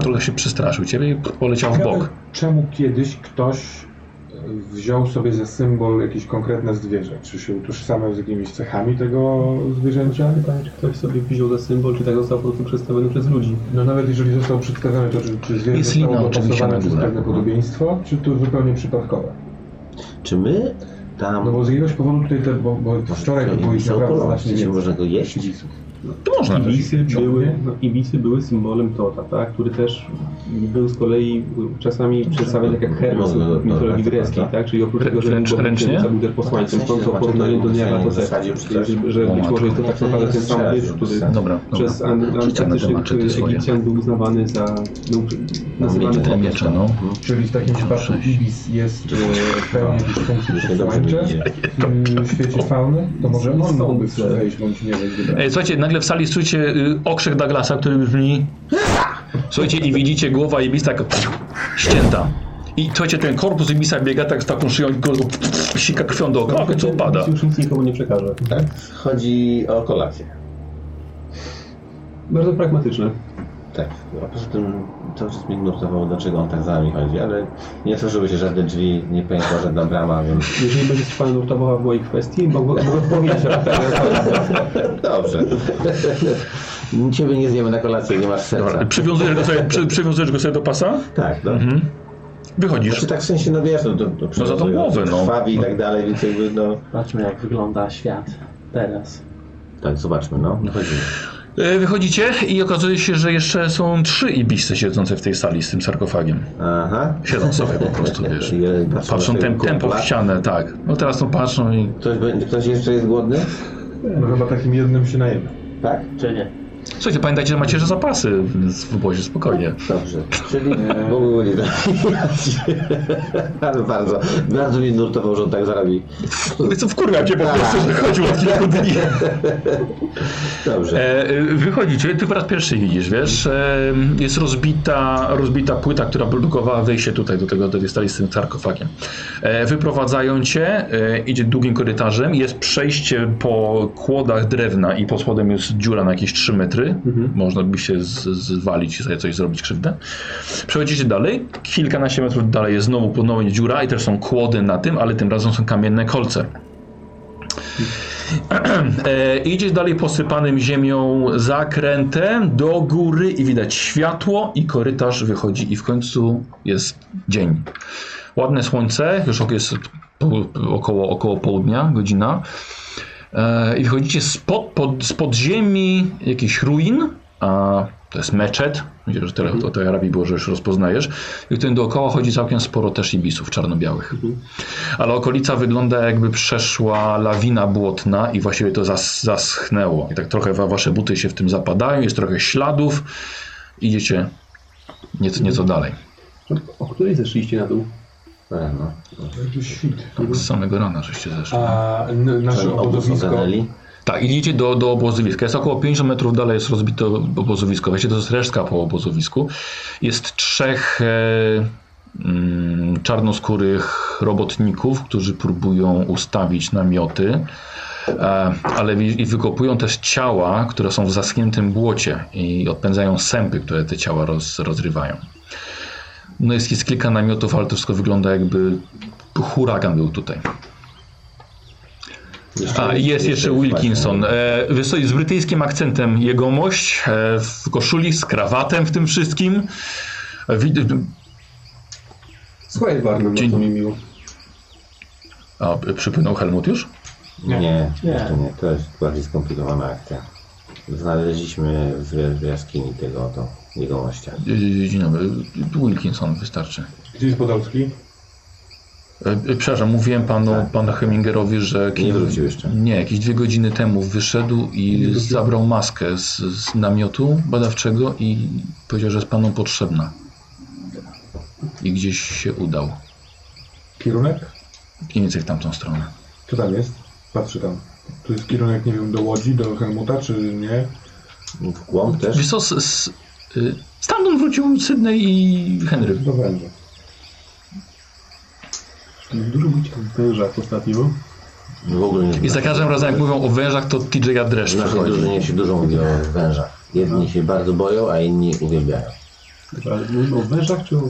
A: Trochę się przestraszył ciebie i poleciał w
B: Ciekawe,
A: bok.
B: Czemu kiedyś ktoś y, wziął sobie za symbol jakieś konkretne zwierzę? Czy się utożsamiał z jakimiś cechami tego zwierzęcia?
E: Pytanie, czy ktoś sobie wziął za symbol, czy tak został po prostu przedstawiony przez ludzi.
B: No nawet jeżeli został przedstawiony, to czy, czy zwierzę
A: Jest
B: zostało
A: lina oczywiście
B: dopasowane
A: na
B: przez
A: górze.
B: pewne podobieństwo, czy to zupełnie przypadkowe?
C: Czy my tam...
B: No bo z jakiegoś powodu tutaj te, bo, bo
C: Może
B: wczoraj to
C: to
B: było ich
C: nie
B: naprawdę
C: polować,
B: znacznie
C: czy
B: więcej.
C: można go jeść?
B: Dzisów.
A: To można
C: Tak.
A: też.
E: Ibisy
B: ciągnie.
E: były, no, Ibisy były symbolem Tota, tak? który też był z kolei czasami przedstawiany tak jak Hermes
C: No, no, no,
E: w mitologii
C: tak,
E: greckiej,
C: tak.
E: tak? Czyli oprócz
A: Rę-
E: tego, że
A: ręcz-
E: był
A: ręcznie?
E: Bogumiłowca, był też posłańcem,
A: Znaczy,
C: Tak,
E: to to
C: tak,
E: porównanie do
C: tak,
E: Niaba
C: tak,
E: to
C: tak,
E: też,
C: tak,
E: że, że
A: tak,
E: być może jest to tak naprawdę ten sam
C: tak,
E: byt,
C: tak,
E: który
C: tak,
A: Dobra, dobra.
E: przez an-
A: Rzucaj na te maczety
E: antycznych
A: swoje.
E: Egipcjan był uznawany za, był nazywany
A: Te
E: Totem.
A: miecze, no.
B: Czyli w takim przypadku
A: sześć.
B: Ibis jest e, w pełni jakiejś funkcji
C: Się dobrze No, mi
B: przesłańcze
C: idzie.
B: w świecie fauny, to może on mógłby przejść bądź nie być wybrany.
A: Ej, E, słuchajcie, nagle w sali słyszycie y, okrzyk Douglasa, który brzmi... Słuchajcie, i widzicie głowa Ibisa jako ścięta. I słuchajcie, ten korpus Ibisa biega tak z taką szyją i go sika krwią do oka, a co upada.
E: Już Tak, nic nikomu nie przekaże.
C: Tak, chodzi o kolację.
E: Bardzo pragmatyczne.
C: Tak, a poza tym cały czas mnie nurtowało, dlaczego on tak za nami chodzi, ale nie otworzyły się żadne drzwi, nie pękła żadna brama, więc
E: Jeżeli będziesz się Pan nurtowała w mojej kwestii, mogę mogę powiedzieć, ale
C: dobrze. Ciebie nie zjemy na kolację, nie masz serca.
A: Przywiązujesz go sobie, przy, przywiązujesz go sobie do pasa,
C: Tak, no.
A: wychodzisz.
C: Znaczy tak w sensie, no wiesz, no to, to
A: Mhm. No za to głowy, no.
C: krwawi i tak dalej, więc jakby no...
F: Patrzmy jak wygląda świat teraz.
C: Tak, zobaczmy, no. no chodźmy.
A: Y, Wychodzicie i okazuje się, że jeszcze są trzy Ibisy siedzące w tej sali z tym sarkofagiem.
C: Aha.
A: Siedzą sobie po prostu, wiesz.
C: Jeden patrzy na
A: Patrzą
C: tego
A: tem, tempo w
C: kumpla.
A: ścianę, tak. No teraz to patrzą i...
C: Ktoś, będzie- ktoś jeszcze jest głodny?
B: No chyba takim jednym się najemy.
C: Tak?
F: Czy nie?
A: Słuchajcie, pamiętajcie, że macie że zapasy w w obozie, spokojnie.
C: Dobrze, czyli Bogu woli Ale bardzo, bardzo mnie nurtował, że on tak zarobi.
A: Wiesz No co, wkurwiam cię po prostu, że chodził od kilku dni.
C: Dobrze.
A: E, y, wychodzicie, ty po raz pierwszy widzisz, wiesz, e, jest rozbita, rozbita płyta, która blokowała wejście tutaj do tego, do tej stali z tym sarkofagiem. E, wyprowadzają cię, e, idzie długim korytarzem, jest przejście po kłodach drewna i pod spodem jest dziura na jakieś 3 metry, można by się z, zwalić i sobie coś zrobić krzywdę. Przechodzicie dalej, kilkanaście metrów dalej jest znowu ponownie dziura i też są kłody na tym, ale tym razem są kamienne kolce. E, idziesz dalej posypanym ziemią zakrętem do góry i widać światło i korytarz wychodzi i w końcu jest dzień. Ładne słońce, już ok- jest po- około, około południa, godzina. E, I wchodzicie spod, pod, spod ziemi jakichś ruin, a to jest meczet. Myślę, że tyle o tej Arabii było, że już rozpoznajesz. I tutaj dookoła chodzi całkiem sporo też ibisów czarno-białych ale okolica wygląda jakby przeszła lawina błotna i właściwie to zas, zaschnęło. I tak trochę wa- wasze buty się w tym zapadają, jest trochę śladów. Idziecie nieco, nieco dalej.
E: O której zeszliście na dół?
C: Rano.
B: Jakiś świt.
A: Tak z samego rana żeście zeszli.
B: A n- nasze
C: Czyli obóz
B: obozowisko
C: ogarnęli.
A: Tak, idziecie do, do obozowiska. Jest około 50 metrów dalej jest rozbite obozowisko. Wiecie, to jest resztka po obozowisku. Jest trzech e, mm, czarnoskórych robotników, którzy próbują ustawić namioty, e, ale wi- i wykopują też ciała, które są w zaschniętym błocie i odpędzają sępy, które te ciała roz, rozrywają. No jest, jest kilka namiotów, ale to wszystko wygląda jakby huragan był tutaj.
C: Jeszcze-
A: A, jest jeszcze Wilkinson. E, wysoki, z brytyjskim akcentem jegomość, e, w koszuli, z krawatem w tym wszystkim. E, wid-
E: Słuchaj, Warner,
B: no
A: Dzień-
E: bardzo mi miło.
A: a, przypłynął Helmut już?
C: Nie,
F: Nie.
C: jeszcze nie. To jest bardziej skomplikowana akcja. Znaleźliśmy w, w jaskini tego oto jegomościa.
A: E, Dzień dobry. Wilkinson wystarczy.
B: Gdzie jest Podolski?
A: E, e, Przepraszam, mówiłem panu,
C: Tak.
A: panu Hemingerowi, że...
C: Nie wrócił jeszcze.
A: Nie, jakieś dwie godziny temu wyszedł i zabrał maskę z, z namiotu badawczego i powiedział, że jest panu potrzebna. I gdzieś się udał.
B: Kierunek?
A: Mniej więcej w tamtą stronę.
B: Co tam jest? Patrzę tam. To jest kierunek, nie wiem, do Łodzi, do Helmuta, czy nie?
C: W głąb też?
A: Wiesz co, s- s- y, stamtąd wrócił Sydney i Henry.
B: Do Węgrzy.
E: Dużo mówić o wężach ostatnio.
C: W ogóle nie
A: I za każdym razem jak mówią o wężach, to TJ dreszcz
C: W naszej
A: przychodzi.
C: drużynie się dużo mówi o wężach. Jedni się bardzo boją, a inni uwielbiają.
E: Ale mówimy o wężach czy o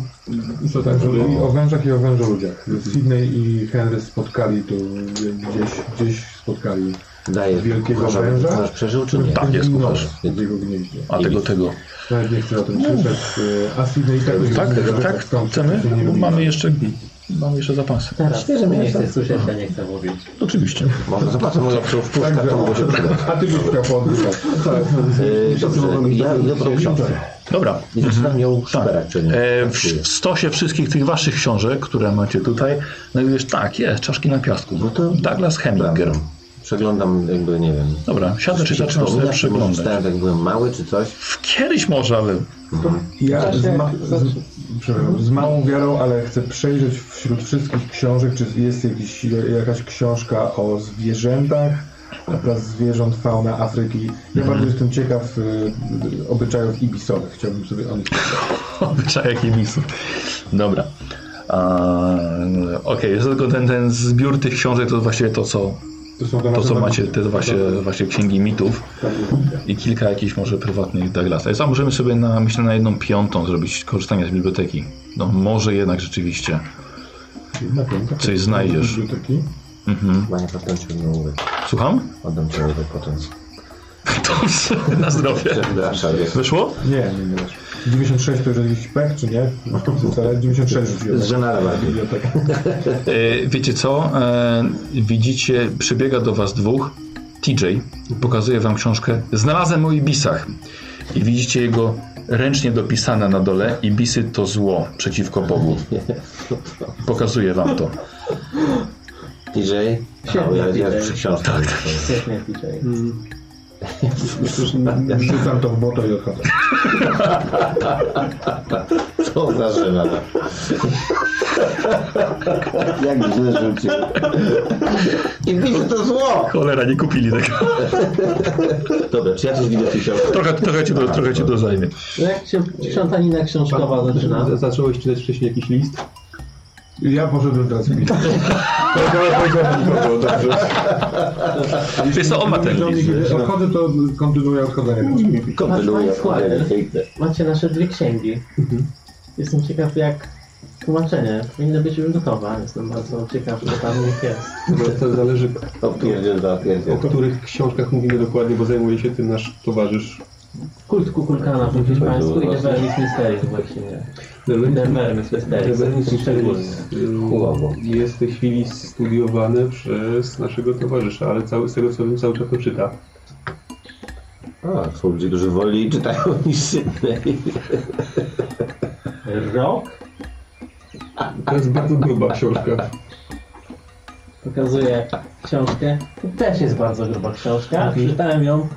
E: istotach?
B: Także
E: które-
B: i o wężach i o wężoludziach. Sydney i Henry spotkali tu e, gdzieś, gdzieś spotkali
C: Daję.
B: Wielkiego
C: Kucharza-
B: węża?
C: Kucharz przeżył czy nie?
A: Tak, jest kucharz.
B: w jego gnieździe.
A: A tego, tego.
B: Nawet nie chcę o tym krzyczeć. y, A Sydney i tak będzie
A: Tak,
B: wiedział, że
A: tak,
B: stąd
A: chcemy?
B: się nie
A: Bo
B: mówi.
A: Mamy jeszcze, mamy jeszcze zapasy.
F: Teraz
C: Świeże
F: nie
C: mięso.
F: chcę słyszeć, ja nie chcę mówić.
A: Oczywiście.
C: Może zobaczę, może w
B: tak,
C: puszka to mogło się przydać.
B: A ty już kapłan.
C: Yy, Dobrze, ja idę po tą książkę.
A: Dobra.
C: I zaczynam ją
A: Tak.
C: szperać przed nią.
A: E, w, w stosie wszystkich tych waszych książek, które macie tutaj, znajdujesz, tak, jest, czaszki na piasku.
C: No to-
A: Douglas Hemminger.
C: Dobra. Przeglądam jakby, nie wiem.
A: Dobra, siadę czy
C: Czy
A: zaczynasz sobie
C: przypomina, czy może
A: przeglądać.
C: czytałem, jak byłem mały, czy coś?
A: Kiedyś może, ale
B: Ja z, ma- z, przepraszam, z małą wiarą, ale chcę przejrzeć wśród wszystkich książek, czy jest jakiś, jakaś książka o zwierzętach, na plac zwierząt, fauna Afryki. Ja bardzo jestem ciekaw y, y, obyczajów ibisowych. Chciałbym sobie o nich
A: obyczajek ibisu. Dobra. A, Okej, jest tylko ten, ten zbiór tych książek to właściwie to, co,
B: to, są
A: to, co
B: donaty-
A: macie, te właśnie, właśnie księgi mitów i kilka jakichś może prywatnych Douglasa. I sam możemy sobie, na, myślę, na jedną piątą zrobić korzystanie z biblioteki. No może jednak rzeczywiście
B: Na piątek.
A: coś znajdziesz.
B: Biblioteki.
C: Chyba nie potem ci ołówek.
A: Słucham?
C: Oddam ci ołówek potem.
A: Dobrze, na zdrowie.
C: Przepraszam, jest.
A: Wyszło?
B: Nie, nie, nie. 96 to już jakiś pech, czy nie? Wcale 96 rzuciłem.
C: Z żenara bardziej.
B: Biblioteka.
A: E, wiecie co? E, widzicie, przybiega do was dwóch. TJ pokazuje wam książkę Znalazłem o Ibisach. I widzicie jego ręcznie dopisane na dole Ibisy to zło przeciwko Bogu. Pokazuje wam to.
C: DJ? A, ja, ja przy książce.
F: Świetnie, DJ.
C: Mm.
B: Wrzucam to w boto i odchodzę.
C: To za żenara. Jak źle rzucił. I widzę to zło!
A: Cholera, nie kupili tego.
C: Dobra, czy ja coś widzę w tej książce?
A: Trochę, trochę, cię, to, trochę cię to zajmie.
F: No jak się krzątanina książkowa zaczyna,
E: Z- Zacząłeś czytać wcześniej jakiś list?
B: Ja poszedłem teraz w bibliotekę.
A: Wiesz co, on ma ten list.
B: Kiedy odchodzę, to kontynuuję odchodzenie.
C: Kontynuuję. Piękne.
F: macie nasze dwie księgi.
C: Mhm.
F: Jestem ciekaw jak tłumaczenie. Powinno być już gotowe. Jestem bardzo ciekaw, co tam jest.
E: To, to zależy, k-
C: O pierdziel, o
E: o
C: pierdziel.
E: których książkach mówimy dokładnie, bo zajmuje się tym nasz towarzysz.
F: Kult kukulkana po hiszpańsku i Devermis Mysterium właściwie. Devermis Mysterium.
E: Devernis
F: Szczególnie.
E: Mysterius
C: Chujowo.
E: y, jest w tej chwili studiowany przez naszego towarzysza, ale cały, z tego co wiem cały czas to czyta.
C: A, są ludzie, którzy wolniej czytają niż Sydney.
F: Rok
E: To jest bardzo gruba książka.
F: pokazuje książkę. To też jest bardzo gruba książka. Przeczytałem ją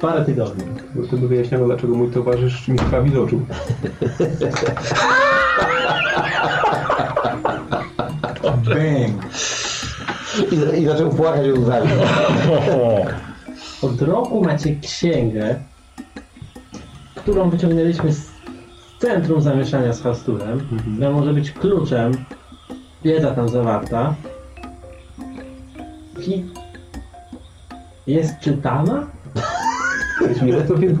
F: parę tygodni.
E: Bo to by wyjaśniało, dlaczego mój towarzysz mi krwawi z oczu.
B: Bang!
C: I, I zaczął płakać łzami.
F: Od roku macie księgę, którą wyciągnęliśmy z centrum zamieszania z Hasturem, która może być kluczem, wiedza tam zawarta. I jest czytana?
E: Więc nie to wiem,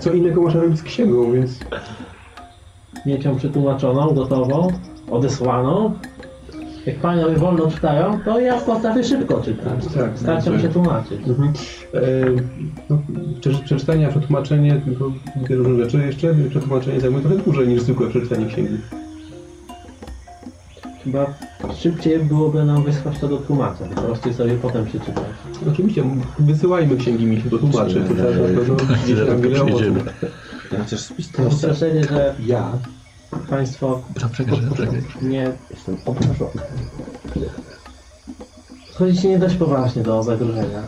E: co innego można robić z księgą, więc
F: Mieć ją przetłumaczoną, gotową, odesłaną. Jak panowie wolno czytają, to ja potrafię szybko czytać.
E: tak.
F: Starczy mi się tłumaczyć.
E: Mhm. E, no, prze- przeczytanie, a przetłumaczenie no to dwie różne rzeczy jeszcze. Przetłumaczenie zajmuje trochę dłużej niż zwykłe przeczytanie księgi.
F: Chyba szybciej byłoby nam wysłać to do tłumacza, po prostu i sobie potem przeczytać.
E: Oczywiście, m- wysyłajmy księgi mi się do tłumaczy. To teraz na pewno gdzieś
A: Zaraz
E: tam wiele osób.
A: przyjdziemy.
C: Chociaż spis to
F: Mam wrażenie, że
E: Ja
F: Państwo
A: Czekaj, czekaj.
F: nie
C: jestem obrażony.
F: podchodzicie nie dość poważnie do zagrożenia.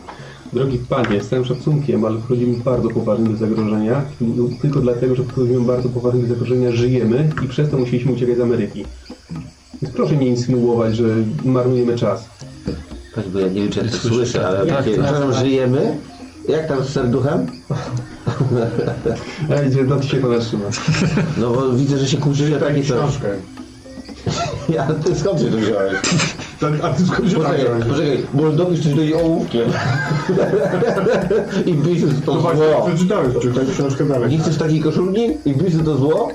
E: Drogi panie, z całym szacunkiem, ale wchodzimy bardzo poważnie do zagrożenia. No, Tylko dlatego, że wchodzimy bardzo poważnie do zagrożenia, żyjemy i przez to musieliśmy uciekać z Ameryki. Więc proszę nie insynuować, że marnujemy czas.
C: Tak, bo ja nie wiem, czy ja to słyszę, ale
F: tak,
C: takie,
F: tak,
C: co tam
F: tak.
C: żyjemy? Jak tam z serduchem?
E: Ale gdzie no, się pana trzyma.
C: No bo widzę, że się kurczy, że takie coś.
B: Książkę.
C: Ja, ty skąd się to wziąłeś?
B: Tak, A ty skąd się
C: Poczekaj,
B: tak
C: poczekaj, może dopisz coś do jej ołówkiem. I biznes to
B: Tak,
C: zło.
B: Przeczytałeś, czytaj książkę dalej.
C: Nie chcesz takiej koszulki? I biznes to zło?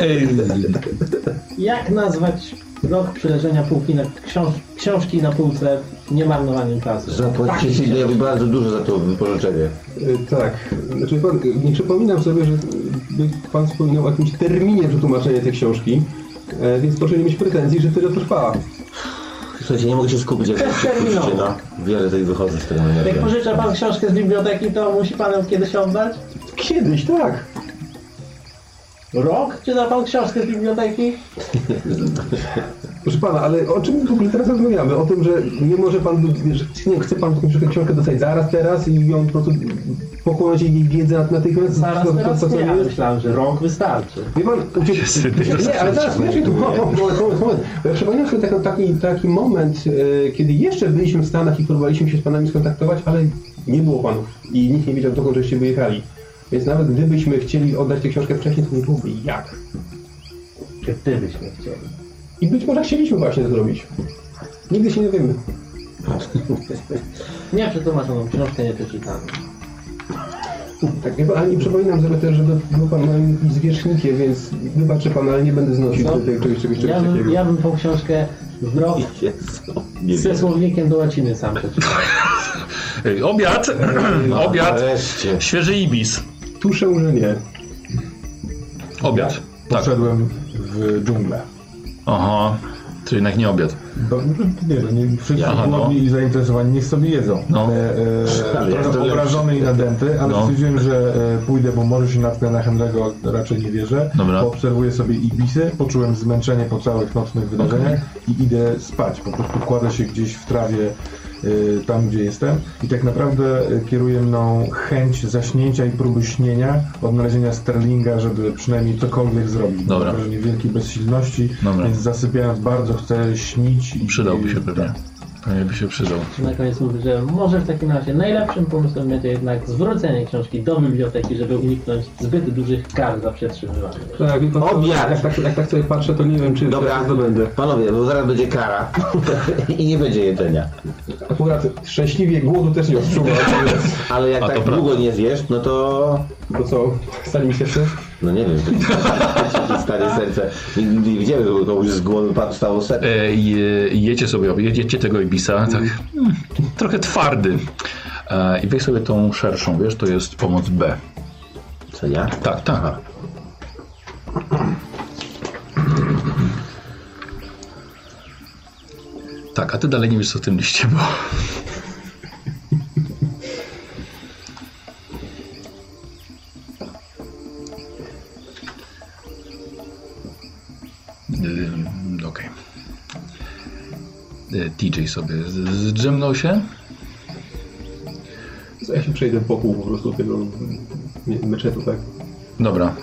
A: Ej,
F: Jak nazwać Rok przeleżenia półki na książ książki na półce, nie marnowaniem czasu.
C: Zapłacicie Sidneyowi bardzo dużo za to wypożyczenie.
E: Y, Tak, znaczy, pan, nie przypominam sobie, że y, by pan wspominał o jakimś terminie przetłumaczenia tej książki, e, więc proszę nie mieć pretensji, że tyle trwa.
C: Słuchajcie, nie mogę się skupić, jak to się
F: Terminowo.
C: kurczy, no. Wiele tej wychodzę z tego
F: Jak
C: energii.
F: pożycza pan książkę z biblioteki, to musi pan ją kiedyś oddać?
E: Kiedyś, tak.
F: Rok? Czy da pan książkę z biblioteki?
E: Proszę pana, ale o czym w ogóle teraz rozmawiamy? O tym, że nie może pan, że nie wiem, chce pan tą książkę- książkę dostać zaraz, teraz i ją po prostu pochłonąć jej wiedzę nat- natychmiast?
F: Zaraz
E: To- to-
F: teraz
E: to- to
F: nie,
E: nie
F: ja
E: jest?
F: myślałem, że rok wystarczy.
E: Wie pan, gdzie, nie, ale zaraz, ja się tu, moment, moment, moment. Bo ja przypominam sobie taki, taki, taki moment, e, kiedy jeszcze byliśmy w Stanach i próbowaliśmy się z panami skontaktować, ale nie było panów i nikt nie wiedział dokąd żeście wyjechali. Więc nawet gdybyśmy chcieli oddać tę książkę wcześniej, to nie byłoby jak.
F: Gdybyśmy chcieli.
E: I być może chcieliśmy właśnie to zrobić. Nigdy się nie wiemy.
F: Nie przetłumaczoną książkę nie przeczytamy.
E: Tak, wie pan, ale nie przypominam sobie też, żeby był pan moim zwierzchnikiem, więc wybaczy pan, ale nie będę znosił
F: Co?
E: tutaj czegoś, czegoś, czegoś
F: Ja bym,
E: takiego.
F: ja bym tą książkę w rok
C: Jezu, nie
F: ze
C: wiem.
F: słownikiem do łaciny sam przeczytał.
A: Ej, Obiad, obiad,
C: Nareszcie.
A: świeży ibis.
E: Tuszę, że nie.
A: Obiad, tak.
B: Poszedłem w dżunglę.
A: Aha, czyli jednak nie obiad.
B: Bo, nie wiem, nie, wszyscy
A: Aha, no.
B: głodni i zainteresowani, niech sobie jedzą.
A: No.
B: E, e,
C: Ale ja
B: trochę
C: to
B: obrażony i nadęty, ale
A: No.
B: stwierdziłem, że e, pójdę, bo może się natknę na Henry'ego, raczej nie wierzę.
A: Dobra.
B: Obserwuję sobie ibisy, poczułem zmęczenie po całych nocnych wydarzeniach i idę spać. Po prostu kładę się gdzieś w trawie, e, tam gdzie jestem. I tak naprawdę e, kieruje mną chęć zaśnięcia i próby śnienia, odnalezienia Sterlinga, żeby przynajmniej cokolwiek zrobić.
A: Dobra.
B: Mam wrażenie wielkiej bezsilności,
A: Dobra.
B: więc zasypiając bardzo chcę śnić. i-
A: Przydałby się
B: i-
A: pewnie. Pewnie by się przydał.
F: Na koniec mówi, że może w takim razie najlepszym pomysłem będzie jednak zwrócenie książki do biblioteki, żeby uniknąć zbyt dużych kar za przetrzymywanie.
E: Tak, wie pan,
C: Obiad!
E: Jak tak, jak tak sobie patrzę, to nie wiem, czy
C: Dobra,
E: to będę.
C: Panowie, bo zaraz będzie kara i nie będzie jedzenia.
E: Akurat szczęśliwie głodu też nie odczuwa.
C: Ale jak
A: A, to
C: tak
A: prawda.
C: długo nie zjesz, no to...
E: To co, stanie mi się chce?
C: No nie wiem, stanie serce. Nigdy nie widziałem, żeby komuś z głowy padł stało serce.
A: E, je, jecie sobie, obiad, jecie tego ibisa, tak. Mm, trochę twardy. E, I weź sobie tą szerszą, wiesz, to jest pomoc B.
C: Co ja?
A: Tak, tak. Tak, a ty dalej nie wiesz co w tym liście było. Ym, Yy, Okej. Y, DJ sobie z- zdrzemnął się.
E: Ja się przejdę wokół po prostu tego nie- meczetu, tak?
A: Dobra,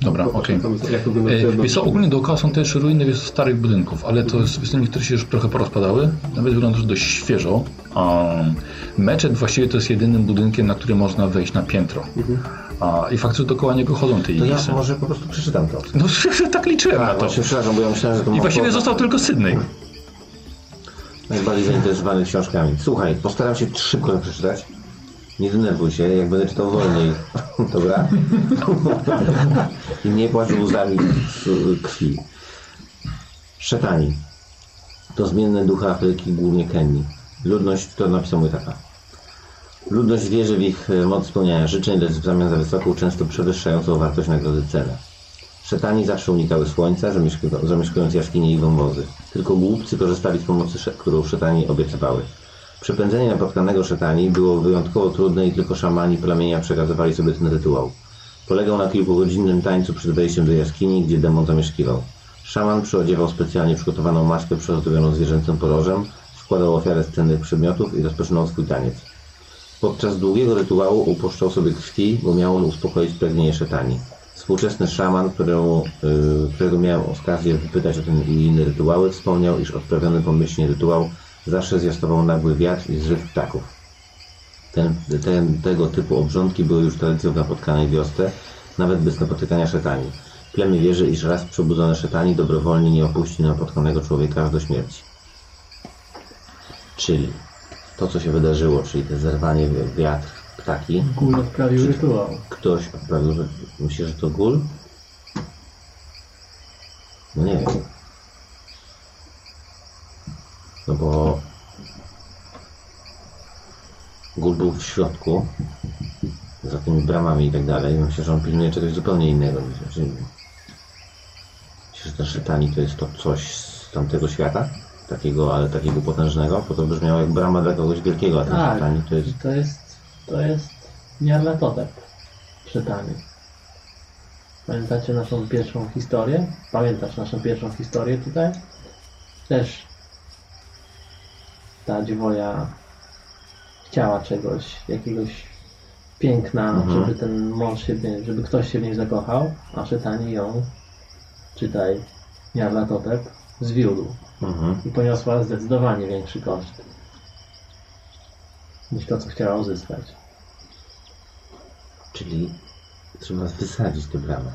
A: dobra, okej.
E: Tam jest- Jak to wygląda
A: E,
E: na
A: Wiesz co, ogólnie dookoła są też ruiny wiesz, starych budynków, ale to jest z tymi, które się już trochę porozpadały. Nawet wygląda to dość świeżo. Um, meczet właściwie to jest jedynym budynkiem, na który można wejść na piętro. A, I faktycznie dookoła niego chodzą te
C: To ja
A: ibisy.
C: może po prostu przeczytam to.
A: No tak liczyłem na
C: A,
A: to.
C: właśnie, przepraszam, bo ja myślałem, że to
A: I
C: ma
A: właściwie
C: chłopak.
A: został tylko Sydney.
C: najbardziej zainteresowany książkami. Słuchaj, postaram się szybko to przeczytać. Nie denerwuj się, jak będę czytał wolniej. Dobra? I nie płacz łzami z- y, krwi. Szatani. To zmienne duchy Afryki, głównie Kenii. Ludność, to napisał mój tata. Ludność wierzy w ich e, moc spełniania życzeń, lecz w zamian za wysoką, często przewyższającą wartość nagrody cenę. Szatani zawsze unikały słońca, zamieszku- zamieszkując jaskinie i wąwozy. Tylko głupcy korzystali z pomocy, sze- którą szatani obiecywały. Przepędzenie napotkanego szatani było wyjątkowo trudne i tylko szamani plemienia przekazywali sobie ten rytuał. Polegał na kilkugodzinnym tańcu przed wejściem do jaskini, gdzie demon zamieszkiwał. Szaman przyodziewał specjalnie przygotowaną maskę przygotowioną zwierzęcym porożem, składał ofiarę z cennych przedmiotów i rozpoczynał swój taniec. Podczas długiego rytuału upuszczał sobie krwi, bo miał on uspokoić pragnienie szatani. Współczesny szaman, któremu, y, którego miałem okazję wypytać o ten i inne rytuały, wspomniał, iż odprawiony pomyślnie rytuał zawsze zwiastował nagły wiatr i zryw ptaków. Ten, ten, tego typu obrządki były już tradycją w napotkanej wiosce, nawet bez napotykania szatani. Plemy wierzy, iż raz przebudzony szatani dobrowolnie nie opuści napotkanego człowieka aż do śmierci. Czyli to, co się wydarzyło, czyli to zerwanie wi- wiatr ptaki,
F: Gul odprawił rytuał.
C: ktoś odprawił, że myślisz, że to gól? No nie wiem. No bo gór był w środku, za tymi bramami i tak dalej. Myślę, że on pilnuje czegoś zupełnie innego. Myślę, że- myślę, że ten szetani to jest to coś z tamtego świata, takiego, ale takiego potężnego, bo to brzmiało jak brama dla kogoś wielkiego, a ten
F: Tak.
C: szetani to jest
F: To jest, to jest Niarlatotep czytany. Pamiętacie naszą pierwszą historię? Pamiętasz naszą pierwszą historię tutaj? Też ta dziwoja chciała czegoś, jakiegoś piękna,
C: Mhm.
F: żeby ten mąż się, w niej- żeby ktoś się w niej zakochał, a szetani ją, czytaj, Niarlatotep, zwiódł
C: mhm.
F: i poniosła zdecydowanie większy koszt niż to, co chciała uzyskać.
C: Czyli trzeba wysadzić tę bramę.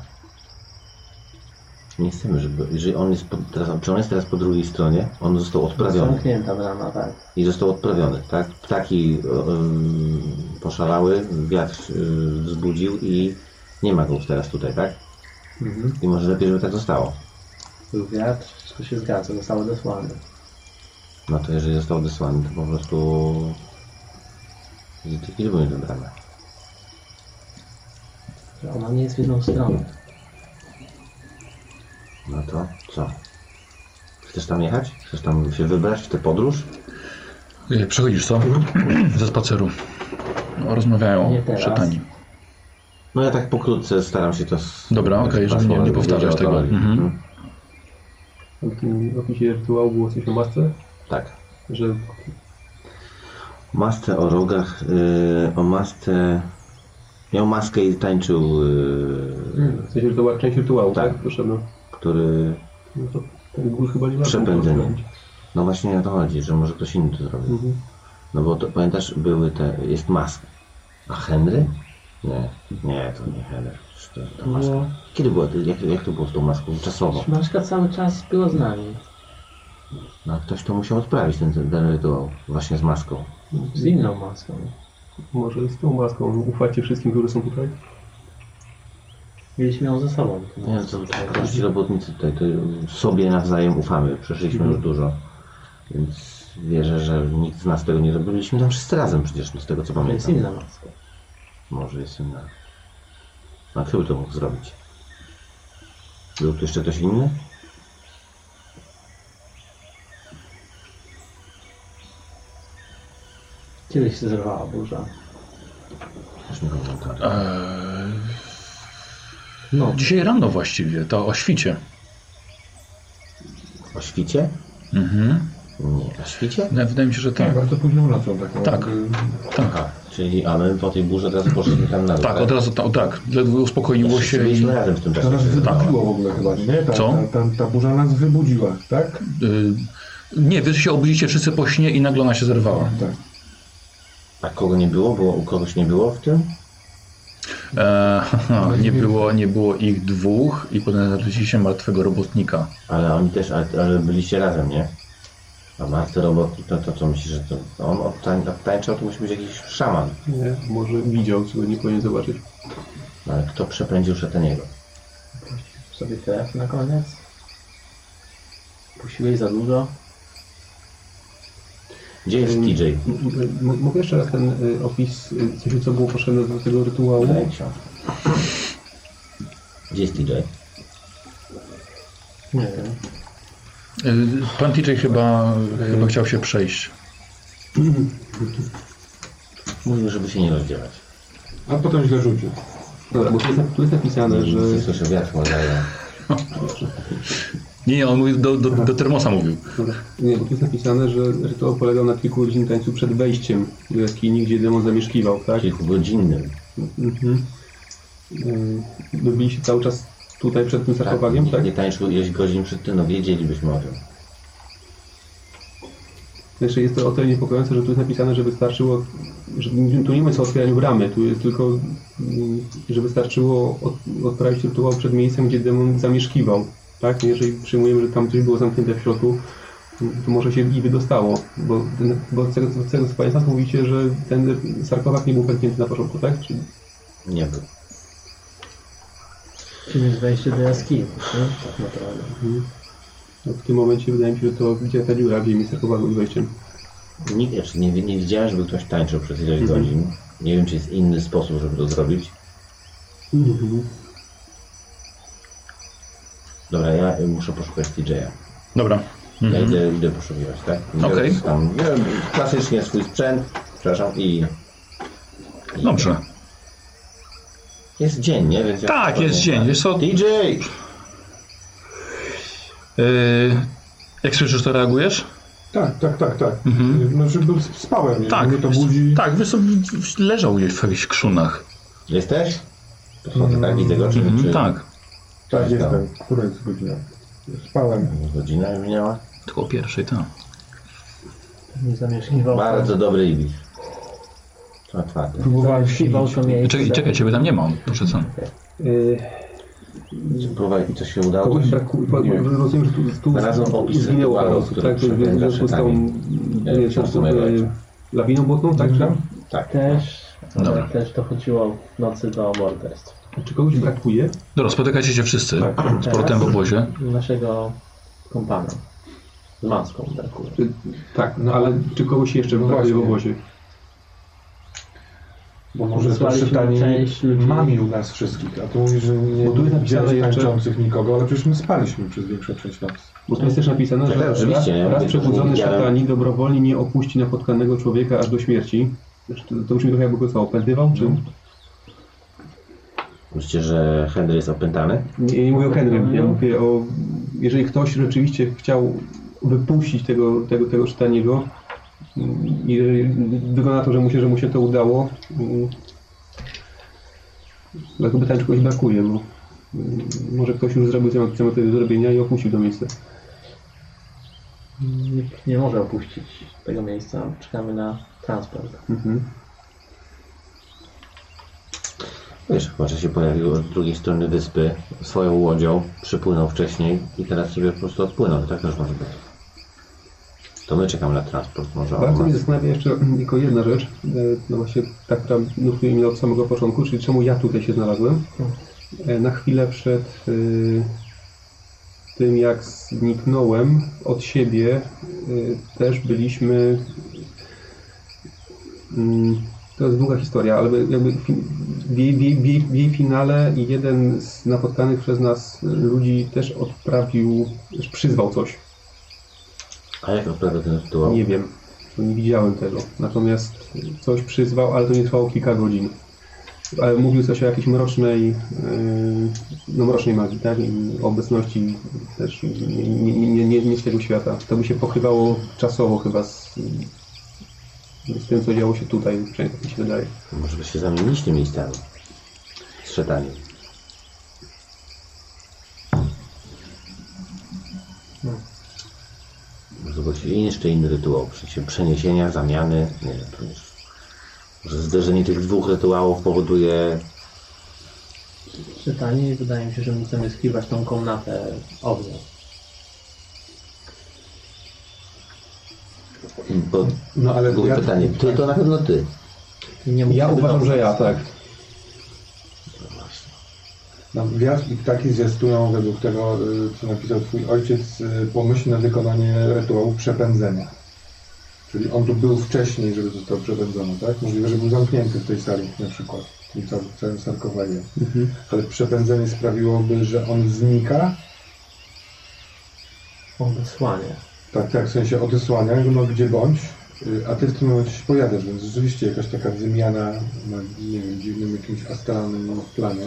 C: Nie chcemy, żeby. Jeżeli on jest po, teraz, czy on jest teraz po drugiej stronie? On został odprawiony.
F: Zamknięta brama, tak.
C: I został odprawiony, tak? Ptaki e, em, poszalały, wiatr e, wzbudził i nie ma go już teraz tutaj, tak?
F: Mhm.
C: I może lepiej, żeby tak zostało.
F: Był wiatr, wszystko się zgadza, zostało odesłane.
C: No to jeżeli został wysłany, to po prostu zlikwidujmy tę bramę.
F: Że Ona nie jest w jedną stronę.
C: No to co? Chcesz tam jechać? Chcesz tam się wybrać w tę podróż?
A: Y, Przechodzisz, co? Ze spaceru. No, rozmawiają
F: Nie
A: o
F: teraz.
A: szatani.
C: No ja tak pokrótce staram się to... s- tak
A: Dobra, okej, żeby nie- nie powtarzać tego. Mhm.
E: W tym opisie rytuału było coś o masce,
C: Tak.
E: że
C: Maskę o rogach, y, o masce... Miał maskę i tańczył, y,
E: w sensie rytuał, część rytuału,
C: Tak.
E: tak? Proszę, no.
C: który...
E: no to ten gór chyba nie ma.
C: Przepędzenie. No właśnie o to chodzi, że może ktoś inny to zrobił.
E: Mhm.
C: No bo to, pamiętasz, były te... jest maska. A Henry? Nie, nie, to nie Henry. To, to maska.
F: Było...
C: Kiedy było, jak, jak to było z tą maską? Czasowo.
F: Maszka cały czas była z nami.
C: No ktoś to musiał odprawić, ten, ten, ten rytuał. Właśnie z maską.
F: Z inną maską.
E: Może z tą maską. Ufacie wszystkim, którzy są tutaj?
F: Mieliśmy ją ze sobą. Tak,
C: Nie, to to ci robotnicy tutaj, to sobie nawzajem ufamy, przeszliśmy
A: Mhm.
C: już dużo, więc wierzę, że nikt z nas tego nie robił. Byliśmy tam wszyscy razem przecież, z tego co
F: To jest
C: pamiętam.
F: inna maska.
C: Może jest inna. A kto by to mógł zrobić? Był tu jeszcze ktoś inny?
F: Kiedyś się zerwała burza.
C: Też nie pamiętam.
A: Eee,
F: No,
A: dzisiaj rano właściwie, to o świcie.
C: O świcie?
A: Mhm.
C: Nie, o świcie?
A: No, Wydaje mi się, że tak.
B: Bardzo późną nocą taką.
A: Tak.
B: jakby-
C: Aha, czyli a my po tej burze teraz poszliśmy tam na dół,
A: Tak, od razu, ta, o, tak, ledwo uspokoiło
C: Wszyscy
A: się i
C: Byliśmy razem w tym
B: To
C: czasie.
B: nas wybudziło w ogóle chyba, nie? Ta,
A: Tak. Co?
B: Ta, ta, ta burza nas wybudziła, tak?
A: Y, nie, wy się obudzicie wszyscy po śnie i nagle ona się zerwała.
B: Tak.
C: A Tak, kogo nie było? było? U kogoś nie było w tym?
A: E, haha, nie, było, nie było ich dwóch i potem znaleźliście martwego robotnika.
C: Ale oni też, ale, ale byliście razem, nie? A Marty robotnik, no to co myślisz, że to to on odtań- odtańczał, to musi być jakiś szaman.
E: Nie. Może widział, czego nie powinien zobaczyć.
C: No ale kto przepędził szetaniego?
F: sobie krew na koniec. Pusiłeś za dużo.
C: Gdzie jest
E: Mm.
C: TJ?
E: M- m- m- Mogę jeszcze raz ten y, opis, y, coś co było potrzebne do tego rytuału?
C: Wydaje książkę. Gdzie jest TJ?
F: Nie wiem.
A: Y, Pan TJ chyba, chyba chciał się przejść.
C: Mówił, żeby się nie rozdzielać.
B: A potem źle rzucił.
E: Dobra, bo tu jest, tu jest napisane, że...
C: Nie słyszę wiatru, ale
A: Nie, nie, on mówił, do, do, do termosa mówił.
E: Dobra. Nie, bo tu jest napisane, że rytuał polegał na kilku godzin tańcu przed wejściem do jaskini, gdzie demon zamieszkiwał, tak?
C: kilkugodzinnym.
E: Mhm. Y, wy byliście cały czas tutaj przed tym sarkofagiem, tak?
C: Nie tańczył ileś godzin przed tym, no wiedzielibyśmy o tym.
E: Znaczy jest to o tyle niepokojące, że tu jest napisane, że wystarczyło, że tu nie jest o otwieraniu bramy, tu jest tylko, mm, że wystarczyło od, odprawić rytuał przed miejscem, gdzie demon zamieszkiwał, tak? Jeżeli przyjmujemy, że tam coś było zamknięte w środku, to może się i wydostało, bo, ten- bo z tego, z tego co pamiętam, mówicie, że ten sarkofag nie był pęknięty na początku, tak? Czyli
C: Nie był.
F: Czym jest wejście do jaskini, nie? tak naprawdę.
E: W tym momencie wydaje mi się, że to gdzie ta dziura, gdzie mi strachowała i wejściem.
C: Nie, znaczy nie, nie widziałem, żeby ktoś tańczył przez ileś
A: Mhm.
C: godzin. Nie wiem, czy jest inny sposób, żeby to zrobić.
A: Mhm.
C: Dobra, ja y, muszę poszukać DJ-a.
A: Dobra.
C: Ja idę, idę poszukiwać, tak? Biorę
A: Mhm. Okej.
C: tam- biorę Klasycznie swój sprzęt, przepraszam, i... i
A: Dobrze.
C: Jest dzień, nie? Więc ja
A: Tak, jest dzień. Wiesz co,
C: DJ!
A: Yy, jak słyszysz, to reagujesz?
G: Tak, tak, tak, tak.
B: No,
G: Znaczy, bo spałem, nie?
A: Mhm. Tak,
G: Mnie to
A: wiesz-
G: budzi.
A: tak, wiesz, co, w- w- leżał gdzieś w jakichś krzunach.
C: Jesteś? Podchodzę, tak? Widzę go, czy...
A: Mhm,
C: czy
A: tak,
G: Tak, jestem. Która jest godzina? Spałem.
C: Godzina już minęła?
A: tylko o pierwszej, tak.
F: Nie zamieszkiwał.
C: Bardzo dobry ibis. To otwarty.
B: Próbowałem
F: Zamieszkiwał to miejsce.
A: Czekaj, czekaj, ciebie tam nie ma, on proszę co?
E: Yy,
C: Próbowali i coś się udało?
E: kogoś braku, bo-
C: Nie.
E: bo rozumiem, że tu,
C: Znalazłem
E: tu
C: opis
E: zginęło
C: rytuału,
E: parę osób,
C: który
E: tak? W w związku z tą
C: Ja
E: nie,
C: już
E: tą,
C: rozumiem,
E: e,
C: ojcze.
E: lawiną błotną, tak? Czy,
C: Tak.
F: Też,
A: Dobra.
F: też to chodziło w nocy do morderstw.
E: czy kogoś
C: Mhm.
E: brakuje?
A: Dobra, spotykacie się wszyscy
G: Tak.
A: z portem w obozie.
F: Naszego kompana. Z maską brakuje.
E: Czy, tak, no ale czy kogoś jeszcze
B: No
E: brakuje w
B: właśnie.
E: obozie?
B: Bo może to
F: Wysłaliśmy
B: szeptanie
F: część ludzi.
B: mamił nas wszystkich, a tu mówisz, że nie
E: Bo tu jest napisane
B: widziałeś
E: jeszcze-
B: tańczących nikogo, ale przecież my spaliśmy przez większą część nocy.
E: Bo tu jest też napisane,
C: Tak,
E: że raz,
C: oczywiście, nie?
E: raz
C: Nie,
E: przebudzony
C: nie, nie, nie.
E: szatani dobrowolnie nie opuści napotkanego człowieka aż do śmierci. Znaczy, To, to już mi trochę jakby co, opętywał? Czy...
C: Myślicie, że Henry jest opętany?
E: Nie, nie mówię o Henrym, ja mówię o... Jeżeli ktoś rzeczywiście chciał wypuścić tego, tego, tego szataniego mm, i wygląda na to, że mu się, że mu się to udało, mm, to jakby tam czegoś brakuje, bo mm, może ktoś już zrobił co miał do zrobienia i opuścił to miejsce.
F: Nikt nie może opuścić tego miejsca. Czekamy na transport.
E: Mhm.
C: Wiesz, chyba, że się pojawił od drugiej strony wyspy swoją łodzią, przypłynął wcześniej i teraz sobie po prostu odpłynął. Tak też może być. To my czekamy na transport, może on
E: Bardzo
C: ma...
E: mnie zastanawia jeszcze tylko jedna rzecz, e, no właśnie ta, która nurtuje mnie od samego początku, czyli czemu ja tutaj się znalazłem. E, Na chwilę przed e, tym, jak zniknąłem od siebie, e, też byliśmy... mm, To jest długa historia, ale jakby fi- w jej, w jej, w jej, w jej finale jeden z napotkanych przez nas ludzi też odprawił, też przyzwał coś.
C: A jak odprawia ten rytuał?
E: Nie wiem, bo nie widziałem tego. Natomiast coś przyzwał, ale to nie trwało kilka godzin. Ale mówił coś o jakiejś mrocznej, yy, no mrocznej magii, tak? I obecności też nie, nie, nie, nie, nie z tego świata. To by się pokrywało czasowo chyba z, z tym, co działo się tutaj, przynajmniej tak mi się wydaje.
C: Może by się zamieniliście miejscami. Z szetaniem.
G: No.
C: Może był się jeszcze inny rytuał. W sensie przeniesienia, zamiany. Nie wiem, to już... Może zderzenie tych dwóch rytuałów powoduje
F: Czytanie wydaje mi się, że my chcemy skiwać tą komnatę ognia.
C: Bo
G: No ale
C: było
G: ja,
C: pytanie, ty to na pewno ty.
F: I nie
E: Ja
F: musimy
E: uważam, że ja, tak.
G: nam gwiazd i ptaki zwiastują według tego, y, co napisał twój ojciec, y, pomyślne wykonanie rytuału przepędzenia. Czyli on tu był wcześniej, żeby został przepędzony, tak? Możliwe, że był zamknięty w tej sali na przykład, i w całym- w całym sarkofagie. Ale przepędzenie sprawiłoby, że on znika,
F: odesłanie.
G: tak, tak, w sensie odesłania go, no gdzie bądź, y, a ty w tym momencie się pojawiasz, więc rzeczywiście jakaś taka wymiana na, nie wiem, dziwnym jakimś astralnym planie.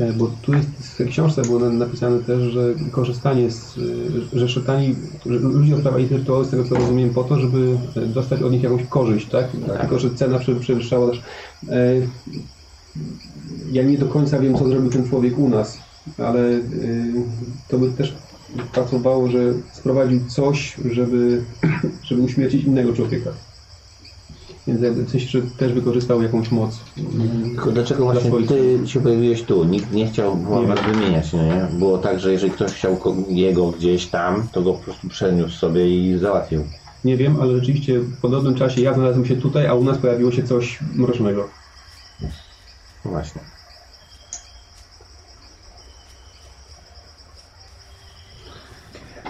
E: E, Bo tu jest w książce było na- napisane też, że korzystanie z, e, że szatani, że ludzie odprawiali te rytuały z tego co rozumiem po to, żeby e, dostać od nich jakąś korzyść, tak? Tylko, że cena prze- przewyższała też. E, Ja nie do końca wiem, co zrobił ten człowiek u nas, ale e, to by też pasowało, że sprowadził coś, żeby, żeby uśmiercić innego człowieka. Więc jakby w sensie, że też wykorzystał jakąś moc.
C: Tylko dlaczego właśnie
E: swoich-
C: ty się pojawiłeś tu? Nikt nie chciał
E: Nie.
C: was wymieniać, no nie? Było tak, że jeżeli ktoś chciał ko- jego gdzieś tam, to go po prostu przeniósł sobie i załatwił.
E: Nie wiem, ale rzeczywiście w podobnym czasie ja znalazłem się tutaj, a u nas pojawiło się coś mrocznego.
C: No Właśnie.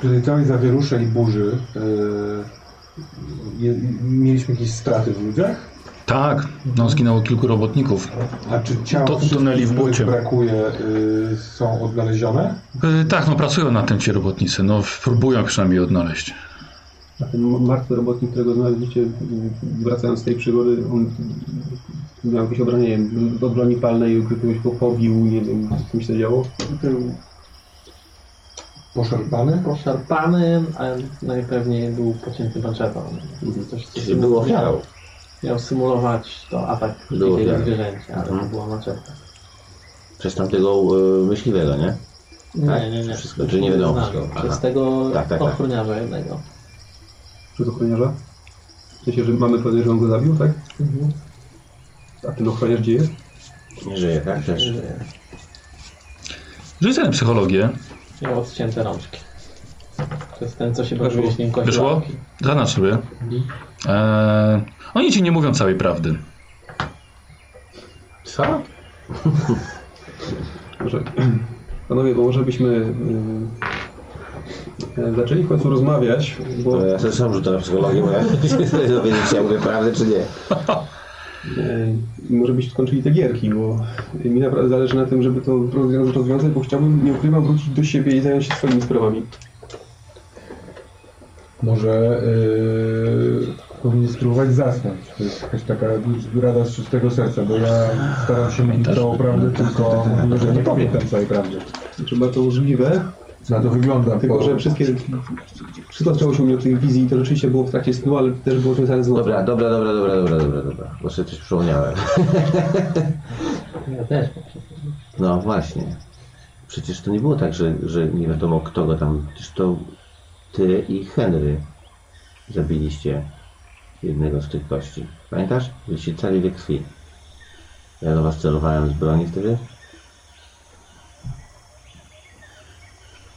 G: przy tej całej zawierusze i burzy yy, je, mieliśmy jakieś straty w ludziach?
A: Tak, no zginęło kilku robotników.
G: A czy ciała
A: To-
G: wszystkich,
A: tuneli w
G: których
A: bucie.
G: brakuje, yy, są odnalezione?
A: Y, tak, no pracują na tym ci robotnicy, no próbują przynajmniej odnaleźć.
E: A ten martwy robotnik, którego znaleźliście m, wracając z tej przygody, on miał jakieś obranie nie wiem, od broni palnej, kogoś go pobił, nie wiem, z kimś się działo.
F: Był
G: Poszarpane?
F: poszarpany, ale najpewniej był pocięty manczetą.
C: Mhm.
F: Coś, co
C: Czyli był ofiarą.
F: Miał symulować to atak
C: Było
F: takiego
C: tak.
F: zwierzęcia, ale to
C: Mhm.
F: była maczeta.
C: Przez tamtego y, myśliwego, nie?
F: Nie, nie, nie.
C: Wszystko, czyli nie wiadomo
F: Znamy.
C: wszystko. Aha.
F: Przez tego
C: Tak, tak, tak.
F: ochroniarza jednego.
E: Czy to ochroniarza? W sensie, że mamy pewność, że on go zabił, tak? A ten ochroniarz gdzie jest?
C: Nie żyje, tak? Też.
A: Rzucę na psychologię.
F: Miał odcięte rączki. Przez ten, co się bawił z nim kości
A: Wyszło?
F: łapki.
A: Zaznacz sobie. Eee, oni ci nie mówią całej prawdy.
C: Co?
E: Może, panowie, bo może byśmy y, y, zaczęli w końcu rozmawiać, bo
C: E, Ja sobie sam rzucę na psychologię, bo ja się dowiedzieć, czy ja mówię prawdę, czy nie.
E: E, i może byśmy skończyli te gierki, bo mi naprawdę zależy na tym, żeby to rozwią- rozwiązać, bo chciałbym, nie ukrywam, wrócić do siebie i zająć się swoimi sprawami.
G: Może yy, powinien spróbować zasnąć. To jest jakaś taka rada z czystego serca, bo ja staram się mówić całą prawdę, tylko mówię, że nie pamiętam całej prawdy.
E: Znaczy bardzo możliwe,
G: Na to wygląda.
E: tylko że wszystkie... Wszystko zaczęło się u mnie od tych wizji i to rzeczywiście było w trakcie snu, ale też było związane z
C: Dobra, dobra, dobra, dobra, dobra, dobra, dobra. Bo sobie coś przypomniałem.
F: Ja też.
C: No właśnie. Przecież to nie było tak, że, że nie wiadomo kto go tam. Przecież to ty i Henry zabiliście jednego z tych kości. Pamiętasz? Byliście cali we krwi. Ja do was celowałem z broni wtedy.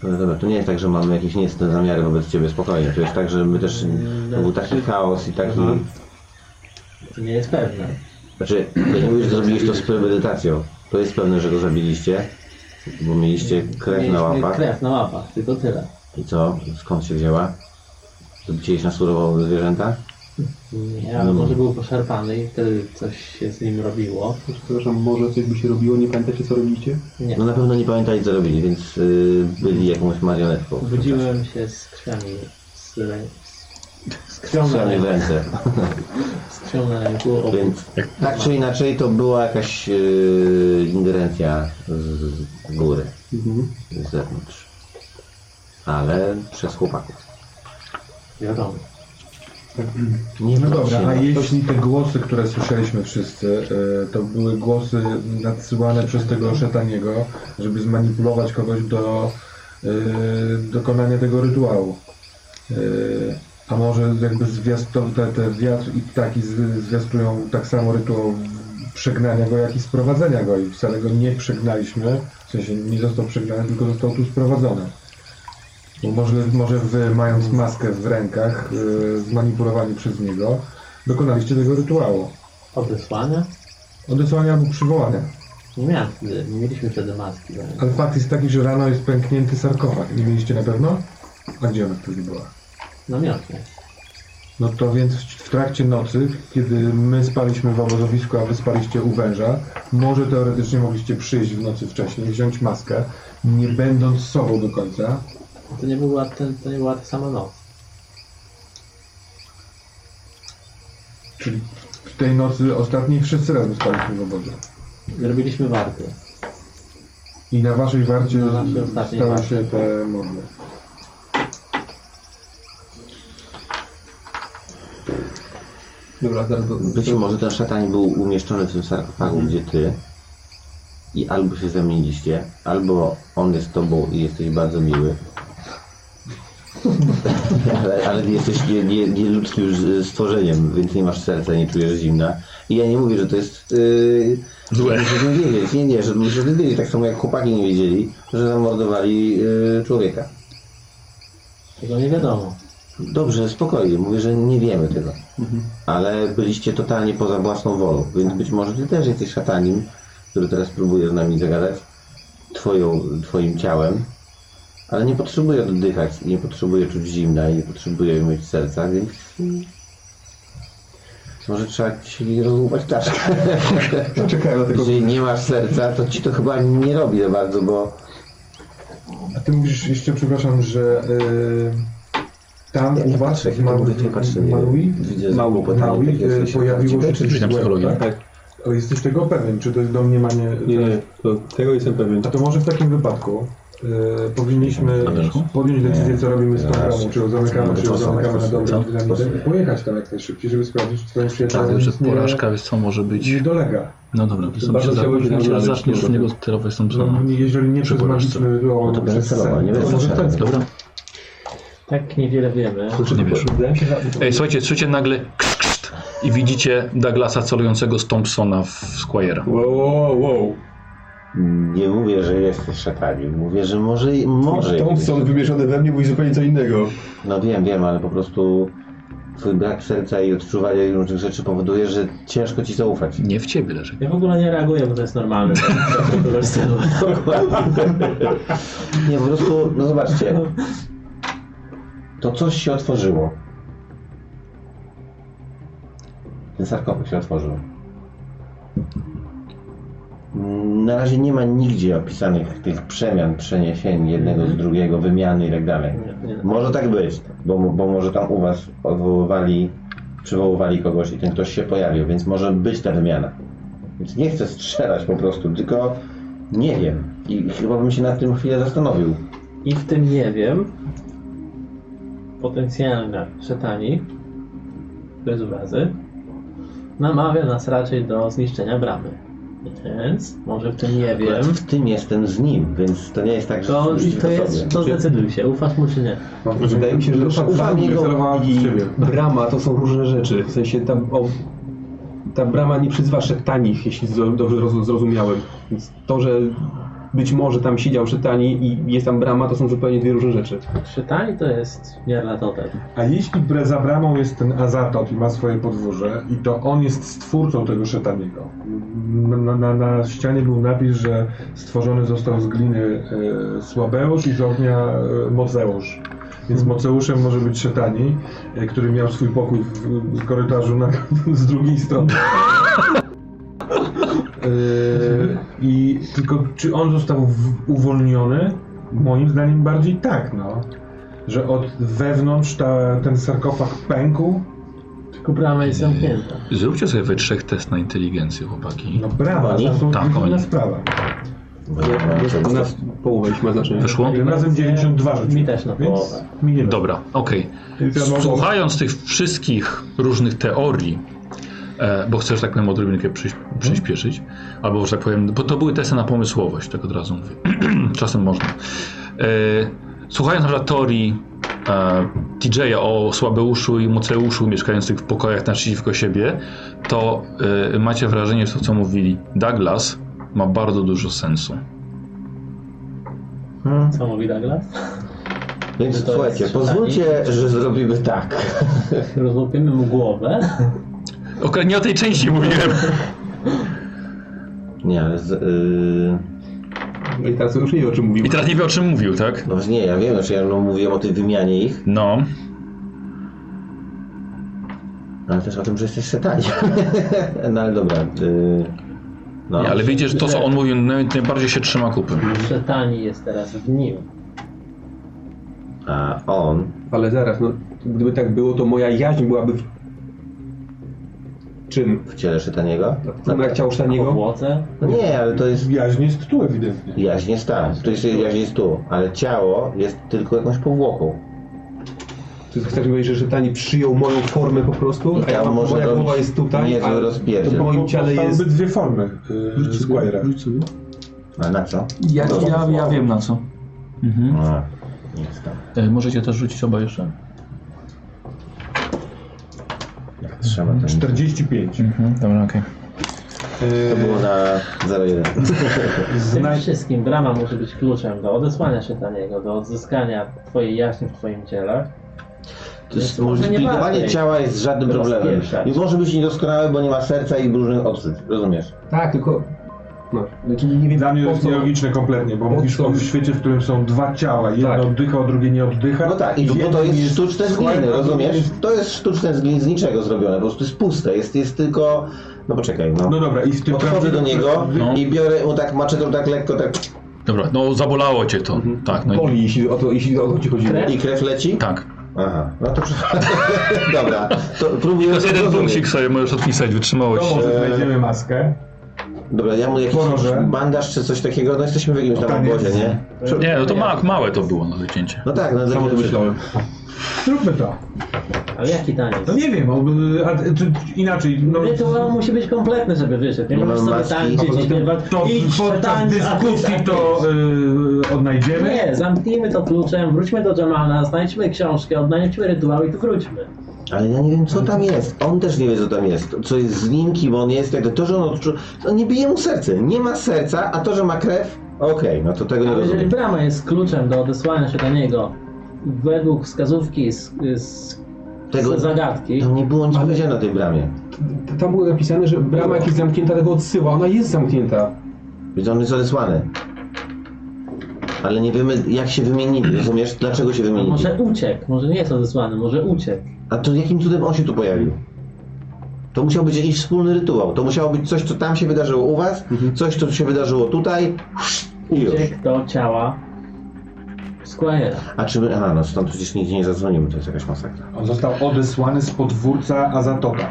C: No dobra, to nie jest tak, że mamy jakieś niecne zamiary wobec ciebie spokojnie. To jest tak, że my też. To był taki chaos i taki.
F: To nie jest pewne.
C: Znaczy, ja nie mówię, że zrobiliście to z premedytacją. To jest pewne, że go zabiliście, bo mieliście krew na
F: Mieliśmy
C: łapach.
F: Krew na łapach, tylko tyle.
C: I co? Skąd się wzięła? Zabiliście na surowo zwierzęta?
F: Nie,
C: No
F: ale może był poszarpany i wtedy coś się z nim robiło.
E: Przepraszam, może coś by się robiło, nie pamiętacie co robiliście?
F: Nie.
C: No na pewno nie pamiętali co robili, więc y, byli jakąś marionetką.
F: Budziłem się z krwiami, z, rę- z krwią na
C: Sami w
F: ręku,
C: ręce.
F: z krwią na ręku obu.
C: Więc tak czy inaczej to była jakaś y, ingerencja z z góry,
E: Mhm.
C: z zewnątrz. Ale przez chłopaków.
F: Wiadomo.
C: Nie
B: No dobra,
C: patrzcie
B: a
C: na-
B: jeśli te głosy, które słyszeliśmy wszyscy, e, to były głosy nadsyłane przez tego Szetaniego, żeby zmanipulować kogoś do e, dokonania tego rytuału. E, A może jakby zwiastu- te, te wiatr i ptaki z- zwiastują tak samo rytuał przegnania go, jak i sprowadzenia go i wcale go nie przegnaliśmy, w sensie nie został przegnany, tylko został tu sprowadzony. Bo może, może wy, mając maskę w rękach, yy, zmanipulowani przez niego, dokonaliście tego rytuału.
F: Odesłania?
B: Odesłania albo przywołania.
F: Nie miałem wtedy, nie mieliśmy wtedy maski. no.
B: Ale fakt jest taki, że rano jest pęknięty sarkofag. Nie mieliście na pewno? A gdzie ona wtedy była?
F: No miotnie.
B: No to więc w, w trakcie nocy, kiedy my spaliśmy w obozowisku, a wy spaliście u węża, może teoretycznie mogliście przyjść w nocy wcześniej, wziąć maskę, nie będąc sobą do końca.
F: To nie była, ten, to nie była ta sama noc.
B: Czyli w tej nocy ostatniej wszyscy razem spaliśmy w obozie.
F: Robiliśmy warty.
B: I na waszej warcie
F: Na naszej ostatniej
B: stały
F: warcie.
B: się te modle.
E: Dobra, zaraz do...
C: Być może ten szatan był umieszczony w tym sarkofagu, gdzie ty i albo się zamieniliście, albo on jest tobą i jesteś bardzo miły. ale, ale nie jesteś nie, nie, nie ludzkim już stworzeniem, więc nie masz serca, nie czujesz zimna. I ja nie mówię, że to jest... Yy,
A: Złe.
C: Żeby wiedzieć, nie, nie, żeby, żeby wiedzieć, tak samo jak chłopaki nie wiedzieli, że zamordowali yy, człowieka.
F: Tego nie wiadomo.
C: Dobrze, spokojnie, mówię, że nie wiemy tego. Ale byliście totalnie poza własną wolą, więc być może ty też jesteś szatanim, który teraz próbuje z nami zagadać twoją, twoim ciałem Ale nie potrzebuję oddychać, nie potrzebuję czuć zimna i nie potrzebuję mieć serca, więc... mm, Może trzeba ci rozłupać czaszkę.
B: Czekaj, dlatego...
C: Jeżeli nie masz serca, to ci to chyba nie robi za bardzo, bo...
B: A ty mówisz jeszcze, przepraszam, że y, tam
C: Ja
B: u
C: nie
B: was
C: patrzę,
B: w
C: jak to mówię, nie patrzę. nie-
B: Marui,
C: Widzę, że
E: Maui-
C: kłopotami
B: Maui,
C: takie
B: y,
C: jakieś-
B: pojawiło się coś
A: Czy na
B: złego,
A: psychologii?
B: tak?
E: Tak,
B: Ale jesteś tego pewien, czy to jest domniemanie...
E: nie, nie, to, tego jestem pewien.
B: A to może w takim wypadku y, powinniśmy
A: Na wierzchu?
B: podjąć decyzję, co robimy z
C: Nie,
B: programu,
C: raczej.
B: czy go zamykamy,
C: Nie,
B: czy go
C: to są
B: zamykamy na
C: jakieś-
B: dobrą
A: co?
B: dynamikę i pojechać tam jak najszybciej, żeby sprawdzić, czy twoim
A: Tak,
B: przyjaciołom
A: że
B: nic nie,
A: porażka, wiesz co, może być...
B: nie dolega.
A: No dobra, to sobie
E: Bardzo
A: się
E: chciałbym się
A: zaraz
E: dowiedzieć,
A: zaczniesz
E: co
A: od niego
E: to-
A: sterować tą
B: No,
A: psaną.
B: jeżeli nie
A: Przy porażce.
B: przezmarliśmy rytuał
C: No to
B: przez
C: będzie celowa,
B: sen,
C: nie
B: to
C: wiem,
B: może
C: co
B: ten
A: Dobra?
F: Tak niewiele wiemy.
A: Nie wiesz.
E: Wydaje mi się, że
A: Ej, słuchajcie, słyszycie nagle ksz, ksz, i widzicie Douglasa celującego z Thompsona w Squire'a.
E: Wow, wow, wow.
C: Nie mówię, że jesteś szatanim. Mówię, że może, może
H: Thompson wymieszany we mnie mówi zupełnie co innego.
C: No wiem, wiem, ale po prostu twój brak serca i odczuwania różnych rzeczy powoduje, że ciężko ci zaufać.
A: Nie w ciebie leży.
F: Ja w ogóle nie reaguję, bo to jest normalne. tak? To jest stylu.
C: Nie, po prostu, no zobaczcie. To coś się otworzyło. Ten sarkofag się otworzył. Mm, Na razie nie ma nigdzie opisanych tych przemian, przeniesień jednego z drugiego, wymiany i tak dalej.
F: Nie, nie.
C: Może tak być, bo, bo może tam u was odwoływali, przywoływali kogoś i ten ktoś się pojawił, więc może być ta wymiana. Więc nie chcę strzelać po prostu, tylko nie wiem. I chyba bym się nad tym chwilę zastanowił.
F: I w tym nie wiem. Potencjalna szatani, bez urazy, namawia nas raczej do zniszczenia bramy. Więc może w tym nie wiem.
C: Akurat W tym jestem z nim, więc to nie jest tak, że
F: To,
C: jesteśmy
F: to
C: po
F: jest,
C: sobie.
F: to zdecyduj się, ufasz mu czy nie.
H: No,
E: Znaczy,
H: Wydaje mi się, że
B: Grupa
C: Ufam
B: fanów
C: jego.
B: celowała w ciebie.
E: Brama to są różne rzeczy. W sensie ta, o, ta brama nie przyzywa szeptanich, jeśli zro- dobrze roz- zrozumiałem. Więc to, że być może tam siedział szetani i jest tam brama, to są zupełnie dwie różne rzeczy.
F: Szatani to jest mierlatotem.
B: A jeśli bre- za bramą jest ten Azatot i ma swoje podwórze i to on jest stwórcą tego szetaniego. Na, na, na ścianie był napis, że stworzony został z gliny e, Słabeusz i z ognia e, Moceusz. Więc Moceuszem może być szetani, e, który miał swój pokój w, w korytarzu na, z drugiej strony. E, I tylko czy on został w, uwolniony? Moim zdaniem bardziej tak, no że od wewnątrz ta, ten sarkofag pękł.
F: Tylko brama jest zamknięta.
A: Zróbcie sobie we trzech test na inteligencję, chłopaki.
B: No brawa,
C: Oni?
B: to są
A: Tak,
B: inna
A: oni.
B: sprawa.
C: Bo ja
H: Tak,
C: mam
E: Jest
C: czegoś-
E: u nas połowa, jeśli ma
B: No,
E: znaczenie.
A: Wyszło?
B: Tym razem 92 rzucił.
F: Mi też na
B: Więc
F: połowę.
B: mi nie da.
A: Dobra, okej.
B: Więc ja mogę-
A: Słuchając tych wszystkich różnych teorii, e, bo chcesz, tak powiem, odrobinkę przyś- przyspieszyć, albo, że tak powiem, bo to były testy na pomysłowość, tak od razu mówię. Czasem można. E, słuchając na przykład teorii e, TJ-a o Słabeuszu i Muceuszu mieszkających w pokojach naprzeciwko siebie, to e, macie wrażenie, że to, co mówili Douglas, ma bardzo dużo sensu.
F: Co mówi Douglas?
C: Więc
F: to
C: słuchajcie,
F: jest
C: pozwólcie, że zrobimy tak.
F: Rozłupiemy mu głowę.
A: Okej, nie o tej części mówiłem.
C: Nie, ale z, yy...
E: I teraz już nie wiem, o czym mówimy.
A: I teraz nie wie, o czym mówił, tak?
C: no właśnie nie, ja wiem, że ja no, mówiłem o tej wymianie ich,
A: No.
C: No, ale też o tym, że jesteś szetani. no ale dobra. Yy... No.
A: Nie, ale widzisz, to co on mówił, naj- najbardziej się trzyma kupy.
F: Szatani jest teraz w nim.
C: A on
E: Ale zaraz, no, gdyby tak było, to moja jaźń byłaby w... czym?
C: w ciele szetaniego?
H: Tak.
E: No, jak ciało
F: Po
E: sztaniego?
F: płoce.
C: No nie, ale to jest
B: Jaźń jest tu ewidentnie.
C: jaźń jest tam, to jest jaźń jest tu, ale ciało jest tylko jakąś powłoką.
E: Czy chcesz powiedzieć, że szatani przyjął moją formę po prostu?
C: I
E: A ja
C: tam
E: mam,
C: może
E: moja
C: robić
E: głowa jest tutaj,
C: niezły
E: a to
C: rozpierdziel.
E: w moim ciele jest...
B: dwie formy yy, Squire'a.
C: A na co? No.
A: Ja,
C: Dobra.
A: ja, ja wiem na co.
C: A, jest tam.
A: E, możecie też rzucić oba jeszcze?
C: Jak trzeba to
B: 45.
A: Mhm, dobra, okej.
C: To było na 01.
F: Tym wszystkim brama może być kluczem do odesłania szataniego, do odzyskania twojej jaśni w twoim ciele.
C: To jest
A: No
F: może nie
C: multiplikowanie
F: warto.
C: ciała jest żadnym
F: Teraz
C: problemem.
F: pierwsza.
C: I może być niedoskonałe, bo nie ma serca i różnych odczuć. Rozumiesz?
E: Tak, tylko Masz. Znaczy nie wiem,
B: Dla mnie to
E: po
B: jest
E: co-
B: nielogiczne kompletnie, bo
E: po
B: mówisz
E: co?
B: o świecie, w którym są dwa ciała. Jedno
E: Tak.
B: oddycha, a drugie nie oddycha.
C: No tak, i
B: w
C: to, to
B: jednym
C: jest sztuczne z
B: skład, a
C: gliny,
B: w
C: rozumiesz?
B: drugim jest-
C: To jest sztuczne z gliny, z niczego zrobione, po prostu jest puste, jest, jest tylko... No poczekaj, no.
B: No dobra, i w tym
C: Podchodzę do
B: prawdziwym-
C: niego
A: No.
C: i biorę mu tak maczetą tak lekko, tak
A: Dobra, no zabolało cię to. Tak, no i,
I: Boli, jeśli o to, jeśli o to ci chodziło.
C: i krew leci.
A: tak.
C: Aha, no to Dobra, to próbuję...
A: To jest jeden
C: zrozumieć.
A: punkcik sobie możesz odpisać, wytrzymałość.
B: To może znajdziemy maskę.
C: Dobra, ja mu jakiś
B: Boże.
C: bandaż czy coś takiego, no jesteśmy w jakimś tam
B: Taniec.
C: obozie, nie?
A: Nie, no to ma, małe to było na wycięcie.
C: No tak, no
I: Samo to myślałem.
B: Zróbmy to.
F: Ale jaki taniec?
B: No nie wiem, o, a, czy, inaczej, no...
F: Rytuał musi być kompletny, żeby wyszedł. Nie
C: No,
F: możesz sobie
C: maski.
F: tańczyć.
B: A poza
F: i
B: tym
F: śpiewać,
B: To
F: idź,
B: podczas
F: tańcz, a ty
B: dyskusji
F: tańcz.
B: to y, odnajdziemy.
F: Nie, zamknijmy to kluczem, wróćmy do Jamala, znajdźmy książkę, odnajdźmy rytuał i tu wróćmy.
C: Ale ja nie wiem, co tam jest. On też nie wie, co tam jest. Co jest z nim, kim on jest. jakby To, że on odczuł... On nie bije mu serce. Nie ma serca, a to, że ma krew... Okej, no to tego nie
F: Ale jeżeli
C: rozumiem.
F: brama jest kluczem do odesłania się do niego, według wskazówki z, z,
C: Tego...
F: z zagadki,
C: Tam nie było nic powiedziane na tej bramie.
E: T- Tam było napisane, że brama jak jest zamknięta, tego odsyła. Ona jest zamknięta.
C: Więc on jest odesłany. Ale nie wiemy, jak się wymienili. Rozumiesz? Dlaczego się wymienili?
F: może uciekł, może nie jest odesłany, może uciekł.
C: A to jakim cudem on się tu pojawił? To musiał być jakiś wspólny rytuał. To musiało być coś, co tam się wydarzyło u was,
F: Mhm.
C: coś, co się wydarzyło tutaj i już.
F: Uciekł do ciała Square'a.
C: A czy my... Aha, no stąd przecież nigdzie nie zadzwonimy, to jest jakaś masakra.
B: On został odesłany z podwórca Azatoka.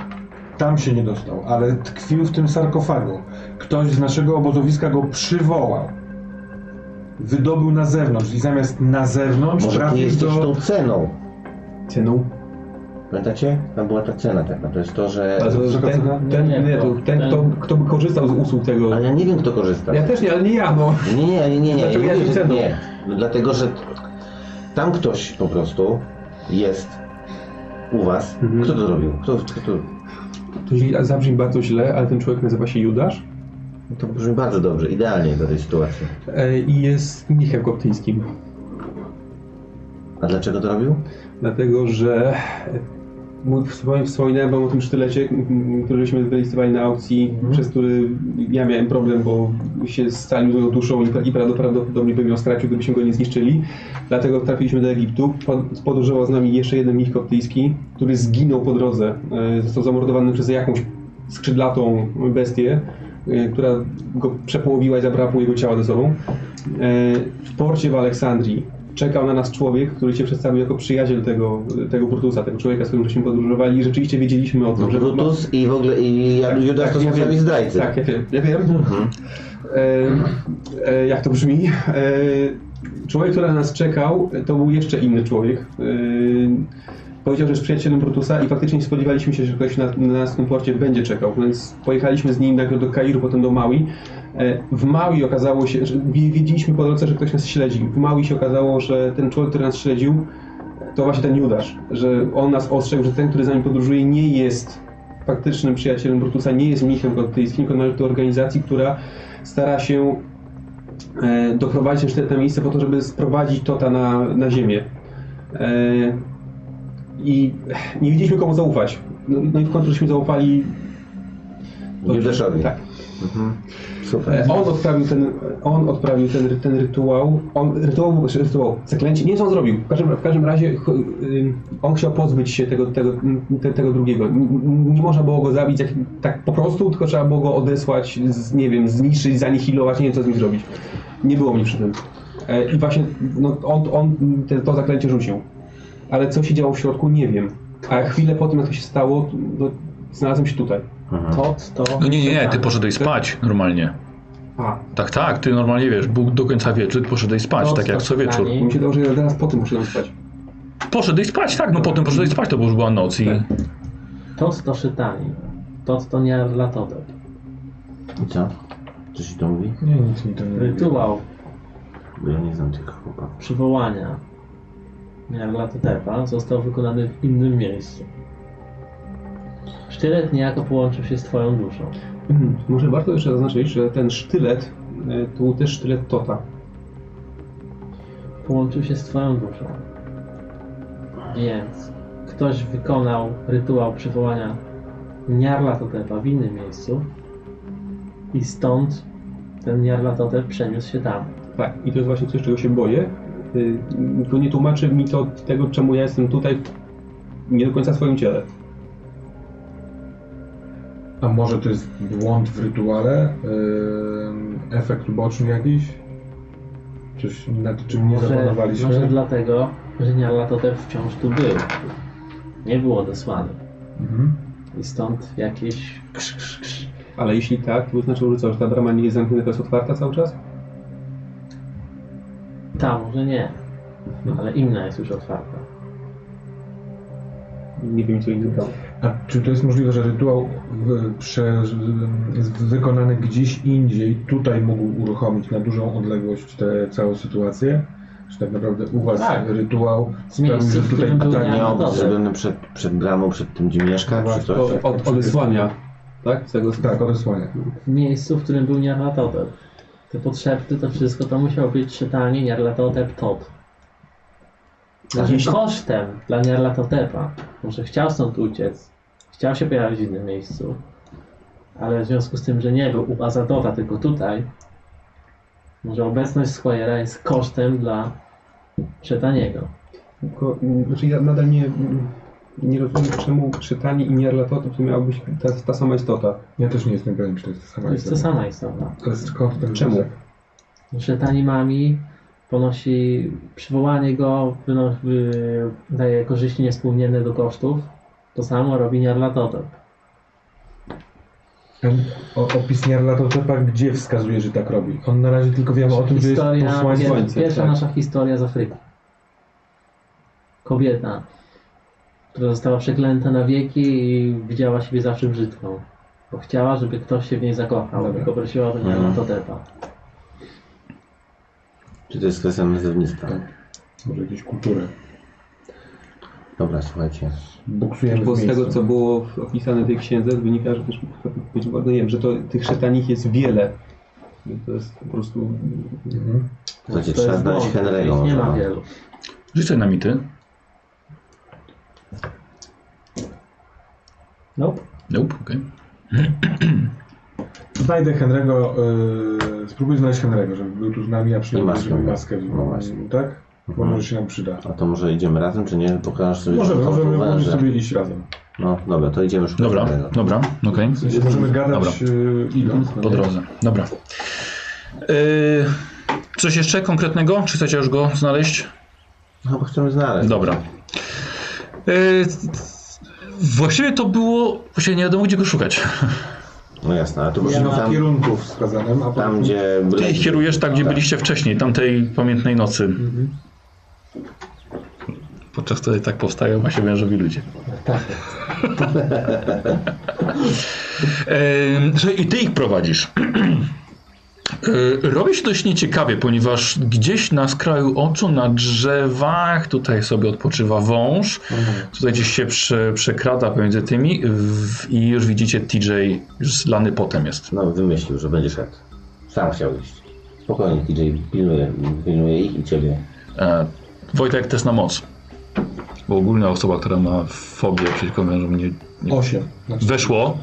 B: Tam się nie dostał, ale tkwił w tym sarkofagu. Ktoś z naszego obozowiska go przywołał. Wydobył na zewnątrz i zamiast na zewnątrz
C: Może ty
B: trafił
C: jesteś
B: do...
C: tą ceną.
E: Ceną.
C: Pamiętacie? Tam była ta cena taka, to jest to, że...
B: Tak,
E: Ale to, że ten, ten,
F: Nie,
E: nie,
F: to-
E: to, ten kto, kto by korzystał z usług tego.
C: Ale ja nie wiem, kto korzysta.
E: Ja też nie, ale nie ja, no.
C: Nie, nie, nie, nie, nie.
E: Dlaczego
C: nie,
E: ja
C: mówię,
E: się
C: że
E: ceną?
C: nie. No dlatego, że tam ktoś po prostu jest u was.
E: Mhm.
C: Kto to robił? Kto, kto, kto...
E: To źle, zabrzmi bardzo źle, ale ten człowiek nazywa się Judasz
C: To brzmi bardzo dobrze, idealnie do tej sytuacji.
E: e, i jest mnichem koptyjskim.
C: A dlaczego to robił?
E: Dlatego, że e, mój- wspom- wspominałem wam o tym sztylecie, m, któryśmy wylistowali na aukcji, przez który ja miałem problem, bo się scalił z moją duszą i, pra- i prawdopodobnie bym ją stracił, gdybyśmy go nie zniszczyli. Dlatego trafiliśmy do Egiptu. Pod- Podróżował z nami jeszcze jeden mnich koptyjski, który zginął po drodze. E, Został zamordowany przez jakąś skrzydlatą bestię, e, która go przepołowiła i zabrała pół jego ciała ze sobą. E, W porcie w Aleksandrii czekał na nas człowiek, który się przedstawił jako przyjaciel tego, tego Brutusa, tego człowieka, z którym żeśmy podróżowali i rzeczywiście wiedzieliśmy o
C: No,
E: tym, że...
C: Brutus i w ogóle i ja- Judasz to są
E: wiem.
C: sami zdrajcy.
E: Tak, ja wiem. Ja wiem. E, e, jak to brzmi? E, człowiek, który na nas czekał, to był jeszcze inny człowiek. E, powiedział, że jest przyjacielem Brutusa i faktycznie nie spodziewaliśmy się, że ktoś na, na nas w tym porcie będzie czekał, więc pojechaliśmy z nim najpierw do Kairu, potem do Maui. E, w Maui okazało się, że wi- wiedzieliśmy po drodze, że ktoś nas śledzi. W Maui się okazało, że ten człowiek, który nas śledził, to właśnie ten Judasz, że on nas ostrzegł, że ten, który z nami podróżuje, nie jest faktycznym przyjacielem Brutusa, nie jest mnichem koptyjskim, tylko należy do organizacji, która stara się e, doprowadzić ten sztylet na miejsce po to, żeby sprowadzić Tota na, na ziemię. E, I nie wiedzieliśmy komu zaufać. No, no i w końcu żeśmy zaufali...
C: Judaszowi.
E: Tak.
C: Super.
E: E, On odprawił ten, on odprawił ten, ry- ten rytuał. On, rytuał, znaczy rytuał, zaklęcie, nie wiem co on zrobił. W każdym, w każdym razie ch- ym, on chciał pozbyć się tego, tego, m, te, tego drugiego. N- n- Nie można było go zabić jak, tak po prostu, tylko trzeba było go odesłać, z, nie wiem, zniszczyć, zanihilować, nie wiem co z nim zrobić. Nie było mi przy tym. E, I właśnie no, on, on te, to zaklęcie rzucił. Ale co się działo w środku, nie wiem. A chwilę po tym, jak to się stało, no, znalazłem się tutaj.
F: Tot to...
A: No nie, nie, nie, ty poszedłeś spać normalnie.
E: A,
A: Tak, tak, ty normalnie wiesz, Bóg do końca wieczór, ty poszedłeś spać,
F: To
A: tak jak co wieczór.
F: spotkanie.
E: mi się dało, że ja teraz po tym poszedłem spać.
A: Poszedłeś spać, tak, no potem poszedłeś spać, to bo już była noc
B: Tak.
A: i...
F: Tot to szytani. Tot to nie dla Totek.
C: I co? Co się to mówi?
B: Nie, nic mi to nie mówi.
F: Rytuał
C: Bo ja nie znam tych chłopaków.
F: przywołania Nyarlatoteba został wykonany w innym miejscu. Sztylet niejako połączył się z twoją duszą.
E: Mhm. Może warto jeszcze zaznaczyć, że ten sztylet e, to był też sztylet Tota.
F: Połączył się z twoją duszą. Więc ktoś wykonał rytuał przywołania Nyarlatoteba w innym miejscu i stąd ten Jarlatotep przeniósł się tam.
E: Tak, i to jest właśnie coś, czego się boję. Y, To nie tłumaczy mi to tego, czemu ja jestem tutaj, nie do końca w swoim ciele.
B: A może to jest błąd w rytuale? Ym, efekt boczny jakiś? Coś nad czym nie
F: Może, może
B: zapanowaliśmy?
F: dlatego, że Jarlatotep wciąż tu był. Nie było odesłany.
B: Mhm.
F: I stąd jakieś krz, krz, krz.
E: Ale jeśli tak, to znaczy, że co, że ta brama nie jest zamknięta, to jest otwarta cały czas?
F: Ta może nie, ale inna jest już otwarta.
E: Nie wiem, co innego.
B: A czy to jest możliwe, że rytuał w, prze, jest wykonany gdzieś indziej, tutaj mógł uruchomić na dużą odległość tę całą sytuację? Czy tak naprawdę u was
F: Tak.
B: rytuał sprawił,
F: Miejsce,
B: że
F: w którym
B: tutaj
F: był
B: tak,
F: nie-
C: Nie,
F: no dobrze.
C: zrobiony przed, przed bramą, przed tym, gdzie mieszka,
B: Właśnie,
C: czy
E: To
C: coś. tak,
E: od, odesłania, tak? Z tego
B: tak odesłania?
F: W miejscu, w którym był Jarlatotep. Te podszepty, to wszystko, to musiał być czytanie Jarlatotep Tot. Znaczy kosztem dla Jarlatotepa. Może chciał stąd uciec, chciał się pojawić w innym miejscu, ale w związku z tym, że nie był u Azadota, tylko tutaj, może obecność Square'a jest kosztem dla Szetaniego.
E: Tylko, mm, znaczy ja nadal nie, mm, nie rozumiem, czemu czytanie i nierlatotop to miała być ta, ta sama istota.
B: Ja też nie jestem pewien, czy No to jest ta
F: To
B: sama
F: jest to
B: istota.
F: sama istota.
B: Ale skąd ten
E: Czemu?
B: wniosek?
F: Szetani Mami ponosi przywołanie go, wyno- wy- daje korzyści niewspółmierne do kosztów. To samo robi Niarlatotep.
B: Ten No, o- opis Nierlatotepa gdzie wskazuje, że tak robi? On na razie tylko wiemy No, o tym, że jest
F: Historia, no.
B: posłańcem.
F: pier, pierwsza
E: tak.
F: nasza historia z Afryki. Kobieta, która została przeklęta na wieki i widziała siebie zawsze brzydką. Bo chciała, żeby ktoś się w niej zakochał,
B: Dobra.
F: tylko prosiła do
C: Mhm.
F: Niarlatotepa.
C: Czy to jest kwestia nazewnictwa?
B: Tak. Może jakieś kultury.
C: Dobra, słuchajcie.
B: Buksujemy
E: Bo
B: w
E: z
B: miejscu.
E: tego, co było w- opisane w tej księdze, wynika, że też być może, no nie wiem, że to, tych szetanich jest wiele. To jest po prostu...
B: Mhm.
C: Słuchajcie,
F: Znaczy, To
C: trzeba
F: jest
C: znaleźć
F: błąd, których
C: Henry'ego.
F: Nie ma
C: może. no.
F: wielu.
A: Rzucaj na mity.
F: No,
A: Nope, okej.
B: Znajdę Henry'ego, y, spróbuj znaleźć Henry'ego, żeby był tu z nami, a
C: I
B: przynajmniej
C: maskę
B: żeby
C: miał.
B: maskę
C: No właśnie.
B: tak? Bo
C: Mhm.
B: może się nam przyda.
C: A to może idziemy razem, czy nie? Pokażesz sobie
B: Możemy,
C: tą
B: możemy, możemy
C: wężę.
B: sobie iść razem.
C: No dobra, to idziemy szukać
A: Dobra, No.
C: Henry'ego.
A: dobra, okej.
B: W sensie możemy gadać y, idąc. no
A: Po
B: nie?
A: drodze. Dobra. Y, coś jeszcze konkretnego? Czy chcecie już go znaleźć?
C: No bo chcemy znaleźć.
A: Dobra. Y, właściwie to było. Właściwie nie wiadomo, gdzie go szukać.
C: No jasne, ale to może
B: Nie ma
C: tam,
B: kierunków wskazanym, a
C: tam,
B: potem...
C: gdzie...
A: Ty kierujesz tam, gdzie byliście wcześniej, tamtej pamiętnej nocy. Mhm. Podczas której tak powstają właśnie wężowi ludzie. Em, słuchaj, I ty ich prowadzisz. Y, Robi się dość nieciekawie, ponieważ gdzieś na skraju oczu, na drzewach, tutaj sobie odpoczywa wąż, tutaj gdzieś się prze, przekrada pomiędzy tymi w, i już widzicie TJ, już zlany potem jest.
C: No wymyślił, że będzie szedł. Sam chciał iść. Spokojnie, TJ pilnuje, pilnuje ich i ciebie.
A: E, Wojtek test na moc. Bo ogólna osoba, która ma fobię przeciwko wężom, nie, nie...
B: Osiem. Znaczy,
A: Weszło.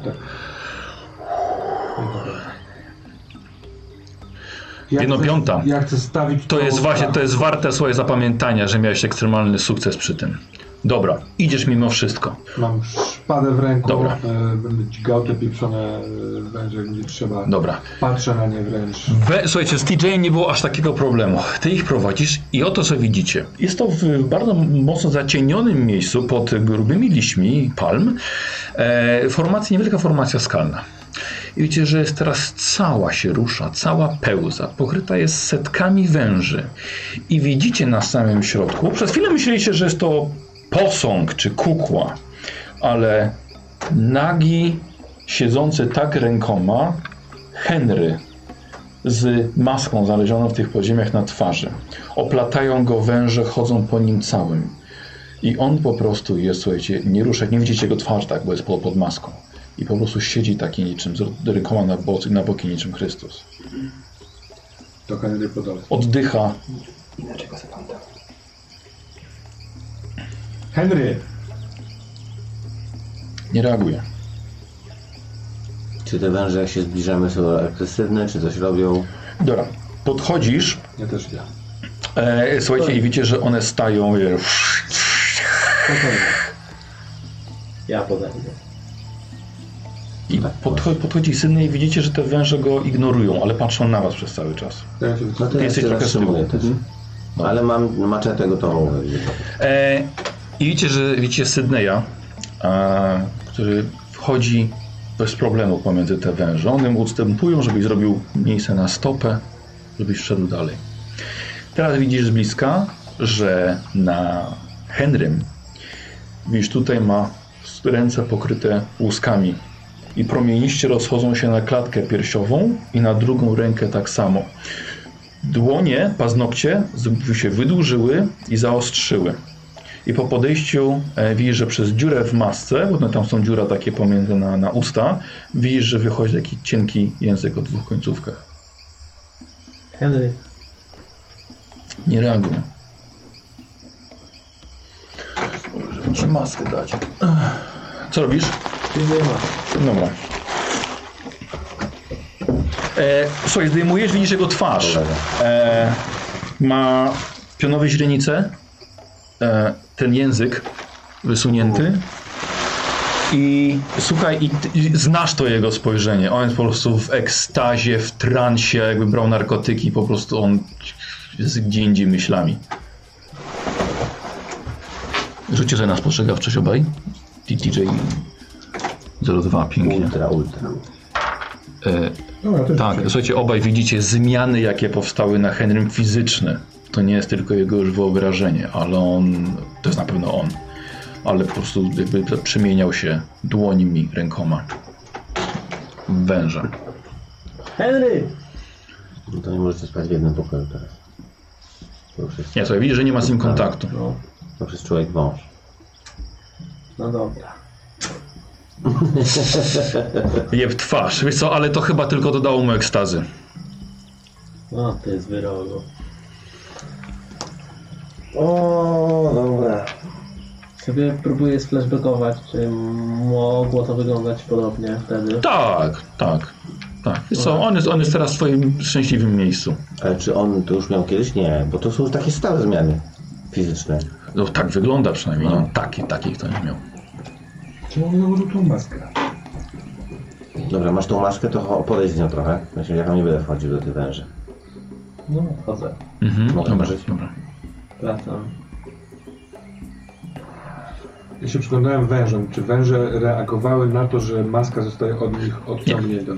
B: ja
A: jedno
B: chcę-
A: piąta.
B: Ja chcę stawić... tak.
A: To jest
B: tą-
A: właśnie, to jest warte swoje zapamiętania, że miałeś ekstremalny sukces przy tym. Dobra, idziesz mimo wszystko.
B: Mam szpadę w ręku,
A: Dobra.
B: y, będę dźgał te pieprzone y, węże, gdzie trzeba.
A: Dobra.
B: Patrzę na nie wręcz.
A: We, słuchajcie, z TJ nie było aż takiego problemu. Ty ich prowadzisz i oto co widzicie. Jest to w bardzo mocno zacienionym miejscu pod grubymi liśćmi palm. E, formacja, niewielka formacja skalna. I widzicie, że jest teraz cała się rusza, cała pełza, pokryta jest setkami węży. I widzicie na samym środku, przez chwilę myśleliście, że jest to posąg czy kukła, ale nagi, siedzący tak rękoma, Henry z maską znalezioną w tych podziemiach na twarzy. Oplatają go węże, chodzą po nim całym. I on po prostu jest, słuchajcie, nie ruszać, nie widzicie jego twarzy tak, bo jest pod, pod maską. I po prostu siedzi taki niczym, z rękoma na, bo, na boki niczym Chrystus.
B: To Henry podał.
A: Oddycha.
B: Henry!
A: Nie reaguje.
C: Czy czy te węże, jak się zbliżamy, są agresywne, czy coś robią?
A: Dobra, podchodzisz,
G: Ja też ja.
A: e, słuchajcie, i widzicie, że one stają. e,
F: Spokojnie. Ja podejdę.
A: I podcho- podchodzi Sydney i widzicie, że te węże go ignorują, ale patrzą na was przez cały czas.
G: To ja się
C: No to ja Mhm.
A: jesteś
C: się
A: trochę z tyłu.
C: zatrzymuję też. No, Ale mam maczetę gotową.
A: E, I widzicie, że widzicie Sydneya, e, który wchodzi bez problemu pomiędzy te węże. One mu odstępują, żebyś zrobił miejsce na stopę, żebyś szedł dalej. Teraz widzisz z bliska, że na Henrym, widzisz tutaj ma ręce pokryte łuskami i promieniście rozchodzą się na klatkę piersiową i na drugą rękę tak samo. Dłonie, paznokcie z- się wydłużyły i zaostrzyły. I po podejściu e, widzisz, że przez dziurę w masce, bo no, tam są dziura takie pomiędzy na, na usta, widzisz, że wychodzi taki cienki język o dwóch końcówkach.
F: Henry,
A: Nie reaguje. Może muszę maskę dać. Co robisz? No
F: nie ma.
A: Dobra. E, słuchaj, zdejmujesz, widzisz jego twarz. E, ma pionowe źrenice, e, ten język wysunięty. I słuchaj, i, ty- i znasz to jego spojrzenie. On jest po prostu w ekstazie, w transie, jakby brał narkotyki, po prostu on jest gdzie indziej myślami. Rzucie sobie na spostrzegawczość obaj. DJ 02, pięknie.
C: Ultra, ultra.
A: E,
G: Dobra, też
A: tak, słuchajcie, obaj widzicie zmiany, jakie powstały na Henrym fizyczne. To nie jest tylko jego już wyobrażenie, ale on, to jest na pewno on. Ale po prostu jakby to przemieniał się dłońmi, rękoma. w Węża.
F: Henry!
C: No to nie możecie spać w jednym pokoju teraz. To już jest,
A: Ja sobie widzę, że nie ma z nim kontaktu.
F: No,
C: to już jest człowiek wąż.
F: no dobra.
A: Je w twarz, wiesz co, ale to chyba tylko dodało mu ekstazy.
F: No, ty jest wyrogu.
C: O, dobra.
F: Sobie próbuję sflashbackować, czy mogło to wyglądać podobnie wtedy.
A: Tak, tak, tak. Wiesz co, on jest, on jest teraz w swoim szczęśliwym miejscu.
C: Ale czy on to już miał kiedyś? Nie, bo to są już takie stałe zmiany fizyczne.
A: No tak wygląda przynajmniej,
C: No.
A: no. taki, taki kto nie miał.
G: Czemu on założył tą maskę?
C: Dobra, masz tą maskę, to cho- podejdź z nią trochę. Myślę, ja tam nie będę wchodził do tych węży.
F: No, chodzę.
A: Mhm,
C: Mogę
A: dobra,
C: użyć?
A: dobra.
F: Wracam.
G: Ja się przyglądałem wężom. Czy węże reagowały na to, że maska zostaje od nich odciągnięta?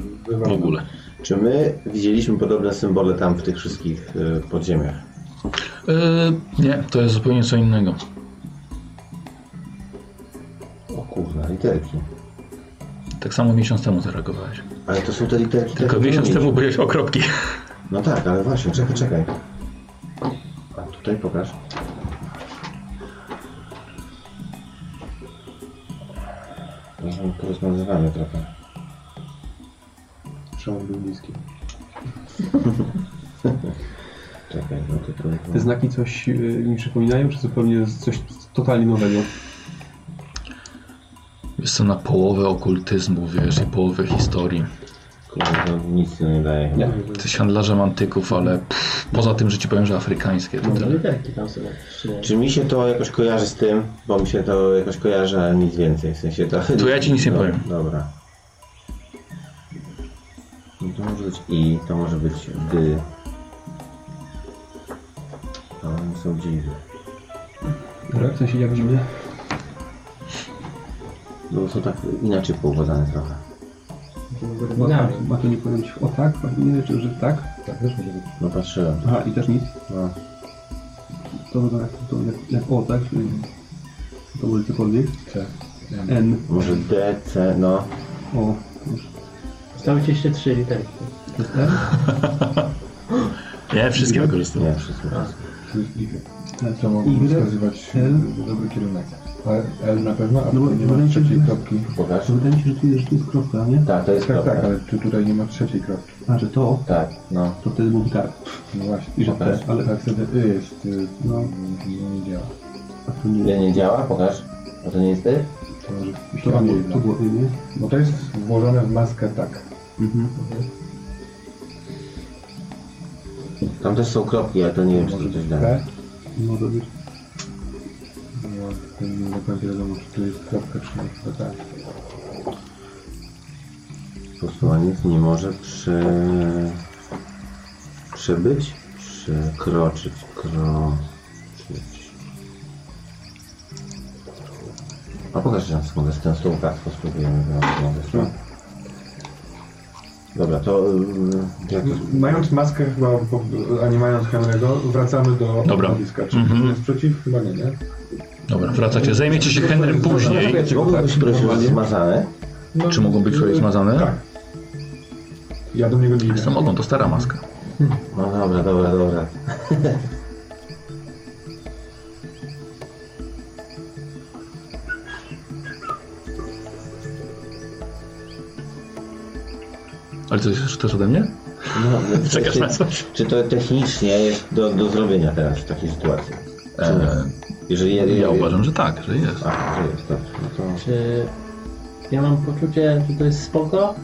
A: W ogóle.
C: Czy my widzieliśmy podobne symbole tam w tych wszystkich y, podziemiach?
A: Yy, nie, to jest zupełnie co innego.
C: O kurna, literki.
A: Tak samo miesiąc temu zareagowałeś.
C: Ale to są te literki...
A: Tylko
C: tak,
A: Tak, miesiąc
C: które
A: temu
C: mieliśmy.
A: byłeś okropki.
C: No tak, ale właśnie, czekaj, czekaj. A tutaj pokaż. Możemy porozmawiamy trochę.
G: Szan był niski.
C: Czekaj, no to tu...
E: Te znaki coś y, mi przypominają, czy zupełnie coś totalnie nowego?
A: Jest to na połowę okultyzmu, wiesz, i połowę historii.
C: Kurde, to nic nie daje chyba.
E: Nie.
A: Jesteś handlarzem antyków, ale pff, poza tym, że ci powiem, że afrykańskie. To
F: No,
A: tyle.
F: literki tam są jakieś. nie?
C: Czy mi się to jakoś kojarzy z tym? Bo mi się to jakoś kojarzy, ale nic więcej. W sensie to...
A: To ja ci nic nie
C: No,
A: powiem.
C: Dobra. No to może być i, to może być dy. To oni są dziwne.
E: Dobra, w sensie jak widzimy.
C: No bo są tak inaczej poukładane trochę.
F: Wyroginami.
E: Ma to nie powiem ci, o tak, a nie, czy że tak.
G: Tak, też może być.
C: No patrzyłem.
E: Aha, i też nic.
C: No.
E: To wygląda jak, to, jak, jak o tak, czyli to może cokolwiek.
G: Tak.
E: N,
C: Może D, C, no.
E: o, już.
F: Zostały ci jeszcze trzy literki.
E: To jest N?
A: Nie, wszystkie wykorzystałem.
C: Nie, wszystko.
G: To
E: Y,
G: mogłoby wskazywać
E: L.
G: dobry kierunek. Ale L na pewno, a
E: No bo-
G: tutaj nie
E: bo
G: ma
E: ręce
G: trzeciej
E: były-
G: kropki.
C: Pokaż.
E: To Wydaje mi się, że tu jest, że tu jest kropka, nie?
C: Tak, to jest
G: Tak, tak,
C: kropka.
G: ale tu tutaj nie ma trzeciej kropki.
E: A, że Znaczy to,
C: Tak, no.
E: to wtedy byłby tak.
G: No właśnie.
E: I że
C: Okej.
E: te,
G: Ale
E: ale
G: tak wtedy y jest, y,
E: No.
G: no, nie działa.
E: a to nie.
C: Nie, nie działa, pokaż. A to nie jest ty?
B: księżyc.
E: To
B: Ślady
E: było,
B: jednak.
E: to było, nie?
B: Bo to jest włożone w maskę tak.
E: Mhm.
C: Tam też są kropki, ale to nie wiem, czy to coś
A: No.
C: da.
B: P?
E: Może być.
B: Nie mam tutaj No, nie do końca wiadomo, czy to jest kropka, czy nie. To tak.
C: Posłaniec nie może prze... przebyć, przekroczyć, kroczyć. A pokaż nam mogę z tą kartką spróbujemy wyłączyć. Dobra, to y, ym, jak
B: Mając maskę chyba, po- a nie mając Henry'ego, wracamy do
A: Dobra.
B: ogniska. Czy
A: Mhm.
B: jest przeciw? Chyba nie, nie?
A: Dobra, wracacie. Zajmiecie się Henrym później.
C: mogą być prosić zmazane?
B: No,
A: Czy mogą być człowiek
B: y,
A: zmazane?
B: Tak. Ja do niego biegnę.
A: Co mogą, to stara maska.
C: No dobra, dobra, dobra.
A: Ale to jest też ode mnie?
C: No, no,
A: Czekasz
C: czy,
A: na coś?
C: czy to technicznie jest do, do zrobienia teraz w takiej sytuacji? Czy nie?
A: E,
C: Jeżeli ja,
A: ja uważam, że tak, że jest.
C: A, że jest, dobrze. No to...
F: Czy ja mam poczucie, że to jest spoko,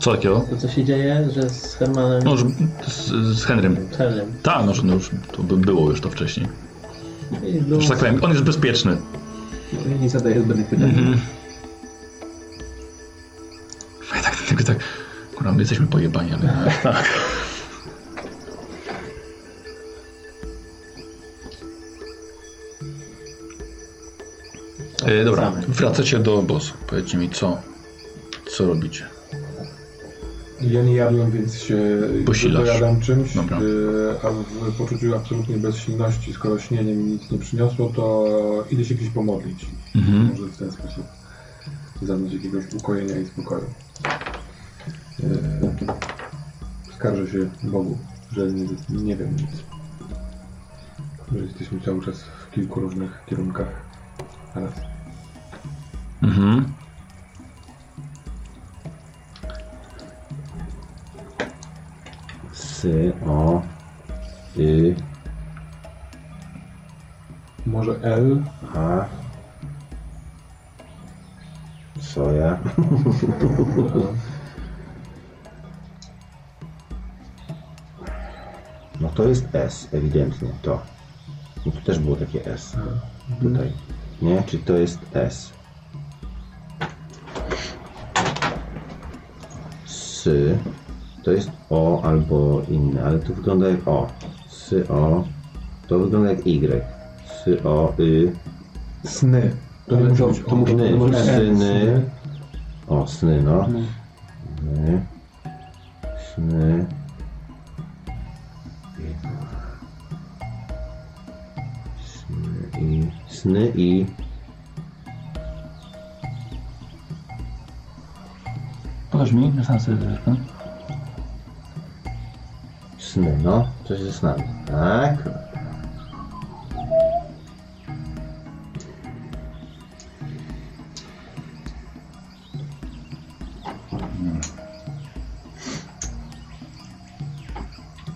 A: Co takiego?
F: to co się dzieje, że z Hermanem
A: No już z, z Henrym.
F: Czernym.
A: Tak, no, że- no już to by było już to wcześniej.
C: No.
F: I był-
A: Że tak powiem, on jest bezpieczny.
J: Ja nie zadaję zbędnych pytań.
G: Mhm.
A: A ja tak, tylko tak, kurwa, my jesteśmy pojebani, ale tak. E, dobra, wracacie do obozu. Powiedzcie mi, co, co robicie.
B: Ja nie jadłem, więc się
A: Posilasz.
B: dojadam czymś,
A: Dobra.
B: y, a w poczuciu absolutnie bezsilności, skoro śnienie mi nic nie przyniosło, to idę się gdzieś pomodlić.
A: Mhm.
B: Może w ten sposób zadać jakiegoś ukojenia i spokoju. Y, Skarżę się Bogu, że nie, nie wiem nic. Że jesteśmy cały czas w kilku różnych kierunkach. naraz.
A: Mhm.
C: Sy, o, y,
B: Może L,
C: a, soja. No to jest S, ewidentnie, to. No tu też było takie S. Tutaj. Nie? Czy to jest S? Sy. To jest O albo inne, ale to wygląda jak O. Sy, O. To wygląda jak Y. Sy, O, Y.
B: sny. To nie
G: Mhm.
B: musi być
J: to musi-
C: Sny,
J: może S.
C: syny. O, sny, no.
J: No.
C: Sny. Sny. Sny i... Sny i...
A: Pokaż mi, ja sam sobie zresztą.
C: Sny, no. Coś ze snami. Tak.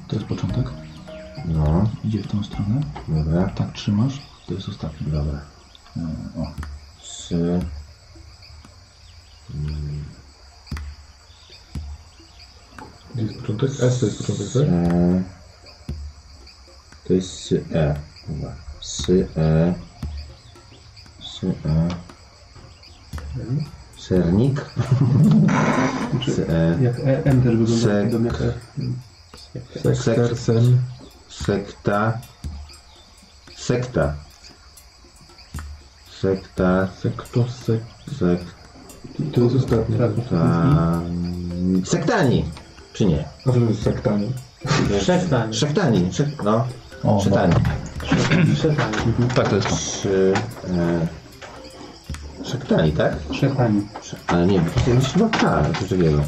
A: To jest początek,
C: No,
A: idzie w tą stronę.
C: dobra.
A: Tak trzymasz, to jest ostatni.
C: Dobra.
A: O.
C: Sy...
B: Gdzie jest początek? S to jest początek, tak?
C: E. To jest sy e. Chyba. Sy e. Sy e.
B: Mhm.
C: Sernik. Sy e.
E: Jak e, M też wygląda
C: Sek.
E: jak dom jak E.
C: Sek,
B: Sekstersen.
C: sekta. Sekta. Sekta.
B: Sektosek.
C: Sekta.
B: To jest ostatnie. Mhm.
E: Tak,
C: Sektani. Czy nie?
B: A to jest sektanie.
F: Szektań.
C: Szektani. Szek, no.
A: O,
C: Szektani.
F: Szektań.
A: Tak, to jest to.
C: Trzy. E, szektani, tak?
E: Szepani.
C: Ale nie, tak, to jest chyba K, coś takiego.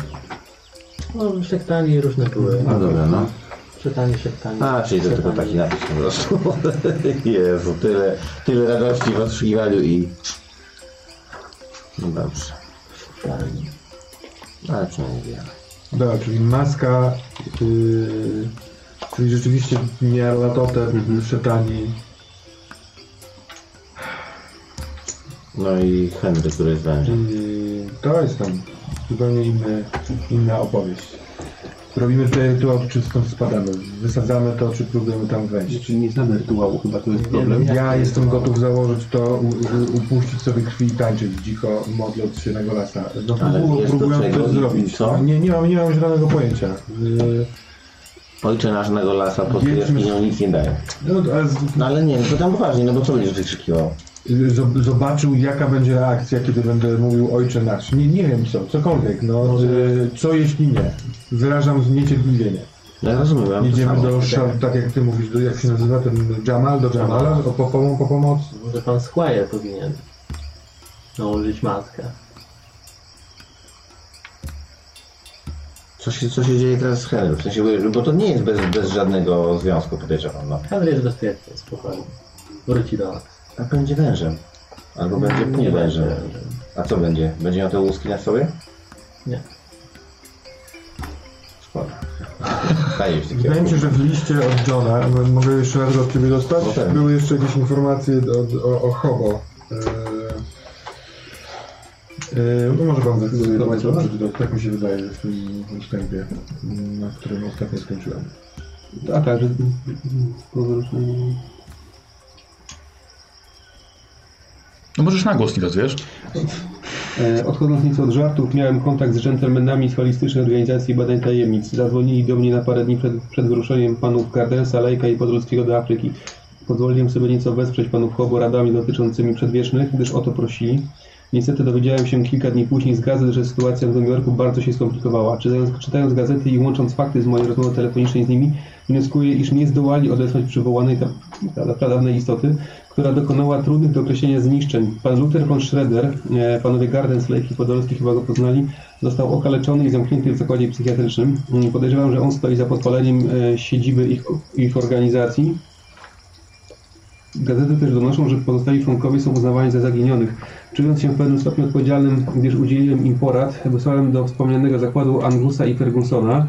F: No, szektani różne były.
C: No dobra, no.
F: Szektań, szektań.
C: A, czyli to tylko taki napis po prostu. Jezu, tyle, tyle radości w odszukiwaniu i... No dobrze. Ale przynajmniej wiemy.
B: Dobra, czyli maska, yy, czyli rzeczywiście miarlatotep, szetani.
C: No i Henry, który jest wężem.
B: I y, to jest tam zupełnie inny, inna opowieść. Robimy tutaj rytuał, czy stąd spadamy. Wysadzamy to, czy próbujemy tam wejść.
E: Czyli nie znamy rytuału, chyba to jest problem.
F: jak
B: Ja
F: to
B: jestem
F: jest.
B: gotów założyć to, u, u, upuścić sobie krwi i tańczyć dziko, modląc się na golasa. No,
C: Ale
B: pró-
C: wiesz do
B: próbując
C: czego
B: to
C: i
B: zrobić.
C: co?
B: Nie, nie mam, nie mam zielonego pojęcia. Yy,
C: Ojcze nasz na golasa po tej
B: Wiedźmy-
C: jaskinią nic nie daje.
B: No, ale z,
C: No ale nie, no to tam poważnie, no bo co będziesz wykrzykiwał?
B: Zob- zobaczył jaka będzie reakcja, kiedy będę mówił ojcze nasz. Nie, nie wiem co, cokolwiek, no y, co jeśli nie. Wyrażam zniecierpliwienie.
C: No ja rozumiem, ja mam to
B: Jedziemy
C: samo.
B: do, szar- tak jak ty mówisz, do, jak się nazywa ten Jamal, do Jamala, o po, po, po pomoc.
F: Może pan Squire powinien nałożyć maskę.
C: Co się, co się dzieje teraz z Henrym? W sensie, bo- bo to nie jest bez, bez żadnego związku, podejrzewam. No.
F: Henry jest bezpieczny, spokojnie. Wróci do nas.
C: A będzie wężem. Albo Mm, będzie pół wężem. A co będzie? Będzie miał te łuski na sobie?
F: Nie.
C: Szkoda. Daje się
B: Wydaje mi się, że w liście od Johna, m- mogę jeszcze raz od ciebie dostać,
C: No tak.
B: były jeszcze jakieś informacje od, o, o Hobo. E, Yy, yy, no może pan zdecyduje,
E: Zdecydować
B: to
E: pan?
B: przeczytać, tak mi się wydaje w tym wstępie, m, na którym ostatnio skończyłem.
E: A tak, że po wyruszeniu...
A: No możesz na głos teraz, wiesz?
E: E, Odchodząc nieco od żartów, miałem kontakt z dżentelmenami z holistycznej organizacji badań tajemnic. Zadzwonili do mnie na parę dni przed, przed wyruszeniem panów Gardensa, Lejka i Podolskiego do Afryki. Pozwoliłem sobie nieco wesprzeć panów Hobo radami dotyczącymi przedwiecznych, gdyż o to prosili. Niestety dowiedziałem się kilka dni później z gazet, że sytuacja w Nowym Jorku bardzo się skomplikowała. Czytając, czytając gazety i łącząc fakty z mojej rozmowy telefonicznej z nimi, wnioskuję, iż nie zdołali odesłać przywołanej tam- pra- pradawnej istoty, która dokonała trudnych do określenia zniszczeń. Pan Luther von Schroeder, e, panowie Gardens, Lejki Podolski chyba go poznali, został okaleczony i zamknięty w zakładzie psychiatrycznym. Mm, Podejrzewam, że on stoi za podpaleniem e, siedziby ich, ich organizacji. Gazety też donoszą, że pozostali członkowie są uznawani za zaginionych. Czując się w pewnym stopniu odpowiedzialnym, gdyż udzieliłem im porad, wysłałem do wspomnianego zakładu Angusa i Fergusona.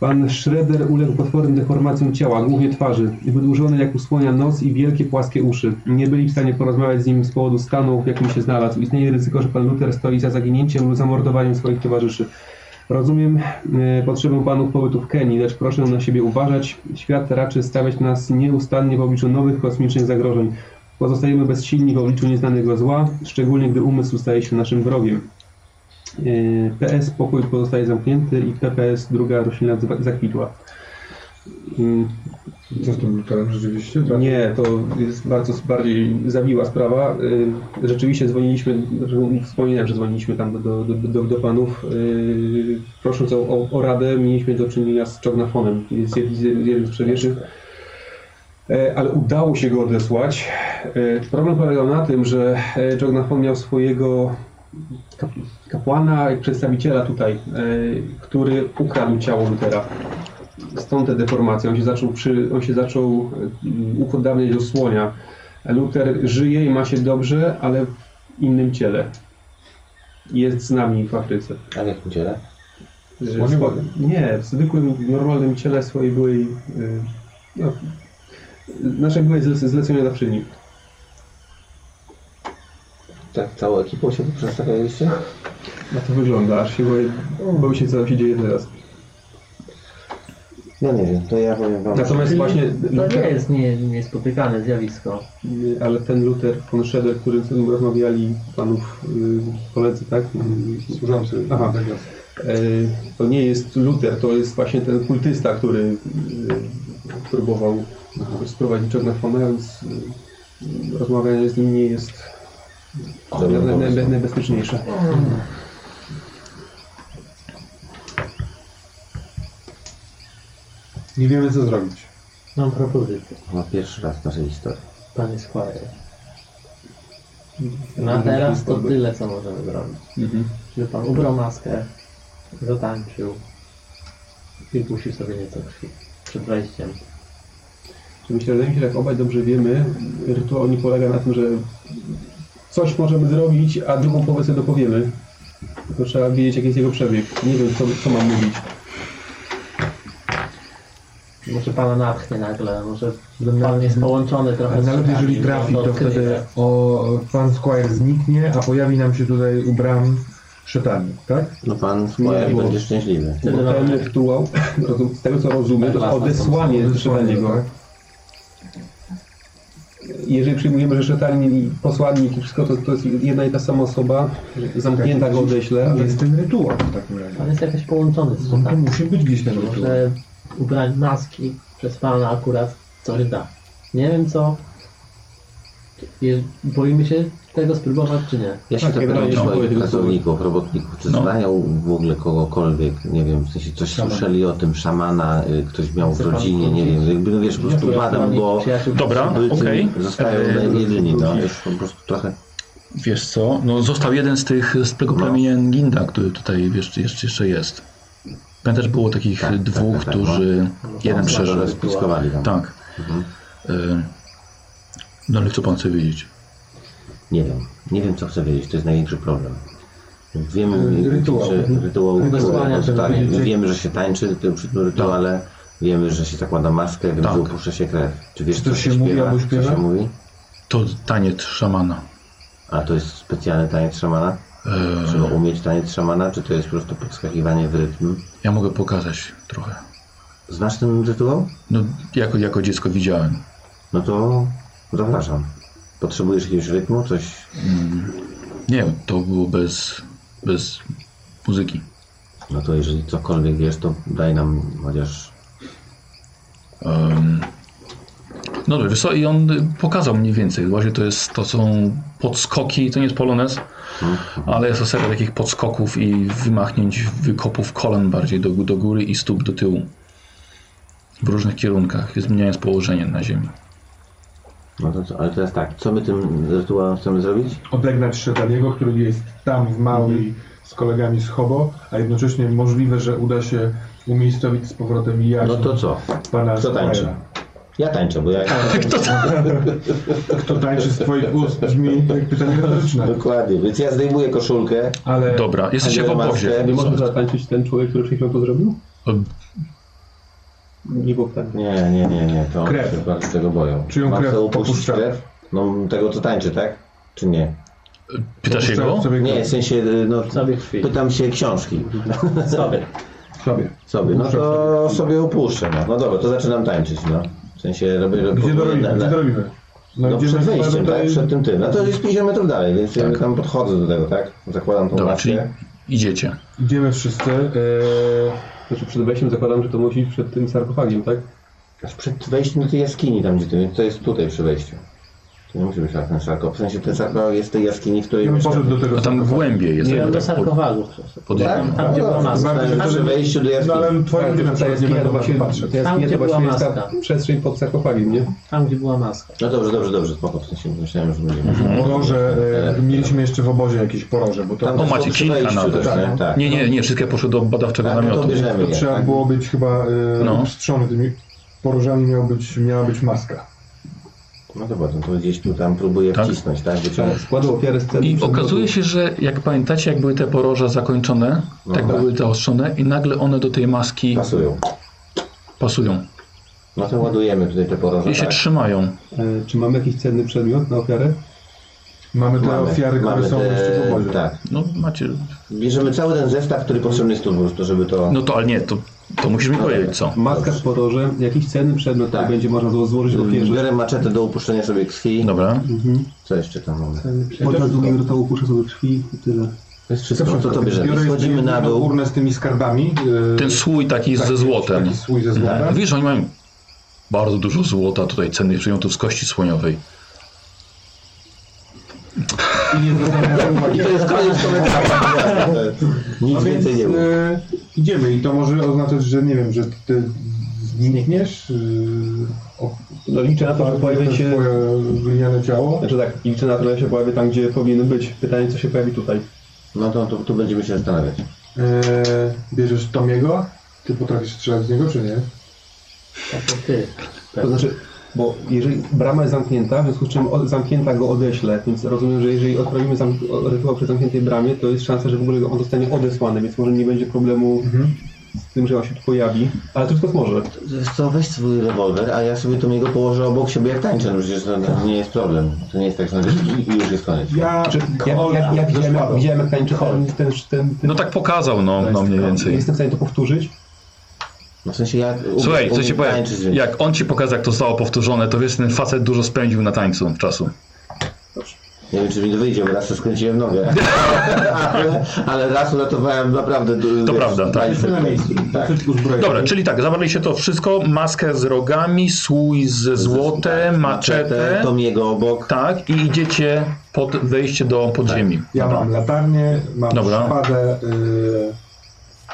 E: Pan Schroeder uległ potwornym deformacjom ciała, głównie twarzy. Wydłużony jak u słonia nos i wielkie płaskie uszy. Nie byli w stanie porozmawiać z nim z powodu stanu, w jakim się znalazł. Istnieje ryzyko, że pan Luther stoi za zaginięciem lub zamordowaniem swoich towarzyszy. Rozumiem e, potrzebę panów pobytu w Kenii, lecz proszę na siebie uważać. Świat raczy stawiać nas nieustannie w obliczu nowych kosmicznych zagrożeń. Pozostajemy bezsilni w obliczu nieznanego zła, szczególnie gdy umysł staje się naszym wrogiem. E, PS pokój pozostaje zamknięty i PPS druga roślina zwa- zakwitła. Mm,
B: Co z tym lutarem rzeczywiście? Tak?
E: Nie, to jest bardzo bardziej zawiła sprawa. Y, Rzeczywiście dzwoniliśmy, zresztą wspominałem, że dzwoniliśmy tam do, do, do, do panów, y, prosząc o, o, o radę, mieliśmy do czynienia z czognafonem, z jed- z jednym z przewieszych. E, ale udało się go odesłać. E, Problem polegał na tym, że e, Jognafon miał swojego kap- kapłana i przedstawiciela tutaj, e, który ukradł ciało Lutera. Stąd te deformacje. On się zaczął, przy, on się zaczął e, upodabniać do słonia. Luther żyje i ma się dobrze, ale w innym ciele. Jest z nami w Afryce.
C: A w jakim ciele?
E: Że swo- Nie, w zwykłym, normalnym ciele swojej byłej, y, no, y, naszej byłej zle- zleceniodawczyni.
C: Tak całą ekipą się przedstawialiście?
E: Na to wygląda, aż się boję, boję się co tam się dzieje teraz.
C: Ja nie wiem, to ja powiem wam.
E: Natomiast
F: Czyli
E: właśnie
F: To nie
E: Luther,
F: jest nie, niespotykane zjawisko.
E: y, ale ten Luther von Schroeder, którym z którym rozmawiali panów y, koledzy, tak? Y,
B: Służący.
E: Aha.
B: Tak jest.
E: Y, To nie jest Luther, to jest właśnie ten kultysta, który y, próbował sprowadzić Jognafona, więc y, rozmawianie z nim nie jest
C: Dobrym
E: naj- naj-
C: pomysłem.
E: najbezpieczniejsze.
B: Nie wiemy co zrobić.
F: Mam propozycję,
C: No, pierwszy raz w naszej historii.
F: panie Squire. Na teraz to tyle, co możemy zrobić. Że pan ubrał maskę, zatańczył i puścił sobie nieco krwi przed wejściem.
E: Myślę, że się tak obaj dobrze wiemy, rytuał nie polega na tym, że coś możemy zrobić, a drugą połowę sobie dopowiemy. Tylko trzeba wiedzieć, jaki jest jego przebieg. Nie wiem, co, co mam mówić.
F: może pana natchnie nagle, może pan jest połączony trochę z
B: Nawet jeżeli
F: Shiraki,
B: trafi,
F: do
B: to
F: odkrycia.
B: wtedy o, pan Squire zniknie, a pojawi nam się tutaj u bram szetani, tak?
C: No pan Squire
E: bo-
C: będzie szczęśliwy.
F: Wtedy
E: Bo ten
F: mamy-
E: rytuał, rozum- z tego co rozumiem, to odesłanie
B: tak.
E: Szetaniego. Jeżeli przyjmujemy, że Szetan i posłannik i wszystko, to, to jest jedna i ta sama osoba, zamknięta go odeślę, ale
B: Jest ten rytuał w takim razie.
F: Pan jest jakoś połączony z
B: On to
F: Shiraki.
B: musi być gdzieś ten rytuał.
F: Może ubrać maski przez pana akurat coś da. Nie wiem co. Je- Boimy się tego spróbować czy nie.
C: Ja się
E: Tak,
C: zapytam
E: generalnie
C: czy
E: się boję
C: moich
E: tego słowa.
C: pracowników, robotników, czy
A: No.
C: znają w ogóle kogokolwiek, nie wiem, w sensie coś słyszeli o tym szamana, y, ktoś miał w
F: Chce pan
C: rodzinie, nie
F: wrócić?
C: wiem, jakby no wiesz, po prostu
F: Akurat
C: badam
F: pani
C: go,
F: przyjaciół-
A: Dobra.
C: żeby
A: Okej.
C: zostają
A: Eee,
C: jedyni, no, jest po prostu trochę...
A: Wiesz co, no został jeden z tych, z tego
C: No.
A: plemienia Ginda, który tutaj wiesz, jeszcze, jeszcze jest. Pamiętasz, było takich
C: Tak, tak,
A: dwóch,
C: tak, tak,
A: którzy... jeden
C: mocno
A: przeżył.
C: rozpiskowali tam. Mhm.
A: Tak. Y, No ale co pan chce wiedzieć?
C: Nie wiem, nie wiem co chcę wiedzieć, to jest największy problem. Wiemy,
B: Y, rytuał.
C: że rytuał,
F: Wysłania,
C: który- tak,
F: żeby-
C: wiemy, że się tańczy tym- przy tym rytuale, wiemy, że się zakłada maskę, wiemy,
A: Tak.
C: że opuszcza się krew. Czy wiesz,
B: Czy to się mówi albo
C: co
B: śpiewa?
C: się mówi?
A: To taniec szamana.
C: A to jest specjalny taniec szamana?
B: Eee.
A: Y,
C: Trzeba umieć taniec szamana, czy to jest po prostu podskakiwanie w rytm?
A: Ja mogę pokazać trochę.
C: Znasz ten rytuał?
A: No, jako, jako dziecko widziałem.
C: No to zapraszam. Potrzebujesz jakiegoś rytmu, coś...
A: Nie, to było bez, bez muzyki.
C: No to jeżeli cokolwiek wiesz, to daj nam chociaż...
A: Em, No dobrze, wiesz co, i on y, pokazał mniej więcej. Właśnie to jest, to są podskoki, to nie jest polonez, ale jest to seria takich podskoków i wymachnięć, wykopów kolan bardziej do, do góry i stóp do tyłu. W różnych kierunkach, zmieniając położenie na ziemi.
C: No to, co- ale teraz tak, co my tym rytuałem chcemy zrobić?
B: Odegnać szetaniego, który jest tam w Maui z kolegami z Hobo, a jednocześnie możliwe, że uda się umiejscowić z powrotem i
C: No to co?
B: pana
C: Kto tańczy?
B: Squire.
C: Ja tańczę, bo ja...
B: Kto tańczy z twoich ust brzmi jak pytanie retoryczne.
C: Dokładnie, więc ja zdejmuję koszulkę.
B: Ale
A: Dobra, jesteście w
C: Ale
A: obozie.
C: maskę-
E: nie może zatańczyć ten człowiek, który przed chwilą to zrobił?
A: Em,
E: Nie było tak.
C: Nie, nie, nie, nie, to
B: Krew.
C: się bardzo tego boją.
B: Czyją
C: Mam
B: krew
C: sobie upuścić
B: opuszcza?
C: krew? No tego, co tańczy, tak? Czy nie?
A: Pytasz
B: puszczałem
A: jego?
B: sobie
C: Nie, w sensie, y, no,
F: Sobie krwi.
C: pytam się książki.
F: Sobie.
B: sobie.
C: Sobie, no to sobie upuszczę, no. no dobra, to zaczynam tańczyć, no. W sensie robię...
B: Gdzie
C: robię-
B: to robimy?
C: na-
B: Gdzie
C: na-
B: to robimy? No,
C: tak. No
B: gdzie
C: przed
B: na składzie
C: wejściem,
B: tutaj-
C: tak? Przed tym tym. No to jest 50 metrów dalej, więc ja tam podchodzę do tego, tak? Zakładam tą
A: Dobra, czyli
C: maskę.
A: idziecie.
B: Idziemy wszyscy. Eee,
E: Znaczy przed wejściem zakładam, że to musi iść przed tym sarkofagiem, tak?
C: Przed wejściem do tej jaskini tam, gdzie to jest, to jest tutaj przy wejściu. To nie musi być tak ten sarkofag. W sensie ten sarkofag jest w tej jaskini, w której
B: ja bym
C: mieszkam.
B: poszedł do tego
A: No tam
B: sarkofagu.
A: głębiej jest.
F: Nie
A: jakby
C: no
F: do
A: tak pod-
F: sarkofagu przecież.
A: podejrzewam.
F: Tam, gdzie była maska.
B: Zobaczcie,
C: A Tak? No przy
B: żeby-
C: wejściu do
B: No
C: jaskini.
B: ale
F: Tak,
B: twoje ludzie na
E: to
B: przykład
E: jest
B: nie będą
E: właśnie,
B: właśnie patrzeć.
E: to
F: Tam,
E: jest
F: gdzie
E: to właśnie
F: była
E: jest ta
F: maska.
E: przestrzeń pod sarkofagiem, nie?
F: Tam, gdzie była maska.
C: No dobrze, dobrze, dobrze, spoko. W sensie myślałem, że będziemy...
B: Poroże, e, mieliśmy jeszcze w obozie jakieś poroże, bo to,
C: Tam
A: O,
C: też
A: macie
C: było przy
A: kilka
C: wejściu
A: nawet.
C: też, nie? Tak.
A: Nie, nie, nie, wszystkie poszły do badawczego
C: Tak, no to
A: namiotu.
C: bierzemy
B: to
C: je.
B: trzeba
C: tak.
B: było być chyba e,
A: No.
B: obstrzony tymi porożami, miał być, miała być maska.
C: No dobra, no to gdzieś tu tam próbuję
A: Tak.
C: wcisnąć, tak? Wyciągnąć.
E: Składał ofiarę z
A: I okazuje się, że jak pamiętacie, jak były te poroża zakończone, tak
C: tak.
A: były zaostrzone i nagle one do tej maski
C: Pasują.
A: pasują.
C: No to ładujemy tutaj te poroże,
A: I się
C: tak?
A: trzymają.
E: E, Czy mamy jakiś cenny przedmiot na ofiarę?
B: Mamy te ofiary, które
C: mamy
B: są
C: te-
B: jeszcze w obozie.
C: Tak.
A: No macie.
C: Bierzemy cały ten zestaw, który potrzebny jest tu po prostu, żeby to...
A: No to ale nie, to, to musisz mi powiedzieć co.
E: Maska w podorze, jakiś cenny przedmiot,
C: Tak.
E: który będzie można zło- złożyć
A: Mm.
E: w ofierze.
C: Biorę maczetę do upuszczenia sobie krwi.
B: No.
A: Dobra.
C: Co jeszcze tam mamy?
E: Podczas długiego rytuału puszę sobie krwi i tyle.
C: To jest wszystko. No to to
B: Biorę
C: bierzemy. Schodzimy na dół.
B: górne z tymi skarbami. e,
A: Ten słój taki jest ze
B: taki-
A: złotem.
B: Taki słój ze złotem.
C: Tak.
A: Wiesz, oni mają bardzo dużo złota tutaj cennych przedmiotów z kości słoniowej.
B: I nie zwracamy na to uwagi.
C: I to jest koniec komentarza. Nic
B: No więc
C: więcej nie było.
B: e, idziemy i to może oznaczać, że nie wiem, że ty znikniesz. e, o-
E: No liczę na
G: Tak,
E: to, że pojawi
B: to
E: się...
B: Twoje gliniane ciało.
E: Znaczy tak, liczę na to, że się pojawi tam, gdzie powinien być. Pytanie, co się pojawi tutaj.
C: No to tu, tu będziemy się zastanawiać.
B: E, bierzesz Tomiego? Ty potrafisz strzelać z niego, czy nie?
F: Tak jak ty.
E: To znaczy, bo jeżeli brama jest zamknięta, w związku z czym od, zamknięta go odeślę, więc rozumiem, że jeżeli odprawimy zam, o- rytuał przy zamkniętej bramie, to jest szansa, że w ogóle on zostanie odesłany, więc może nie będzie problemu z tym, że on się tu pojawi, ale tylko może.
C: Wiesz co, weź swój rewolwer, a ja sobie to jego położę obok siebie jak tańczę, no przecież to nie jest problem. To nie jest tak, że nagle i, i już jest koniec.
G: Ja,
E: Czy, Znaczy, ja, ja, ja widziałem, jak- widziałem jak tańczy ten, ten, ten, ten
A: No tak pokazał, no, no mniej więcej.
E: Jestem w stanie to powtórzyć.
C: No w sensie ja umiem,
A: Słuchaj, co
C: umiem
A: ci powiem,
C: tańczyć, więc...
A: jak on ci pokazał, jak to zostało powtórzone, to wiesz, ten facet dużo spędził na tańcu czasu.
C: Nie wiem, czy mi to wyjdzie, bo raz to skręciłem nogę. ale, ale raz uratowałem naprawdę... du-
A: To prawda, tak.
C: tańce.
G: na miejscu.
C: Tak.
G: Troszeczkę uzbrojony.
A: Dobra, czyli tak, zawarli się to wszystko, maskę z rogami, słój z
C: tak,
A: złotem, maczetę,
C: Tom jego obok.
A: tak, i idziecie pod wejście do podziemi.
C: Tak,
G: Ja mam latarnię, mam
A: Dobra.
G: szpadę y,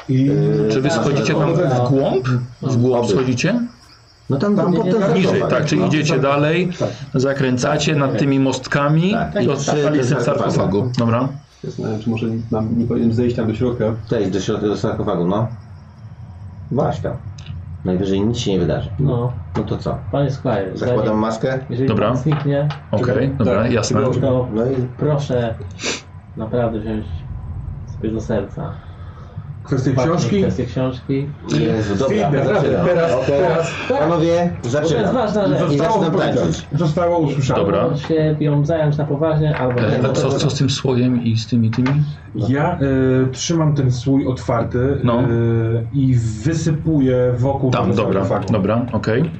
G: i...
C: Yy,
E: E,
A: Czy wy
C: tak,
A: schodzicie tam
C: tak.
A: w głąb? W głąb
C: Oby.
A: schodzicie?
C: No tam, tam
G: Tam
C: potem
G: niżej,
A: Niżej,
C: zakopań,
A: tak, czyli
C: no.
A: idziecie dalej,
G: Tak.
A: zakręcacie nad tymi mostkami
C: Tak,
A: i
C: i
A: odstali
C: przy
A: jestem w sarkofagu. Dobra.
E: Ja Zastanawiam się, czy może mam, nie powinienem zejść tam do środka.
C: Wejść do środka do sarkofagu, no. Właśnie tam. Najwyżej nic się nie wydarzy.
F: No,
C: No to co?
F: panie Squire,
C: Zakładam
F: zanim-
C: maskę?
F: jeżeli
A: Dobra.
F: pan zniknie,
A: Okej,
C: Tak,
A: dobra, jasne.
F: to
C: No i
F: proszę naprawdę wziąć sobie do serca.
G: Kwestie
F: Patrzeć
G: książki.
F: Kwestię książki.
C: Jezu, dobra,
G: Filmy,
C: zaczynam.
G: teraz,
C: Okej.
G: teraz.
C: Panowie,
F: Bo to jest
C: zaczynam.
F: ważna rzecz.
C: I
G: Zostało
C: zaczynam tańczyć.
G: wypowiedziane. Zostało usłyszane.
A: Dobra.
F: Albo się ją zająć na poważnie, albo
A: E, a co, co z tym słojem i z tymi tymi?
G: Ja y, trzymam ten słój otwarty
A: No.
G: y, i wysypuję wokół
A: Tam,
G: tego
A: dobra,
G: sarkofagu.
A: dobra, okej.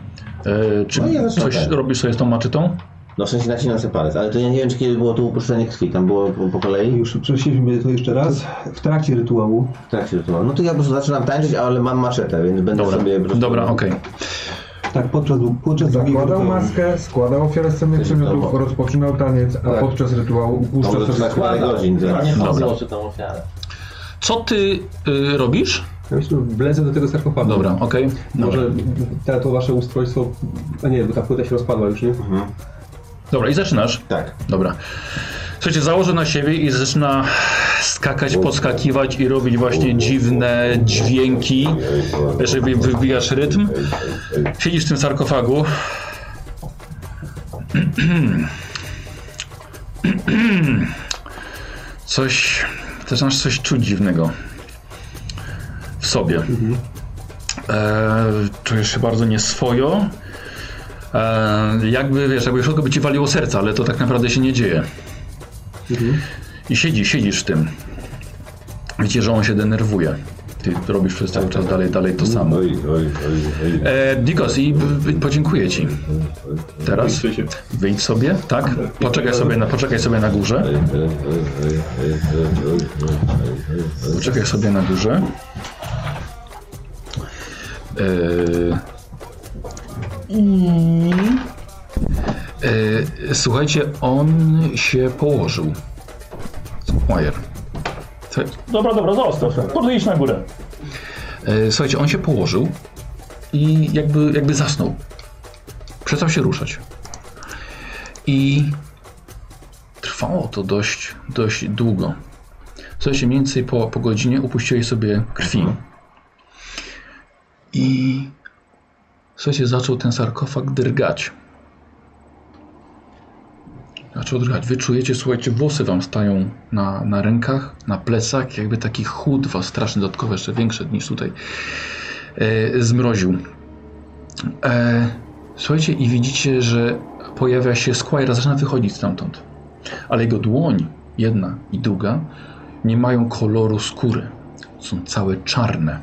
A: E, Czy
C: No i ja zaczynam
A: coś
C: tak.
A: robisz sobie z tą maczetą?
C: No w sensie nacinam sobie palec, ale to ja nie wiem, czy kiedy było to uproszczenie krwi. Tam było po, po kolei?
E: Już przeszliśmy to jeszcze raz. W trakcie rytuału
C: W trakcie rytuału. No to ja po prostu zaczynam tańczyć, ale mam maczetę, więc będę
A: Dobra,
C: sobie... po prostu-
A: dobra okej.
E: Tak, podczas, podczas drugiego
G: Zakładał
E: rytuału.
G: maskę, składał ofiarę sceny przymiotów, rozpoczynał taniec, a
C: Tak.
G: podczas rytuału
C: No,
G: upuszcza
C: to
G: sobie
C: za parę godzin No, zaraz.
F: Nie pan
A: Dobra.
F: złoży tą ofiarę.
A: Co ty y, robisz?
E: Ja myślę, że wlezę do tego sarkofagu.
A: Dobra, okej. Dobra.
E: Może te, to wasze ustrojstwo... A nie, bo ta płyta się rozpadła już, nie?
A: Dobra, i zaczynasz.
C: Tak.
A: Dobra. Słuchajcie, założy na siebie i zaczyna skakać, podskakiwać i robić właśnie dziwne dźwięki. Jeszcze wy- wybijasz rytm. Siedzisz w tym sarkofagu. Coś, zaczynasz coś czuć dziwnego w sobie. E, czujesz się bardzo nieswojo. E, jakby, wiesz, jakby w środku by ci waliło serce, ale to tak naprawdę się nie dzieje. I siedzisz, siedzisz w tym. Widzisz, że on się denerwuje. Ty robisz przez cały czas dalej, dalej to samo.
D: Oj, oj, oj, oj.
A: E, Nikos, i b- b- podziękuję ci. Teraz wyjdź sobie, tak? Poczekaj sobie na, poczekaj sobie na górze. Poczekaj sobie na górze. E, i- e, Słuchajcie, on się położył. Majer.
K: Dobra, dobra, zostaw. Proszę iść na górę.
A: E, Słuchajcie, on się położył i jakby, jakby zasnął. Przestał się ruszać. I trwało to dość, dość długo. Słuchajcie, mniej więcej po, po godzinie upuściłeś sobie krwi. I słuchajcie, zaczął ten sarkofag drgać. Zaczął drgać. Wy czujecie, słuchajcie, włosy wam stają na, na rękach, na plecach, jakby taki chód was straszny, dodatkowo jeszcze większy niż tutaj e, zmroził. E, słuchajcie, i widzicie, że pojawia się Squire, zaczyna wychodzić stamtąd. Ale jego dłoń, jedna i druga, nie mają koloru skóry. Są całe czarne.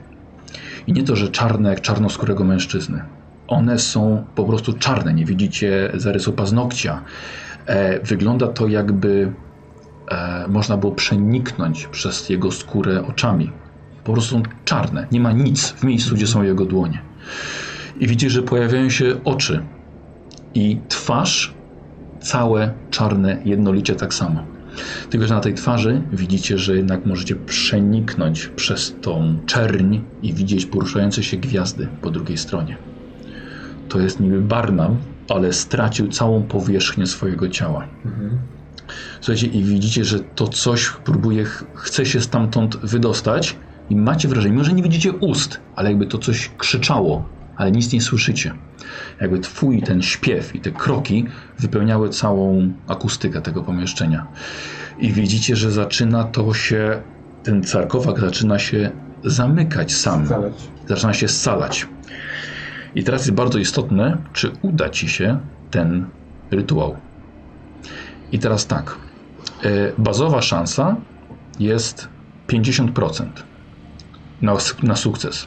A: I nie to, że czarne jak czarnoskórego mężczyzny. One są po prostu czarne. Nie widzicie zarysu paznokcia. E, wygląda to jakby e, można było przeniknąć przez jego skórę oczami. Po prostu są czarne, nie ma nic w miejscu, gdzie są jego dłonie. I widzisz, że pojawiają się oczy i twarz, całe czarne, jednolicie tak samo. Tylko, że na tej twarzy widzicie, że jednak możecie przeniknąć przez tą czerń i widzieć poruszające się gwiazdy po drugiej stronie. To jest niby Barnum, ale stracił całą powierzchnię swojego ciała. Słuchajcie, i widzicie, że to coś próbuje, ch- chce się stamtąd wydostać i macie wrażenie, może nie widzicie ust, ale jakby to coś krzyczało, ale nic nie słyszycie. Jakby twój ten śpiew i te kroki wypełniały całą akustykę tego pomieszczenia. I widzicie, że zaczyna to się, ten sarkofag zaczyna się zamykać sam.
G: Scalać.
A: Zaczyna się scalać. I teraz jest bardzo istotne, czy uda ci się ten rytuał. I teraz tak. E, Bazowa szansa jest 50% na, na sukces.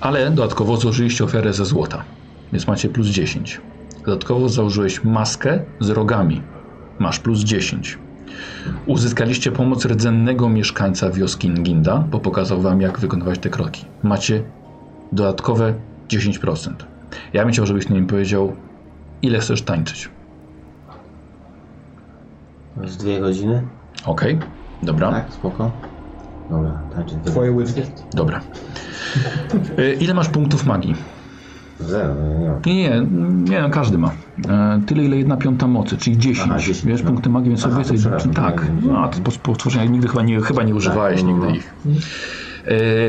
A: Ale dodatkowo złożyliście ofiarę ze złota, więc macie plus 10. Dodatkowo założyłeś maskę z rogami, masz plus 10. Uzyskaliście pomoc rdzennego mieszkańca wioski Nginda, bo pokazał wam, jak wykonywać te kroki. Macie dodatkowe 10%. Ja bym chciał, żebyś mi powiedział, ile chcesz tańczyć.
C: Już dwie godziny?
A: Ok, dobra,
C: Tak, spoko. Dobra, tańczy.
G: Twoje łydki.
A: dobra. Y, Ile masz punktów magii?
C: Zero, no nie, nie ma.
A: Nie, nie, nie, no każdy ma. E, tyle, ile jedna piąta mocy, czyli 10.
C: Aha, 10,
A: Wiesz,
C: no.
A: punkty magii, więc
C: Aha,
A: sobie
C: to
A: sobie...
C: przepraszam,
A: Tak,
C: to nie
A: no, a to po, po stworzeniach nigdy chyba nie, chyba nie używałeś
C: no,
A: nigdy
C: no.
A: ich.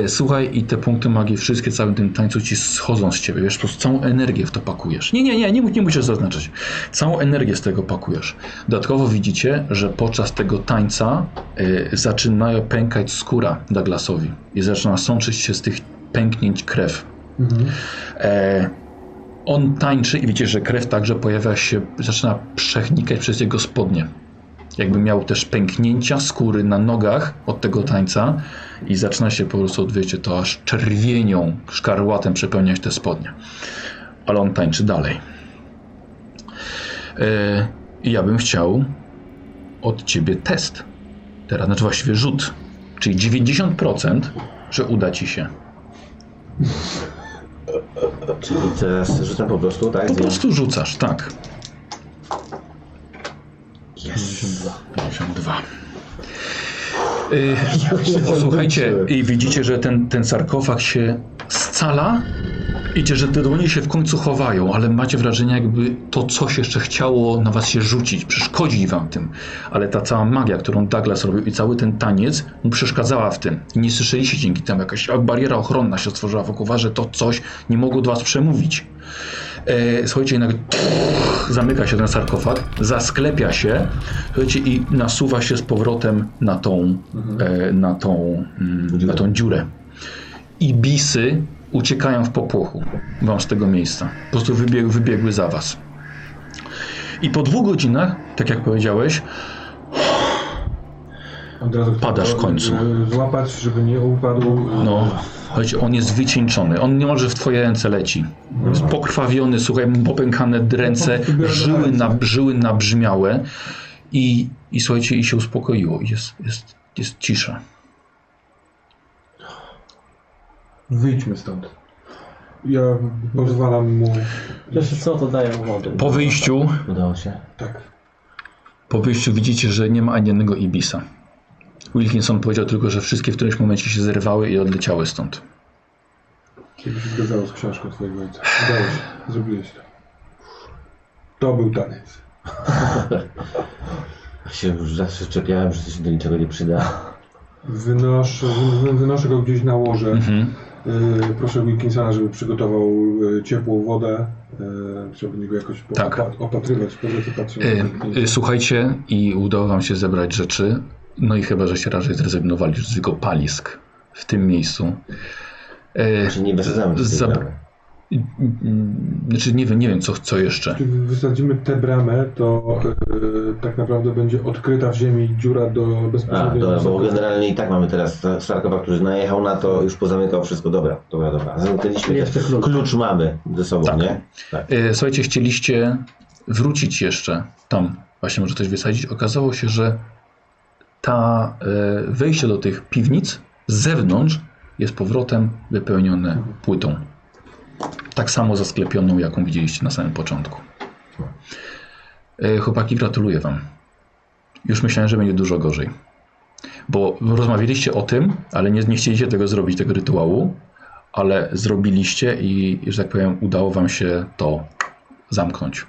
A: E, słuchaj, i te punkty magii, wszystkie całym tym tańcu ci schodzą z ciebie, wiesz, po prostu całą energię w to pakujesz. Nie, nie, nie, nie, mu- nie musisz zaznaczyć. Całą energię z tego pakujesz. Dodatkowo widzicie, że podczas tego tańca e, zaczynają pękać skóra Douglasowi i zaczyna sączyć się z tych pęknięć krew. E, on tańczy i widzicie, że krew także pojawia się, zaczyna przechnikać przez jego spodnie. Jakby miał też pęknięcia skóry na nogach od tego tańca i zaczyna się po prostu, wiecie, to aż czerwienią, szkarłatem przepełniać te spodnie. Ale on tańczy dalej. E, I ja bym chciał od ciebie test. Teraz, znaczy właściwie rzut. Czyli 90%, że uda ci się.
C: Czyli teraz rzucam po prostu, tak?
A: Po prostu rzucasz, tak.
C: Yes.
A: 52. Y, Słuchajcie, i widzicie, że ten, ten sarkofag się scala. Idzie, że te dłonie się w końcu chowają, ale macie wrażenie, jakby to coś jeszcze chciało na was się rzucić, przeszkodzić wam tym. Ale ta cała magia, którą Douglas robił i cały ten taniec mu przeszkadzała w tym. I nie słyszeliście dzięki temu, jakaś bariera ochronna się stworzyła wokół was, że to coś nie mogło do was przemówić. E, słuchajcie, i nagle zamyka się ten sarkofag, zasklepia się, słuchajcie, i nasuwa się z powrotem na tą, e, na tą, mm, na tą dziurę. Ibisy uciekają w popłochu wam z tego miejsca. Po prostu wybieg, wybiegły za was. I po dwóch godzinach, tak jak powiedziałeś,
G: Od razu chcę
A: Padasz
G: go,
A: w końcu.
G: y, Złapać, żeby nie upadł. y,
A: no, słuchajcie, on jest wycieńczony, on nie może w twoje ręce leci. Jest pokrwawiony, słuchaj, mu popękane
G: No,
A: ręce,
G: po prostu biorę
A: żyły,
G: do
A: na,
G: ręce.
A: żyły nabrzmiałe i, i słuchajcie, i się uspokoiło, jest, jest, jest cisza.
G: Wyjdźmy stąd. Ja pozwalam mu.
F: Proszę, co to dają wody?
A: Po wyjściu,
C: Udało się.
G: Tak.
A: po wyjściu widzicie, że nie ma ani jednego Ibisa. Wilkinson powiedział tylko, że wszystkie w którymś momencie się zerwały i odleciały stąd.
G: Kiedyś zgadzało z książką twojego ojca. Udało się. Zrobiłeś to. To był taniec.
C: Ja się już zawsze czepiałem, że to się do niczego nie przyda.
G: Wynoszę, wy- wynoszę go gdzieś na łoże.
A: Mhm.
G: Y, proszę Wilkinsona, żeby przygotował y, ciepłą wodę. Y, chciałbym go jakoś po-
A: Tak.
G: opa- opatrywać. Po prostu patrzę na
A: Y,
G: to.
A: y, słuchajcie, i udało wam się zebrać rzeczy, no i chyba, że się raczej zrezygnowali z jego palisk w tym miejscu. Y,
C: Czyli nie wysadzamy się z tej
A: Zab-
C: bramy.
A: y, y, znaczy nie wiem, nie wiem co, co jeszcze.
G: Jeśli wysadzimy tę bramę, to y, tak naprawdę będzie odkryta w ziemi dziura do
C: A,
G: bezpośredniej
C: dobra, bo
G: wysokości.
C: generalnie i tak mamy teraz Starkowa, który najechał na to, już pozamykał wszystko. Dobra, dobra, dobra. Zamknęliśmy
F: Jeszcze
C: też.
F: klucz.
C: Klucz mamy ze sobą,
A: Tak.
C: nie?
A: E, Słuchajcie, chcieliście wrócić jeszcze tam, właśnie może coś wysadzić. Okazało się, że ta e, wejście do tych piwnic z zewnątrz jest powrotem wypełnione płytą. Tak samo zasklepioną, jaką widzieliście na samym początku. E, Chłopaki, gratuluję Wam. Już myślałem, że będzie dużo gorzej. Bo rozmawialiście o tym, ale nie, nie chcieliście tego zrobić, tego rytuału, ale zrobiliście i, że tak powiem, udało wam się to zamknąć.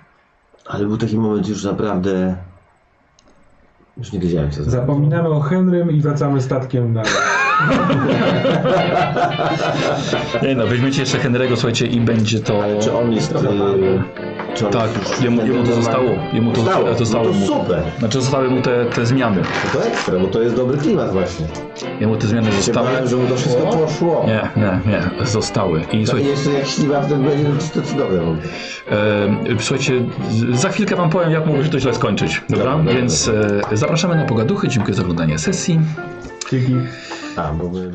C: Ale był taki moment już naprawdę... Już nie wiedziałem co zrobić.
G: Zapominamy o Henrym i wracamy statkiem na...
A: Nie no, weźmiecie jeszcze Henry'ego, słuchajcie, i będzie to...
C: e, Czy on jest... y, Czy on-
A: Tak, jemu, jemu to
C: normalnie-
A: zostało. Jemu to
C: Zostało.
A: zostało, zostało
C: no to
A: mu.
C: super.
A: Znaczy zostały mu te, te zmiany.
C: To ekstra, bo to jest dobry klimat właśnie.
A: Jemu te zmiany
C: Się
A: zostały.
C: bałem, że mu to wszystko poszło.
A: Tak. Nie, nie, nie, zostały. I
C: No i
A: słuchaj,
C: jeszcze jak śliwa w tym będzie, to to cudowne. w ogóle.
A: E, Słuchajcie, z- za chwilkę Wam powiem, jak mogło się to źle skończyć. Dobra?
C: Dobra, dobra,
A: Więc e, zapraszamy na pogaduchy. Dziękuję za oglądanie sesji.
C: A, bo my...